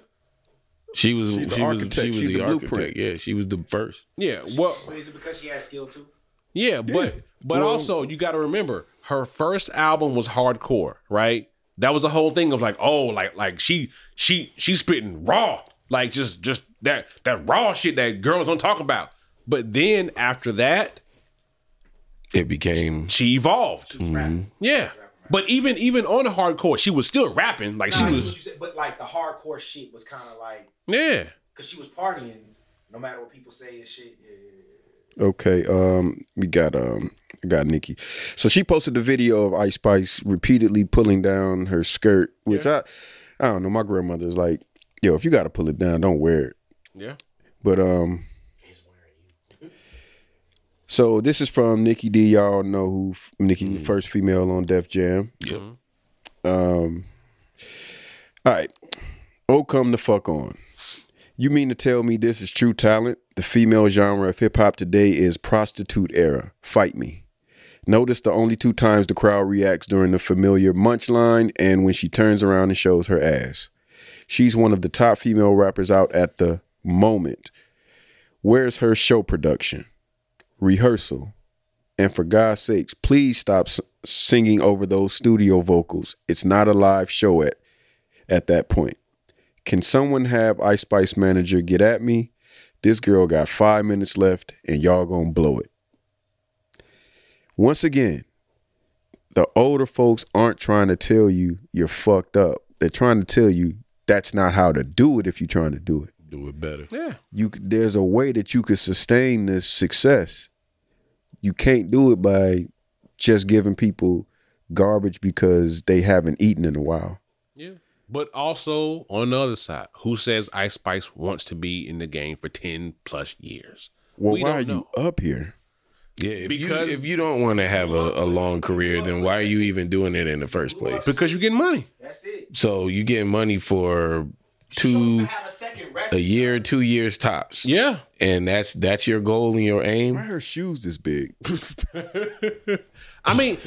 Speaker 2: she was she
Speaker 1: She's the
Speaker 2: was
Speaker 1: architect.
Speaker 2: she was
Speaker 1: She's
Speaker 2: the,
Speaker 1: the
Speaker 2: architect.
Speaker 1: blueprint.
Speaker 2: Yeah, she was the first.
Speaker 3: Yeah. Well
Speaker 4: But is it because she has skill too?
Speaker 3: yeah, but but also you gotta remember her first album was hardcore, right? That was the whole thing of like, oh, like like she she she spitting raw. Like just just that that raw shit that girls don't talk about. But then after that,
Speaker 2: It became
Speaker 3: she evolved.
Speaker 4: Rapping.
Speaker 3: Yeah. But even even on the hardcore, she was still rapping. Like she
Speaker 4: Nah,
Speaker 3: was
Speaker 4: what you said, but like the hardcore shit was kind of like
Speaker 3: Yeah.
Speaker 4: because she was partying, no matter what people say and shit. yeah, yeah, yeah.
Speaker 1: Okay, um, we got um, we got Nikki. So she posted the video of Ice Spice repeatedly pulling down her skirt, which I, I don't know. My grandmother's like, yo, if you got to pull it down, don't wear it.
Speaker 3: Yeah.
Speaker 1: But um, so this is from Nikki D. Y'all know who f- Nikki, the first female on Def Jam.
Speaker 2: Yep.
Speaker 1: Um. All right. Oh, come the fuck on. You mean to tell me this is true talent? The female genre of hip hop today is prostitute era. Fight me. Notice the only two times the crowd reacts during the familiar munch line and when she turns around and shows her ass. She's one of the top female rappers out at the moment. Where's her show production? Rehearsal. And for God's sakes, please stop s- singing over those studio vocals. It's not a live show at at that point. Can someone have Ice Spice manager get at me? This girl got five minutes left, and y'all gonna blow it. Once again, the older folks aren't trying to tell you you're fucked up. They're trying to tell you that's not how to do it if you're trying to do it
Speaker 2: Do it better.
Speaker 1: you c- there's a way that you could sustain this success. You can't do it by just giving people garbage because they haven't eaten in a while.
Speaker 3: Yeah. But also on the other side, who says Ice Spice wants to be in the game for 10 plus years?
Speaker 1: Well,
Speaker 3: We
Speaker 1: why
Speaker 3: don't
Speaker 1: are
Speaker 3: know.
Speaker 1: you up here?
Speaker 2: Yeah, if
Speaker 3: Because-
Speaker 2: you, if you don't want to have a, a long career, then why are you even doing it in the first place?
Speaker 3: Because you get money.
Speaker 4: That's it.
Speaker 2: So you get money for
Speaker 4: Don't
Speaker 2: two
Speaker 4: have a second
Speaker 2: a
Speaker 4: record.
Speaker 2: year, two years tops.
Speaker 3: Yeah.
Speaker 2: and that's that's your goal and your
Speaker 1: Why
Speaker 2: aim.
Speaker 1: her shoes this big?
Speaker 3: [laughs] I mean,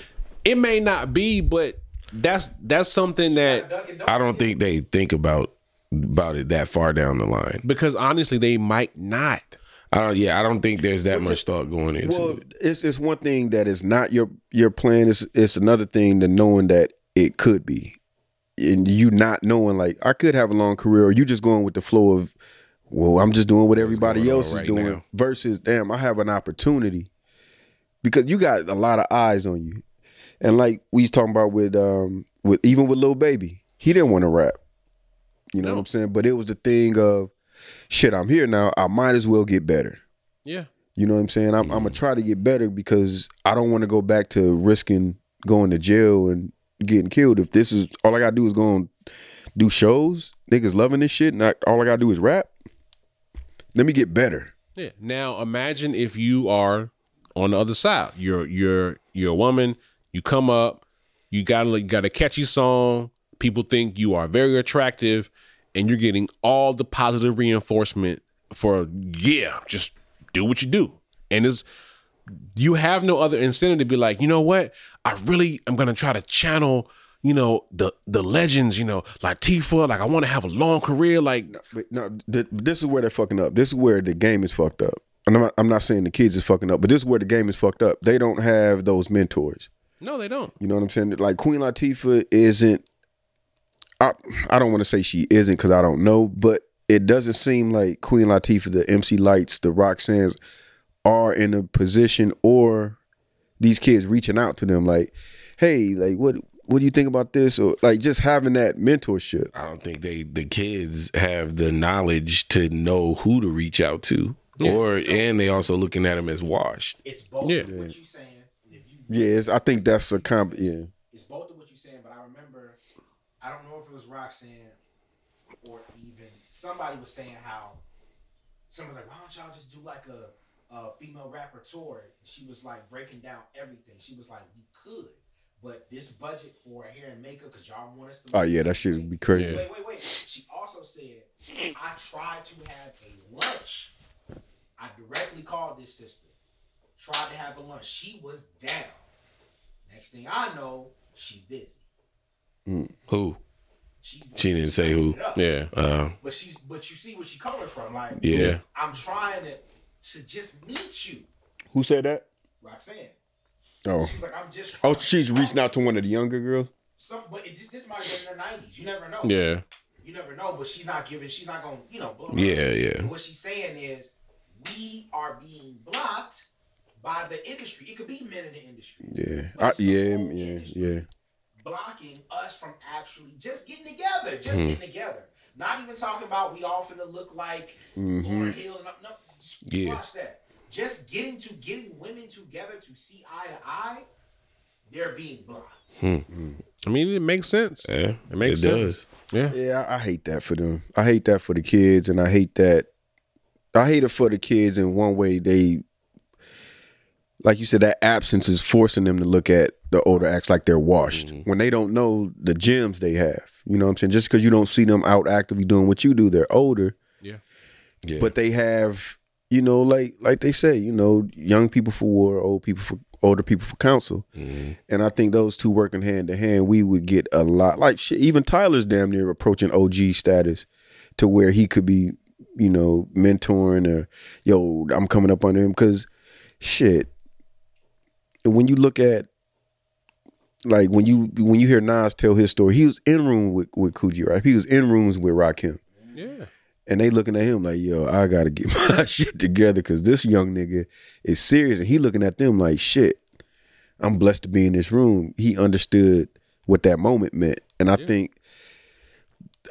Speaker 3: it may not be, but that's that's something that
Speaker 4: Dunkin' Donuts.
Speaker 2: I don't think they think about about it that far down the line.
Speaker 3: because honestly they might not.
Speaker 2: I don't. Yeah, I don't think there's that much thought going into
Speaker 1: Well,
Speaker 2: it.
Speaker 1: it's it's one thing that is not your your plan. It's it's another thing to knowing that it could be, and you not knowing like I could have a long career, or you just going with the flow of, well, I'm just doing what everybody
Speaker 2: going on
Speaker 1: else is
Speaker 2: right
Speaker 1: doing.
Speaker 2: now?
Speaker 1: Versus, damn, I have an opportunity because you got a lot of eyes on you, and like we was talking about with um with even with Lil Baby, he didn't want to rap. You know what I'm saying? But it was the thing of, shit, I'm here now. I might as well get better
Speaker 3: Yeah.
Speaker 1: You know what I'm saying? I'm, I'm gonna try to get better because I don't want to go back to risking going to jail and getting killed. If this is all I gotta do is go and do shows, niggas loving this shit, and I, all I gotta do is rap. Let me get better.
Speaker 3: Yeah. Now imagine if you are on the other side. You're you're you're a woman. You come up. You got you got a catchy song. People think you are very attractive, and you're getting all the positive reinforcement for yeah, just do what you do. And it's you have no other incentive to be like, you know what? I really am gonna try to channel, you know, the the legends, you know, Latifah. Like I want to have a long career. Like
Speaker 1: But no, th- this is where they're fucking up. This is where the game is fucked up. And I'm not, I'm not saying the kids is fucking up, but this is where the game is fucked up. They don't have those mentors.
Speaker 3: no, they don't.
Speaker 1: You know what I'm saying? Like Queen Latifah isn't. I I don't want to say she isn't because I don't know, but it doesn't seem like Queen Latifah, the MC Lights, the Roxanne's, are in a position or these kids reaching out to them like, hey, like what what do you think about this or like just having that mentorship.
Speaker 2: I don't think they the kids have the knowledge to know who to reach out to, or and they also looking at them as washed.
Speaker 4: It's both
Speaker 3: Yeah.
Speaker 4: of what you saying. If you
Speaker 1: Yes, I think that's a comp. Yeah,
Speaker 4: it's both of what you're saying, but I remember, I don't know if it was Roxanne or even somebody was saying how someone's like, why don't y'all just do like a, a female rapper tour? And she was like breaking down everything. She was like, we could, but this budget for hair and makeup, because y'all want us to.
Speaker 1: Oh, yeah, that shit would be crazy.
Speaker 4: Wait, wait, wait. She also said, I tried to have a lunch. I directly called this sister. Tried to have a lunch. She was down. Next thing I know, she busy.
Speaker 2: Who?
Speaker 4: She's
Speaker 2: She didn't say who.
Speaker 4: it up.
Speaker 3: Yeah.
Speaker 2: Uh,
Speaker 4: But she's but you see where she coming from. Like
Speaker 2: yeah.
Speaker 4: I'm trying to to just meet you,
Speaker 1: Who said that?
Speaker 4: Roxanne.
Speaker 1: Oh,
Speaker 4: She's like, I'm just
Speaker 1: oh,
Speaker 4: trying
Speaker 1: she's reaching out to one of the younger girls.
Speaker 4: some but it just this might have been in her nineties. You never know.
Speaker 3: Yeah.
Speaker 4: You never know, but she's not giving she's not gonna, you know, blow her
Speaker 2: Yeah. Yeah.
Speaker 4: What she's saying is, we are being blocked by the industry. It could be men in the industry.
Speaker 1: Yeah,
Speaker 4: But
Speaker 1: I,
Speaker 4: it's the
Speaker 1: yeah,
Speaker 4: whole
Speaker 1: yeah,
Speaker 4: industry
Speaker 1: yeah.
Speaker 4: Blocking us from actually just getting together, just
Speaker 1: Hmm.
Speaker 4: getting together. Not even talking about we all finna look like
Speaker 1: Mm-hmm.
Speaker 4: Lauren Hill. And, no, just
Speaker 2: Yeah.
Speaker 4: watch that. Just getting to getting women together to see eye to eye. They're being blocked.
Speaker 3: I mean, it makes sense.
Speaker 2: Yeah.
Speaker 3: It makes sense. Yeah.
Speaker 1: Yeah, I, I hate that for them. I hate that for the kids, and I hate that. I hate it for the kids in one way. They, like you said, that absence is forcing them to look at the older acts like they're washed when they don't know the gems they have. You know what I'm saying? Just because you don't see them out actively doing what you do, they're older.
Speaker 2: Yeah.
Speaker 1: but they have you know like like they say you know young people for war old people for older people for counsel and i think those two working hand to hand we would get a lot like shit, even tyler's damn near approaching og status to where he could be you know mentoring or yo i'm coming up under him because shit when you look at like when you when you hear Nas tell his story, he was in room with with Coogee, right? He was in rooms with Rakim
Speaker 3: Yeah.
Speaker 1: and they looking at him like, yo, I gotta get [laughs] my shit together because this young nigga is serious, and he looking at them like, shit, I'm blessed to be in this room. He understood what that moment meant, and I think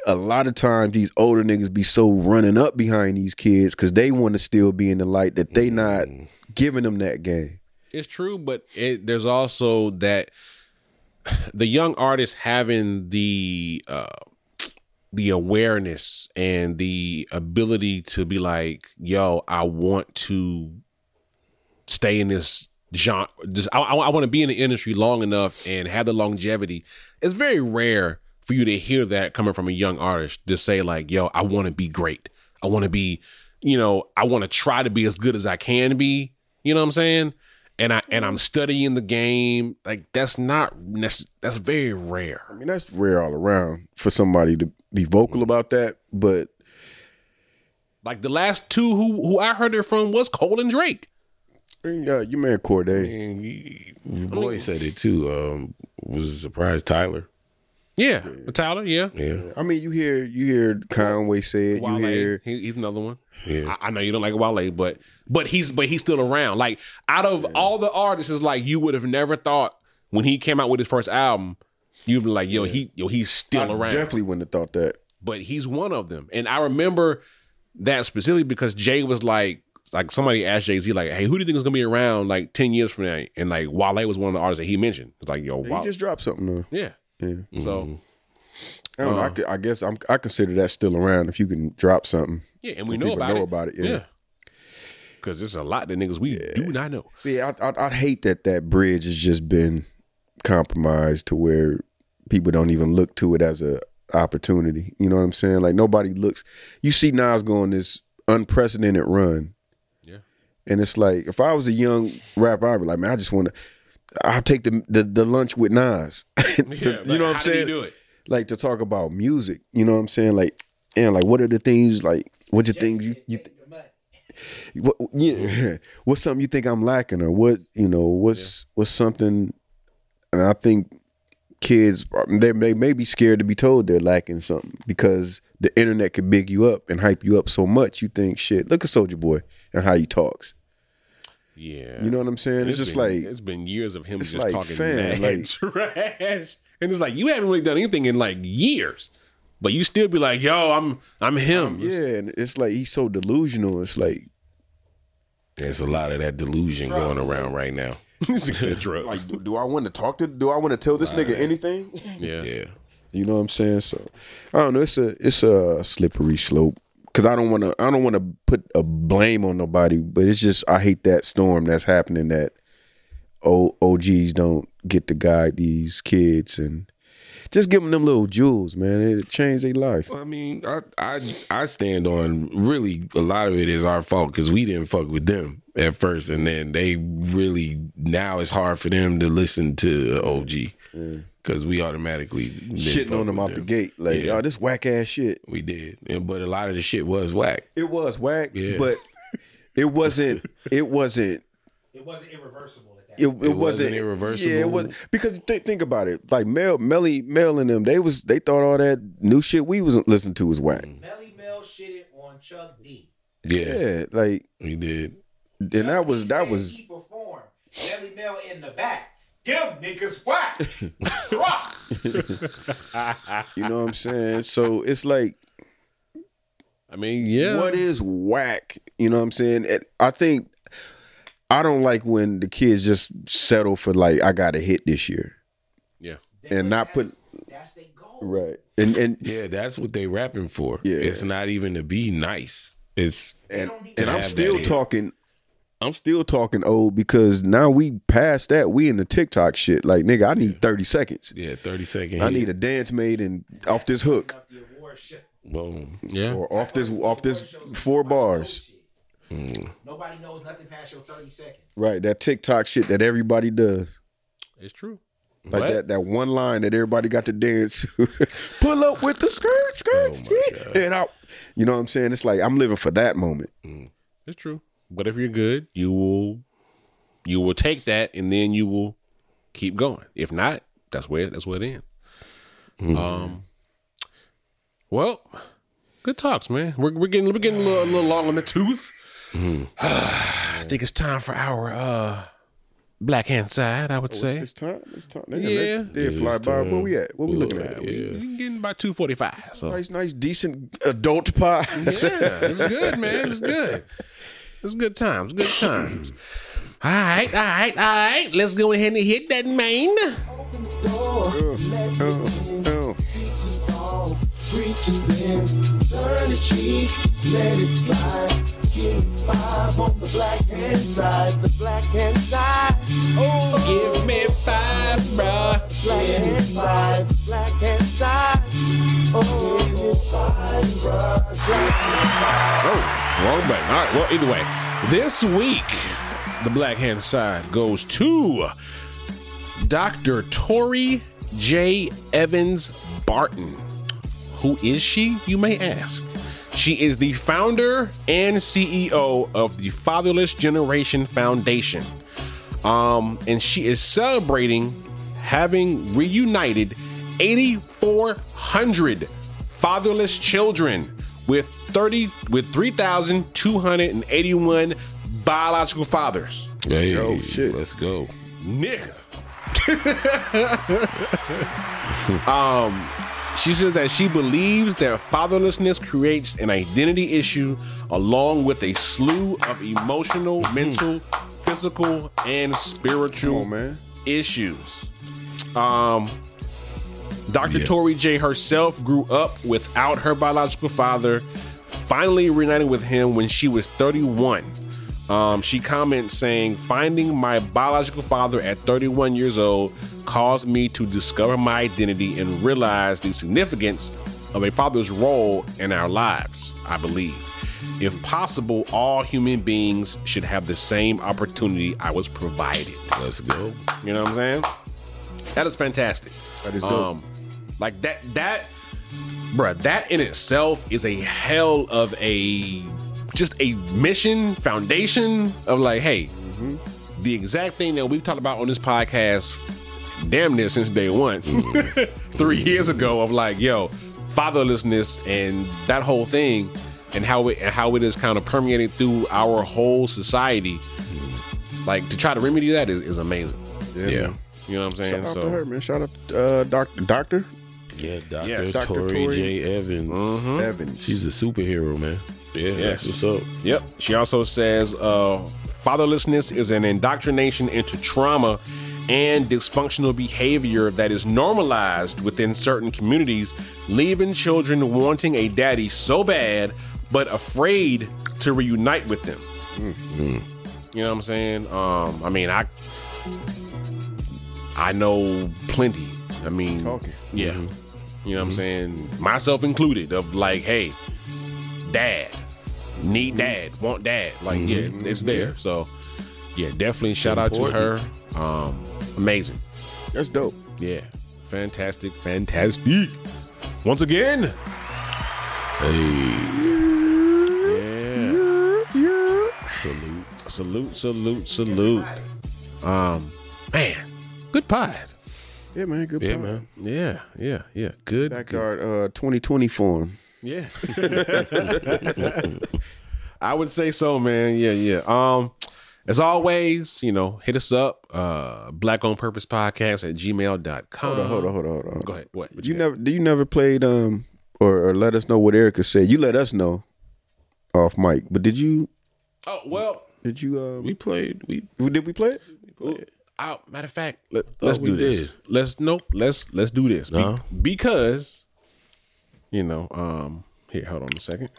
Speaker 1: a lot of times these older niggas be so running up behind these kids because they want to still be in the light that they not giving them that game.
Speaker 3: It's true, but it, there's also that the young artists having the uh, the awareness and the ability to be like, "Yo, I want to stay in this genre. Just I, want to be in the industry long enough and have the longevity." It's very rare for you to hear that coming from a young artist to say like, "Yo, I want to be great. I want to be, you know, I want to try to be as good as I can be." You know what I'm saying? And I and I'm studying the game. Like that's not that's, that's very
Speaker 1: I
Speaker 3: rare.
Speaker 1: mean, that's rare all around for somebody to be vocal about that, but
Speaker 3: Like the last two who who I heard it from was Cole and Drake.
Speaker 1: yeah, you man Corday.
Speaker 2: And you- your boy said it too. Um, was surprised Tyler.
Speaker 3: Yeah, Tyler. Yeah,
Speaker 2: Yeah.
Speaker 1: I mean, you hear you hear Conway say it. You
Speaker 3: Wale.
Speaker 1: hear
Speaker 3: He, he's another one.
Speaker 2: Yeah.
Speaker 3: I, I know you don't like Wale, but but he's but he's still around. Like out of all the artists, is like you would have never thought when he came out with his first album, you'd be like, yo, he yo he's still around.
Speaker 1: Definitely wouldn't have thought that.
Speaker 3: but he's one of them. And I remember that specifically because Jay was like, like somebody asked Jay Z like, "Hey, who do you think is gonna be around like ten years from now?" And like Wale was one of the artists that he mentioned. It's like, yo, Wale,
Speaker 1: He just Mm-hmm. dropped something though.
Speaker 3: yeah.
Speaker 1: Yeah.
Speaker 3: So
Speaker 1: I, don't know,
Speaker 3: Uh-huh.
Speaker 1: I, could- I guess I'm, I consider that still around if you can drop something.
Speaker 3: yeah, and we
Speaker 1: If
Speaker 3: know
Speaker 1: people
Speaker 3: about,
Speaker 1: know
Speaker 3: it.
Speaker 1: about it, yeah.
Speaker 3: Because there's a lot that niggas we do not know.
Speaker 1: Yeah, I, I, I hate that that bridge has just been compromised to where people don't even look to it as a opportunity. You know what I'm saying? Like nobody looks. You see Nas going this unprecedented run.
Speaker 3: Yeah.
Speaker 1: And it's like if I was a young rapper, I'd be like, man, I just want to. I'll take the, the the lunch with Nas. [laughs]
Speaker 3: Yeah,
Speaker 1: you know what I'm
Speaker 3: how
Speaker 1: saying?
Speaker 3: Did he do it?
Speaker 1: like to talk about music. You know what I'm saying? Like and like what are the things like what you think you, you
Speaker 4: Take your money.
Speaker 1: [laughs] what yeah what's something you think I'm lacking or what you know what's what's something and I think kids are- they may, may be scared to be told they're lacking something because the internet can big you up and hype you up so much you think shit look at soldier boy and how he talks
Speaker 3: Yeah.
Speaker 1: you know what I'm saying
Speaker 3: And
Speaker 1: it's, just
Speaker 3: been-
Speaker 1: like
Speaker 3: it's been years of him
Speaker 1: it's
Speaker 3: just
Speaker 1: like,
Speaker 3: talking
Speaker 1: fam,
Speaker 3: mad [laughs]
Speaker 1: like-
Speaker 3: trash, and it's like you haven't really done anything in like years, but you still be like, "Yo, I'm I'm him."
Speaker 1: yeah and it's like he's so delusional it's like
Speaker 2: There's a lot of that delusion going around right now.
Speaker 3: [laughs] This nigga
Speaker 1: [laughs]
Speaker 3: said drugs.
Speaker 1: do, do I want to talk to do I want to tell this nigga anything
Speaker 3: yeah.
Speaker 2: Yeah.
Speaker 1: You know what I'm saying? So I don't know. It's a it's a slippery slope because I don't want to I don't want to put a blame on nobody, but it's just I hate that storm that's happening that o, OGs don't get to guide these kids and just give them them little jewels, man. It'll change their life.
Speaker 2: I mean, I, I I stand on really a lot of it is our fault because we didn't fuck with them at first, and then they really now it's hard for them to listen to OG because we automatically didn't
Speaker 1: Mm. Shitting
Speaker 2: fuck
Speaker 1: on them
Speaker 2: with
Speaker 1: out the gate, like
Speaker 2: Yeah.
Speaker 1: oh, this whack ass shit.
Speaker 2: We did, and, but a lot of the shit was whack.
Speaker 1: It was whack,
Speaker 2: Yeah.
Speaker 1: but it wasn't. It wasn't
Speaker 4: It wasn't irreversible at that.
Speaker 1: it, it,
Speaker 2: wasn't
Speaker 1: wasn't,
Speaker 2: irreversible.
Speaker 1: Yeah, it was because th- think about it. Like Mel, Melly, Mel, and them, they was they thought all that new shit we was listening to was whack.
Speaker 4: Melly Mel shitted on Chuck D.
Speaker 2: Yeah,
Speaker 1: Yeah, like
Speaker 2: we did.
Speaker 1: and
Speaker 4: Chuck
Speaker 1: that
Speaker 4: D
Speaker 1: was that
Speaker 4: said
Speaker 1: was
Speaker 4: He performed. Melly Mel in the back. Them
Speaker 1: [laughs]
Speaker 4: niggas whack. Rock.
Speaker 1: you know what I'm saying. So it's like
Speaker 3: I mean, yeah.
Speaker 1: what is whack? You know what I'm saying. And I think I don't like when the kids just settle for like I got a hit this year
Speaker 3: yeah.
Speaker 1: and not put
Speaker 4: That's, that's their goal.
Speaker 1: right and and
Speaker 2: Yeah, that's what they rapping for.
Speaker 1: Yeah.
Speaker 2: It's not even to be nice. It's
Speaker 1: and,
Speaker 4: don't need
Speaker 1: and
Speaker 4: to
Speaker 1: I'm
Speaker 2: have that
Speaker 1: still
Speaker 2: hit.
Speaker 1: talking. I'm still talking old because now we past that. We in the TikTok shit. Like nigga, I need thirty seconds.
Speaker 2: yeah, thirty second.
Speaker 1: I need a dance made and off this hook
Speaker 4: Up the award show.
Speaker 2: boom.
Speaker 3: Yeah.
Speaker 1: or off this off this
Speaker 4: Award shows,
Speaker 1: four
Speaker 4: nobody knows
Speaker 1: bars.
Speaker 4: shit. Nobody knows nothing past your 30 seconds.
Speaker 1: Right, that TikTok shit that everybody does.
Speaker 3: It's true.
Speaker 1: Like
Speaker 3: What?
Speaker 1: that that one line that everybody got to dance. [laughs] to. Pull up with the skirt, skirt, skirt, and out. You know what I'm saying? It's like I'm living for that moment.
Speaker 3: It's true. But if you're good, you will you will take that and then you will keep going. If not, that's where that's where it ends. Um Well, good talks, man. We're we're getting we're getting a little, a little long in the tooth. [sighs] I think it's time for our uh black hand side, I would say.
Speaker 1: It's time. It's time.
Speaker 3: Yeah.
Speaker 1: They, they fly by. Where we at? What we looking at?
Speaker 3: We can get in by two forty five. So
Speaker 1: Nice, nice, decent adult pie.
Speaker 3: Yeah, it's good, man. It's good. It's good times. Good times. All right, all right, all right. Let's go ahead and hit that main.
Speaker 1: Oh,
Speaker 3: Give me five, bruh. Oh, wrong button. All right. Well, either way, this week the black hand side goes to Dr. Tori J. Evans Barton. Who is she? You may ask. She is the founder and CEO of the Fatherless Generation Foundation. Um, and she is celebrating having reunited 8,400 fatherless children with 30 with 3,281 biological fathers.
Speaker 2: Hey,
Speaker 1: Oh, shit.
Speaker 2: Let's go.
Speaker 3: Nigga. [laughs] um, She says that she believes that fatherlessness creates an identity issue along with a slew of emotional,
Speaker 8: Mm-hmm.
Speaker 3: mental, physical, and spiritual
Speaker 8: on, man.
Speaker 3: issues. Um, Dr. Tori J herself grew up without her biological father, finally reuniting with him when she was 31. Um, she comments saying, Finding my biological father at 31 years old caused me to discover my identity and realize the significance of a father's role in our lives, I believe. If possible, all human beings should have the same opportunity I was provided.
Speaker 2: Let's go.
Speaker 3: You know what I'm saying? That is fantastic.
Speaker 8: That is dope.
Speaker 3: Um, like that that bruh, that in itself is a hell of a just a mission foundation of like, hey,
Speaker 8: Mm-hmm.
Speaker 3: the exact thing that we've talked about on this podcast damn near since day one,
Speaker 8: Mm-hmm.
Speaker 3: [laughs] three years ago of like, yo, fatherlessness and that whole thing and how it and how it is kind of permeated through our whole society.
Speaker 8: Mm-hmm.
Speaker 3: Like to try to remedy that is, is amazing.
Speaker 2: Yeah.
Speaker 3: You know what I'm saying?
Speaker 8: Shout out
Speaker 3: so
Speaker 8: to her, man. Shout out to uh, doctor, doctor
Speaker 2: Yeah, Dr.
Speaker 3: Yes,
Speaker 8: Dr.
Speaker 2: Tori,
Speaker 8: Tori.
Speaker 2: J. Evans.
Speaker 8: Evans.
Speaker 2: She's a superhero, man. Yeah,
Speaker 3: Mm-hmm. Yes.
Speaker 2: that's what's up.
Speaker 3: Yep. She also says uh, fatherlessness is an indoctrination into trauma and dysfunctional behavior that is normalized within certain communities, leaving children wanting a daddy so bad but afraid to reunite with them. You know what I'm saying? Um, I mean, I I know plenty. I mean,
Speaker 8: Talking.
Speaker 3: yeah. You know what I'm saying? Myself included, of like, hey, dad, need dad, want dad. Like, yeah, it's there. So, yeah, definitely shout out to her. Um, amazing.
Speaker 8: That's dope.
Speaker 3: Yeah. Fantastic, fantastic. Once again,
Speaker 2: Hey,
Speaker 3: yeah.
Speaker 2: salute.
Speaker 3: Salute, salute, salute. Um, man, good pod.
Speaker 8: Yeah, man. Good.
Speaker 2: Yeah,
Speaker 8: point.
Speaker 2: man.
Speaker 3: Yeah, yeah, yeah. Good.
Speaker 8: Backyard uh, 2020 form.
Speaker 3: Yeah. I would say so, man. Yeah, yeah. Um, as always, you know, hit us up, uh, black on purpose podcast at gmail.com.
Speaker 8: Hold on, hold on, hold on, hold on.
Speaker 3: Go ahead. What?
Speaker 8: Uh, You never, do you never played um or, or let us know what Erica said? You let us know off mic, but did you
Speaker 3: Oh, well,
Speaker 8: did you um
Speaker 2: We played. We
Speaker 8: did we play it?
Speaker 3: I, matter of fact, oh, let, us
Speaker 2: we
Speaker 3: do this.
Speaker 2: did.
Speaker 3: Let's nope. Let's let's do this. Be-
Speaker 2: No.
Speaker 3: because you know, um here, hold on a second.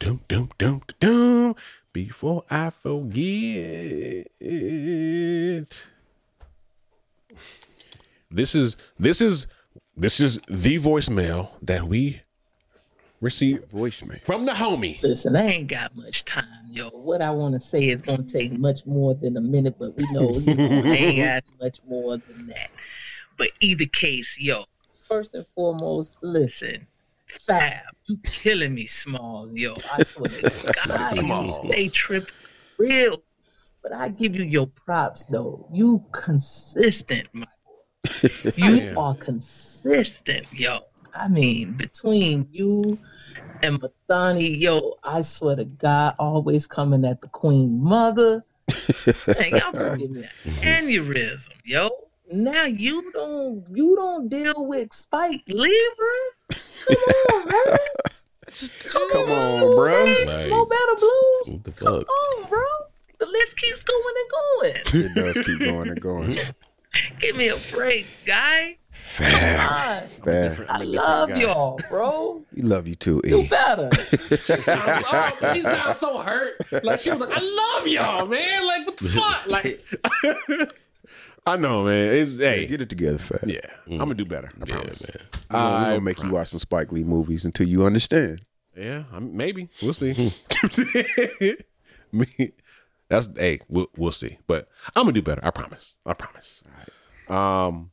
Speaker 3: Doom doom doom doom before I forget. This is this is this is the voicemail that we received
Speaker 8: Voicemail.
Speaker 3: from the homie.
Speaker 9: Listen, I ain't got much time, yo. What I want to say is going to take much more than a minute, but we know, you know I ain't got much more than that. But either case, yo, first and foremost, listen, Fab, you killing me, Smalls, yo. I swear to God,
Speaker 2: Smalls.
Speaker 9: you stay tripping real. But I give you your props, though. You consistent, my boy. You are consistent, yo. I mean, between you and Mathani, yo, I swear to God, always coming at the Queen Mother. Man, y'all gonna give me an aneurysm, yo. Now you don't you don't deal with Spike Libra. Come on, man. Come
Speaker 8: on,
Speaker 9: School
Speaker 8: bruh.
Speaker 9: Days,
Speaker 2: Nice.
Speaker 9: Mo Better Blues.
Speaker 2: What the fuck?
Speaker 9: Come on, Oh, bro. The list keeps going and going.
Speaker 8: It does keep going and [laughs] going.
Speaker 9: Give me a break, guy. Come on.
Speaker 8: Bad.
Speaker 9: I love y'all, bro.
Speaker 8: We love you too,
Speaker 9: Do
Speaker 8: E.
Speaker 9: better.
Speaker 3: she sounds so hurt. Like she was like, "I love y'all, man." Like what the fuck? Like I know, man. It's hey,
Speaker 8: Get it together, fat.
Speaker 3: yeah. I'm gonna do better. I
Speaker 2: Yeah, man.
Speaker 3: promise.
Speaker 8: I gonna make you watch some Spike Lee movies until you understand.
Speaker 3: Yeah, I'm, maybe we'll see. [laughs] Me, that's hey, we'll, we'll see. But I'm gonna do better. I promise. I promise. Um,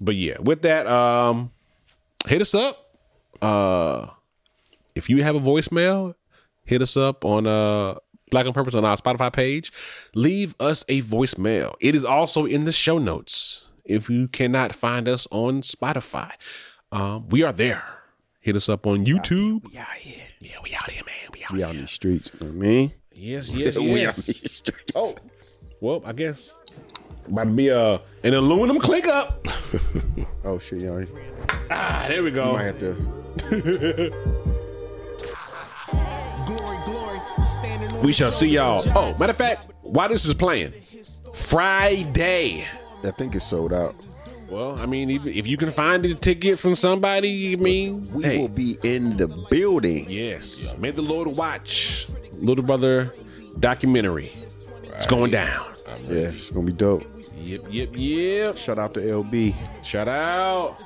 Speaker 3: but yeah, with that, um, hit us up. Uh, if you have a voicemail, hit us up on uh Black on Purpose on our Spotify page. Leave us a voicemail. It is also in the show notes. If you cannot find us on Spotify, um, we are there. Hit us up on YouTube. We out here. Yeah, we out here, man. We out
Speaker 8: We
Speaker 3: here.
Speaker 8: out in these [laughs]
Speaker 3: [laughs]
Speaker 8: streets. You know what I mean?
Speaker 3: Yes, yes,
Speaker 8: We out in
Speaker 3: yes.
Speaker 8: these streets.
Speaker 3: Oh, well, I guess About to be a an aluminum click up.
Speaker 1: Oh shit, y'all. You
Speaker 3: Ah, there we go.
Speaker 1: might have to.
Speaker 5: Glory, glory, standing on
Speaker 3: We shall see y'all. Oh, matter of fact, why this is playing? Friday.
Speaker 1: I think it's sold out.
Speaker 3: Well, I mean, even if you can find a ticket from somebody, I mean,
Speaker 1: We
Speaker 3: hey,
Speaker 1: will be in the building.
Speaker 3: yes. May the Lord watch Little Brother documentary. It's going down.
Speaker 1: Yeah, it's gonna be dope.
Speaker 3: Yep, yep, yep.
Speaker 1: Shout out to LB.
Speaker 3: Shout out.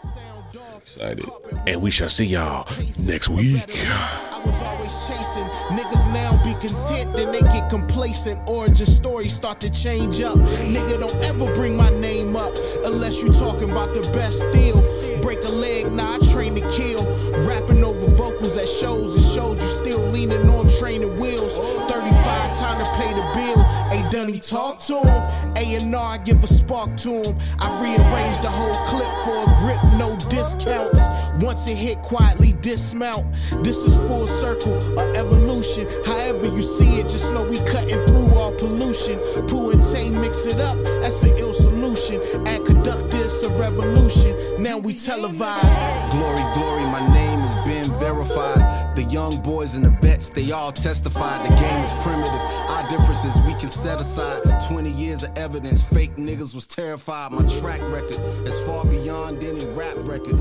Speaker 10: Excited.
Speaker 3: And we shall see y'all next week.
Speaker 5: I was always chasing. Niggas now be content, then they get complacent. Origin stories start to change up. Nigga, don't ever bring my name up unless you talking about the best deal. Break a leg, nah, I train to kill. Rapping over vocals at shows, it shows you still leaning on training wheels. 35 time to pay the bill. Ain't done he talk to him. A&R, I give a spark to him. I rearrange the whole clip for a grip, no discounts. Once it hit, quietly dismount. This is full circle, or evolution. However you see it, just know we cutting through all pollution. Poo and Tay mix it up, that's an ill solution. Add conduct this a revolution. Now we televised.
Speaker 6: Glory, glory, my name has been verified. The young boys and the vets, they all testified. The game is primitive. Our differences we can set aside. 20 years of evidence. Fake niggas was terrified. My track record is far beyond any rap record.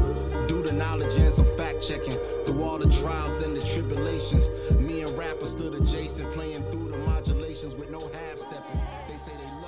Speaker 6: Due to knowledge and some fact checking. Through all the trials and the tribulations. Me and rappers stood adjacent, playing through the modulations with no half stepping. They say they